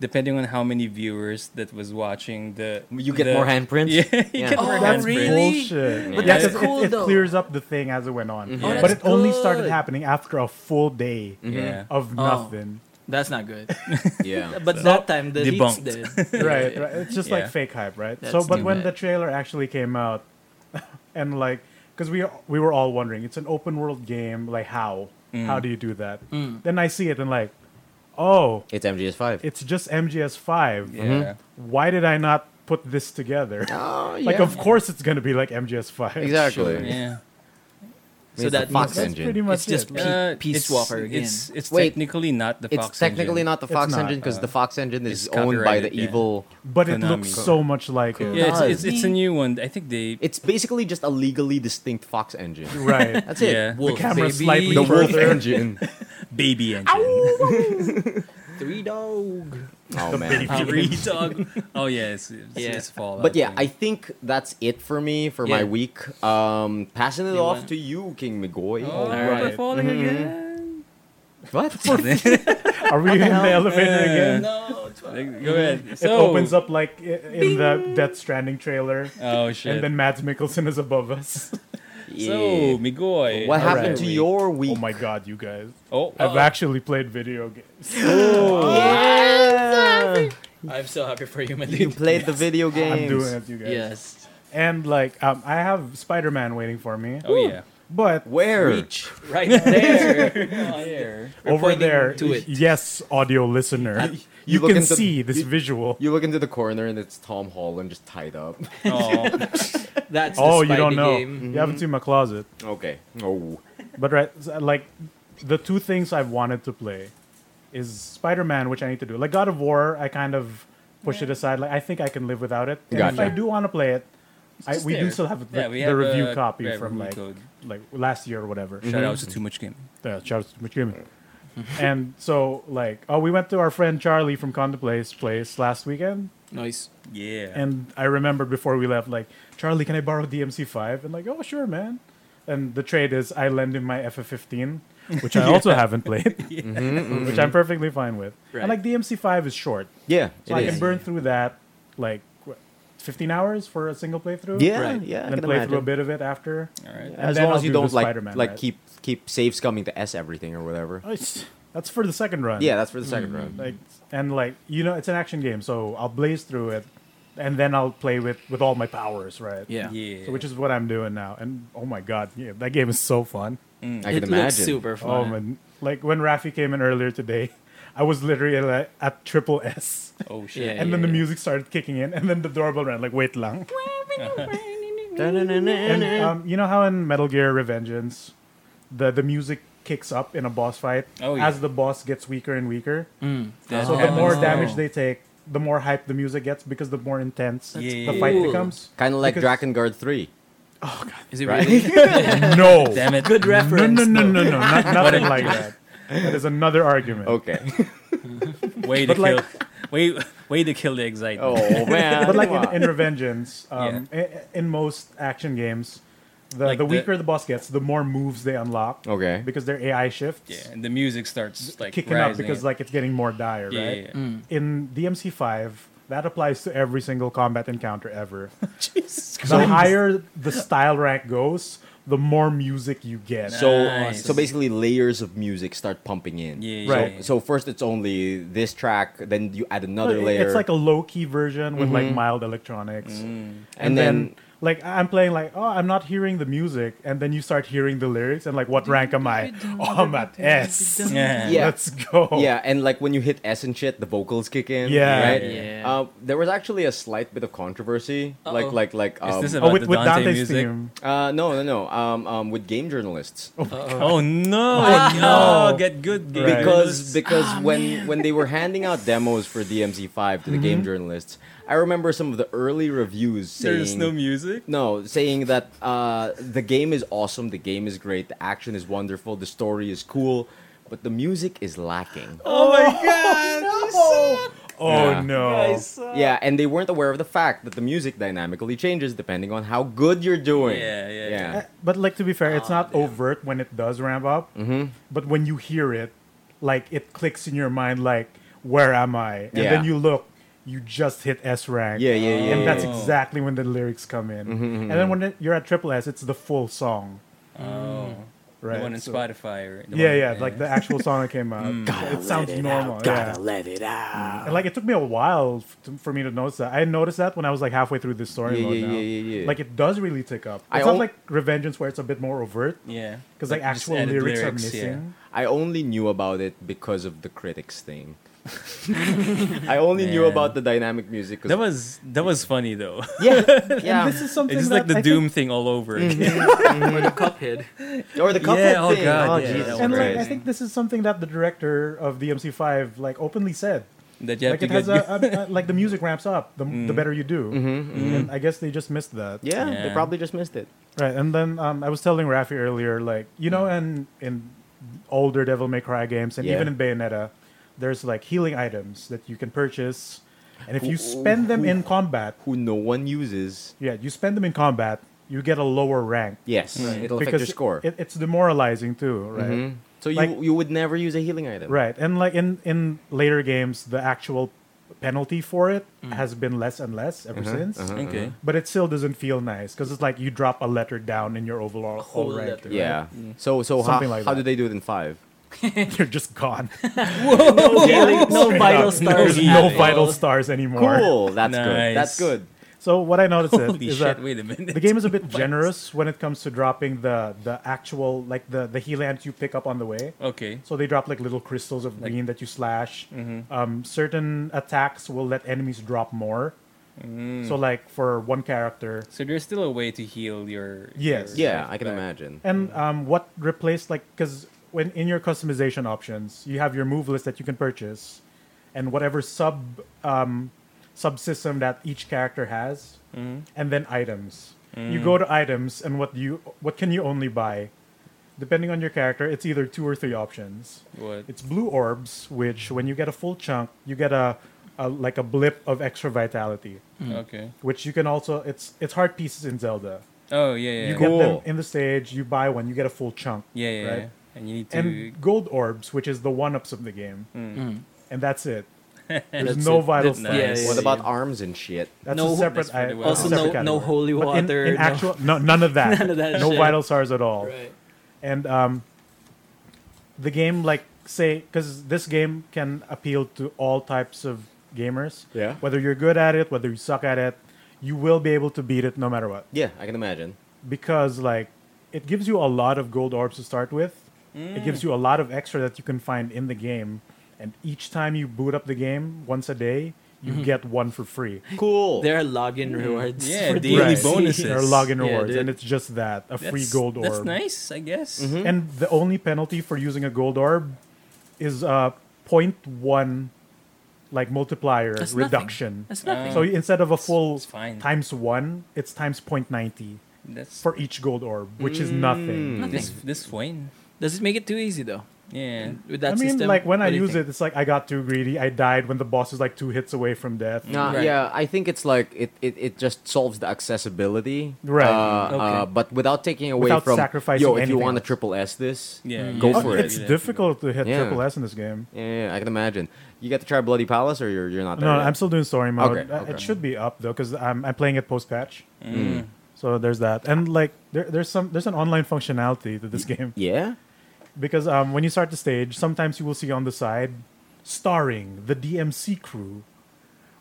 Speaker 3: depending on how many viewers that was watching the
Speaker 1: you get
Speaker 3: the-
Speaker 1: more handprints.
Speaker 3: [laughs] Yeah, you
Speaker 1: Yeah.
Speaker 3: get
Speaker 1: Oh,
Speaker 3: more
Speaker 4: That's
Speaker 3: handprints.
Speaker 4: bullshit.
Speaker 1: But
Speaker 4: Yeah,
Speaker 2: that's
Speaker 4: 'cause it-
Speaker 2: cool,
Speaker 4: it,
Speaker 2: though.
Speaker 4: clears up the thing as it went on,
Speaker 1: Mm-hmm.
Speaker 3: Oh,
Speaker 4: but
Speaker 2: that's
Speaker 4: it only started
Speaker 2: good. Oh.
Speaker 4: happening after a full day
Speaker 3: Yeah.
Speaker 1: Mm-hmm.
Speaker 4: of nothing.
Speaker 2: [laughs] That's not good.
Speaker 1: Yeah.
Speaker 2: But that time, the leaks
Speaker 3: Debunked.
Speaker 2: did. Yeah,
Speaker 4: [laughs] right,
Speaker 2: yeah.
Speaker 4: right. It's just
Speaker 3: Yeah.
Speaker 4: like fake hype, right? so,
Speaker 2: That's
Speaker 4: but
Speaker 2: too
Speaker 4: when
Speaker 2: bad.
Speaker 4: the trailer actually came out, [laughs] and like, because we we were all wondering, it's an open world game. Like, how how do you do that? Then I see it and like, oh,
Speaker 1: It's MGS5.
Speaker 4: it's just MGS five.
Speaker 3: Yeah.
Speaker 1: Mm-hmm.
Speaker 4: Why did I not put this together? [laughs]
Speaker 1: oh,
Speaker 4: like, of course, it's gonna be like MGS five.
Speaker 1: Exactly.
Speaker 3: Yeah.
Speaker 1: It's
Speaker 2: So
Speaker 1: the
Speaker 2: that
Speaker 1: Fox
Speaker 2: means-
Speaker 4: [laughs] That's
Speaker 1: engine.
Speaker 4: pretty much
Speaker 2: It's just
Speaker 4: it.
Speaker 2: Pe-
Speaker 4: right?
Speaker 3: Uh,
Speaker 2: Peace
Speaker 3: it's-
Speaker 2: Walker again.
Speaker 3: It's, it's
Speaker 1: Wait.
Speaker 3: technically not the
Speaker 1: It's
Speaker 3: Fox
Speaker 1: technically
Speaker 3: engine.
Speaker 1: not the
Speaker 4: It's
Speaker 1: Fox
Speaker 4: not,
Speaker 1: engine because
Speaker 3: uh,
Speaker 1: the Fox engine is
Speaker 3: it's
Speaker 1: owned by the
Speaker 3: copyrighted, yeah.
Speaker 1: evil.
Speaker 4: but it
Speaker 3: Konami.
Speaker 4: looks so much like it.
Speaker 3: Yeah, it's,
Speaker 1: Nice.
Speaker 3: it's, it's a new one. I think they.
Speaker 1: It's basically just a legally distinct Fox engine.
Speaker 4: Right.
Speaker 1: That's it.
Speaker 3: Yeah.
Speaker 2: Wolf,
Speaker 4: camera
Speaker 2: baby.
Speaker 4: slightly
Speaker 1: The Wolf
Speaker 4: Further.
Speaker 1: engine.
Speaker 3: [laughs] baby engine. [laughs]
Speaker 2: Three dog.
Speaker 1: Oh man.
Speaker 3: Three dog. Oh yeah, it's it's,
Speaker 2: Yeah.
Speaker 3: it's Fallout.
Speaker 1: But yeah, I
Speaker 3: thing.
Speaker 1: think that's it for me for
Speaker 2: Yeah.
Speaker 1: my week. Um, passing it
Speaker 2: You
Speaker 1: off
Speaker 2: want-
Speaker 1: to you, King Migoy.
Speaker 3: Oh,
Speaker 2: All
Speaker 3: we're
Speaker 2: right.
Speaker 3: falling
Speaker 4: Mm-hmm.
Speaker 1: What?
Speaker 4: [laughs]
Speaker 3: again.
Speaker 4: Are we in the elevator
Speaker 3: Yeah.
Speaker 4: again?
Speaker 2: No, it's fine.
Speaker 3: Like, Go ahead.
Speaker 4: It opens up like i- in the Death Stranding trailer,
Speaker 3: Oh shit.
Speaker 4: and then Mads Mikkelsen is above us.
Speaker 1: Yeah.
Speaker 3: so Migoy.
Speaker 1: what
Speaker 3: how
Speaker 1: happened
Speaker 3: was
Speaker 1: to
Speaker 3: your week?
Speaker 1: your week?
Speaker 4: Oh my god, you guys!
Speaker 3: Oh,
Speaker 4: I've actually played video games.
Speaker 2: I'm so happy for you, my
Speaker 1: Ah. You
Speaker 2: dude.
Speaker 1: played the video games.
Speaker 4: I'm doing it, you guys.
Speaker 2: Yes.
Speaker 4: And like, um, I have Spider Man waiting for me,
Speaker 3: oh yeah.
Speaker 4: but
Speaker 1: Where?
Speaker 2: Right there. Oh, We're
Speaker 4: over
Speaker 2: pointing
Speaker 4: [laughs] there,
Speaker 2: to it.
Speaker 4: yes, audio listener, you,
Speaker 1: look
Speaker 4: can
Speaker 1: into-
Speaker 4: see this
Speaker 1: you-
Speaker 4: visual.
Speaker 1: You look into the corner and it's Tom Holland just tied up. [laughs]
Speaker 4: Mm-hmm.
Speaker 3: Oh,
Speaker 2: That's the
Speaker 4: Oh,
Speaker 2: oh,
Speaker 4: you don't know.
Speaker 2: game.
Speaker 4: You haven't seen my closet,
Speaker 1: okay. Oh.
Speaker 4: but right, so, like, the two things I've wanted to play is Spider Man, which I need to do. Like God of War, I kind of push it aside. Like I think I can live without it. And If
Speaker 1: Gotcha.
Speaker 4: I do want to play it, I,
Speaker 3: just
Speaker 4: we do
Speaker 3: there.
Speaker 4: still have the,
Speaker 3: Yeah, we
Speaker 4: the
Speaker 3: have,
Speaker 4: review
Speaker 3: uh,
Speaker 4: copy
Speaker 3: yeah,
Speaker 4: from
Speaker 3: review
Speaker 4: like
Speaker 3: code.
Speaker 4: like last year or whatever. Uh,
Speaker 3: shout out to Too Much Game.
Speaker 4: Yeah, Charles
Speaker 3: [laughs]
Speaker 4: McDreamy. and so like oh we went to our friend Charlie from Contemplay's place last weekend
Speaker 2: Nice.
Speaker 3: Yeah.
Speaker 4: and I remember before we left like Charlie can I borrow DMC five and like oh sure man and the trade is I lend him my FF fifteen which I
Speaker 2: [laughs]
Speaker 4: also haven't played
Speaker 1: Mm-hmm,
Speaker 4: [laughs] which I'm perfectly fine with
Speaker 2: Right.
Speaker 4: and like DMC five is short
Speaker 1: Yeah.
Speaker 4: so I
Speaker 1: it is.
Speaker 4: can burn through that like what, 15 hours for a single playthrough.
Speaker 1: Yeah,
Speaker 2: Right.
Speaker 1: yeah. I
Speaker 4: Then
Speaker 1: can
Speaker 4: play through a
Speaker 1: imagine.
Speaker 4: bit of it after.
Speaker 3: All right.
Speaker 4: and
Speaker 1: as
Speaker 4: then
Speaker 1: long
Speaker 4: I'll
Speaker 1: as you
Speaker 4: do the
Speaker 1: don't like
Speaker 4: Spider-Man,
Speaker 1: like
Speaker 4: right?
Speaker 1: keep keep saves coming to S everything or whatever.
Speaker 4: Oh, it's- That's for the second run.
Speaker 1: Yeah, that's for the second round.
Speaker 4: Like and like you know, it's an action game, so I'll blaze through it, and then I'll play with with all my powers, right?
Speaker 2: Yeah.
Speaker 3: Yeah.
Speaker 4: So, which is what I'm doing now. And oh my god, yeah, that game is so fun.
Speaker 1: I
Speaker 2: it
Speaker 1: can
Speaker 2: looks
Speaker 1: imagine.
Speaker 2: super fun.
Speaker 4: Oh man, like when Rafi came in earlier today, [laughs] I was literally like, at triple S,
Speaker 3: oh shit.
Speaker 2: Yeah.
Speaker 4: and then the music started kicking in, and then the doorbell rang. Like wait
Speaker 3: [laughs]
Speaker 4: lang. And um, you know how in Metal Gear Revengeance, the the music kicks up in a boss fight
Speaker 3: Oh, yeah.
Speaker 4: as the boss gets weaker and weaker.
Speaker 3: That
Speaker 4: So the
Speaker 3: happens
Speaker 4: more
Speaker 3: too.
Speaker 4: damage
Speaker 1: Oh.
Speaker 4: they take, the more hype the music gets because the more intense
Speaker 3: Yeah.
Speaker 4: the fight
Speaker 2: Cool.
Speaker 4: becomes.
Speaker 3: [laughs]
Speaker 1: Kind of like
Speaker 4: Because-
Speaker 1: Dragon Guard Three,
Speaker 2: Is it
Speaker 1: right?
Speaker 2: really?
Speaker 4: [laughs] No,
Speaker 3: Damn it.
Speaker 2: Good
Speaker 4: no,
Speaker 2: reference.
Speaker 4: no, no, no, no,
Speaker 3: [laughs]
Speaker 4: not, nothing like that. That is another argument.
Speaker 1: okay.
Speaker 3: Way to
Speaker 4: But,
Speaker 3: kill.
Speaker 4: like-
Speaker 3: [laughs] way way to kill the
Speaker 1: [laughs]
Speaker 3: excitement.
Speaker 1: Oh man.
Speaker 4: But like
Speaker 1: come
Speaker 4: in,
Speaker 1: on.
Speaker 3: [laughs]
Speaker 4: in Revengeance, um, i- in most action games, the,
Speaker 3: Like
Speaker 4: the
Speaker 3: the-
Speaker 4: weaker the boss gets, the more moves they unlock.
Speaker 1: Okay.
Speaker 4: Because their AI shifts.
Speaker 3: Yeah, and the music starts like
Speaker 4: kicking
Speaker 3: rising
Speaker 4: up because like it's getting more dire,
Speaker 3: Yeah,
Speaker 4: right?
Speaker 3: yeah, yeah.
Speaker 1: Mm.
Speaker 4: In DMC5, that applies to every single combat encounter ever.
Speaker 3: Jesus
Speaker 4: the higher the style rank goes, the more music you get.
Speaker 3: Nice.
Speaker 1: So, uh, so basically, layers of music start pumping in.
Speaker 3: Yeah,
Speaker 1: so,
Speaker 4: Right. yeah, yeah.
Speaker 1: So first, it's only this track. Then you add another
Speaker 4: Well,
Speaker 1: layer. Mm-hmm. Mm.
Speaker 4: It's like a low key version with like mild electronics, and,
Speaker 1: And
Speaker 4: then,
Speaker 1: then-
Speaker 4: like I'm playing like oh I'm not hearing the music, and then you start hearing the lyrics and like what rank am I? Oh I'm at S.
Speaker 3: yeah.
Speaker 1: Yeah.
Speaker 4: Let's go.
Speaker 1: yeah, and like when you hit S and shit, the vocals kick in.
Speaker 4: Yeah.
Speaker 1: right.
Speaker 2: Yeah.
Speaker 1: Uh, there was actually a slight bit of controversy.
Speaker 2: Uh-oh.
Speaker 1: Like, like, like. Um,
Speaker 3: Is this
Speaker 4: Oh,
Speaker 3: about
Speaker 4: with,
Speaker 3: the
Speaker 4: with
Speaker 3: Dante
Speaker 4: Dante's
Speaker 3: music?
Speaker 4: theme.
Speaker 1: uh, no, no, no. Um, um, with game journalists.
Speaker 3: Oh
Speaker 4: [laughs]
Speaker 3: no!
Speaker 4: no.
Speaker 1: Oh.
Speaker 3: no! Get good, game.
Speaker 4: Right.
Speaker 1: because because
Speaker 3: Ah,
Speaker 1: when when they were handing out demos for DMZ5 to the game
Speaker 3: Mm-hmm.
Speaker 1: journalists, I remember some of the early reviews saying
Speaker 3: there's no music.
Speaker 1: no, saying that uh, the game is awesome, the game is great, the action is wonderful, the story is cool, but the music is lacking.
Speaker 3: Oh my
Speaker 4: [laughs]
Speaker 3: god!
Speaker 4: Oh, oh
Speaker 1: Yeah.
Speaker 4: no.
Speaker 1: Yeah, and they weren't aware of the fact that the music dynamically changes depending on how good you're doing.
Speaker 3: Yeah, yeah,
Speaker 1: yeah.
Speaker 4: Uh, But like to be fair, it's not overt when it does ramp up.
Speaker 1: Mm-hmm.
Speaker 4: But when you hear it, like it clicks in your mind, like where am I? And
Speaker 1: Yeah.
Speaker 4: then you look, you just hit S rank.
Speaker 1: Yeah, yeah, yeah,
Speaker 4: And
Speaker 1: yeah, Mm-hmm,
Speaker 4: that's
Speaker 3: yeah.
Speaker 4: exactly when the lyrics come in. And then when it, you're at triple S, it's the full song,
Speaker 3: Oh,
Speaker 4: right?
Speaker 3: the one in
Speaker 4: So-
Speaker 3: Spotify, right? The
Speaker 4: yeah,
Speaker 3: one-
Speaker 4: yeah, like the actual song that came out. it sounds normal. yeah.
Speaker 1: let it out.
Speaker 4: And like it took me a while f- to, for me to notice that. I noticed that when I was like halfway through this story
Speaker 1: Yeah,
Speaker 4: mode
Speaker 1: yeah,
Speaker 4: now.
Speaker 1: yeah, yeah, yeah.
Speaker 4: Like it does really tick up. It's
Speaker 1: I
Speaker 4: not
Speaker 1: al-
Speaker 4: like Revengeance where it's a bit more overt
Speaker 3: yeah.
Speaker 4: because like,
Speaker 3: just
Speaker 4: actual
Speaker 3: added
Speaker 4: lyrics, are
Speaker 3: lyrics, yeah.
Speaker 4: missing.
Speaker 1: I only knew about it because of the critics thing. [laughs] I only knew
Speaker 3: Man.
Speaker 1: about the dynamic music. 'cause-
Speaker 3: That was that was funny though. [laughs]
Speaker 1: yeah, yeah.
Speaker 4: This is something
Speaker 3: it's just like
Speaker 4: that
Speaker 3: the
Speaker 4: I
Speaker 3: Doom thing
Speaker 4: think- Mm-hmm.
Speaker 3: all over again. [laughs]
Speaker 2: Or the Cuphead.
Speaker 1: or the couple
Speaker 3: Yeah, oh
Speaker 1: thing.
Speaker 3: God,
Speaker 1: oh
Speaker 3: yeah,
Speaker 1: Jesus
Speaker 3: that
Speaker 4: and like,
Speaker 1: Christ.
Speaker 4: I think this is something that the director of the MC5 like openly said.
Speaker 3: that you have
Speaker 4: Like
Speaker 3: to
Speaker 4: it
Speaker 3: get
Speaker 4: has
Speaker 3: good. Mm-hmm.
Speaker 4: a, a, a- like the music ramps up, the, the better you do. And I guess they just missed that.
Speaker 1: yeah, they
Speaker 3: Yeah.
Speaker 1: probably just missed it.
Speaker 4: Right, and then um, I was telling Rafi earlier, like you know, and in older Devil May Cry games, and
Speaker 1: Yeah.
Speaker 4: even in Bayonetta, there's like healing items that you can purchase, and if you spend them in combat,
Speaker 1: Who no one uses.
Speaker 4: yeah, you spend them in combat, you get a lower rank.
Speaker 1: Yes, it'll affect your score.
Speaker 4: It, it's demoralizing too, right?
Speaker 3: Mm-hmm.
Speaker 1: Mhm. So you
Speaker 4: Like-
Speaker 1: you would never use a healing item.
Speaker 4: Right, and like in in later games, the actual penalty for it
Speaker 1: Mm.
Speaker 4: has been less and less ever
Speaker 1: Mm-hmm.
Speaker 4: since.
Speaker 3: [laughs] okay.
Speaker 4: But it still doesn't feel nice because it's like you drop a letter down in your overall
Speaker 2: whole
Speaker 4: rank.
Speaker 2: letter.
Speaker 4: right? [laughs]
Speaker 1: Yeah. So so how,
Speaker 4: Something like
Speaker 1: how did
Speaker 4: that.
Speaker 1: they do it in five?
Speaker 4: They're just
Speaker 2: [laughs]
Speaker 4: gone.
Speaker 2: Healing, no
Speaker 4: [laughs] Straight
Speaker 2: vital
Speaker 4: [laughs] up.
Speaker 2: stars.
Speaker 3: No
Speaker 2: at
Speaker 4: no
Speaker 2: all.
Speaker 4: vital stars anymore.
Speaker 1: Cool. That's good.
Speaker 3: Nice.
Speaker 1: That's good.
Speaker 4: So what I noticed is-
Speaker 3: Holy
Speaker 4: is
Speaker 3: shit!
Speaker 4: that
Speaker 3: Wait a minute.
Speaker 4: [laughs] the
Speaker 2: [laughs]
Speaker 4: game is a bit generous when it comes to dropping the the actual like the the healants you pick up on the way.
Speaker 3: okay.
Speaker 4: So they drop like little crystals of green that you slash. Um, certain attacks will let enemies drop more. So like for one character,
Speaker 3: So there's still a way to heal your.
Speaker 4: Yes.
Speaker 3: your
Speaker 1: Yeah,
Speaker 3: health
Speaker 1: I can
Speaker 3: back.
Speaker 1: imagine.
Speaker 4: And um, what replaced like because when in your customization options, you have your move list that you can purchase, and whatever sub um, subsystem that each character has, and then items. You go to items, and what do you what can you only buy? Depending on your character, it's either two or three options.
Speaker 3: What?
Speaker 4: It's blue orbs, which when you get a full chunk, you get a, a like a blip of extra vitality,
Speaker 1: Mm.
Speaker 3: Okay.
Speaker 4: which you can also it's it's heart pieces in Zelda.
Speaker 3: Oh yeah yeah.
Speaker 4: You
Speaker 3: yeah.
Speaker 4: get them
Speaker 1: Cool.
Speaker 4: in the stage, you buy one, you get a full chunk.
Speaker 3: yeah yeah,
Speaker 4: right?
Speaker 3: yeah. And you need to.
Speaker 4: And gold orbs, which is the one ups of the game.
Speaker 2: Mm.
Speaker 4: And that's
Speaker 2: [laughs]
Speaker 4: it. There's
Speaker 3: That's
Speaker 4: no
Speaker 3: it.
Speaker 4: vital
Speaker 3: That's
Speaker 4: stars.
Speaker 2: nice. Yeah,
Speaker 1: What
Speaker 2: yeah,
Speaker 1: about
Speaker 2: yeah.
Speaker 1: arms and shit?
Speaker 4: That's
Speaker 2: No-
Speaker 4: a separate
Speaker 3: That's pretty
Speaker 4: i-
Speaker 3: well.
Speaker 4: that's a
Speaker 2: Also,
Speaker 4: separate
Speaker 2: no, no
Speaker 4: category.
Speaker 2: holy
Speaker 4: But in-
Speaker 2: water.
Speaker 4: In,
Speaker 2: no-
Speaker 4: actual no none of that.
Speaker 2: [laughs] None of that
Speaker 4: no
Speaker 2: shit.
Speaker 4: vital stars at all.
Speaker 2: Right.
Speaker 4: And um the game like say cuz this game can appeal to all types of gamers.
Speaker 1: Yeah.
Speaker 4: Whether you're good at it, whether you suck at it, you will be able to beat it no matter what
Speaker 1: Yeah, I can imagine.
Speaker 4: because like it gives you a lot of gold orbs to start with. It
Speaker 3: Mm.
Speaker 4: gives you a lot of extra that you can find in the game, and each time you boot up the game once a day, you
Speaker 3: Mm-hmm.
Speaker 4: get one for free.
Speaker 1: Cool.
Speaker 2: There are login rewards.
Speaker 3: Yeah,
Speaker 2: for
Speaker 3: daily
Speaker 2: DLC.
Speaker 3: bonuses.
Speaker 4: or login
Speaker 2: Yeah,
Speaker 4: rewards, and
Speaker 2: dude.
Speaker 4: it's just that a free
Speaker 3: That's-
Speaker 4: gold orb.
Speaker 3: That's nice, I guess.
Speaker 1: Mm-hmm.
Speaker 4: And the only penalty for using a gold orb is uh, 0.1 like multiplier
Speaker 2: That's nothing.
Speaker 4: reduction.
Speaker 2: That's nothing.
Speaker 4: so instead of a full
Speaker 3: it's fine.
Speaker 4: times one, it's times 0.90
Speaker 1: Mm-hmm.
Speaker 3: That's
Speaker 4: for each gold orb, which is
Speaker 1: Mm.
Speaker 4: nothing.
Speaker 1: Hmm.
Speaker 3: this this fine.
Speaker 2: Does it make it too easy though?
Speaker 3: Yeah.
Speaker 2: With that
Speaker 4: I mean,
Speaker 2: system.
Speaker 4: like when I
Speaker 2: What do you
Speaker 4: use
Speaker 2: think?
Speaker 4: it, it's like I got too greedy. I died when the boss is like two hits away from death.
Speaker 1: Nah,
Speaker 3: Right.
Speaker 1: Yeah, I think it's like it, it, it just solves the accessibility,
Speaker 4: Right.
Speaker 1: Uh,
Speaker 3: Okay.
Speaker 1: uh, but without taking away
Speaker 4: Without
Speaker 1: from
Speaker 4: sacrificing
Speaker 1: yo, if you
Speaker 4: anything
Speaker 1: want to
Speaker 4: else.
Speaker 1: triple S this,
Speaker 3: Yeah,
Speaker 1: go
Speaker 3: yeah.
Speaker 4: Oh,
Speaker 1: for
Speaker 4: it's
Speaker 1: it.
Speaker 3: Yeah.
Speaker 4: difficult to hit
Speaker 1: Yeah.
Speaker 4: triple S in this game.
Speaker 1: Yeah, yeah, I can imagine. You get to try Bloody Palace, or you're you're not there.
Speaker 4: No,
Speaker 1: yet?
Speaker 4: I'm still doing story mode.
Speaker 1: Okay, Mm.
Speaker 4: Uh,
Speaker 1: okay.
Speaker 4: It should be up though because I'm, I'm playing it post patch. So there's that, and like there, there's some there's an online functionality to this game
Speaker 1: Yeah.
Speaker 4: because um, when you start the stage, sometimes you will see on the side starring the DMC crew,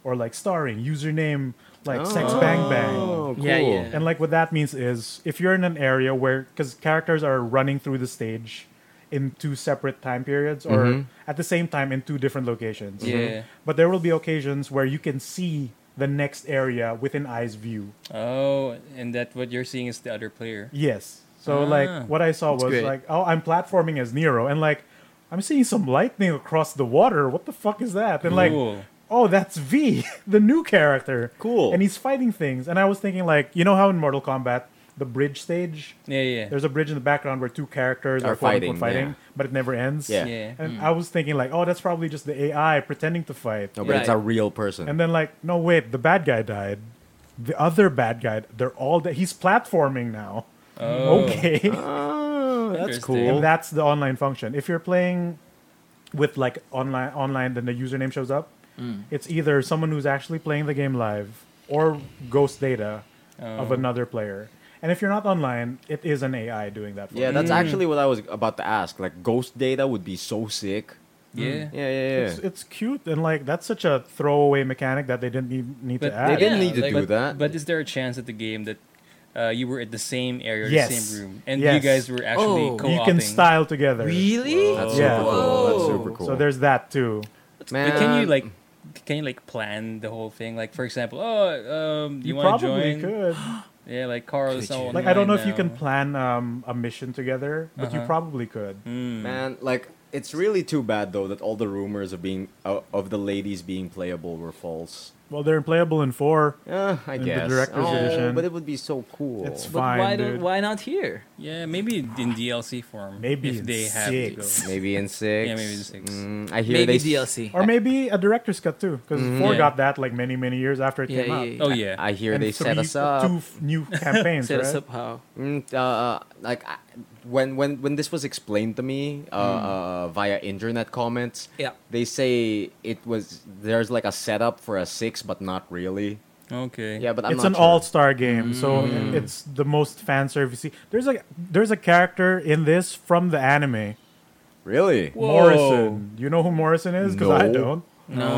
Speaker 4: or like starring username like Sex Bang Bang.
Speaker 1: Oh, cool.
Speaker 2: Yeah, yeah.
Speaker 4: And like what that means is if you're in an area where because characters are running through the stage in two separate time periods or at the same time in two different locations.
Speaker 3: Mm-hmm. Yeah.
Speaker 4: But there will be occasions where you can see the next area within eye's view.
Speaker 3: Oh, and that what you're seeing is the other player.
Speaker 4: Yes.
Speaker 3: Ah,
Speaker 4: So like what I saw was
Speaker 2: great.
Speaker 4: like, oh, I'm platforming as Nero, and like I'm seeing some lightning across the water. What the fuck is that? And like,
Speaker 3: Cool.
Speaker 4: oh, that's V, [laughs] the new character.
Speaker 1: Cool.
Speaker 4: And he's fighting things. And I was thinking like, you know how in Mortal Kombat the bridge stage,
Speaker 3: Yeah, yeah.
Speaker 4: there's a bridge in the background where two characters are,
Speaker 1: Are
Speaker 4: quote, unquote,
Speaker 1: fighting,
Speaker 4: fighting,
Speaker 1: yeah.
Speaker 4: but it never ends.
Speaker 1: Yeah.
Speaker 3: Yeah. Mm.
Speaker 4: And I was thinking like, oh, that's probably just the AI pretending to fight.
Speaker 1: No, but it's
Speaker 2: Right.
Speaker 1: a real person.
Speaker 4: And then like, no wait, the bad guy died. The other bad guy, they're all dead. He's platforming now.
Speaker 3: Oh.
Speaker 4: Okay.
Speaker 1: oh, that's
Speaker 3: Interesting.
Speaker 1: cool.
Speaker 4: And that's the online function. If you're playing with like online online, then the username shows up.
Speaker 3: Mm.
Speaker 4: It's either someone who's actually playing the game live or ghost data of
Speaker 3: Oh.
Speaker 4: another player. And if you're not online, it is an AI doing that. For
Speaker 1: yeah,
Speaker 4: you.
Speaker 1: that's actually what I was about to ask. Like, ghost data would be so sick.
Speaker 3: Yeah.
Speaker 1: Yeah, yeah, yeah.
Speaker 4: It's, it's cute and like that's such a throwaway mechanic that they didn't need, need
Speaker 3: But
Speaker 4: to add.
Speaker 1: They didn't need to do
Speaker 3: but,
Speaker 1: that.
Speaker 3: But is there a chance at the game that uh, you were at the same area, or the
Speaker 4: Yes.
Speaker 3: same room, and you
Speaker 4: Yes.
Speaker 3: guys were actually
Speaker 2: Oh.
Speaker 3: co-opting?
Speaker 4: you can style together.
Speaker 2: Really?
Speaker 1: that's
Speaker 4: Yeah.
Speaker 1: super cool. That's
Speaker 2: Whoa.
Speaker 1: super cool.
Speaker 4: So there's that too.
Speaker 1: Man,
Speaker 3: But can you like, can you like plan the whole thing? Like, for example, oh, um, you,
Speaker 4: You,
Speaker 3: want to
Speaker 4: probably
Speaker 3: join?
Speaker 4: could.
Speaker 3: Yeah, like Carl is
Speaker 2: Could you?
Speaker 3: all
Speaker 4: Like I don't know
Speaker 3: online
Speaker 4: if you can
Speaker 3: now.
Speaker 4: plan um, a mission together, but you
Speaker 3: Uh-huh.
Speaker 4: probably could.
Speaker 1: Hmm. man, like it's really too bad though that all the rumors of being uh, of the ladies being playable were false.
Speaker 4: Well, they're playable in four.
Speaker 1: Yeah, Uh, I
Speaker 4: In the
Speaker 1: guess.
Speaker 4: director's
Speaker 1: oh,
Speaker 4: edition.
Speaker 1: but it would be so cool.
Speaker 4: It's
Speaker 2: But
Speaker 4: fine,
Speaker 2: why
Speaker 4: dude.
Speaker 2: don't why not here?
Speaker 3: Yeah, maybe in DLC form.
Speaker 4: Maybe
Speaker 3: if
Speaker 4: in
Speaker 3: they have to go.
Speaker 4: six.
Speaker 1: maybe in six.
Speaker 3: Yeah, maybe in six.
Speaker 1: Mm, I hear they
Speaker 2: Maybe
Speaker 1: s-
Speaker 2: DLC.
Speaker 4: Or maybe a director's cut too, because
Speaker 1: Mm-hmm.
Speaker 4: four
Speaker 3: Yeah.
Speaker 4: got that like many many years after it
Speaker 2: Yeah,
Speaker 4: came
Speaker 2: yeah,
Speaker 4: out.
Speaker 2: yeah.
Speaker 3: Oh yeah.
Speaker 1: I hear
Speaker 4: And
Speaker 1: they set
Speaker 4: three-
Speaker 1: us up.
Speaker 4: two f- new campaigns,
Speaker 2: Set
Speaker 4: right?
Speaker 2: us up how?
Speaker 1: Mm, uh, like I, when when when this was explained to me uh,
Speaker 3: Mm.
Speaker 1: uh, via internet comments,
Speaker 2: Yeah.
Speaker 1: they say it was there's like a setup for a six, but not really.
Speaker 3: okay.
Speaker 1: Yeah, but I'm
Speaker 4: it's
Speaker 1: not
Speaker 4: an
Speaker 1: sure.
Speaker 4: all-star game, so it's the most fan servicey. There's a there's a character in this from the anime,
Speaker 1: really.
Speaker 3: Whoa.
Speaker 4: Morrison. You know who Morrison is? Because I
Speaker 1: No.
Speaker 4: don't.
Speaker 3: No.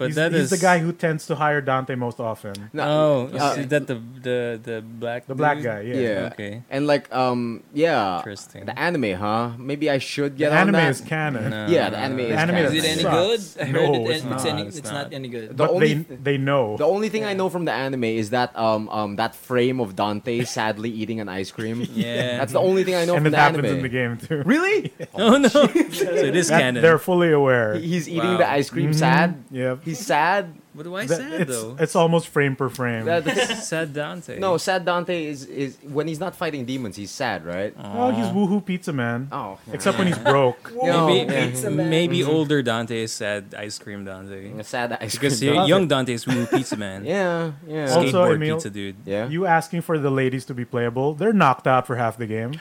Speaker 3: But
Speaker 4: he's,
Speaker 3: that is
Speaker 4: he's the guy who tends to hire Dante most often.
Speaker 1: No,
Speaker 3: Oh,
Speaker 1: uh,
Speaker 3: is that the the the black
Speaker 4: The black
Speaker 3: dude?
Speaker 4: guy, yeah.
Speaker 1: yeah.
Speaker 3: Okay.
Speaker 1: And like um yeah,
Speaker 3: Interesting.
Speaker 1: the anime, huh? Maybe I should get
Speaker 4: the
Speaker 1: on
Speaker 4: anime
Speaker 1: that.
Speaker 4: is canon.
Speaker 3: No.
Speaker 1: yeah, the anime is
Speaker 3: The
Speaker 4: anime
Speaker 1: canon.
Speaker 2: Is it any
Speaker 4: Sucks.
Speaker 2: good? I heard
Speaker 4: No,
Speaker 2: it,
Speaker 4: it's
Speaker 2: it's,
Speaker 3: not,
Speaker 2: any,
Speaker 3: it's
Speaker 2: it's, not.
Speaker 3: not.
Speaker 2: any good.
Speaker 1: The
Speaker 4: But
Speaker 1: only
Speaker 4: they
Speaker 1: th-
Speaker 4: they know.
Speaker 1: The only thing I know from the anime is that um um that frame of Dante sadly eating an ice cream.
Speaker 3: [laughs] Yeah.
Speaker 1: That's the only thing I know
Speaker 4: and
Speaker 1: from
Speaker 4: it
Speaker 1: the
Speaker 4: happens
Speaker 1: anime.
Speaker 4: in the game too.
Speaker 1: Really?
Speaker 3: [laughs] Oh no. so it is
Speaker 4: That-
Speaker 3: canon.
Speaker 4: They're fully aware. Mm-hmm.
Speaker 1: He- He's eating
Speaker 3: Wow.
Speaker 1: the ice cream sad.
Speaker 4: Yep.
Speaker 1: He's sad.
Speaker 3: But why
Speaker 4: That-
Speaker 3: sad
Speaker 4: it's,
Speaker 3: though?
Speaker 4: it's almost frame per frame.
Speaker 1: That-
Speaker 4: [laughs]
Speaker 1: that's-
Speaker 3: sad Dante.
Speaker 1: [laughs] no, sad Dante is is when he's not fighting demons, he's sad, right?
Speaker 4: Oh, he's woohoo pizza man.
Speaker 1: Oh. yeah.
Speaker 4: Except when he's broke.
Speaker 1: No,
Speaker 3: maybe
Speaker 1: yeah.
Speaker 3: maybe, older Dante is sad ice cream Dante.
Speaker 1: A sad ice cream.
Speaker 3: Because he-
Speaker 1: Dante.
Speaker 3: young Dante is woo pizza man.
Speaker 1: Yeah, yeah.
Speaker 4: [laughs] Also,
Speaker 3: Skateboard
Speaker 4: Emil-
Speaker 3: pizza dude.
Speaker 1: yeah.
Speaker 4: You asking for the ladies to be playable? They're knocked out for half the game.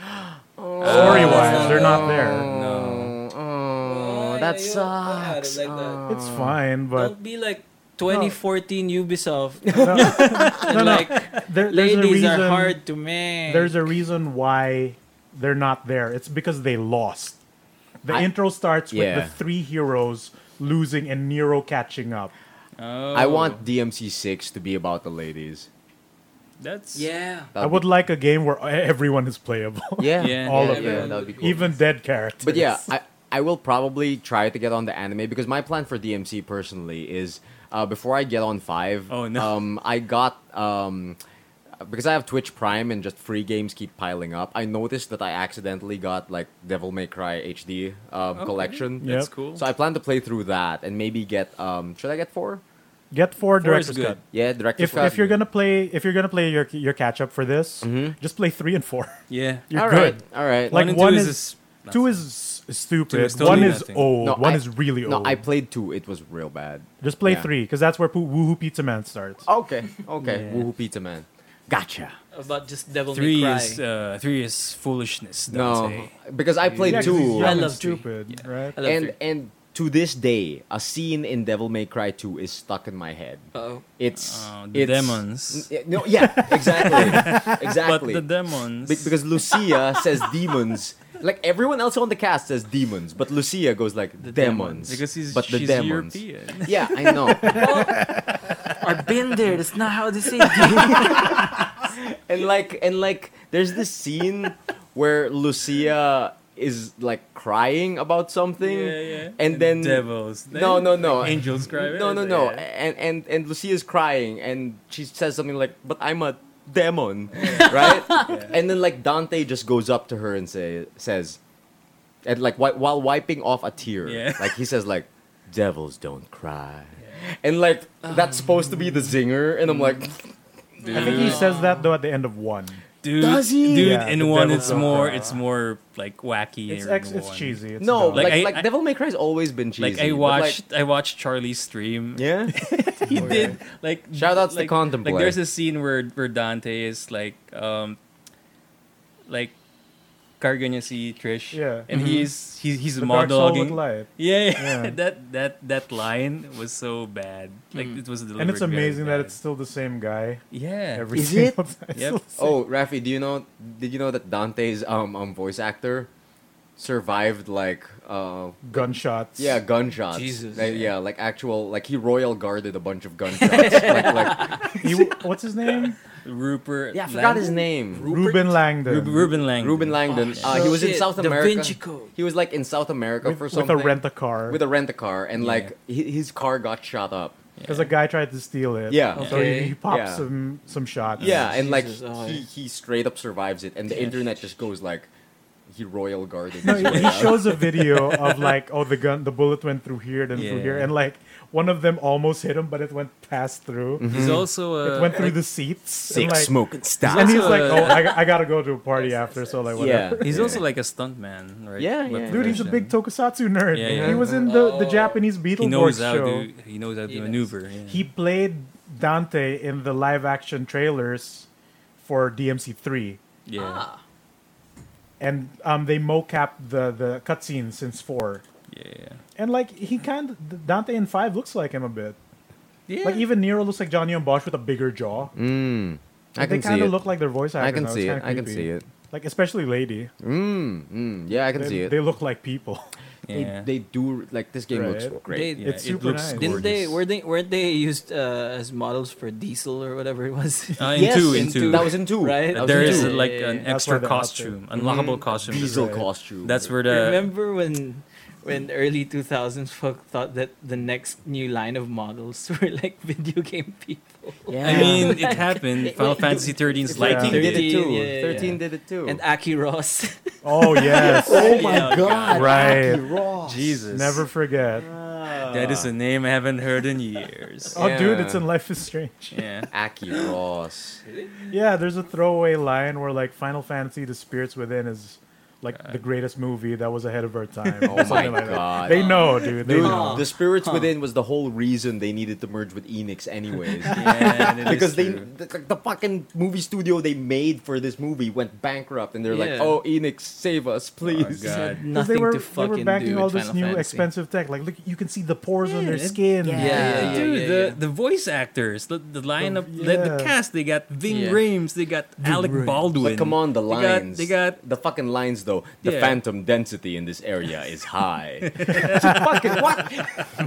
Speaker 4: Story wise, they're not there.
Speaker 3: No.
Speaker 1: Oh, oh,
Speaker 2: Oh,
Speaker 1: that
Speaker 2: yeah, yeah, I
Speaker 1: sucks. Oh.
Speaker 2: don't like that.
Speaker 4: It's fine, Oh, but
Speaker 2: Don't be like 2014 Ubisoft.
Speaker 4: [laughs] no,
Speaker 2: and
Speaker 4: no.
Speaker 2: like
Speaker 4: there, there's a
Speaker 2: ladies
Speaker 4: reason.
Speaker 2: are hard to make.
Speaker 4: There's a reason why they're not there. It's because they lost. The
Speaker 1: I-
Speaker 4: intro starts with
Speaker 1: Yeah.
Speaker 4: the three heroes losing and Nero catching up.
Speaker 3: Oh,
Speaker 1: I want DMC six to be about the ladies.
Speaker 3: Oh, that's
Speaker 2: yeah.
Speaker 1: That'd
Speaker 4: I would
Speaker 1: be-
Speaker 4: like a game where e-, everyone is playable.
Speaker 1: Yeah,
Speaker 3: Yeah.
Speaker 4: All
Speaker 1: yeah,
Speaker 4: of
Speaker 1: yeah,
Speaker 2: it.
Speaker 1: That would be cool.
Speaker 4: Even dead characters.
Speaker 1: But yeah, I, I will probably try to get on the anime because my plan for DMC personally is uh, before I get on five.
Speaker 3: Oh, no.
Speaker 1: Um, I got um, because I have Twitch Prime and just free games keep piling up. I noticed that I accidentally got like Devil May Cry HD um, collection.
Speaker 4: Yep.
Speaker 3: That's cool.
Speaker 1: So I plan to play through that and maybe get um. Should I get four?
Speaker 4: Get
Speaker 3: Four
Speaker 4: four
Speaker 3: is
Speaker 4: director's
Speaker 3: good.
Speaker 4: cut.
Speaker 1: Yeah, director's
Speaker 4: If,
Speaker 1: cut.
Speaker 4: if you're gonna play if you're gonna play your your catch up for this, just play three and four. [laughs]
Speaker 3: yeah.
Speaker 1: Mm-hmm.
Speaker 4: You're
Speaker 1: All right,
Speaker 4: good.
Speaker 1: all right.
Speaker 4: Like
Speaker 3: one and
Speaker 4: one
Speaker 3: two is,
Speaker 4: is-
Speaker 3: is
Speaker 4: Two is s-
Speaker 3: Two
Speaker 4: stupid.
Speaker 3: is totally
Speaker 4: one is
Speaker 3: nothing.
Speaker 4: old.
Speaker 1: No,
Speaker 4: one
Speaker 1: I-
Speaker 4: is really
Speaker 1: no,
Speaker 4: old.
Speaker 1: I played two. It was real bad.
Speaker 4: Just play
Speaker 1: yeah.
Speaker 4: three because that's where Poo- Woohoo Pizza Man starts.
Speaker 1: Okay, okay.
Speaker 3: Yeah.
Speaker 1: Woohoo Pizza Man. Gotcha.
Speaker 2: About just Devil May
Speaker 3: three
Speaker 2: Cry.
Speaker 3: is uh, three is foolishness.
Speaker 1: No,
Speaker 3: Dante.
Speaker 1: because I played
Speaker 4: Yeah, 'cause he's
Speaker 1: two.
Speaker 4: young
Speaker 2: I
Speaker 4: and
Speaker 2: love three.
Speaker 4: stupid, right?
Speaker 2: I love
Speaker 1: and
Speaker 2: three.
Speaker 1: and to this day, a scene in Devil May Cry 2 is stuck in my head.
Speaker 2: Oh,
Speaker 1: It's
Speaker 3: Oh, the
Speaker 1: it's,
Speaker 3: demons.
Speaker 1: N- No, yeah, exactly,
Speaker 3: [laughs] But
Speaker 1: exactly.
Speaker 3: the demons.
Speaker 1: Be- because Lucia says demons. Like everyone else on the cast says demons, but Lucia goes like demons.
Speaker 3: Because he's
Speaker 1: but the
Speaker 3: she's
Speaker 1: demons. [laughs]
Speaker 3: European.
Speaker 1: Yeah, I
Speaker 3: [laughs]
Speaker 1: know.
Speaker 4: [laughs]
Speaker 2: I've been there. That's not how [laughs] they say it.
Speaker 1: and like and like there's this scene where Lucia is like crying about something
Speaker 3: Yeah, yeah.
Speaker 1: and then
Speaker 3: devils.
Speaker 1: No, no, no.
Speaker 3: Like angels cry.
Speaker 1: no no no
Speaker 3: Yeah.
Speaker 1: and and and Lucia's crying and she says something like but I'm a demon [laughs] right and then like Dante just goes up to her and say says and like wi- while wiping off a tear
Speaker 3: Yeah.
Speaker 1: [laughs] like he says like devils don't cry and like that's supposed to be the zinger and I'm like
Speaker 3: Mm. Dude,
Speaker 4: I think he says that though at the end of one.
Speaker 3: dude,
Speaker 1: Does he?
Speaker 3: Dude,
Speaker 4: Yeah, the
Speaker 3: in one,
Speaker 4: devils
Speaker 3: it's
Speaker 4: don't
Speaker 3: more,
Speaker 4: cry.
Speaker 3: it's more like wacky.
Speaker 4: It's
Speaker 3: in
Speaker 4: ex- it's
Speaker 3: one.
Speaker 4: cheesy. It's
Speaker 1: no
Speaker 4: dumb.
Speaker 1: like
Speaker 3: Like, I-
Speaker 1: like
Speaker 3: I-
Speaker 1: Devil May Cry's always been cheesy
Speaker 3: Like I
Speaker 1: but,
Speaker 3: watched, I watched Charlie's stream. [laughs]
Speaker 1: yeah
Speaker 3: he did. Like
Speaker 1: Shout outs to
Speaker 3: like,
Speaker 1: Contemplate.
Speaker 3: Like there's a scene where where Dante is like, um, like, cargo niya si Trish.
Speaker 4: Yeah.
Speaker 3: and
Speaker 1: Mm-hmm.
Speaker 3: he's he's he's
Speaker 4: the Dark Soul
Speaker 3: monologuing.
Speaker 4: with light.
Speaker 3: Yeah,
Speaker 4: Yeah.
Speaker 3: [laughs] that that that line was so bad. Like
Speaker 1: Mm.
Speaker 3: it was delivered
Speaker 4: And it's
Speaker 3: very
Speaker 4: amazing that
Speaker 3: bad.
Speaker 4: it's still the same guy.
Speaker 3: yeah.
Speaker 4: Every
Speaker 1: Is
Speaker 4: single
Speaker 1: it?
Speaker 4: [laughs] time. It's
Speaker 3: Yep.
Speaker 4: still the
Speaker 1: Oh,
Speaker 4: same.
Speaker 1: Rafi, do you know? Did you know that Dante's um, um voice actor survived like uh
Speaker 4: gunshots.
Speaker 1: yeah gunshots?
Speaker 2: Jesus.
Speaker 1: Like, yeah, like actual like he royal guarded a bunch of gunshots. like, like,
Speaker 4: He, what's his name?
Speaker 3: Rupert.
Speaker 1: yeah, I forgot his
Speaker 3: Lang-
Speaker 1: name.
Speaker 4: Ruben Langdon.
Speaker 3: Rub- Ruben Lang.
Speaker 1: Ruben Langdon.
Speaker 2: Oh,
Speaker 1: uh, he was in
Speaker 2: shit.
Speaker 1: South
Speaker 2: Da
Speaker 1: America.
Speaker 2: Vinci Code.
Speaker 1: He was like in South America
Speaker 4: with,
Speaker 1: for
Speaker 4: with
Speaker 1: something
Speaker 4: a rent a car.
Speaker 1: with a rent a car, and
Speaker 3: Yeah.
Speaker 1: like hi- his car got shot up.
Speaker 4: because a guy tried to steal it.
Speaker 1: Yeah.
Speaker 4: So he,
Speaker 2: Okay.
Speaker 4: he pops
Speaker 1: Yeah.
Speaker 4: some some shots.
Speaker 1: Yeah, and like
Speaker 2: Jesus, oh,
Speaker 1: he,
Speaker 2: yeah.
Speaker 1: he straight up survives it, and the internet just goes like, he royal guarded.
Speaker 4: No,
Speaker 1: his
Speaker 4: he
Speaker 1: way
Speaker 4: he
Speaker 1: out.
Speaker 4: shows a video of like, oh, the gun, the bullet went through here, then through
Speaker 3: Yeah.
Speaker 4: here, and like one of them almost hit him, but it went past through.
Speaker 1: Mm-hmm.
Speaker 3: He's also a.
Speaker 4: It
Speaker 1: Uh,
Speaker 4: went through the seats. and, like,
Speaker 1: smoking stop.
Speaker 4: And he's
Speaker 3: also
Speaker 4: like,
Speaker 3: a-
Speaker 4: oh, I, I gotta go to a party after, so like, whatever.
Speaker 1: Yeah,
Speaker 3: [laughs] He's
Speaker 1: yeah.
Speaker 3: also like a stuntman, right?
Speaker 1: Yeah,
Speaker 3: But
Speaker 1: yeah.
Speaker 4: Dude, he's a big
Speaker 3: version.
Speaker 4: tokusatsu nerd.
Speaker 3: Yeah, yeah.
Speaker 4: He was in the, the
Speaker 2: Oh.
Speaker 4: Japanese Beetleborgs
Speaker 3: He knows how
Speaker 4: show.
Speaker 3: to. He knows how to
Speaker 2: He knows.
Speaker 3: maneuver. yeah.
Speaker 4: He played Dante in the live action trailers for DMC three,
Speaker 3: yeah.
Speaker 2: Ah.
Speaker 4: and um, they mocap the the cutscenes since four.
Speaker 3: yeah, yeah.
Speaker 4: And like he kind of Dante in five looks like him a bit.
Speaker 3: Yeah.
Speaker 4: Like even Nero looks like Johnny on Bosch with a bigger jaw.
Speaker 1: Mm, I can
Speaker 4: Like, they
Speaker 1: see
Speaker 4: kinda
Speaker 1: it.
Speaker 4: look like their voice actors.
Speaker 1: I can
Speaker 4: now. It's
Speaker 1: see it.
Speaker 4: kinda
Speaker 1: I can
Speaker 4: creepy.
Speaker 1: see it.
Speaker 4: Like especially Lady.
Speaker 1: Mm, mm, yeah, I can
Speaker 4: They,
Speaker 1: see it.
Speaker 4: they look like people.
Speaker 3: yeah.
Speaker 1: They, they do like this game looks
Speaker 4: Right.
Speaker 1: great.
Speaker 2: They-
Speaker 3: Yeah,
Speaker 4: It's
Speaker 3: it
Speaker 4: super
Speaker 3: looks
Speaker 4: nice.
Speaker 2: Didn't
Speaker 3: gorgeous.
Speaker 2: they? Were they? Weren't they used uh, as models for Diesel or whatever it was?
Speaker 3: Uh, in two, in two.
Speaker 1: That was in two,
Speaker 2: Right?
Speaker 1: That was
Speaker 3: there
Speaker 1: in
Speaker 3: is
Speaker 1: two.
Speaker 2: a,
Speaker 3: like
Speaker 2: Yeah,
Speaker 3: an
Speaker 2: yeah,
Speaker 3: extra
Speaker 4: yeah. That's why they're out
Speaker 3: costume, unlockable costume.
Speaker 1: Diesel
Speaker 4: Right.
Speaker 1: costume.
Speaker 3: That's where the
Speaker 2: Remember when, when early two thousands folk thought that the next new line of models [laughs] were like video game people.
Speaker 1: Yeah.
Speaker 3: I mean, it happened.
Speaker 1: It-
Speaker 3: Final
Speaker 1: it-
Speaker 3: Fantasy 13's
Speaker 1: It's
Speaker 4: like
Speaker 3: Lightning
Speaker 4: they
Speaker 1: did
Speaker 3: did.
Speaker 1: it too.
Speaker 2: yeah, yeah,
Speaker 1: Thirteen
Speaker 3: yeah.
Speaker 1: did it too.
Speaker 2: And Aki Ross. [laughs]
Speaker 4: [laughs] Oh yes.
Speaker 1: oh
Speaker 3: my Yeah, God.
Speaker 4: Right.
Speaker 1: Aki Ross.
Speaker 3: Jesus,
Speaker 4: Never forget.
Speaker 3: That is a name I haven't heard in years.
Speaker 4: [laughs] Oh dude,
Speaker 1: Yeah.
Speaker 4: it's in Life is Strange. [laughs]
Speaker 3: yeah.
Speaker 1: Aki Ross.
Speaker 4: Yeah, there's a throwaway line where like Final Fantasy The Spirits Within is like the greatest movie that was ahead of our time.
Speaker 1: [laughs] Oh
Speaker 4: Something
Speaker 1: my
Speaker 4: like that.
Speaker 1: God. Oh,
Speaker 4: They know, dude. They
Speaker 1: Dude,
Speaker 4: know.
Speaker 1: the spirits within was the whole reason they needed to merge with Enix, anyways.
Speaker 3: Yeah, that is
Speaker 1: because they
Speaker 3: true.
Speaker 1: the, the fucking movie studio they made for this movie went bankrupt, and they're like,
Speaker 2: Yeah.
Speaker 1: "Oh, Enix, save us, please."
Speaker 3: God.
Speaker 2: had
Speaker 4: 'Cause they
Speaker 2: nothing
Speaker 4: were,
Speaker 2: to
Speaker 4: they
Speaker 2: fucking
Speaker 4: were backing
Speaker 2: do
Speaker 4: all
Speaker 2: with
Speaker 4: this
Speaker 2: Final
Speaker 4: new
Speaker 2: Fantasy.
Speaker 4: expensive tech. Like, look, you can see the pores on their
Speaker 3: Yeah, it-
Speaker 4: skin.
Speaker 2: Yeah, yeah, yeah,
Speaker 3: Dude,
Speaker 2: yeah,
Speaker 3: the,
Speaker 2: yeah.
Speaker 3: the voice actors, the, the lineup, the,
Speaker 4: yeah.
Speaker 3: the cast, they got Ving
Speaker 2: Yeah.
Speaker 3: Rhames, they got Alec
Speaker 2: Rhames.
Speaker 3: Baldwin.
Speaker 1: But come on, the
Speaker 3: They got-
Speaker 1: lines.
Speaker 3: they got-
Speaker 1: the fucking lines though. The
Speaker 3: Yeah.
Speaker 1: phantom density in this area is [laughs] high. fucking what?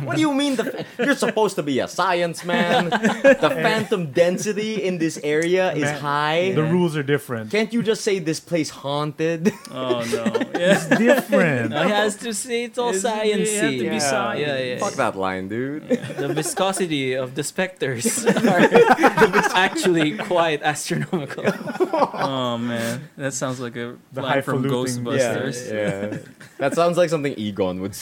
Speaker 1: What do you mean? The you're supposed to be a science man. [laughs] The phantom density in this area is
Speaker 4: Man,
Speaker 1: high.
Speaker 4: The rules are different.
Speaker 1: Can't you just say this place haunted?
Speaker 3: Oh, no. Yeah.
Speaker 1: [laughs]
Speaker 4: different.
Speaker 2: He has to say it's all
Speaker 3: It's-
Speaker 2: science.
Speaker 3: you have to be
Speaker 2: yeah.
Speaker 3: science.
Speaker 2: Yeah, yeah,
Speaker 1: Fuck
Speaker 2: yeah.
Speaker 1: that line, dude.
Speaker 2: The viscosity of the
Speaker 4: [laughs]
Speaker 2: specters [laughs] are actually quite
Speaker 4: [laughs]
Speaker 2: astronomical.
Speaker 3: [laughs] Oh, man. That sounds like a
Speaker 4: The
Speaker 3: line from
Speaker 4: highfalutin-
Speaker 1: Yeah,
Speaker 3: Ghostbusters.
Speaker 1: yeah. That sounds like something Egon would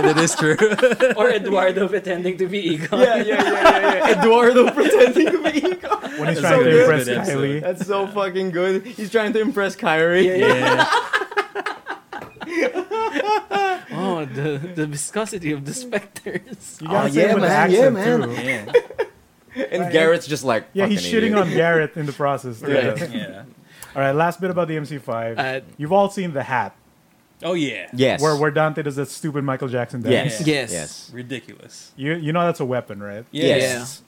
Speaker 1: say.
Speaker 3: that is true. [laughs]
Speaker 2: or Eduardo pretending to be Egon.
Speaker 1: [laughs] yeah, yeah, yeah, yeah, yeah. Eduardo [laughs] pretending to be Egon.
Speaker 4: When he's
Speaker 3: That's
Speaker 4: trying
Speaker 1: so
Speaker 4: to
Speaker 1: good.
Speaker 4: impress
Speaker 3: Good episode.
Speaker 4: Kylie.
Speaker 1: That's so fucking good. He's trying to impress Kyrie.
Speaker 3: yeah.
Speaker 2: Oh, the, the viscosity of the specters.
Speaker 4: You gotta
Speaker 1: Oh,
Speaker 4: say it
Speaker 1: yeah,
Speaker 4: with the
Speaker 1: man, yeah,
Speaker 4: accent,
Speaker 1: man.
Speaker 4: too.
Speaker 3: yeah.
Speaker 1: [laughs] And Garrett's just like,
Speaker 4: Yeah, he's
Speaker 1: "Fucking
Speaker 4: shitting
Speaker 1: idiot."
Speaker 4: on Garrett in
Speaker 1: [laughs]
Speaker 4: the process. too.
Speaker 1: Right.
Speaker 3: Yeah.
Speaker 4: All right, last bit about the MC5.
Speaker 2: Uh,
Speaker 4: You've all seen the hat.
Speaker 3: Oh yeah.
Speaker 1: Yes.
Speaker 4: where where Dante does that stupid Michael Jackson dance.
Speaker 1: Yes.
Speaker 3: Yeah.
Speaker 2: Yes.
Speaker 1: Yes.
Speaker 3: Ridiculous.
Speaker 4: You you know that's a weapon, right?
Speaker 3: Yes.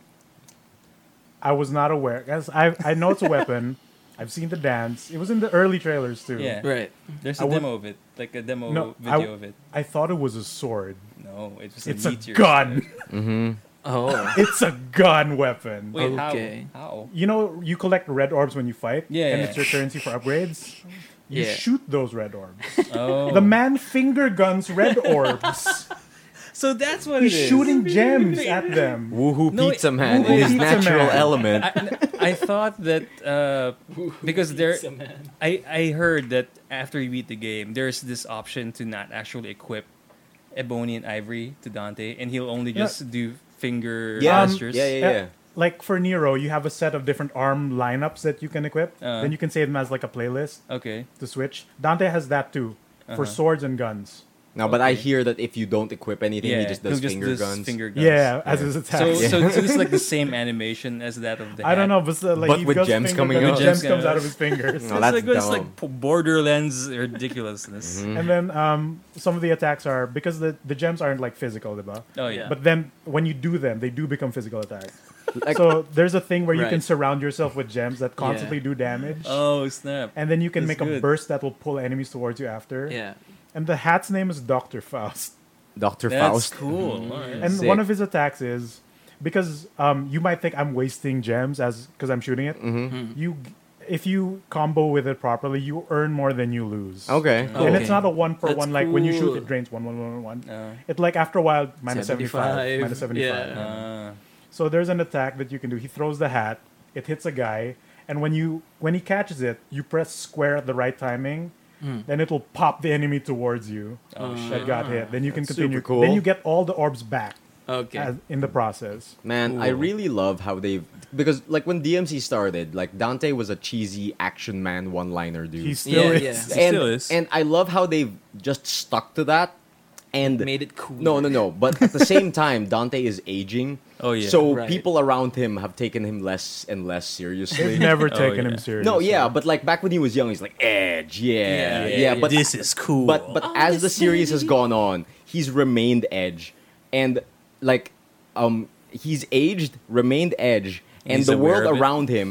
Speaker 4: I was not aware. Guys, I I know it's a
Speaker 3: [laughs]
Speaker 4: weapon. I've seen the dance. It was in the early trailers too.
Speaker 3: Yeah.
Speaker 2: Right.
Speaker 3: There's
Speaker 4: I
Speaker 3: a
Speaker 4: would-
Speaker 3: demo of it, like a demo
Speaker 4: No, I
Speaker 3: video
Speaker 4: w-
Speaker 3: of it.
Speaker 4: I thought it was a sword.
Speaker 3: No, it was
Speaker 4: It's
Speaker 3: a
Speaker 4: a
Speaker 3: meteor.
Speaker 4: gun.
Speaker 2: Oh.
Speaker 4: [laughs] it's a gun weapon.
Speaker 3: Wait,
Speaker 2: Okay.
Speaker 3: how? How?
Speaker 4: You know, you collect red orbs when you fight,
Speaker 3: Yeah,
Speaker 4: and
Speaker 3: yeah.
Speaker 4: it's your currency for upgrades. You
Speaker 2: Yeah.
Speaker 4: shoot those red orbs.
Speaker 3: Oh.
Speaker 4: The man finger guns red orbs.
Speaker 3: so that's what
Speaker 4: He's
Speaker 3: [laughs] it is.
Speaker 4: shooting gems at them.
Speaker 1: Woohoo
Speaker 3: No,
Speaker 1: Pizza
Speaker 3: it-
Speaker 1: Man
Speaker 4: Woohoo
Speaker 1: in his
Speaker 4: Pizza
Speaker 1: natural
Speaker 4: Man.
Speaker 1: element.
Speaker 3: [laughs] I, I thought that uh, [laughs] because
Speaker 4: [laughs]
Speaker 3: there, I, I heard that after you beat the game, there's this option to not actually equip Ebony and Ivory to Dante, and he'll only
Speaker 4: Yeah.
Speaker 3: just do finger
Speaker 1: yeah. um,
Speaker 3: gestures.
Speaker 1: yeah. Yeah. Yeah.
Speaker 4: Uh, Like for Nero, you have a set of different arm lineups that you can equip.
Speaker 3: Uh.
Speaker 4: then you can save them as like a playlist
Speaker 3: Okay.
Speaker 4: to switch. Dante has that too for swords and guns.
Speaker 1: No, but I
Speaker 3: Okay.
Speaker 1: hear that if you don't equip anything,
Speaker 3: Yeah.
Speaker 1: he just does
Speaker 3: he'll
Speaker 1: finger
Speaker 3: does
Speaker 1: guns.
Speaker 3: Finger guns.
Speaker 4: Yeah, as
Speaker 1: Yeah.
Speaker 4: his
Speaker 3: So,
Speaker 4: attacks. [laughs]
Speaker 3: so, so it's like the same animation as that of the.
Speaker 4: I don't
Speaker 3: hat.
Speaker 4: know, but, it's, uh, like
Speaker 1: But
Speaker 4: he
Speaker 1: with
Speaker 4: goes
Speaker 1: gems
Speaker 4: finger
Speaker 1: coming out.
Speaker 4: guns, gems
Speaker 3: Gems
Speaker 4: comes
Speaker 3: coming
Speaker 4: out of
Speaker 3: out.
Speaker 4: his fingers.
Speaker 1: No,
Speaker 3: [laughs] It's
Speaker 1: Oh, that's
Speaker 3: like, it's
Speaker 1: dumb. Mm-hmm.
Speaker 3: like p- borderlands ridiculousness.
Speaker 4: And then um, some of the attacks are because the, the gems aren't like physical, diba?
Speaker 3: Oh yeah.
Speaker 4: But then when you do them, they do become physical attacks.
Speaker 1: Like-
Speaker 4: so there's a thing where you can
Speaker 3: Right.
Speaker 4: surround yourself with gems that constantly do damage.
Speaker 3: oh snap.
Speaker 4: and then you can
Speaker 3: that's
Speaker 4: make a
Speaker 3: good.
Speaker 4: burst that will pull enemies towards you after.
Speaker 2: Yeah.
Speaker 4: And the hat's name is Dr. Faust.
Speaker 1: Doctor
Speaker 3: That's
Speaker 1: Faust.
Speaker 3: cool. alright.
Speaker 4: Mm-hmm. And
Speaker 1: Sick.
Speaker 4: one of his attacks is because um, you might think I'm wasting gems as because I'm shooting
Speaker 1: Mm-hmm.
Speaker 4: it.
Speaker 3: Mm-hmm.
Speaker 4: You, if you combo with it properly, you earn more than you lose.
Speaker 1: Okay. Cool.
Speaker 4: And
Speaker 2: Okay.
Speaker 4: it's not a one per
Speaker 2: That's
Speaker 4: one like when you shoot
Speaker 2: cool.
Speaker 4: it drains one one one one one.
Speaker 3: Uh,
Speaker 4: It like after a while minus seventy
Speaker 2: 75,
Speaker 4: five minus seventy five.
Speaker 2: yeah.
Speaker 3: uh,
Speaker 4: So there's an attack that you can do. He throws the hat, it hits a guy, and when you when he catches it, you press square at the right timing, then it'll pop the enemy towards you
Speaker 3: oh
Speaker 4: that
Speaker 3: shit.
Speaker 4: got hit. Then you can
Speaker 1: That's
Speaker 4: continue.
Speaker 1: super cool.
Speaker 4: Then you get all the orbs back
Speaker 2: Okay.
Speaker 4: as, in the process.
Speaker 1: Man, I
Speaker 3: Cool.
Speaker 1: really love how they've because like when DMC started, like Dante was a cheesy action man one-liner dude.
Speaker 4: He still
Speaker 2: Yeah,
Speaker 4: is. [laughs]
Speaker 2: yeah.
Speaker 1: and,
Speaker 3: still is.
Speaker 1: and I love how they've just stuck to that and
Speaker 2: Made it cool.
Speaker 1: No, no, no. But at the same time, Dante is aging.
Speaker 3: Oh, yeah.
Speaker 1: So
Speaker 2: Right.
Speaker 1: people around him have taken him less and less seriously.
Speaker 4: They've never
Speaker 3: Oh,
Speaker 4: taken
Speaker 3: yeah.
Speaker 4: him seriously.
Speaker 1: no, yeah, but like back when he was young, he's like Edge, yeah, yeah. but
Speaker 3: this is cool.
Speaker 1: but but as the series has gone on, he's remained Edge, and like um he's aged, remained Edge, and
Speaker 3: He's
Speaker 1: the
Speaker 3: aware
Speaker 1: world
Speaker 3: of it.
Speaker 1: around him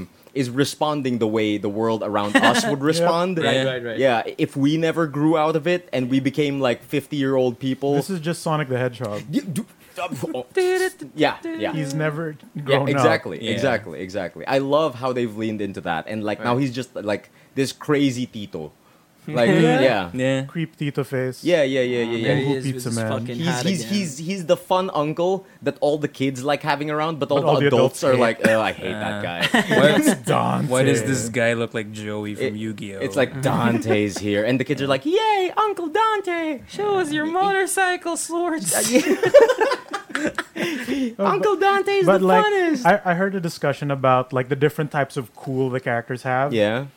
Speaker 1: is responding the way the world around us would respond.
Speaker 2: Right,
Speaker 3: Yeah.
Speaker 2: right, right.
Speaker 1: Yeah, if we never grew out of it and we became like fifty-year-old people.
Speaker 4: This is just Sonic the Hedgehog.
Speaker 1: Yeah, do- oh, yeah, yeah.
Speaker 4: He's never
Speaker 1: Yeah,
Speaker 4: grown
Speaker 1: exactly,
Speaker 4: up.
Speaker 3: Yeah.
Speaker 1: exactly, exactly. I love how they've leaned into that, and like now he's just like this crazy
Speaker 4: [laughs]
Speaker 1: Tito, like
Speaker 4: Yeah.
Speaker 1: yeah,
Speaker 3: yeah.
Speaker 1: [laughs]
Speaker 4: Creep Tito face.
Speaker 1: yeah, yeah, yeah, yeah. yeah.
Speaker 2: There he
Speaker 4: Who
Speaker 2: is
Speaker 4: pizza
Speaker 2: with his
Speaker 4: man?
Speaker 2: fucking
Speaker 1: He's
Speaker 2: hat
Speaker 1: he's,
Speaker 2: again.
Speaker 1: he's he's the fun uncle that all the kids like having around, but all,
Speaker 4: all
Speaker 1: the,
Speaker 4: the
Speaker 1: adults,
Speaker 4: adults
Speaker 1: are
Speaker 4: hate.
Speaker 1: like, oh, I hate that guy.
Speaker 3: Why, [laughs]
Speaker 4: Dante.
Speaker 3: why does this guy look like Joey from
Speaker 1: It-
Speaker 3: Yu-Gi-Oh?
Speaker 1: It's like Dante's here, and the kids are like, yay, Uncle Dante!
Speaker 2: Show us your motorcycle swords.
Speaker 1: Uncle Dante's
Speaker 4: But
Speaker 1: the
Speaker 4: like,
Speaker 1: funnest.
Speaker 4: I, I heard a discussion about like the different types of cool the characters have.
Speaker 1: yeah,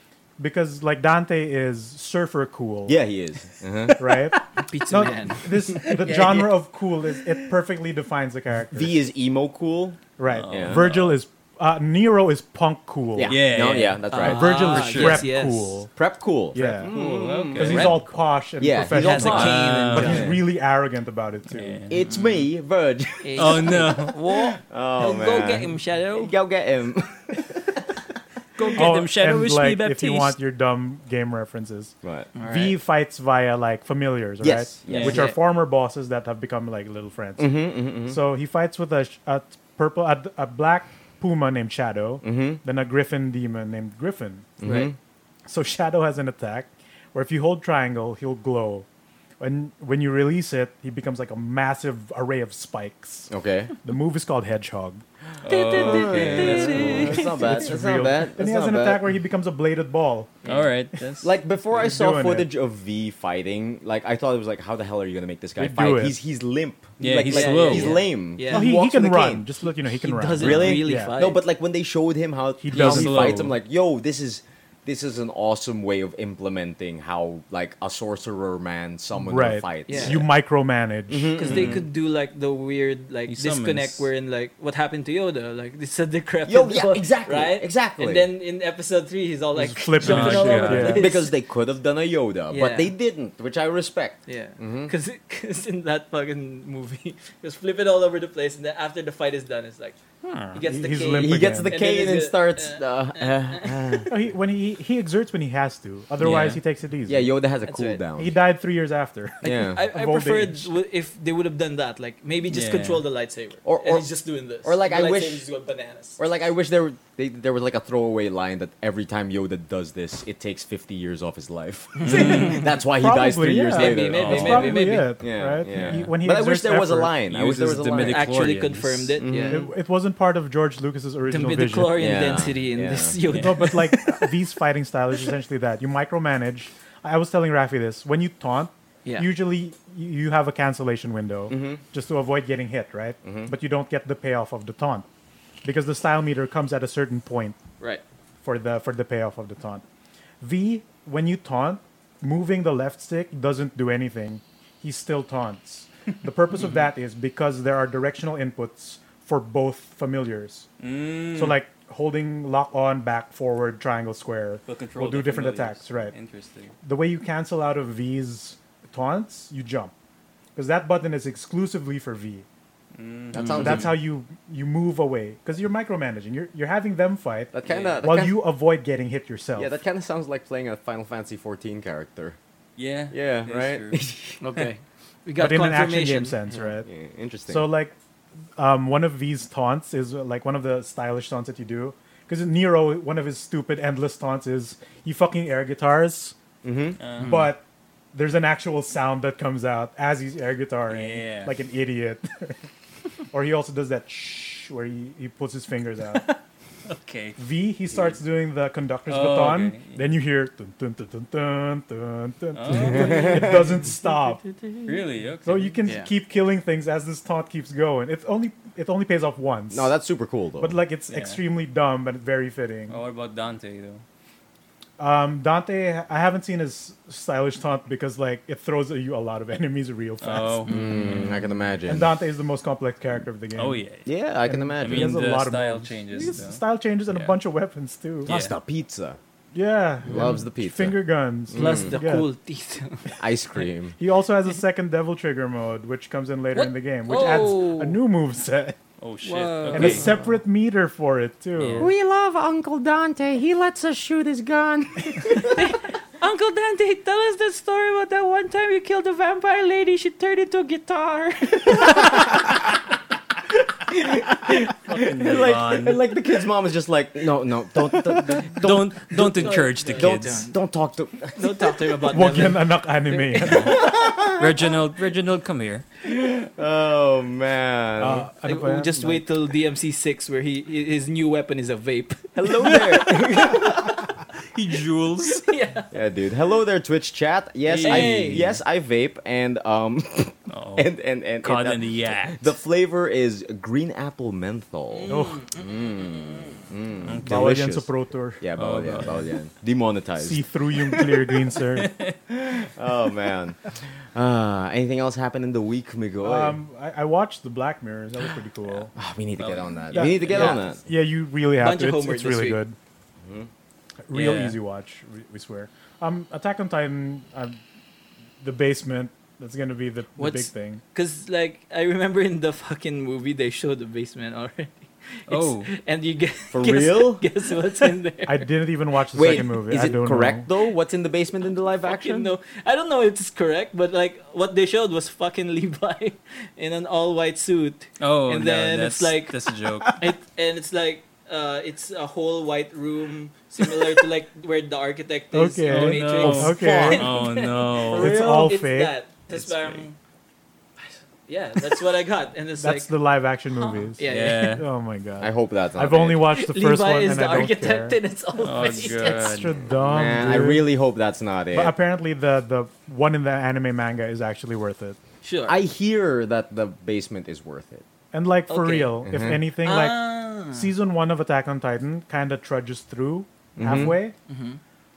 Speaker 4: Because like Dante is surfer cool.
Speaker 1: yeah, he is. Uh-huh. [laughs]
Speaker 4: Right.
Speaker 2: Pizza
Speaker 4: no,
Speaker 2: man.
Speaker 4: this the genre of cool is it perfectly defines the character.
Speaker 1: V is emo cool.
Speaker 4: right.
Speaker 1: Oh. Yeah.
Speaker 4: Virgil is uh, Nero is punk cool.
Speaker 1: Yeah,
Speaker 3: Yeah,
Speaker 1: no,
Speaker 3: yeah.
Speaker 1: yeah, that's right.
Speaker 2: Uh-huh.
Speaker 4: Virgil
Speaker 2: Ah,
Speaker 4: is
Speaker 2: yes,
Speaker 4: prep
Speaker 2: yes.
Speaker 4: cool.
Speaker 1: Prep cool.
Speaker 4: Yeah.
Speaker 3: cool.
Speaker 1: mm,
Speaker 4: Because
Speaker 3: Okay.
Speaker 4: he's all posh and
Speaker 1: Yeah, he's
Speaker 4: professional,
Speaker 1: all
Speaker 2: Has a
Speaker 1: punk.
Speaker 2: cane and-
Speaker 4: but
Speaker 1: Yeah.
Speaker 4: he's really arrogant about it too.
Speaker 3: Yeah.
Speaker 1: It's me, Virg.
Speaker 3: [laughs] Oh
Speaker 1: [laughs]
Speaker 3: no!
Speaker 2: What?
Speaker 1: Oh man,
Speaker 2: Go get him, Shadow.
Speaker 1: Go get him.
Speaker 3: Go get
Speaker 4: Oh,
Speaker 3: them shadow
Speaker 4: and
Speaker 3: wish
Speaker 4: like,
Speaker 3: me
Speaker 4: if you want your dumb game references,
Speaker 1: [laughs] right.
Speaker 4: V fights via like familiars, right?
Speaker 1: Yes,
Speaker 3: yes.
Speaker 4: Which
Speaker 2: Yeah.
Speaker 4: are former bosses that have become like little friends.
Speaker 1: Mm-hmm,
Speaker 4: So he fights with a, sh- a purple, a, a black puma named Shadow,
Speaker 1: Mm-hmm.
Speaker 4: then a griffin demon named Griffin.
Speaker 2: Right.
Speaker 4: So [laughs] Shadow has an attack where if you hold triangle, he'll glow. And when you release it, he becomes like a massive array of spikes.
Speaker 1: Okay.
Speaker 4: The move is called Hedgehog.
Speaker 1: That's not bad. That's not
Speaker 4: Real.
Speaker 1: bad.
Speaker 4: And
Speaker 1: That's
Speaker 4: he has
Speaker 1: not
Speaker 4: an
Speaker 1: bad.
Speaker 4: attack where he becomes a bladed ball.
Speaker 3: All right. That's
Speaker 1: Like before I
Speaker 4: He's
Speaker 1: saw
Speaker 4: doing
Speaker 1: footage of V fighting, like I thought it was like, how the hell are you gonna make this guy
Speaker 4: They do
Speaker 1: fight?
Speaker 4: it.
Speaker 1: He's he's limp.
Speaker 3: Yeah,
Speaker 1: like,
Speaker 3: he's
Speaker 1: like,
Speaker 3: slow.
Speaker 1: He's
Speaker 2: Yeah.
Speaker 1: lame.
Speaker 2: Yeah.
Speaker 4: No, he, he
Speaker 1: walks
Speaker 4: can
Speaker 1: with a
Speaker 4: run.
Speaker 1: cane.
Speaker 4: Just to let you know, he can
Speaker 2: He
Speaker 4: run.
Speaker 2: doesn't
Speaker 1: Really?
Speaker 2: really,
Speaker 1: Yeah.
Speaker 2: fight.
Speaker 1: No, but like when they showed him how he,
Speaker 4: does
Speaker 1: how he
Speaker 3: slow.
Speaker 1: fights, I'm like, yo, this is this is an awesome way of implementing how like a sorcerer man summons
Speaker 4: right.
Speaker 1: fights.
Speaker 2: Yeah.
Speaker 4: You micromanage.
Speaker 2: Because they could do like the weird like
Speaker 3: He
Speaker 2: disconnect
Speaker 3: summons.
Speaker 2: wherein like what happened to Yoda like it's a decrepit
Speaker 1: Yo, yeah,
Speaker 2: boy,
Speaker 1: exactly,
Speaker 2: right
Speaker 1: exactly.
Speaker 2: and then in episode three he's all like
Speaker 4: He's flipping
Speaker 2: jumping
Speaker 3: and
Speaker 2: all
Speaker 3: shit,
Speaker 2: over
Speaker 4: yeah.
Speaker 2: the
Speaker 4: [laughs]
Speaker 2: place.
Speaker 1: Because they could have done a Yoda,
Speaker 2: Yeah.
Speaker 1: but they didn't, which I respect.
Speaker 2: yeah
Speaker 4: Mm-hmm.
Speaker 2: because [laughs] in that fucking movie [laughs] just flip it all over the place and then after the fight is done it's like
Speaker 3: Huh.
Speaker 2: he gets the
Speaker 4: He's
Speaker 2: cane
Speaker 4: limp
Speaker 1: He gets
Speaker 4: again.
Speaker 1: the
Speaker 2: And then
Speaker 1: cane
Speaker 2: he's
Speaker 1: and
Speaker 2: a-
Speaker 1: starts.
Speaker 2: uh, [laughs]
Speaker 1: Uh, uh, uh.
Speaker 4: No, he, when he he exerts when he has to. Otherwise,
Speaker 3: Yeah.
Speaker 4: he takes it easy.
Speaker 1: yeah, Yoda has a
Speaker 2: That's right.
Speaker 1: cooldown.
Speaker 4: He died three years
Speaker 1: [laughs]
Speaker 4: after.
Speaker 1: yeah.
Speaker 2: I, I
Speaker 4: Of old
Speaker 2: preferred
Speaker 4: age.
Speaker 2: w- if they would have done that like maybe just
Speaker 3: Yeah.
Speaker 2: control the lightsaber
Speaker 1: Or-
Speaker 2: and
Speaker 1: or-
Speaker 2: he's just doing this
Speaker 1: or, like,
Speaker 2: The
Speaker 1: I wish-
Speaker 2: lightsaber's going bananas
Speaker 1: Or like I wish there were, they, there was like a throwaway line that every time Yoda does this, it takes fifty years off his
Speaker 4: [laughs]
Speaker 1: life. [laughs] That's why he dies
Speaker 4: Probably,
Speaker 1: three years
Speaker 4: yeah.
Speaker 1: later.
Speaker 2: Maybe, maybe,
Speaker 4: That's
Speaker 1: Oh.
Speaker 2: maybe.
Speaker 4: probably it,
Speaker 1: Yeah,
Speaker 4: right?
Speaker 1: yeah.
Speaker 4: He- when he
Speaker 1: but I wish
Speaker 4: exerts
Speaker 1: there was a
Speaker 4: effort,
Speaker 1: line. I wish there was
Speaker 3: uses
Speaker 1: a
Speaker 3: the
Speaker 1: line.
Speaker 3: midi-
Speaker 2: actually
Speaker 3: Midichlorians.
Speaker 2: confirmed it yeah
Speaker 4: It, it wasn't part of George Lucas's
Speaker 2: the
Speaker 4: original Mm-hmm. vision.
Speaker 2: midichlorian
Speaker 1: Yeah.
Speaker 2: density in
Speaker 1: Yeah.
Speaker 2: this [laughs] Yoda.
Speaker 4: No, [laughs] but like these fighting styles is essentially that you micromanage. I was telling Rafi this when you taunt.
Speaker 2: Yeah.
Speaker 4: Usually, you you have a cancellation window
Speaker 1: Mm-hmm.
Speaker 4: just to avoid getting hit, right? But you don't get the payoff of the taunt because the style meter comes at a certain point
Speaker 2: Right.
Speaker 4: for the for the payoff of the taunt. V, when you taunt, moving the left stick doesn't do anything. He still taunts. The
Speaker 3: [laughs]
Speaker 4: purpose of that is because there are directional inputs for both familiars.
Speaker 1: mm,
Speaker 3: Mm.
Speaker 4: So like holding lock on, back, forward, triangle, square
Speaker 3: But control
Speaker 4: will do
Speaker 3: the
Speaker 4: different
Speaker 3: familiars.
Speaker 4: attacks, right?
Speaker 3: Interesting.
Speaker 4: the way you cancel out of V's taunts, you jump. Because that button is exclusively for V.
Speaker 3: Mm.
Speaker 1: That sounds.
Speaker 4: That's how you you move away. Because you're micromanaging. You're you're having them fight
Speaker 1: That kind
Speaker 3: Yeah.
Speaker 1: of.
Speaker 4: while you avoid getting hit yourself.
Speaker 1: Yeah, that kind of sounds like playing a Final Fantasy fourteen character.
Speaker 3: Yeah.
Speaker 1: Yeah,
Speaker 3: that's
Speaker 1: right?
Speaker 3: true.
Speaker 1: [laughs]
Speaker 2: Okay. We got
Speaker 4: but in an action
Speaker 2: confirmation.
Speaker 4: game sense, right?
Speaker 1: Yeah, interesting.
Speaker 4: So like, um, one of these taunts is uh, like one of the stylish taunts that you do. Because Nero, one of his stupid endless taunts is he fucking air guitars,
Speaker 1: Mm-hmm.
Speaker 3: Um,
Speaker 4: but there's an actual sound that comes out as he's air guitaring,
Speaker 3: Yeah.
Speaker 4: like an idiot. [laughs] or he also does that shh where he, he puts his fingers out.
Speaker 3: okay.
Speaker 4: V, he starts doing the conductor's
Speaker 3: Oh,
Speaker 4: baton.
Speaker 3: okay. Oh.
Speaker 4: Then you hear dun, dun, dun, dun, dun, dun, dun, dun. it doesn't stop.
Speaker 3: Really? Okay.
Speaker 4: So you can
Speaker 2: Yeah.
Speaker 4: keep killing things as this taunt keeps going. It only it only pays off once.
Speaker 1: no, that's super cool though.
Speaker 4: but like it's
Speaker 3: Yeah.
Speaker 4: extremely dumb and very fitting.
Speaker 3: Oh, what about Dante
Speaker 1: [laughs]
Speaker 3: though?
Speaker 4: Um, Dante, I haven't seen his stylish taunt because like it throws at you a lot of [laughs] enemies real fast.
Speaker 3: Oh.
Speaker 1: Mm, I can imagine.
Speaker 4: And Dante is the most complex character of the game.
Speaker 3: Oh yeah.
Speaker 1: yeah, I can
Speaker 3: I
Speaker 1: imagine.
Speaker 4: he
Speaker 3: mean
Speaker 4: has a
Speaker 3: the
Speaker 4: lot of
Speaker 3: style
Speaker 4: moves. He
Speaker 3: changes.
Speaker 4: has
Speaker 3: though.
Speaker 4: style changes and
Speaker 3: Yeah.
Speaker 4: a bunch of weapons too.
Speaker 3: Yeah.
Speaker 1: Pasta pizza,
Speaker 4: Yeah,
Speaker 1: Loves
Speaker 4: and
Speaker 1: the pizza.
Speaker 4: Finger guns.
Speaker 2: Plus
Speaker 3: Mm.
Speaker 2: the
Speaker 4: Mm. Yeah.
Speaker 2: cool teeth. [laughs]
Speaker 1: ice cream.
Speaker 4: He also has a second Devil Trigger mode, which comes in later
Speaker 3: What?
Speaker 4: in the game, which
Speaker 2: Oh.
Speaker 4: adds a new moveset [laughs]
Speaker 3: Oh shit.
Speaker 2: Whoa.
Speaker 4: and a
Speaker 3: Okay.
Speaker 4: separate meter for it
Speaker 3: Yeah.
Speaker 4: too.
Speaker 5: We love Uncle Dante. He lets us shoot his gun.
Speaker 2: [laughs] Uncle Dante, tell us the story about that one time you killed a vampire lady. She turned into a guitar.
Speaker 1: And
Speaker 4: [laughs]
Speaker 1: like, and like the kid's mom is just like, no, no, don't, don't, don't, don't,
Speaker 3: don't
Speaker 4: [laughs]
Speaker 3: don't encourage the
Speaker 1: don't,
Speaker 3: kids.
Speaker 1: don't talk to.
Speaker 2: Don't talk to him about
Speaker 4: Wag yan
Speaker 2: that.
Speaker 4: anak anime. [laughs]
Speaker 3: Reginald, Reginald, come here.
Speaker 1: [laughs] Oh man.
Speaker 4: Uh, ano pa yan?
Speaker 2: just wait till DMC six, where he his new weapon is a vape.
Speaker 1: Hello there.
Speaker 3: He jewels.
Speaker 2: [laughs] yeah.
Speaker 1: [laughs] yeah, dude. Hello there, Twitch chat. Yes,
Speaker 2: Hey.
Speaker 1: I yes I vape and um [laughs]
Speaker 3: Oh.
Speaker 1: and and and,
Speaker 3: Caught
Speaker 1: and, uh,
Speaker 3: in the act.
Speaker 1: the flavor is green apple menthol. Mm.
Speaker 4: Oh, bawal yan
Speaker 1: Delicious.
Speaker 4: sa Pro Tour.
Speaker 1: Yeah, bawal
Speaker 3: Oh,
Speaker 1: yan, bawal yan. Demonetized.
Speaker 4: See through yung clear green, sir.
Speaker 1: Oh [laughs] man. Uh, anything else happened in the week, Migoy?
Speaker 4: Um, I, I watched the Black Mirrors. That was pretty cool.
Speaker 1: Ah, we need to get on that.
Speaker 4: yeah,
Speaker 1: we need to get
Speaker 4: yeah.
Speaker 1: on that.
Speaker 4: Yeah, you really have
Speaker 2: Bunch of
Speaker 4: to. It's,
Speaker 2: homework
Speaker 4: it's
Speaker 2: this
Speaker 4: really
Speaker 2: week.
Speaker 4: good. Real
Speaker 3: Yeah.
Speaker 4: easy watch. We, we swear. Um, Attack on Titan. Um, the basement. That's gonna be the, the big
Speaker 2: What's-
Speaker 4: thing.
Speaker 2: Cause like I remember in the fucking movie they showed the basement already. [laughs] It's-
Speaker 3: Oh.
Speaker 2: and you get
Speaker 1: For [laughs] real?
Speaker 2: [laughs] Guess what's in
Speaker 4: [laughs]
Speaker 2: there?
Speaker 4: I didn't even watch the
Speaker 1: Wait,
Speaker 4: second movie.
Speaker 1: is
Speaker 4: I
Speaker 1: it
Speaker 4: don't
Speaker 1: correct
Speaker 4: know.
Speaker 1: though? What's in the basement in the live
Speaker 2: Fucking
Speaker 1: action?
Speaker 2: no, I don't know if it's correct, but like what they showed was fucking [laughs] Levi in an all-white suit,
Speaker 3: Oh,
Speaker 2: And
Speaker 3: no,
Speaker 2: then it's
Speaker 3: that's,
Speaker 2: like-
Speaker 3: that's a [laughs] joke.
Speaker 2: it, and it's like uh, it's a whole white room similar to like [laughs] where the architect is. in
Speaker 4: Okay.
Speaker 2: the
Speaker 3: Oh,
Speaker 2: Matrix.
Speaker 3: no.
Speaker 4: Okay.
Speaker 3: Oh [laughs] no.
Speaker 4: It's all
Speaker 2: it's
Speaker 4: fake.
Speaker 2: That. That's
Speaker 3: It's
Speaker 2: why I'm- Yeah, that's what I got, and it's
Speaker 4: That's
Speaker 2: like
Speaker 4: the live action movies.
Speaker 2: yeah,
Speaker 3: Yeah.
Speaker 4: [laughs] Oh my
Speaker 1: I
Speaker 4: god.
Speaker 1: hope that's. Not
Speaker 4: I've only
Speaker 1: it.
Speaker 4: watched the first
Speaker 2: Levi
Speaker 4: one
Speaker 2: is
Speaker 4: and
Speaker 2: the
Speaker 4: I don't
Speaker 2: architect,
Speaker 4: care.
Speaker 2: and it's all
Speaker 3: Oh
Speaker 2: fake. [laughs]
Speaker 4: Extra
Speaker 3: god.
Speaker 4: dumb.
Speaker 1: Man, I
Speaker 4: dude.
Speaker 1: really hope that's not it.
Speaker 4: But apparently the the one in the anime manga is actually worth it.
Speaker 2: Sure.
Speaker 1: I hear that the basement is worth it.
Speaker 4: And like for
Speaker 2: Okay.
Speaker 4: real, if
Speaker 1: Mm-hmm.
Speaker 4: anything, like
Speaker 2: Ah.
Speaker 1: Mm-hmm.
Speaker 2: Mm-hmm.
Speaker 4: season one of Attack on Titan kind of trudges through halfway.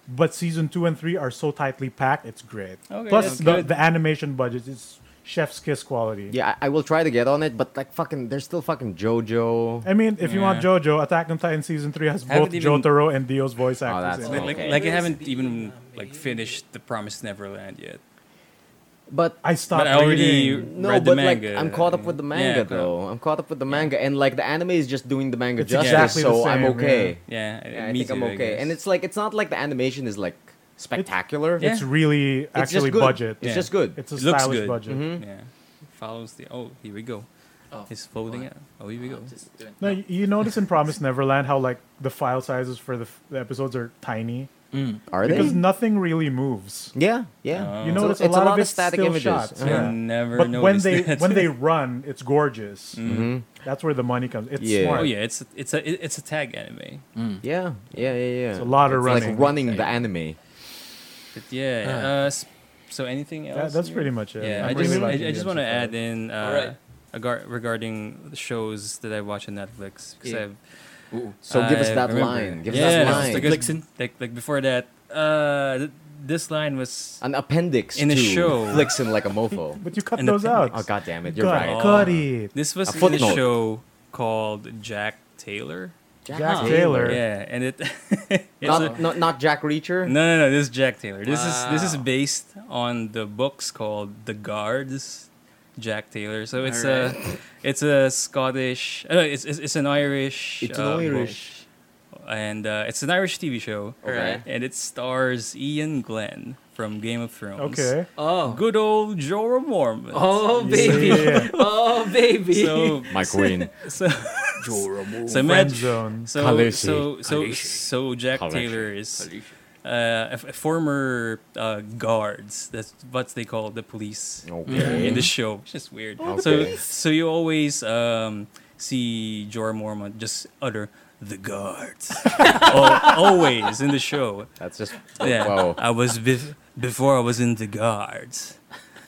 Speaker 4: But season two and three are so tightly packed, it's great.
Speaker 3: Okay,
Speaker 4: Plus
Speaker 3: that's
Speaker 4: the,
Speaker 3: good.
Speaker 4: the animation budget is chef's kiss quality.
Speaker 1: Yeah, I, I will try to get on it, but like fucking, there's still fucking JoJo.
Speaker 4: I mean, if you want
Speaker 3: Yeah.
Speaker 4: JoJo, Attack on Titan season three has both
Speaker 3: Haven't even-
Speaker 4: Jotaro and Dio's voice actors.
Speaker 1: Oh, that's
Speaker 4: in it.
Speaker 1: all.
Speaker 3: Like,
Speaker 1: Okay.
Speaker 3: like I haven't even like finished the Promised Neverland yet.
Speaker 1: But
Speaker 4: I stopped
Speaker 3: But I already-
Speaker 4: reading.
Speaker 1: no,
Speaker 3: read the
Speaker 1: but
Speaker 3: manga.
Speaker 1: like I'm caught up with the
Speaker 3: Yeah,
Speaker 1: manga
Speaker 3: caught up.
Speaker 1: though. I'm caught up with the manga, and like the anime is just doing the manga
Speaker 4: It's
Speaker 1: justice,
Speaker 3: exactly
Speaker 4: the
Speaker 1: so I'm
Speaker 4: same,
Speaker 1: okay.
Speaker 3: Yeah,
Speaker 1: Yeah, I
Speaker 3: me
Speaker 1: think I'm
Speaker 3: too,
Speaker 1: okay.
Speaker 3: guess.
Speaker 1: and it's like it's not like the animation is like spectacular.
Speaker 3: Yeah.
Speaker 4: It's really
Speaker 1: It's
Speaker 4: actually
Speaker 1: just good.
Speaker 4: budget.
Speaker 1: It's
Speaker 3: Yeah.
Speaker 1: just good. Mm-hmm.
Speaker 4: It's a
Speaker 3: It looks
Speaker 4: stylish
Speaker 3: good.
Speaker 4: budget.
Speaker 3: yeah, follows the. Oh, here we go.
Speaker 2: Oh,
Speaker 3: It's folding
Speaker 2: what?
Speaker 3: out. Oh, here we go.
Speaker 2: I'm just doing-
Speaker 4: No, you, you notice in Promise Neverland how like the file sizes for the, f- the episodes are tiny
Speaker 1: Are
Speaker 4: because
Speaker 1: they?
Speaker 4: nothing really moves.
Speaker 1: Yeah, yeah.
Speaker 3: Oh.
Speaker 4: You
Speaker 3: It's
Speaker 4: notice
Speaker 1: it's a lot
Speaker 4: of
Speaker 1: of
Speaker 4: it's
Speaker 1: static
Speaker 4: still
Speaker 1: images.
Speaker 4: shots.
Speaker 1: Uh-huh.
Speaker 4: yeah.
Speaker 3: I never
Speaker 4: but when
Speaker 3: noticed
Speaker 4: they
Speaker 3: that. [laughs]
Speaker 4: when
Speaker 1: [laughs]
Speaker 4: they run, it's gorgeous.
Speaker 3: Mm-hmm.
Speaker 4: That's where the money comes. It's
Speaker 1: Yeah.
Speaker 4: smart.
Speaker 3: Mm. Oh yeah, it's it's a it's a tag anime.
Speaker 1: yeah, yeah, yeah, yeah.
Speaker 4: It's a lot of
Speaker 1: It's
Speaker 4: running.
Speaker 1: Like running the anime.
Speaker 3: But yeah.
Speaker 2: Ah.
Speaker 3: Uh, s- so anything else?
Speaker 4: That- that's
Speaker 3: in
Speaker 4: pretty
Speaker 3: your-
Speaker 4: much it.
Speaker 3: Yeah,
Speaker 4: I'm
Speaker 3: I
Speaker 4: really
Speaker 3: just
Speaker 4: liking
Speaker 3: I, I just
Speaker 4: Gems
Speaker 3: want to
Speaker 4: of
Speaker 3: add
Speaker 4: Fate.
Speaker 3: in uh,
Speaker 2: Alright.
Speaker 3: agar- regarding the shows that I watch on Netflix because
Speaker 2: Yeah.
Speaker 3: I've
Speaker 1: So give us
Speaker 3: I
Speaker 1: that
Speaker 3: remember-
Speaker 1: line. Give
Speaker 3: yeah,
Speaker 1: us that line.
Speaker 3: Because, like like before that, uh, th- this line was
Speaker 1: An appendix
Speaker 3: In a
Speaker 1: to
Speaker 3: show.
Speaker 1: flicking like a mofo. [laughs]
Speaker 4: But you cut
Speaker 3: And the
Speaker 4: those out.
Speaker 1: oh god damn it!
Speaker 4: You
Speaker 1: You're
Speaker 4: cut-
Speaker 1: right.
Speaker 4: cut it.
Speaker 3: this was
Speaker 1: A
Speaker 3: in a
Speaker 1: footnote.
Speaker 3: show called Jack Taylor.
Speaker 4: Jack Taylor. Sure.
Speaker 3: Yeah, and it [laughs] it's
Speaker 1: Not,
Speaker 3: a-
Speaker 1: not not Jack Reacher.
Speaker 3: No, no, no. This is Jack Taylor. This is this is
Speaker 2: Wow.
Speaker 3: based on the books called The Guards, Jack Taylor. So it's a it's a Scottish. Uh, it's, it's it's an Irish.
Speaker 1: It's an
Speaker 3: uh, book.
Speaker 1: Irish.
Speaker 3: and uh, it's an Irish TV show,
Speaker 1: Okay.
Speaker 3: and it stars Ian Glenn from Game of Thrones.
Speaker 4: Okay.
Speaker 2: Oh.
Speaker 3: Good old Jorah Mormont.
Speaker 2: [laughs] Oh baby.
Speaker 4: Yeah.
Speaker 2: Oh baby.
Speaker 3: So
Speaker 1: My
Speaker 3: [laughs]
Speaker 1: queen. [laughs]
Speaker 3: so so
Speaker 4: Friend
Speaker 3: imagine
Speaker 4: zone.
Speaker 3: so
Speaker 1: Khaleesi.
Speaker 3: so so
Speaker 2: Khaleesi.
Speaker 3: so Jack
Speaker 1: Khaleesi.
Speaker 3: Taylor is uh, a, f- a former uh, guards. That's what they call the police
Speaker 1: Okay.
Speaker 3: in the show. It's just weird.
Speaker 1: Oh, the
Speaker 3: so
Speaker 1: police.
Speaker 3: so you always um, see Jorah Mormont just utter the
Speaker 1: [laughs]
Speaker 3: guards. Al always in the show.
Speaker 1: That's just
Speaker 3: Yeah, Uh,
Speaker 1: wow.
Speaker 3: I was bef- before I was in the guards.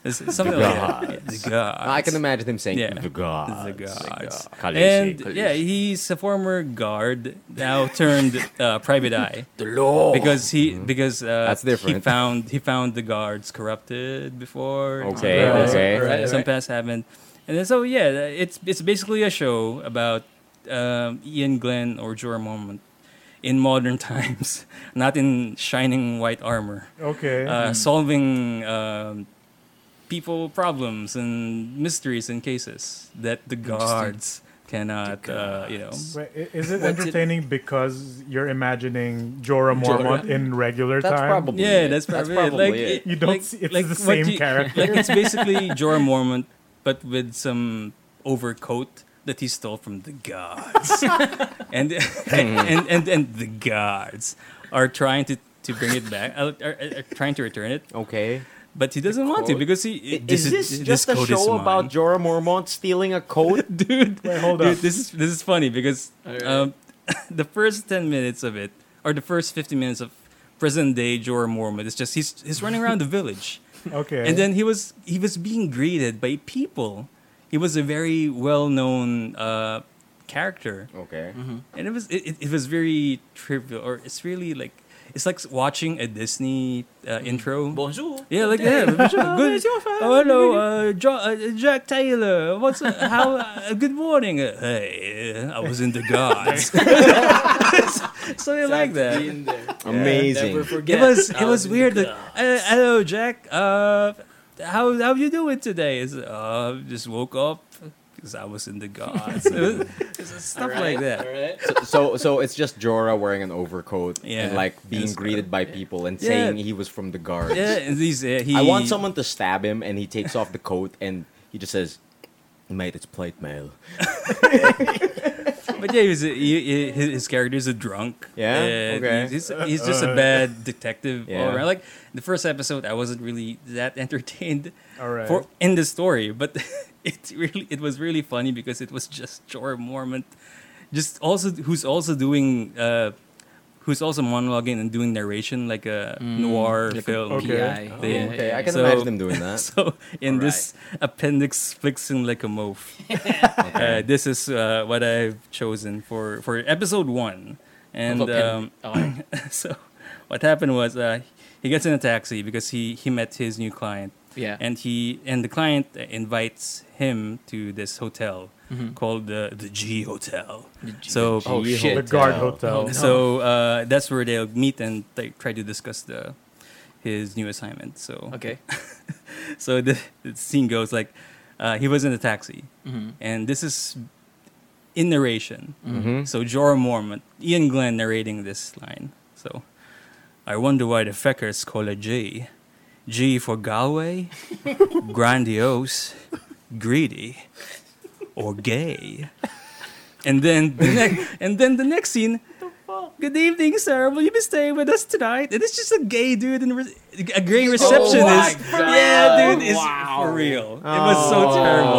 Speaker 3: It's something
Speaker 1: The
Speaker 3: like that.
Speaker 1: guards.
Speaker 3: The guards.
Speaker 1: I can imagine him saying
Speaker 3: Yeah.
Speaker 1: the gods.
Speaker 3: The guards.
Speaker 1: Khaleesi.
Speaker 3: And yeah, he's a former guard now turned uh, private eye
Speaker 6: The law.
Speaker 3: because he because uh,
Speaker 1: Mm-hmm. That's
Speaker 3: He
Speaker 1: different.
Speaker 3: found he found the guards corrupted before.
Speaker 1: Okay,
Speaker 3: Uh,
Speaker 1: okay.
Speaker 3: Some,
Speaker 2: Right,
Speaker 3: some
Speaker 2: right.
Speaker 3: past haven't, and then, so yeah, it's it's basically a show about um, Ian Glenn or Jorah Mormont in modern [laughs] times, not in shining white armor
Speaker 4: Okay.
Speaker 1: Mm-hmm.
Speaker 3: uh, solving um, people problems and mysteries and cases that the guards cannot, Uh, you know.
Speaker 4: Wait, i- is it
Speaker 2: What's it-
Speaker 4: entertaining because you're imagining Jorah Mormont in regular
Speaker 1: That's
Speaker 4: time?
Speaker 1: probably
Speaker 3: Yeah,
Speaker 1: it.
Speaker 3: that's probably,
Speaker 1: probably
Speaker 3: it. Like,
Speaker 1: it.
Speaker 4: You don't
Speaker 3: like-
Speaker 4: see- it's
Speaker 3: like
Speaker 4: the
Speaker 3: what
Speaker 4: same
Speaker 3: you-
Speaker 4: character.
Speaker 3: Like
Speaker 4: [laughs]
Speaker 3: it's basically Jorah Mormont, but with some overcoat that he stole from the
Speaker 4: [laughs]
Speaker 3: guards, and, [laughs] and and and the guards are trying to to bring it back, are, are, are trying to return it,
Speaker 1: Okay.
Speaker 3: but he doesn't want to
Speaker 2: coat?
Speaker 3: because he
Speaker 1: Is this, just a
Speaker 3: coat is
Speaker 1: show
Speaker 3: mine.
Speaker 1: about Jorah Mormont stealing a coat?
Speaker 3: [laughs] dude.
Speaker 4: Wait, hold
Speaker 3: Dude,
Speaker 4: up.
Speaker 3: this is this is funny because
Speaker 2: Alright.
Speaker 3: um, [laughs] the first ten minutes of it, or the first fifteen minutes of present day Jorah Mormont, it's just he's he's running around the village,
Speaker 4: [laughs] Okay.
Speaker 3: and then he was he was being greeted by people. He was a very well known uh, character,
Speaker 1: [laughs] Okay.
Speaker 3: and it was it, it- it was very trivial, or it's really like it's like watching a Disney uh,
Speaker 4: Mm-hmm.
Speaker 3: intro.
Speaker 2: Bonjour.
Speaker 3: Yeah, like
Speaker 2: [laughs]
Speaker 3: that. good.
Speaker 2: it's your fault.
Speaker 3: Oh, hello, uh, jo- uh, Jack Taylor. What's uh, how? Uh, good morning. Uh, hey, uh, I was in the
Speaker 2: [laughs]
Speaker 3: guards. [laughs] so you like that?
Speaker 2: Be in there. Never
Speaker 1: Amazing.
Speaker 2: forget.
Speaker 3: It was it
Speaker 2: I
Speaker 3: was
Speaker 2: in
Speaker 3: weird. Like,
Speaker 2: the-
Speaker 3: uh, hello, Jack. Uh, how how you doing today? Is uh, just woke up because I was in the
Speaker 2: [laughs]
Speaker 3: guards. It was- it's stuff like
Speaker 2: Alright,
Speaker 3: that.
Speaker 2: alright.
Speaker 1: so so it's just Jorah wearing an overcoat
Speaker 3: Yeah.
Speaker 1: and like being
Speaker 3: Yes.
Speaker 1: greeted by people and
Speaker 3: Yeah.
Speaker 1: saying he was from the guards.
Speaker 3: Yeah, and these uh, he.
Speaker 1: I want someone to stab him and he takes off the coat and he just says, "Mate, it's plate mail."
Speaker 3: But yeah, he was a, he, he- his his character is a drunk.
Speaker 1: Yeah?
Speaker 3: Uh,
Speaker 1: Okay.
Speaker 3: He's, he's- he's just a bad detective all
Speaker 1: Yeah.
Speaker 3: around. Like the first episode, I wasn't really that entertained
Speaker 4: All right.
Speaker 3: for in the story, but [laughs] it really it was really funny because it was just Jorah Mormont, just also who's also doing. Uh, Who's also monologuing and doing narration like a
Speaker 1: Mm.
Speaker 3: noir film?
Speaker 4: Okay.
Speaker 2: Yeah,
Speaker 3: They-
Speaker 2: yeah,
Speaker 1: Okay,
Speaker 2: yeah.
Speaker 1: I can
Speaker 3: So-
Speaker 1: imagine him doing that.
Speaker 3: [laughs] So in this appendix flexing like a
Speaker 2: [laughs]
Speaker 3: moaf, uh, this is uh, what I've chosen for for episode one, and
Speaker 2: um, Of append-
Speaker 3: um, [laughs] so What happened was uh, he gets in a taxi because he, he met his new client,
Speaker 2: Yeah.
Speaker 3: and he and the client invites him to this hotel called the the G Hotel. so
Speaker 1: Oh,
Speaker 2: Mm-hmm. G
Speaker 1: shit.
Speaker 4: The
Speaker 2: Hotel.
Speaker 4: guard hotel.
Speaker 2: no.
Speaker 3: so uh, that's where they'll meet and like, try to discuss the his new assignment. So
Speaker 2: okay.
Speaker 3: so the, the scene goes like uh, he was in a taxi,
Speaker 2: Mhm.
Speaker 3: Mm-hmm. and this is in narration.
Speaker 1: Mhm.
Speaker 3: So Jorah Mormont, Ian Glenn narrating this line. So I wonder why the feckers call it G. G for Galway, grandiose, greedy, or gay. And then the next, and then the next scene. Good evening, sir. Will you be staying with us tonight? And it's just a gay dude and re- a gay receptionist. yeah, dude, it's for real. It was so terrible.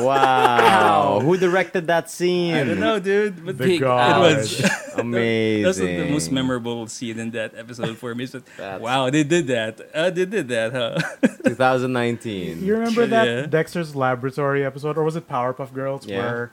Speaker 1: Oh
Speaker 3: [laughs]
Speaker 1: wow! Who directed that scene?
Speaker 3: I [laughs] don't know, dude. But
Speaker 4: The
Speaker 2: Big
Speaker 4: guard.
Speaker 3: it was [laughs]
Speaker 1: Amazing.
Speaker 3: That's the most memorable scene in that episode for me. So,
Speaker 1: [laughs] That's-
Speaker 3: wow, they did that. Uh, they did that, huh? [laughs]
Speaker 1: 2019.
Speaker 4: You remember that
Speaker 3: Yeah.
Speaker 4: Dexter's Laboratory episode, or was it Powerpuff Girls,
Speaker 1: Yeah.
Speaker 4: where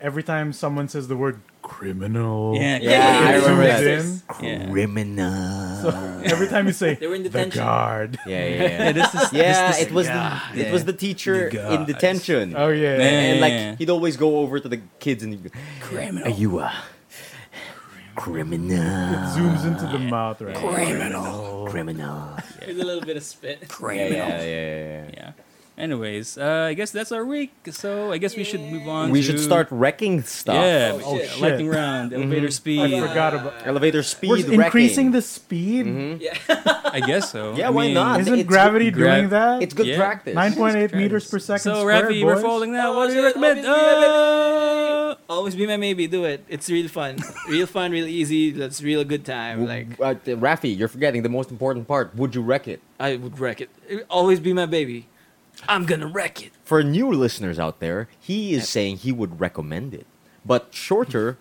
Speaker 4: every time someone says the word criminal,
Speaker 3: Yeah,
Speaker 1: Yeah, I
Speaker 4: it
Speaker 1: remember
Speaker 4: zooms
Speaker 1: that.
Speaker 4: in.
Speaker 3: Yeah.
Speaker 1: Criminal.
Speaker 4: So every time you say
Speaker 6: They were in
Speaker 4: the
Speaker 6: detention.
Speaker 4: guard,
Speaker 1: Yeah, yeah,
Speaker 3: Yeah,
Speaker 1: yeah.
Speaker 3: this is-
Speaker 1: Yeah,
Speaker 3: this is-
Speaker 1: it was
Speaker 3: yeah.
Speaker 1: the it was the teacher
Speaker 3: The
Speaker 1: in
Speaker 3: guys.
Speaker 1: detention.
Speaker 4: oh yeah,
Speaker 3: Man.
Speaker 1: And
Speaker 3: Yeah.
Speaker 1: like he'd always go over to the kids and he'd go,
Speaker 3: criminal.
Speaker 1: Are you a criminal?
Speaker 4: it zooms into the mouth, right?
Speaker 1: Criminal.
Speaker 6: There's a little bit of spit.
Speaker 2: [laughs]
Speaker 1: Yeah,
Speaker 3: Criminal.
Speaker 1: yeah, yeah, yeah. yeah.
Speaker 3: Yeah. Anyways, uh, I guess that's our week. So I guess we should move on.
Speaker 1: We
Speaker 3: to-
Speaker 1: should start Mm-hmm. wrecking stuff.
Speaker 3: Yeah.
Speaker 6: Oh, shit.
Speaker 3: Lightning round, elevator speed.
Speaker 4: I forgot about.
Speaker 1: Elevator speed.
Speaker 4: We're increasing
Speaker 1: wrecking.
Speaker 4: the speed.
Speaker 2: Mm-hmm.
Speaker 3: I guess so.
Speaker 1: Yeah,
Speaker 3: I
Speaker 1: why
Speaker 3: mean,
Speaker 1: not?
Speaker 4: Isn't
Speaker 1: It's-
Speaker 4: gravity
Speaker 3: gra-
Speaker 4: doing that?
Speaker 1: It's good
Speaker 3: Yeah.
Speaker 1: practice.
Speaker 4: nine point eight
Speaker 3: Christ.
Speaker 4: meters per second
Speaker 3: So,
Speaker 4: squared.
Speaker 3: Rafi,
Speaker 4: boys.
Speaker 3: we're falling now.
Speaker 2: Oh,
Speaker 3: what do you
Speaker 2: shit,
Speaker 3: recommend?
Speaker 2: obviously,
Speaker 3: Uh,
Speaker 2: Always be my maybe. Do it. It's real fun. real fun. Real easy. That's real good time. Like
Speaker 1: uh, Rafi, you're forgetting the most important part. Would you wreck it?
Speaker 2: I would wreck it. Always be my baby. I'm gonna wreck it.
Speaker 1: For new listeners out there, he is saying he would recommend it, but shorter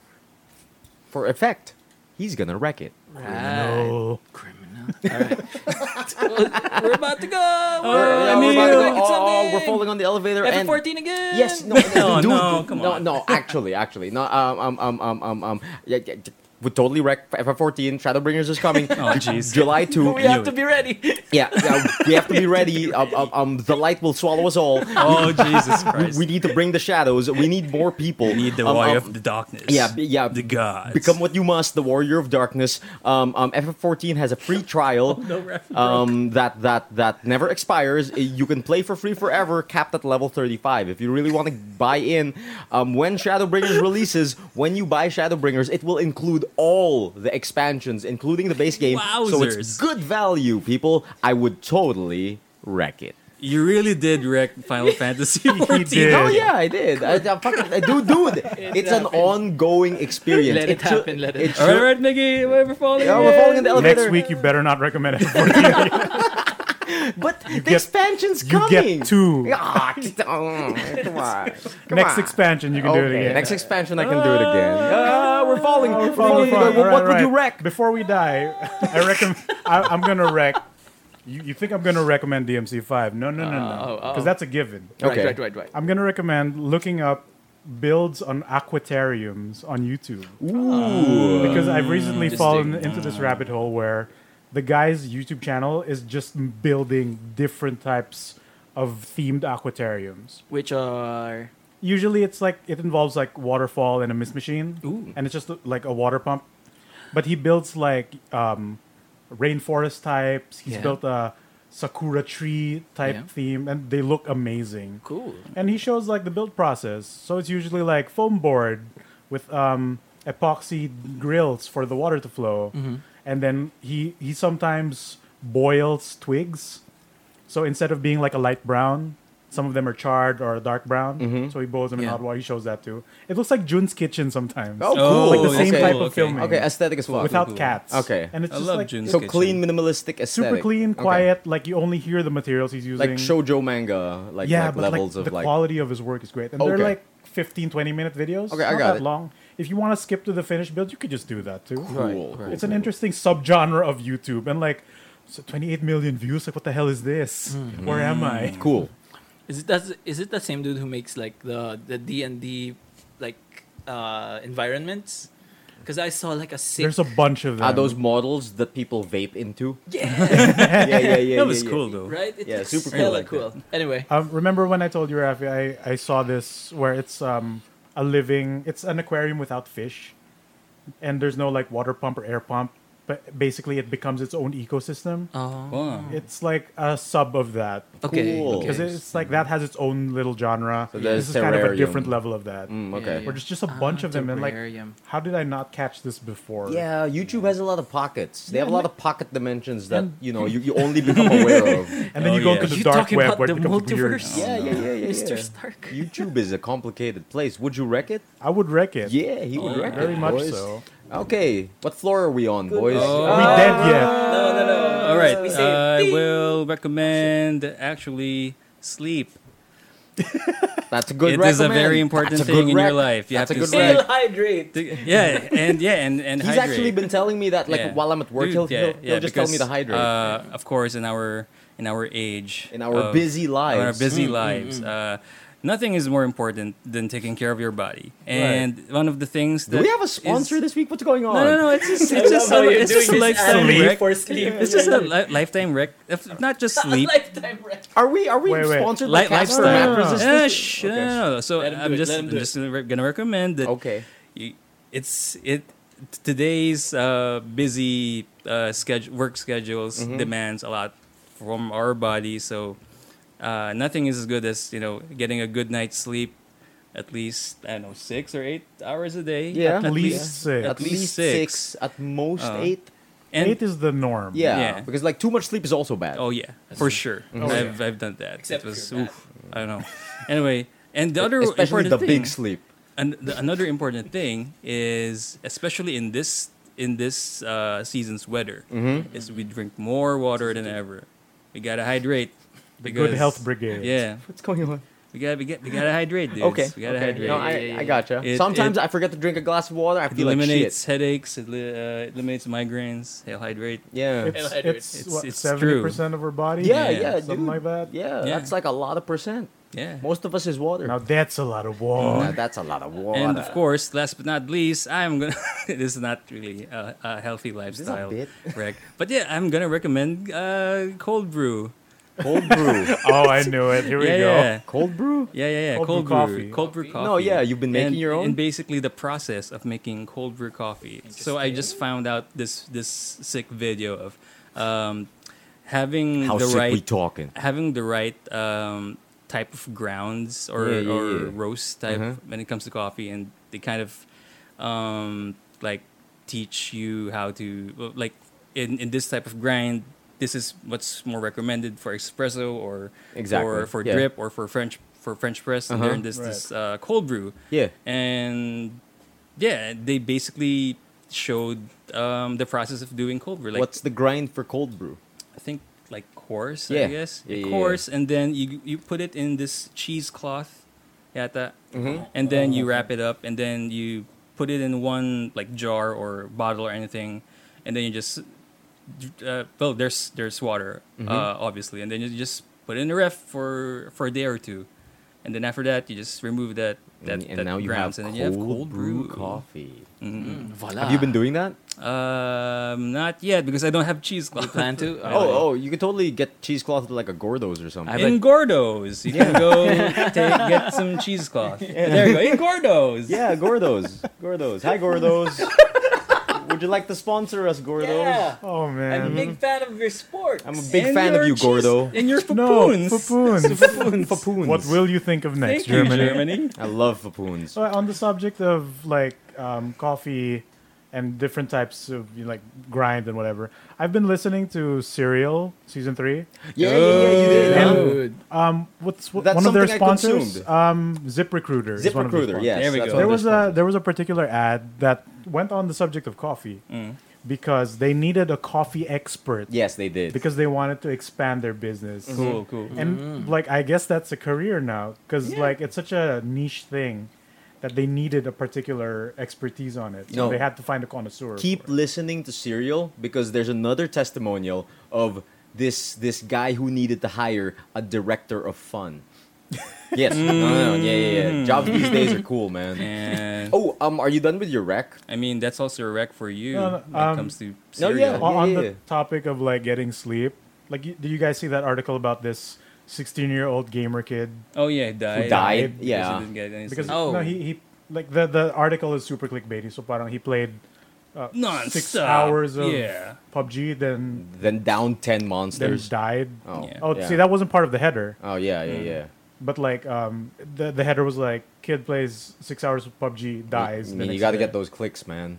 Speaker 1: for effect. He's gonna wreck it.
Speaker 2: Right.
Speaker 4: No.
Speaker 2: Criminal. All right. we're about [laughs] to go.
Speaker 3: Oh,
Speaker 2: We're,
Speaker 1: Yeah,
Speaker 3: I
Speaker 1: we're
Speaker 3: mean,
Speaker 1: about to go-
Speaker 2: it's
Speaker 1: oh, oh,
Speaker 2: something.
Speaker 1: we're falling on the elevator. and-
Speaker 2: F14 again.
Speaker 1: Yes, no,
Speaker 3: [laughs] No,
Speaker 1: dude,
Speaker 3: no,
Speaker 1: dude,
Speaker 3: come on.
Speaker 1: no, no. Actually, actually, no. Um, um, um, um, um, um yeah, yeah, yeah, would totally wreck FF14. Shadowbringers is coming.
Speaker 3: Oh, jeez.
Speaker 1: July two.
Speaker 2: [laughs] We
Speaker 1: Yeah,
Speaker 2: have to be ready.
Speaker 1: yeah,
Speaker 3: [laughs]
Speaker 1: we have to be ready. Um, um, um, the light will swallow us all.
Speaker 3: oh, Jesus Christ.
Speaker 1: We need to bring the shadows. We need more people.
Speaker 3: We need the
Speaker 1: Um,
Speaker 3: warrior
Speaker 1: um,
Speaker 3: of the darkness.
Speaker 1: yeah, b- yeah.
Speaker 3: The gods.
Speaker 1: Become what you must, the warrior of darkness. Um, um, FF14 has a free
Speaker 2: [laughs] Oh,
Speaker 1: trial um, that that that never expires. Uh, You can play for free forever, capped at level 35. If you really want to buy in, um, when
Speaker 2: [laughs]
Speaker 1: Shadowbringers releases, when you buy Shadowbringers, it will include all the expansions, including the base game. So it's
Speaker 3: Wowzers.
Speaker 1: good value, people. I would totally wreck it.
Speaker 3: You really did wreck
Speaker 1: [laughs]
Speaker 3: Final Fantasy.
Speaker 4: He
Speaker 3: 14.
Speaker 4: did.
Speaker 1: Oh yeah, I did. I, I fucking, I do,
Speaker 2: [laughs]
Speaker 1: dude. It's an
Speaker 2: happened.
Speaker 1: ongoing experience.
Speaker 2: Let it
Speaker 1: should-
Speaker 2: happen, let it
Speaker 1: should-
Speaker 3: All right, right, Mickey, we're falling.
Speaker 1: Yeah, we're falling in the elevator.
Speaker 4: Next week, you better not
Speaker 1: [laughs]
Speaker 4: recommend it. For you.
Speaker 1: But the
Speaker 4: get-
Speaker 1: expansion's
Speaker 4: you get
Speaker 1: coming. [laughs]
Speaker 4: two.
Speaker 1: Ah, come on. Come on.
Speaker 4: Next expansion, you can do it
Speaker 1: Okay,
Speaker 4: again. Uh,
Speaker 1: Next expansion, I can do it again. Ah, we're falling.
Speaker 4: We're falling apart.
Speaker 1: What,
Speaker 4: All right,
Speaker 1: what would
Speaker 4: all
Speaker 1: you
Speaker 4: right.
Speaker 1: wreck?
Speaker 4: Before we die, I recommend. I, I'm gonna wreck. You, you think I'm gonna recommend DMC five? No, no, no,
Speaker 1: Uh,
Speaker 4: no.
Speaker 2: Oh, oh.
Speaker 4: Because that's a given.
Speaker 1: [laughs] Okay.
Speaker 2: Right, right, right, right.
Speaker 4: I'm gonna recommend looking up builds on aquatariums on YouTube. Ooh. Because I've recently fallen into
Speaker 2: Mm.
Speaker 4: this rabbit hole where the guy's YouTube channel is just building different types of themed aquatariums.
Speaker 2: Which are
Speaker 4: Usually it's like it involves like waterfall and a mist machine. And it's just like a water pump. But he builds like um, rainforest types. He's
Speaker 2: Yeah.
Speaker 4: built a sakura tree type
Speaker 2: Yeah.
Speaker 4: theme and they look amazing
Speaker 2: cool.
Speaker 4: and he shows like the build process. So it's usually like foam board with um, epoxy grills for the water to flow,
Speaker 1: Mm-hmm.
Speaker 4: and then he he sometimes boils twigs. So instead of being like a light brown, some of them are charred or a dark brown.
Speaker 1: Mm-hmm.
Speaker 4: So he boils them in
Speaker 3: Yeah.
Speaker 4: hot water. He shows that too. It looks like June's Kitchen sometimes.
Speaker 1: Oh,
Speaker 3: Oh,
Speaker 1: cool.
Speaker 4: like the same
Speaker 1: okay.
Speaker 4: type
Speaker 3: cool,
Speaker 4: of
Speaker 3: okay.
Speaker 4: filming.
Speaker 1: Okay, aesthetic as fuck.
Speaker 4: without
Speaker 3: cool.
Speaker 4: cats.
Speaker 1: Okay.
Speaker 4: and it's
Speaker 3: I
Speaker 4: just
Speaker 3: love
Speaker 4: like
Speaker 3: June's
Speaker 1: so
Speaker 3: Kitchen.
Speaker 1: clean, minimalistic aesthetic.
Speaker 4: super clean,
Speaker 1: Okay.
Speaker 4: quiet. Like you only hear the materials he's using.
Speaker 1: Like shoujo manga, like,
Speaker 4: yeah,
Speaker 1: like
Speaker 4: but
Speaker 1: levels
Speaker 4: like,
Speaker 1: of
Speaker 4: the
Speaker 1: like.
Speaker 4: quality of his work is great, and they're
Speaker 1: Okay.
Speaker 4: like 15, 20 minute videos.
Speaker 1: Okay,
Speaker 4: It's
Speaker 1: I
Speaker 4: not
Speaker 1: got
Speaker 4: that
Speaker 1: it.
Speaker 4: long. If you want to skip to the finished build, you could just do that too.
Speaker 1: Cool. Right,
Speaker 4: It's an interesting subgenre of YouTube, and like so 28 million views. Like, what the hell is this? Where am I?
Speaker 1: Mm-hmm. Cool.
Speaker 2: Is it that? Is it that same dude who makes like the the D and D like uh environments? Because I saw like a sick.
Speaker 4: There's a bunch of them.
Speaker 1: Are those models that people vape into?
Speaker 2: [laughs]
Speaker 4: [laughs]
Speaker 1: [laughs]
Speaker 2: yeah,
Speaker 1: yeah, yeah, yeah. yeah,
Speaker 3: that was
Speaker 1: yeah. Mm,
Speaker 3: cool though.
Speaker 2: right. It
Speaker 1: Yeah,
Speaker 2: looks
Speaker 1: super cool
Speaker 2: hella
Speaker 1: like
Speaker 2: cool. Anyway,
Speaker 4: Um, remember when I told you, Rafi, I, I saw this where it's um, a living, it's an aquarium without fish, and there's no like water pump or air pump, but basically it becomes its own ecosystem.
Speaker 1: Oh.
Speaker 3: Wow.
Speaker 4: It's like a sub of that.
Speaker 2: okay,
Speaker 1: Cool.
Speaker 2: okay.
Speaker 4: Because it's like that has its own little genre.
Speaker 1: So there's
Speaker 4: this is kind of a
Speaker 1: terrarium.
Speaker 4: different level of that.
Speaker 1: Mm, okay.
Speaker 4: Where there's just
Speaker 3: Ah,
Speaker 4: a bunch of them, and like,
Speaker 2: Terrarium.
Speaker 4: how did I not catch this before?
Speaker 1: Yeah, YouTube has a lot of pockets. They have a lot of pocket dimensions that you know you, you [laughs] only become aware of.
Speaker 4: And then
Speaker 3: Oh,
Speaker 4: you go
Speaker 3: yeah.
Speaker 4: into the
Speaker 2: you
Speaker 4: dark
Speaker 2: talking
Speaker 4: web
Speaker 2: about
Speaker 4: where
Speaker 2: the
Speaker 4: it becomes weird.
Speaker 2: multiverse?
Speaker 1: Yeah, yeah, yeah, yeah.
Speaker 2: Mr.
Speaker 1: yeah. [laughs]
Speaker 2: Stark.
Speaker 1: YouTube is a complicated place. Would you wreck it?
Speaker 4: I would wreck it.
Speaker 1: Yeah, he would
Speaker 3: Oh,
Speaker 1: wreck it.
Speaker 4: very much
Speaker 1: boys.
Speaker 4: so.
Speaker 1: Okay, what floor are we on, boys?
Speaker 4: Are we dead yet?
Speaker 3: No, no,
Speaker 2: Uh,
Speaker 3: no. All right.
Speaker 2: We say
Speaker 3: I
Speaker 2: beep.
Speaker 3: will recommend actually sleep.
Speaker 1: That's a
Speaker 3: It
Speaker 1: good.
Speaker 3: is a
Speaker 1: recommend.
Speaker 3: very important
Speaker 1: That's a
Speaker 3: thing
Speaker 1: good
Speaker 3: in your
Speaker 1: rec.
Speaker 3: life. You
Speaker 1: That's
Speaker 3: have
Speaker 1: a
Speaker 3: to
Speaker 1: good
Speaker 3: sleep.
Speaker 2: Still
Speaker 1: rec.
Speaker 2: hydrate.
Speaker 3: Yeah, and yeah, and and
Speaker 1: He's
Speaker 3: hydrate.
Speaker 1: actually been telling me that, like
Speaker 3: Yeah.
Speaker 1: while I'm at work,
Speaker 3: Dude,
Speaker 1: he'll,
Speaker 3: yeah,
Speaker 1: he'll, he'll
Speaker 3: yeah,
Speaker 1: just tell me
Speaker 3: because,
Speaker 1: to hydrate.
Speaker 3: Uh, of course, in our in our age,
Speaker 1: In our
Speaker 3: uh, of-
Speaker 1: busy
Speaker 3: in our
Speaker 1: lives. Mm-hmm.
Speaker 3: busy lives, Uh, nothing is more important than taking care of your body. And one of the things that
Speaker 1: Do we have a sponsor
Speaker 3: is-
Speaker 1: this week? What's going on?
Speaker 3: No, no, no. It's just
Speaker 2: I
Speaker 3: it's just
Speaker 2: love how
Speaker 3: a,
Speaker 2: you're
Speaker 3: it's just a
Speaker 2: doing this
Speaker 3: lifetime
Speaker 2: anime
Speaker 3: wreck.
Speaker 2: for sleep.
Speaker 3: It's just
Speaker 2: [laughs]
Speaker 3: a li- lifetime wreck. If- Not just sleep.
Speaker 2: Lifetime rec.
Speaker 1: Are we are we
Speaker 4: Wait, wait.
Speaker 1: sponsored
Speaker 3: Light
Speaker 1: by Casper
Speaker 3: lifestyle.
Speaker 1: Mattress? Is
Speaker 3: Yeah,
Speaker 1: this-
Speaker 3: sh-
Speaker 1: Okay.
Speaker 3: no, no, no. So
Speaker 2: Let him
Speaker 3: I'm
Speaker 2: do it,
Speaker 3: just,
Speaker 2: let him
Speaker 3: I'm
Speaker 2: do it. Oh.
Speaker 3: just gonna re- gonna recommend that.
Speaker 1: Okay.
Speaker 3: you- it's it today's uh, busy uh, schedule work schedules
Speaker 2: Mm-hmm.
Speaker 3: demands a lot from our body. So uh, nothing is as good as you know getting a good night's sleep. At least I don't know six or eight hours a day.
Speaker 1: Yeah.
Speaker 4: At,
Speaker 1: At
Speaker 4: least, six.
Speaker 3: at
Speaker 1: At least
Speaker 3: least
Speaker 1: six.
Speaker 3: six.
Speaker 1: At most
Speaker 3: Uh,
Speaker 1: eight.
Speaker 3: and
Speaker 4: Eight is the norm.
Speaker 1: Yeah,
Speaker 3: Yeah.
Speaker 1: because like too much sleep is also bad.
Speaker 3: Oh yeah, for sure. I've I've done that.
Speaker 2: Oh, Except
Speaker 3: it was
Speaker 2: if you're bad.
Speaker 3: oof, I don't know. Anyway, and the other
Speaker 1: E-, especially
Speaker 3: important
Speaker 1: the
Speaker 3: thing,
Speaker 1: big sleep.
Speaker 3: And the, another important thing is, especially in this in this uh, season's weather,
Speaker 1: Mm-hmm.
Speaker 3: is we drink more water than ever. We gotta hydrate. Because,
Speaker 4: health brigade.
Speaker 3: Yeah,
Speaker 1: What's going on?
Speaker 3: we gotta we, get, we gotta hydrate, dudes.
Speaker 1: Okay.
Speaker 3: we gotta
Speaker 1: okay.
Speaker 3: hydrate.
Speaker 1: No, I,
Speaker 2: Yeah, yeah, yeah.
Speaker 1: I gotcha.
Speaker 3: It-
Speaker 1: Sometimes
Speaker 3: it-
Speaker 1: I forget to drink a glass of water. I
Speaker 3: it
Speaker 1: feel like
Speaker 3: eliminates
Speaker 1: shit.
Speaker 3: headaches. It, li- uh, it eliminates migraines. It'll hydrate.
Speaker 1: Yeah.
Speaker 4: It's,
Speaker 2: Carbohydrate.
Speaker 4: it's,
Speaker 3: It's-
Speaker 4: what,
Speaker 3: it's true.
Speaker 4: 70% of our body?
Speaker 1: yeah,
Speaker 3: yeah,
Speaker 1: yeah,
Speaker 4: something
Speaker 1: dude.
Speaker 4: like that.
Speaker 1: Yeah,
Speaker 3: Yeah.
Speaker 1: that's like a lot of percent.
Speaker 3: Yeah.
Speaker 1: Most of us is water.
Speaker 4: Now that's a lot of
Speaker 1: Now,
Speaker 3: [laughs]
Speaker 4: water.
Speaker 1: that's a lot of water.
Speaker 3: Oh. And of course, last but not least, I'm gonna. [laughs] this is not really a, a healthy lifestyle, [laughs]
Speaker 1: bit?
Speaker 3: Rick. But yeah, I'm gonna recommend uh, cold brew.
Speaker 1: cold brew.
Speaker 4: oh, I knew it. Here we
Speaker 3: yeah,
Speaker 4: go.
Speaker 3: yeah,
Speaker 1: [laughs] Cold brew?
Speaker 3: yeah, yeah, yeah.
Speaker 4: Cold
Speaker 3: Cold,
Speaker 4: brew
Speaker 3: brew,
Speaker 4: coffee.
Speaker 3: cold brew coffee.
Speaker 1: No, yeah, you've been making
Speaker 3: And-
Speaker 1: your own?
Speaker 3: And basically, the process of making cold brew coffee. So I just found out this this sick video of um, having
Speaker 1: How
Speaker 3: the
Speaker 1: sick
Speaker 3: right
Speaker 1: we talking?
Speaker 3: having the right um, type of grounds or,
Speaker 1: Yeah, yeah,
Speaker 3: or
Speaker 1: yeah.
Speaker 3: roast type
Speaker 1: Mhm.
Speaker 3: when it comes to coffee, and they kind of um, like teach you how to well, like in, in this type of grind. This is what's more recommended for espresso or
Speaker 1: Exactly,
Speaker 3: or for
Speaker 1: yeah.
Speaker 3: drip or for French for French press, and
Speaker 1: Uh-huh.
Speaker 3: they're in this this uh, cold brew.
Speaker 1: Yeah.
Speaker 3: and yeah, they basically showed um, the process of doing cold brew. Like
Speaker 1: What's the grind for cold brew?
Speaker 3: I think like coarse,
Speaker 1: Yeah.
Speaker 3: I guess.
Speaker 1: Yeah, yeah, yeah.
Speaker 3: coarse, and then you you put it in this cheesecloth, yata,
Speaker 1: Mm-hmm.
Speaker 3: and then you wrap it up, and then you put it in one like jar or bottle or anything, and then you just uh, well, there's there's water,
Speaker 1: Mm-hmm.
Speaker 3: uh, obviously, and then you just put it in the ref for for a day or two, and then after that you just remove that that,
Speaker 1: and and
Speaker 3: that
Speaker 1: now you have,
Speaker 3: grounds,
Speaker 1: cold
Speaker 3: and then you have cold
Speaker 1: brew,
Speaker 3: brew.
Speaker 1: coffee.
Speaker 2: Voila.
Speaker 1: Have you been doing that?
Speaker 3: Um, not yet because I don't have
Speaker 2: You
Speaker 3: cheesecloth.
Speaker 2: plan to?
Speaker 1: Oh, oh, you could totally get cheesecloth with like a Gordo's or something.
Speaker 2: I bet-
Speaker 3: in Gordo's. You can go take, get some cheesecloth. There you go. In
Speaker 1: [laughs]
Speaker 3: Gordo's.
Speaker 1: yeah, Gordo's. Gordo's. Hi,
Speaker 3: [laughs]
Speaker 1: Gordo's. Would you like to sponsor us, Gordo's?
Speaker 2: Yeah.
Speaker 4: Oh, man.
Speaker 2: I'm a big fan of your sport.
Speaker 1: I'm a big
Speaker 3: And
Speaker 1: fan
Speaker 3: your
Speaker 1: of you,
Speaker 3: cheese-
Speaker 1: Gordo.
Speaker 3: And your
Speaker 4: no,
Speaker 3: papoons.
Speaker 1: [laughs]
Speaker 4: papoons.
Speaker 1: Fapoons.
Speaker 4: what will you think of next,
Speaker 3: Thank you, Germany. Germany.
Speaker 1: I love fapoons.
Speaker 4: So on the subject of like um, coffee and different types of you know, like grind and whatever, I've been listening to Serial season three.
Speaker 1: Yeah, yeah, yeah, you did.
Speaker 4: Yeah.
Speaker 1: huh?
Speaker 2: Dude.
Speaker 4: Um, what's wh-
Speaker 1: That's
Speaker 4: one of their
Speaker 1: something I
Speaker 4: sponsors?
Speaker 1: consumed.
Speaker 4: Um, ZipRecruiter. is one of their
Speaker 1: ZipRecruiter,
Speaker 4: sponsors.
Speaker 1: yes.
Speaker 3: There we
Speaker 1: that's
Speaker 3: go.
Speaker 1: one
Speaker 4: There
Speaker 1: of
Speaker 4: was
Speaker 1: their
Speaker 4: a
Speaker 1: sponsors.
Speaker 4: there was a particular ad that went on the subject of coffee
Speaker 1: Mm.
Speaker 4: because they needed a coffee expert
Speaker 1: Yes, they did.
Speaker 4: because they wanted to expand their business.
Speaker 3: Cool,
Speaker 1: Mm-hmm.
Speaker 3: cool.
Speaker 4: And like I guess that's a career now because like it's such a niche thing that they needed a particular expertise on it. So
Speaker 1: No.
Speaker 4: they had to find a connoisseur.
Speaker 1: keep
Speaker 4: for it.
Speaker 1: listening to Serial because there's another testimonial of this this guy who needed to hire a director of fun. [laughs] Yes. no, no, no. Yeah, yeah, yeah. Jobs these days are cool, man.
Speaker 3: And
Speaker 1: Oh, um, are you done with your rec?
Speaker 3: I mean, that's also a wreck for you
Speaker 4: No, no,
Speaker 3: when it
Speaker 4: um,
Speaker 3: comes to
Speaker 1: No,
Speaker 3: cereal.
Speaker 1: Oh, yeah.
Speaker 4: on, on
Speaker 1: yeah.
Speaker 4: the topic of like getting sleep, like y- did you guys see that article about this 16 year old gamer kid?
Speaker 3: Oh yeah, it died.
Speaker 1: died,
Speaker 3: Because it
Speaker 1: yeah.
Speaker 3: didn't get any
Speaker 4: Because
Speaker 3: sleep.
Speaker 2: Oh.
Speaker 4: no, he, he like the the article is super clickbaity. So parang he played uh, six
Speaker 3: Oh, Non-stop,
Speaker 4: hours of
Speaker 3: yeah.
Speaker 4: PUBG, then
Speaker 1: Then down ten
Speaker 4: then
Speaker 1: monsters.
Speaker 4: died.
Speaker 1: oh,
Speaker 3: Yeah.
Speaker 4: Oh,
Speaker 1: yeah.
Speaker 4: see that wasn't part of the header,
Speaker 1: Oh yeah, yeah,
Speaker 4: Mm.
Speaker 1: yeah.
Speaker 4: but like um the the header was like kid plays six hours of PUBG, dies.
Speaker 1: I
Speaker 4: the
Speaker 1: mean, you
Speaker 4: next
Speaker 1: got to
Speaker 4: day.
Speaker 1: get those clicks,
Speaker 4: [laughs]
Speaker 1: man.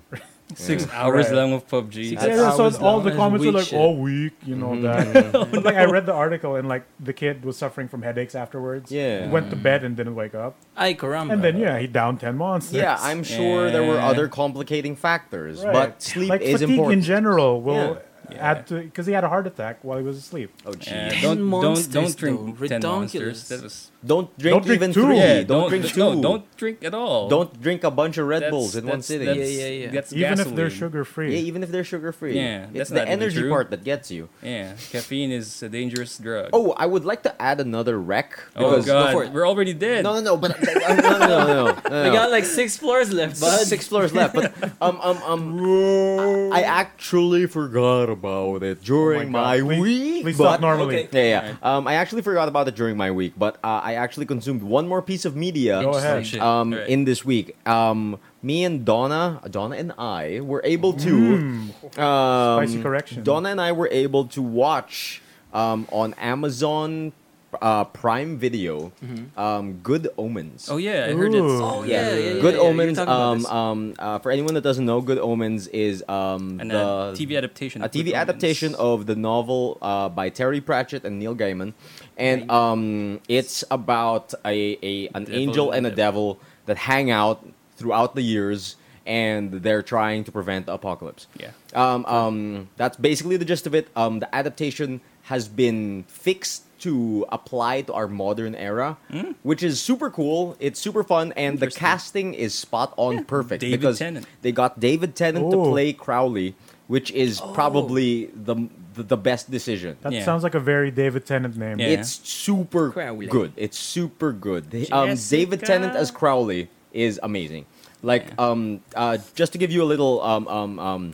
Speaker 3: six hours
Speaker 4: Right.
Speaker 3: long of PUBG.
Speaker 2: Six
Speaker 4: Yeah,
Speaker 2: That's
Speaker 4: so
Speaker 2: hours
Speaker 4: all
Speaker 2: long.
Speaker 4: the
Speaker 2: That's
Speaker 4: comments were
Speaker 2: weak
Speaker 4: like,
Speaker 2: shit.
Speaker 4: "Oh, weak," you know
Speaker 1: Mm-hmm. [laughs]
Speaker 4: that. But, [laughs] like I read the article and like the kid was suffering from headaches afterwards.
Speaker 1: Yeah. Mm-hmm.
Speaker 4: went to bed and didn't wake up,
Speaker 2: Ay, caramba.
Speaker 4: and then yeah, he downed ten monsters.
Speaker 1: Yeah, I'm sure there were
Speaker 3: Yeah.
Speaker 1: other complicating factors,
Speaker 4: Right.
Speaker 1: but sleep
Speaker 4: like
Speaker 1: is
Speaker 4: fatigue
Speaker 1: important.
Speaker 4: in general will
Speaker 3: Yeah.
Speaker 4: add to because he had a heart attack while he was asleep.
Speaker 1: oh jeez.
Speaker 3: Yeah,
Speaker 2: Ten
Speaker 3: don't
Speaker 2: monsters,
Speaker 3: don't don't drink
Speaker 2: though.
Speaker 3: ten
Speaker 2: Ridiculous.
Speaker 3: monsters. That was,
Speaker 1: Don't drink,
Speaker 4: Don't drink
Speaker 1: even
Speaker 4: two.
Speaker 1: three.
Speaker 4: Yeah,
Speaker 1: don't, drink two.
Speaker 3: No, don't drink at all.
Speaker 1: Don't drink a bunch of Red
Speaker 3: That's-
Speaker 1: Bulls in one
Speaker 3: that's-
Speaker 1: sitting.
Speaker 3: that's-
Speaker 2: Yeah, yeah, yeah.
Speaker 3: That's
Speaker 4: Even if they're
Speaker 3: gasoline.
Speaker 4: sugar free,
Speaker 1: yeah, even if they're sugar free.
Speaker 3: Yeah,
Speaker 1: it's
Speaker 3: that's
Speaker 1: the
Speaker 3: not even
Speaker 1: energy
Speaker 3: true.
Speaker 1: part that gets you.
Speaker 3: Yeah, caffeine is a dangerous drug.
Speaker 1: Oh, I would like to add another rec.
Speaker 3: oh
Speaker 1: because-
Speaker 3: god,
Speaker 2: for it.
Speaker 3: we're already dead.
Speaker 1: No, no, no, but no, no, no, no, no, no.
Speaker 2: We got like six floors left, bud.
Speaker 1: six floors left, but um, um, um, I actually forgot about it during
Speaker 4: God.
Speaker 1: my,
Speaker 4: Please-
Speaker 1: week.
Speaker 4: please
Speaker 1: but-
Speaker 4: talk normally.
Speaker 2: okay.
Speaker 1: Yeah, yeah. Um, I actually forgot about it during my week, but uh, I actually consumed one more piece of media.
Speaker 4: Go ahead.
Speaker 3: Shit.
Speaker 1: Um,
Speaker 3: Alright.
Speaker 1: in this week, um, me and Donna, Donna and I were able to. Um,
Speaker 4: Spicy correction.
Speaker 1: Donna and I were able to watch um, on Amazon uh, Prime Video, um, Good Omens.
Speaker 3: Oh yeah, I heard it.
Speaker 4: Ooh.
Speaker 1: Yeah.
Speaker 2: Oh, Mm-hmm. yeah, yeah, yeah.
Speaker 1: Good
Speaker 2: yeah, you were
Speaker 1: Omens.
Speaker 2: talking about
Speaker 1: Um,
Speaker 2: this.
Speaker 1: um, uh, for anyone that doesn't know, Good Omens is um,
Speaker 3: And
Speaker 1: the
Speaker 2: uh,
Speaker 3: a TV adaptation.
Speaker 1: a
Speaker 3: of Good
Speaker 1: TV adaptation
Speaker 3: Omens.
Speaker 1: of the novel uh, by Terry Pratchett and Neil Gaiman, and um, it's about a, a an
Speaker 3: Devil
Speaker 1: angel and
Speaker 3: and
Speaker 1: a devil. that hang out throughout the years, and they're trying to prevent the apocalypse.
Speaker 3: Yeah.
Speaker 1: Um, um, that's basically the gist of it. Um, the adaptation has been fixed to apply to our modern era, which is super cool. It's super fun, and the
Speaker 3: Hmm. Interesting.
Speaker 1: casting is spot on, perfect.
Speaker 3: David
Speaker 1: because
Speaker 3: Tennant.
Speaker 1: they got David Tennant to
Speaker 4: Oh.
Speaker 1: play Crowley, which is
Speaker 3: Oh.
Speaker 1: probably the, the the best decision.
Speaker 4: that
Speaker 3: Yeah.
Speaker 4: sounds like a very David Tennant name.
Speaker 3: Yeah.
Speaker 1: It's super
Speaker 2: Crowley.
Speaker 1: good. It's super good. They- Um, David
Speaker 3: Jessica.
Speaker 1: Tennant as Crowley is amazing. Like, um, uh, just to give you a little um, um, um,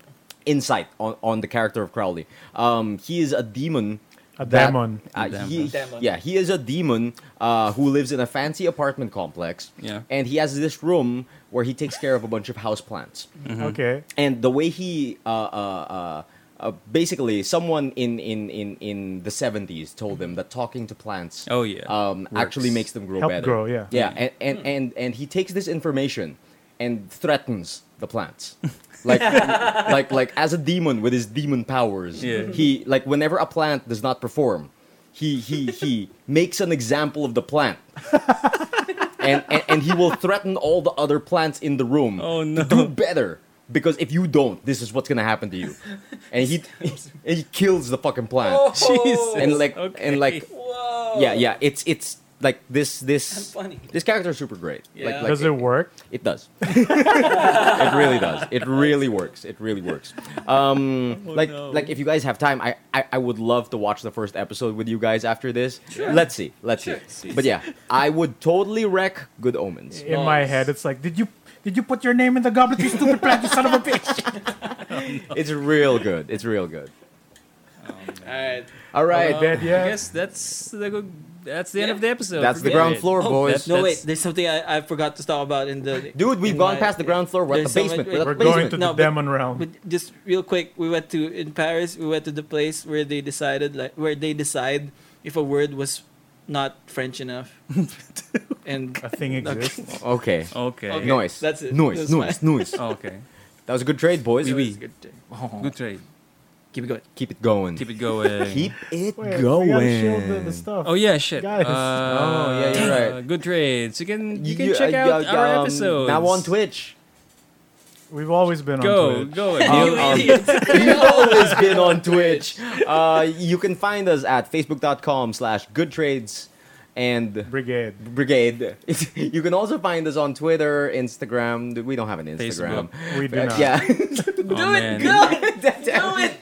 Speaker 1: insight on, on the character of Crowley, um, he is a demon.
Speaker 4: A
Speaker 1: that-
Speaker 4: demon.
Speaker 1: uh,
Speaker 3: Demon.
Speaker 1: he-
Speaker 2: Demon.
Speaker 1: Yeah, he is a demon uh, who lives in a fancy apartment complex.
Speaker 3: Yeah.
Speaker 1: And he has this room where he takes care of a bunch of houseplants
Speaker 3: Mm-hmm.
Speaker 4: Okay,
Speaker 1: and the way he uh, uh, uh, uh, basically someone in, in, in, in the 70s told him that talking to plants
Speaker 3: Oh, yeah.
Speaker 1: um, actually
Speaker 3: Works. Hmm.
Speaker 1: makes them grow
Speaker 4: Help
Speaker 1: better
Speaker 4: grow, yeah.
Speaker 1: yeah and, and, and, and he takes this information and threatens the
Speaker 3: [laughs]
Speaker 1: plants like like like as a demon with his demon powers
Speaker 3: Yeah.
Speaker 1: he like whenever a plant does not perform he he he makes an example of the
Speaker 3: [laughs]
Speaker 1: plant and, and and he will threaten all the other plants in the room
Speaker 3: Oh, no.
Speaker 1: to
Speaker 3: [laughs]
Speaker 4: [laughs]
Speaker 1: do better because if you don't this is what's gonna happen to you and he [laughs] and he kills the fucking plant
Speaker 3: Jesus.
Speaker 1: and like
Speaker 3: Okay.
Speaker 1: and like
Speaker 2: Whoa.
Speaker 1: yeah yeah it's it's like this this
Speaker 2: That's funny.
Speaker 1: this character is super great
Speaker 2: Yeah.
Speaker 1: like, like
Speaker 4: does it work?
Speaker 1: it does. [laughs] it really does. It really works. It really works. Um, like,
Speaker 3: no.
Speaker 1: like if you guys have time, I, I, I would love to watch the first episode with you guys after this. Let's see. Let's see. But yeah, I would totally wreck Good Omens.
Speaker 4: [laughs] In my head, it's like, did you did you put your name in the goblet, you stupid plant, you son of a bitch?
Speaker 1: It's real good. It's real good.
Speaker 2: All right.
Speaker 1: All right.
Speaker 4: Alright, then. Yeah.
Speaker 3: [laughs] I guess that's the good- that's the end
Speaker 2: Yeah.
Speaker 3: of the episode.
Speaker 1: That's the
Speaker 3: Forget
Speaker 1: ground
Speaker 3: it.
Speaker 1: floor,
Speaker 2: Oh,
Speaker 1: boys.
Speaker 3: that's-
Speaker 2: No, wait. There's something I, I forgot to talk about in the.
Speaker 1: Dude, we've
Speaker 2: in
Speaker 1: gone
Speaker 2: my-
Speaker 1: past the ground floor. We're at the
Speaker 2: There's so much-
Speaker 1: basement. We're at the
Speaker 4: We're going
Speaker 1: basement.
Speaker 4: to
Speaker 2: No,
Speaker 4: the
Speaker 2: but-
Speaker 4: demon realm.
Speaker 2: But just real quick, we went to in Paris. We went to the place where they decided, like, where they decide if a word was not French
Speaker 1: [laughs]
Speaker 2: enough. and
Speaker 4: a thing
Speaker 3: [laughs]
Speaker 4: exists.
Speaker 1: Okay.
Speaker 3: Okay.
Speaker 2: Okay.
Speaker 1: Noise.
Speaker 2: that's it.
Speaker 1: Noise.
Speaker 2: That's Oh.
Speaker 1: Noise. Noise.
Speaker 3: Okay.
Speaker 1: That was a good trade, boys.
Speaker 3: Wee wee.
Speaker 2: Good day.
Speaker 3: Good trade.
Speaker 2: Keep it going.
Speaker 1: Keep it going.
Speaker 3: Keep it going.
Speaker 1: Keep it
Speaker 4: Wait,
Speaker 1: going.
Speaker 4: we gotta show the, the stuff.
Speaker 3: Oh yeah, shit.
Speaker 4: Guys.
Speaker 3: Uh,
Speaker 1: Oh, yeah, you're
Speaker 3: uh,
Speaker 1: right.
Speaker 3: Good trades. You can you can
Speaker 1: You-
Speaker 3: check
Speaker 1: uh,
Speaker 3: out
Speaker 1: yeah,
Speaker 3: our
Speaker 1: um,
Speaker 3: episodes.
Speaker 1: Now on Twitch.
Speaker 4: We've always been on
Speaker 3: Go
Speaker 4: Twitch.
Speaker 3: go.
Speaker 1: Um,
Speaker 2: [laughs]
Speaker 1: um, You've always been
Speaker 3: [laughs]
Speaker 1: on Twitch. Uh, you can find us at facebook.com slash good trades and
Speaker 4: Brigade.
Speaker 1: brigade. [laughs] you can also find us on Twitter, Instagram. Uh, We don't have an Instagram.
Speaker 3: Facebook.
Speaker 1: oh,
Speaker 4: We do not.
Speaker 1: Yeah.
Speaker 3: Do it.
Speaker 2: Good. Do it. good.
Speaker 1: [laughs]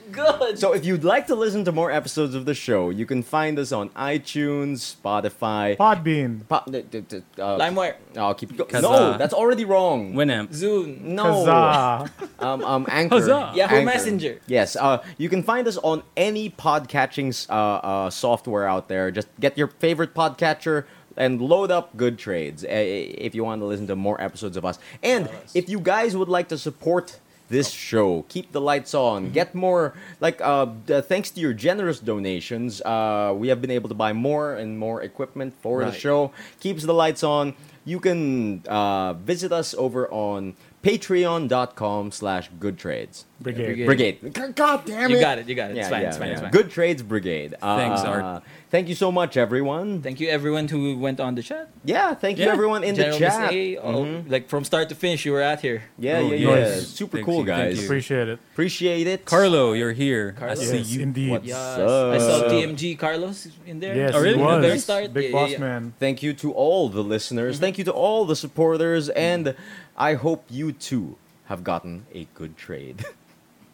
Speaker 1: So if you'd like to listen to more episodes of the show, you can find us on iTunes, Spotify,
Speaker 4: Podbean.
Speaker 1: po- d- d- d- uh,
Speaker 2: LimeWire,
Speaker 1: I'll keep uh, go-
Speaker 3: Kazaa.
Speaker 1: No, that's already wrong.
Speaker 3: Winamp.
Speaker 2: Zoom,
Speaker 1: no.
Speaker 3: [laughs]
Speaker 4: Huzzah.
Speaker 1: Um, [laughs] um, Anchor.
Speaker 3: Huzzah.
Speaker 2: Yahoo
Speaker 1: Anchor.
Speaker 2: Messenger.
Speaker 1: Yes. Uh, you can find us on any podcatching uh, uh, software out there. Just get your favorite podcatcher and load up Good Trades uh, if you want to listen to more episodes of us. And if you guys would like to support this show, keep the lights on, get more, like, uh, d- thanks to your generous donations, uh, we have been able to buy more and more equipment for the
Speaker 2: Right.
Speaker 1: show. Keeps the lights on. You can uh, visit us over on patreon.com slash good trades.
Speaker 4: Brigade.
Speaker 2: Brigade.
Speaker 1: Brigade. G- God damn it.
Speaker 2: you got it, you got it. It's fine, it's fine, it's fine.
Speaker 1: Good Trades Brigade. Uh,
Speaker 3: Thanks, Art.
Speaker 1: Thank you so much, everyone.
Speaker 2: Thank you everyone who went on the chat.
Speaker 1: yeah, thank you,
Speaker 3: Yeah.
Speaker 1: everyone in
Speaker 2: General
Speaker 1: the chat.
Speaker 2: Miss A, all-
Speaker 1: Mhm.
Speaker 2: like from start to finish, you were out here.
Speaker 1: Yeah,
Speaker 3: Oh,
Speaker 1: yeah, yeah.
Speaker 4: yes.
Speaker 1: Super
Speaker 3: Thank
Speaker 1: cool,
Speaker 3: you, thank
Speaker 1: guys.
Speaker 3: you.
Speaker 4: Appreciate it.
Speaker 1: Appreciate it.
Speaker 3: Carlo, you're here. I
Speaker 2: Carlo?
Speaker 3: see
Speaker 4: Yes,
Speaker 3: you.
Speaker 4: indeed.
Speaker 1: What's
Speaker 2: Yes,
Speaker 1: up?
Speaker 2: I saw TMG Carlos in there.
Speaker 4: Yes,
Speaker 3: Oh, really?
Speaker 4: it
Speaker 3: In the
Speaker 4: was.
Speaker 3: very
Speaker 2: start?
Speaker 4: Big
Speaker 2: Yeah,
Speaker 4: boss
Speaker 2: yeah, yeah.
Speaker 4: man.
Speaker 1: Thank you to all the listeners. Thank you to all the supporters. And I hope you too have gotten a good trade.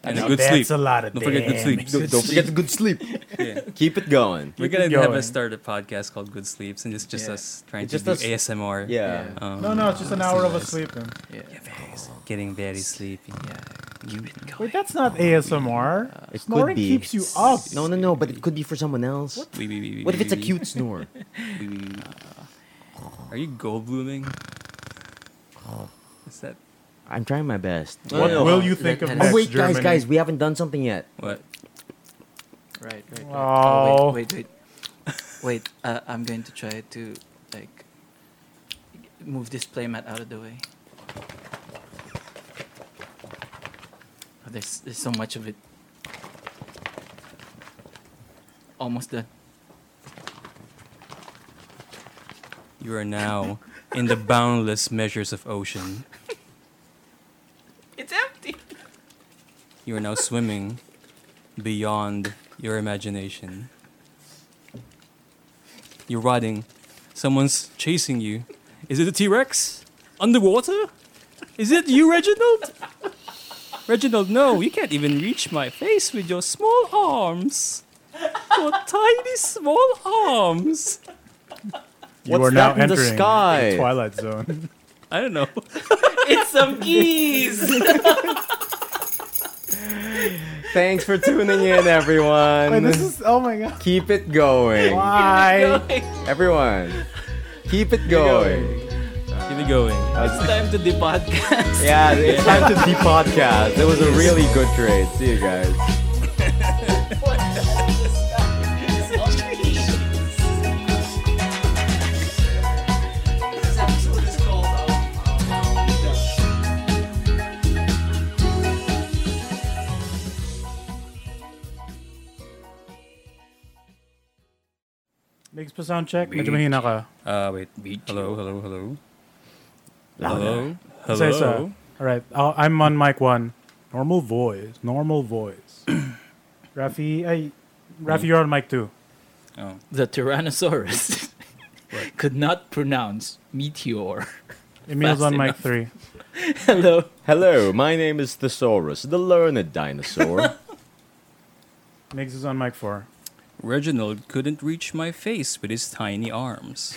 Speaker 3: And a
Speaker 4: Now
Speaker 3: good
Speaker 4: that's
Speaker 3: sleep.
Speaker 4: a lot of
Speaker 3: Don't forget good sleep.
Speaker 4: damage.
Speaker 1: Don't forget the good sleep.
Speaker 3: Yeah.
Speaker 1: Keep it going.
Speaker 3: We're
Speaker 4: Keep
Speaker 3: gonna
Speaker 4: it
Speaker 3: have
Speaker 4: going.
Speaker 3: a start a podcast called Good Sleeps, and it's just
Speaker 2: Yeah.
Speaker 3: us trying
Speaker 1: It's just
Speaker 3: to
Speaker 1: us-
Speaker 3: do ASMR.
Speaker 1: Yeah.
Speaker 2: Yeah.
Speaker 3: Um,
Speaker 4: No, no, it's just an hour of a sleep. Then.
Speaker 2: Yeah.
Speaker 3: Getting very sleepy. Yeah.
Speaker 4: Wait, that's not ASMR.
Speaker 1: It
Speaker 4: Snoring
Speaker 1: could be.
Speaker 4: keeps you up.
Speaker 1: No, no, no, but it could be for someone else. What,
Speaker 3: Wee, wee, wee, wee,
Speaker 1: if it's a
Speaker 3: wee,
Speaker 1: cute [laughs] snore?
Speaker 3: wee, wee, wee. Are you gold blooming? Is that
Speaker 1: I'm trying my best.
Speaker 4: What
Speaker 3: Yeah.
Speaker 4: will you think of
Speaker 2: Oh,
Speaker 4: next
Speaker 1: Oh, wait,
Speaker 4: Germany?
Speaker 1: guys, guys, we haven't done something yet.
Speaker 3: what?
Speaker 2: Right, right. right.
Speaker 4: Oh.
Speaker 2: wait, wait, wait. wait uh, I'm going to try to like move this playmat out of the way. Oh, there's there's so much of it. Almost done.
Speaker 3: You are now in the boundless measures of ocean.
Speaker 2: It's empty.
Speaker 3: You are now swimming beyond your imagination. You're riding. Someone's chasing you. Is it a T Rex? Underwater? Is it you, Reginald? Reginald, no, you can't even reach my face with your small arms. Your tiny small arms.
Speaker 4: you
Speaker 1: What's
Speaker 4: are
Speaker 1: that
Speaker 4: now
Speaker 1: in the
Speaker 4: entering
Speaker 1: sky?
Speaker 4: Twilight [laughs] Zone.
Speaker 3: I don't know.
Speaker 2: It's some keys.
Speaker 1: Thanks for tuning in, everyone.
Speaker 4: Wait, this is. Oh my god.
Speaker 1: Keep it going.
Speaker 4: Why?
Speaker 1: Everyone, keep it going. Uh,
Speaker 3: Keep it going.
Speaker 2: It's time to the podcast.
Speaker 1: Yeah, it's time to de-podcast. It was a really good trade. See you guys.
Speaker 4: Makes pa sound check. Medyo mahina ka.
Speaker 3: Uh, wait. Hello, hello, hello. Hello.
Speaker 4: Say
Speaker 3: Hello.
Speaker 4: so. All right. I'll, I'm on mic one. Normal voice. Normal voice. [coughs] Rafi, I, Rafi, you're on mic two.
Speaker 3: Oh.
Speaker 2: The Tyrannosaurus [laughs] could not pronounce meteor.
Speaker 4: Emil's
Speaker 2: Fast
Speaker 4: on mic
Speaker 2: enough.
Speaker 4: three.
Speaker 2: Hello.
Speaker 1: Hello, my name is Thesaurus, the learned dinosaur.
Speaker 4: Migs is on mic four.
Speaker 3: Reginald couldn't reach my face with his tiny arms.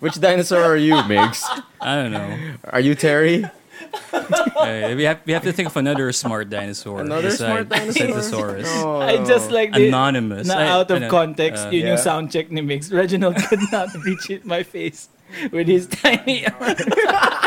Speaker 1: Which dinosaur are you, Migs?
Speaker 3: I don't know.
Speaker 1: Are you Terry?
Speaker 3: Uh, we have we have to think of another smart dinosaur.
Speaker 1: Another smart dinosaur? Oh,
Speaker 3: Synthesaurus.
Speaker 1: No.
Speaker 2: I just like the,
Speaker 3: Anonymous.
Speaker 2: na
Speaker 3: I-
Speaker 2: out of
Speaker 3: ano,
Speaker 2: context,
Speaker 3: uh,
Speaker 2: yun yung
Speaker 1: Yeah.
Speaker 2: [laughs]
Speaker 3: [laughs]
Speaker 2: sound check ni Mix. Reginald could not reach it my face with his tiny arm.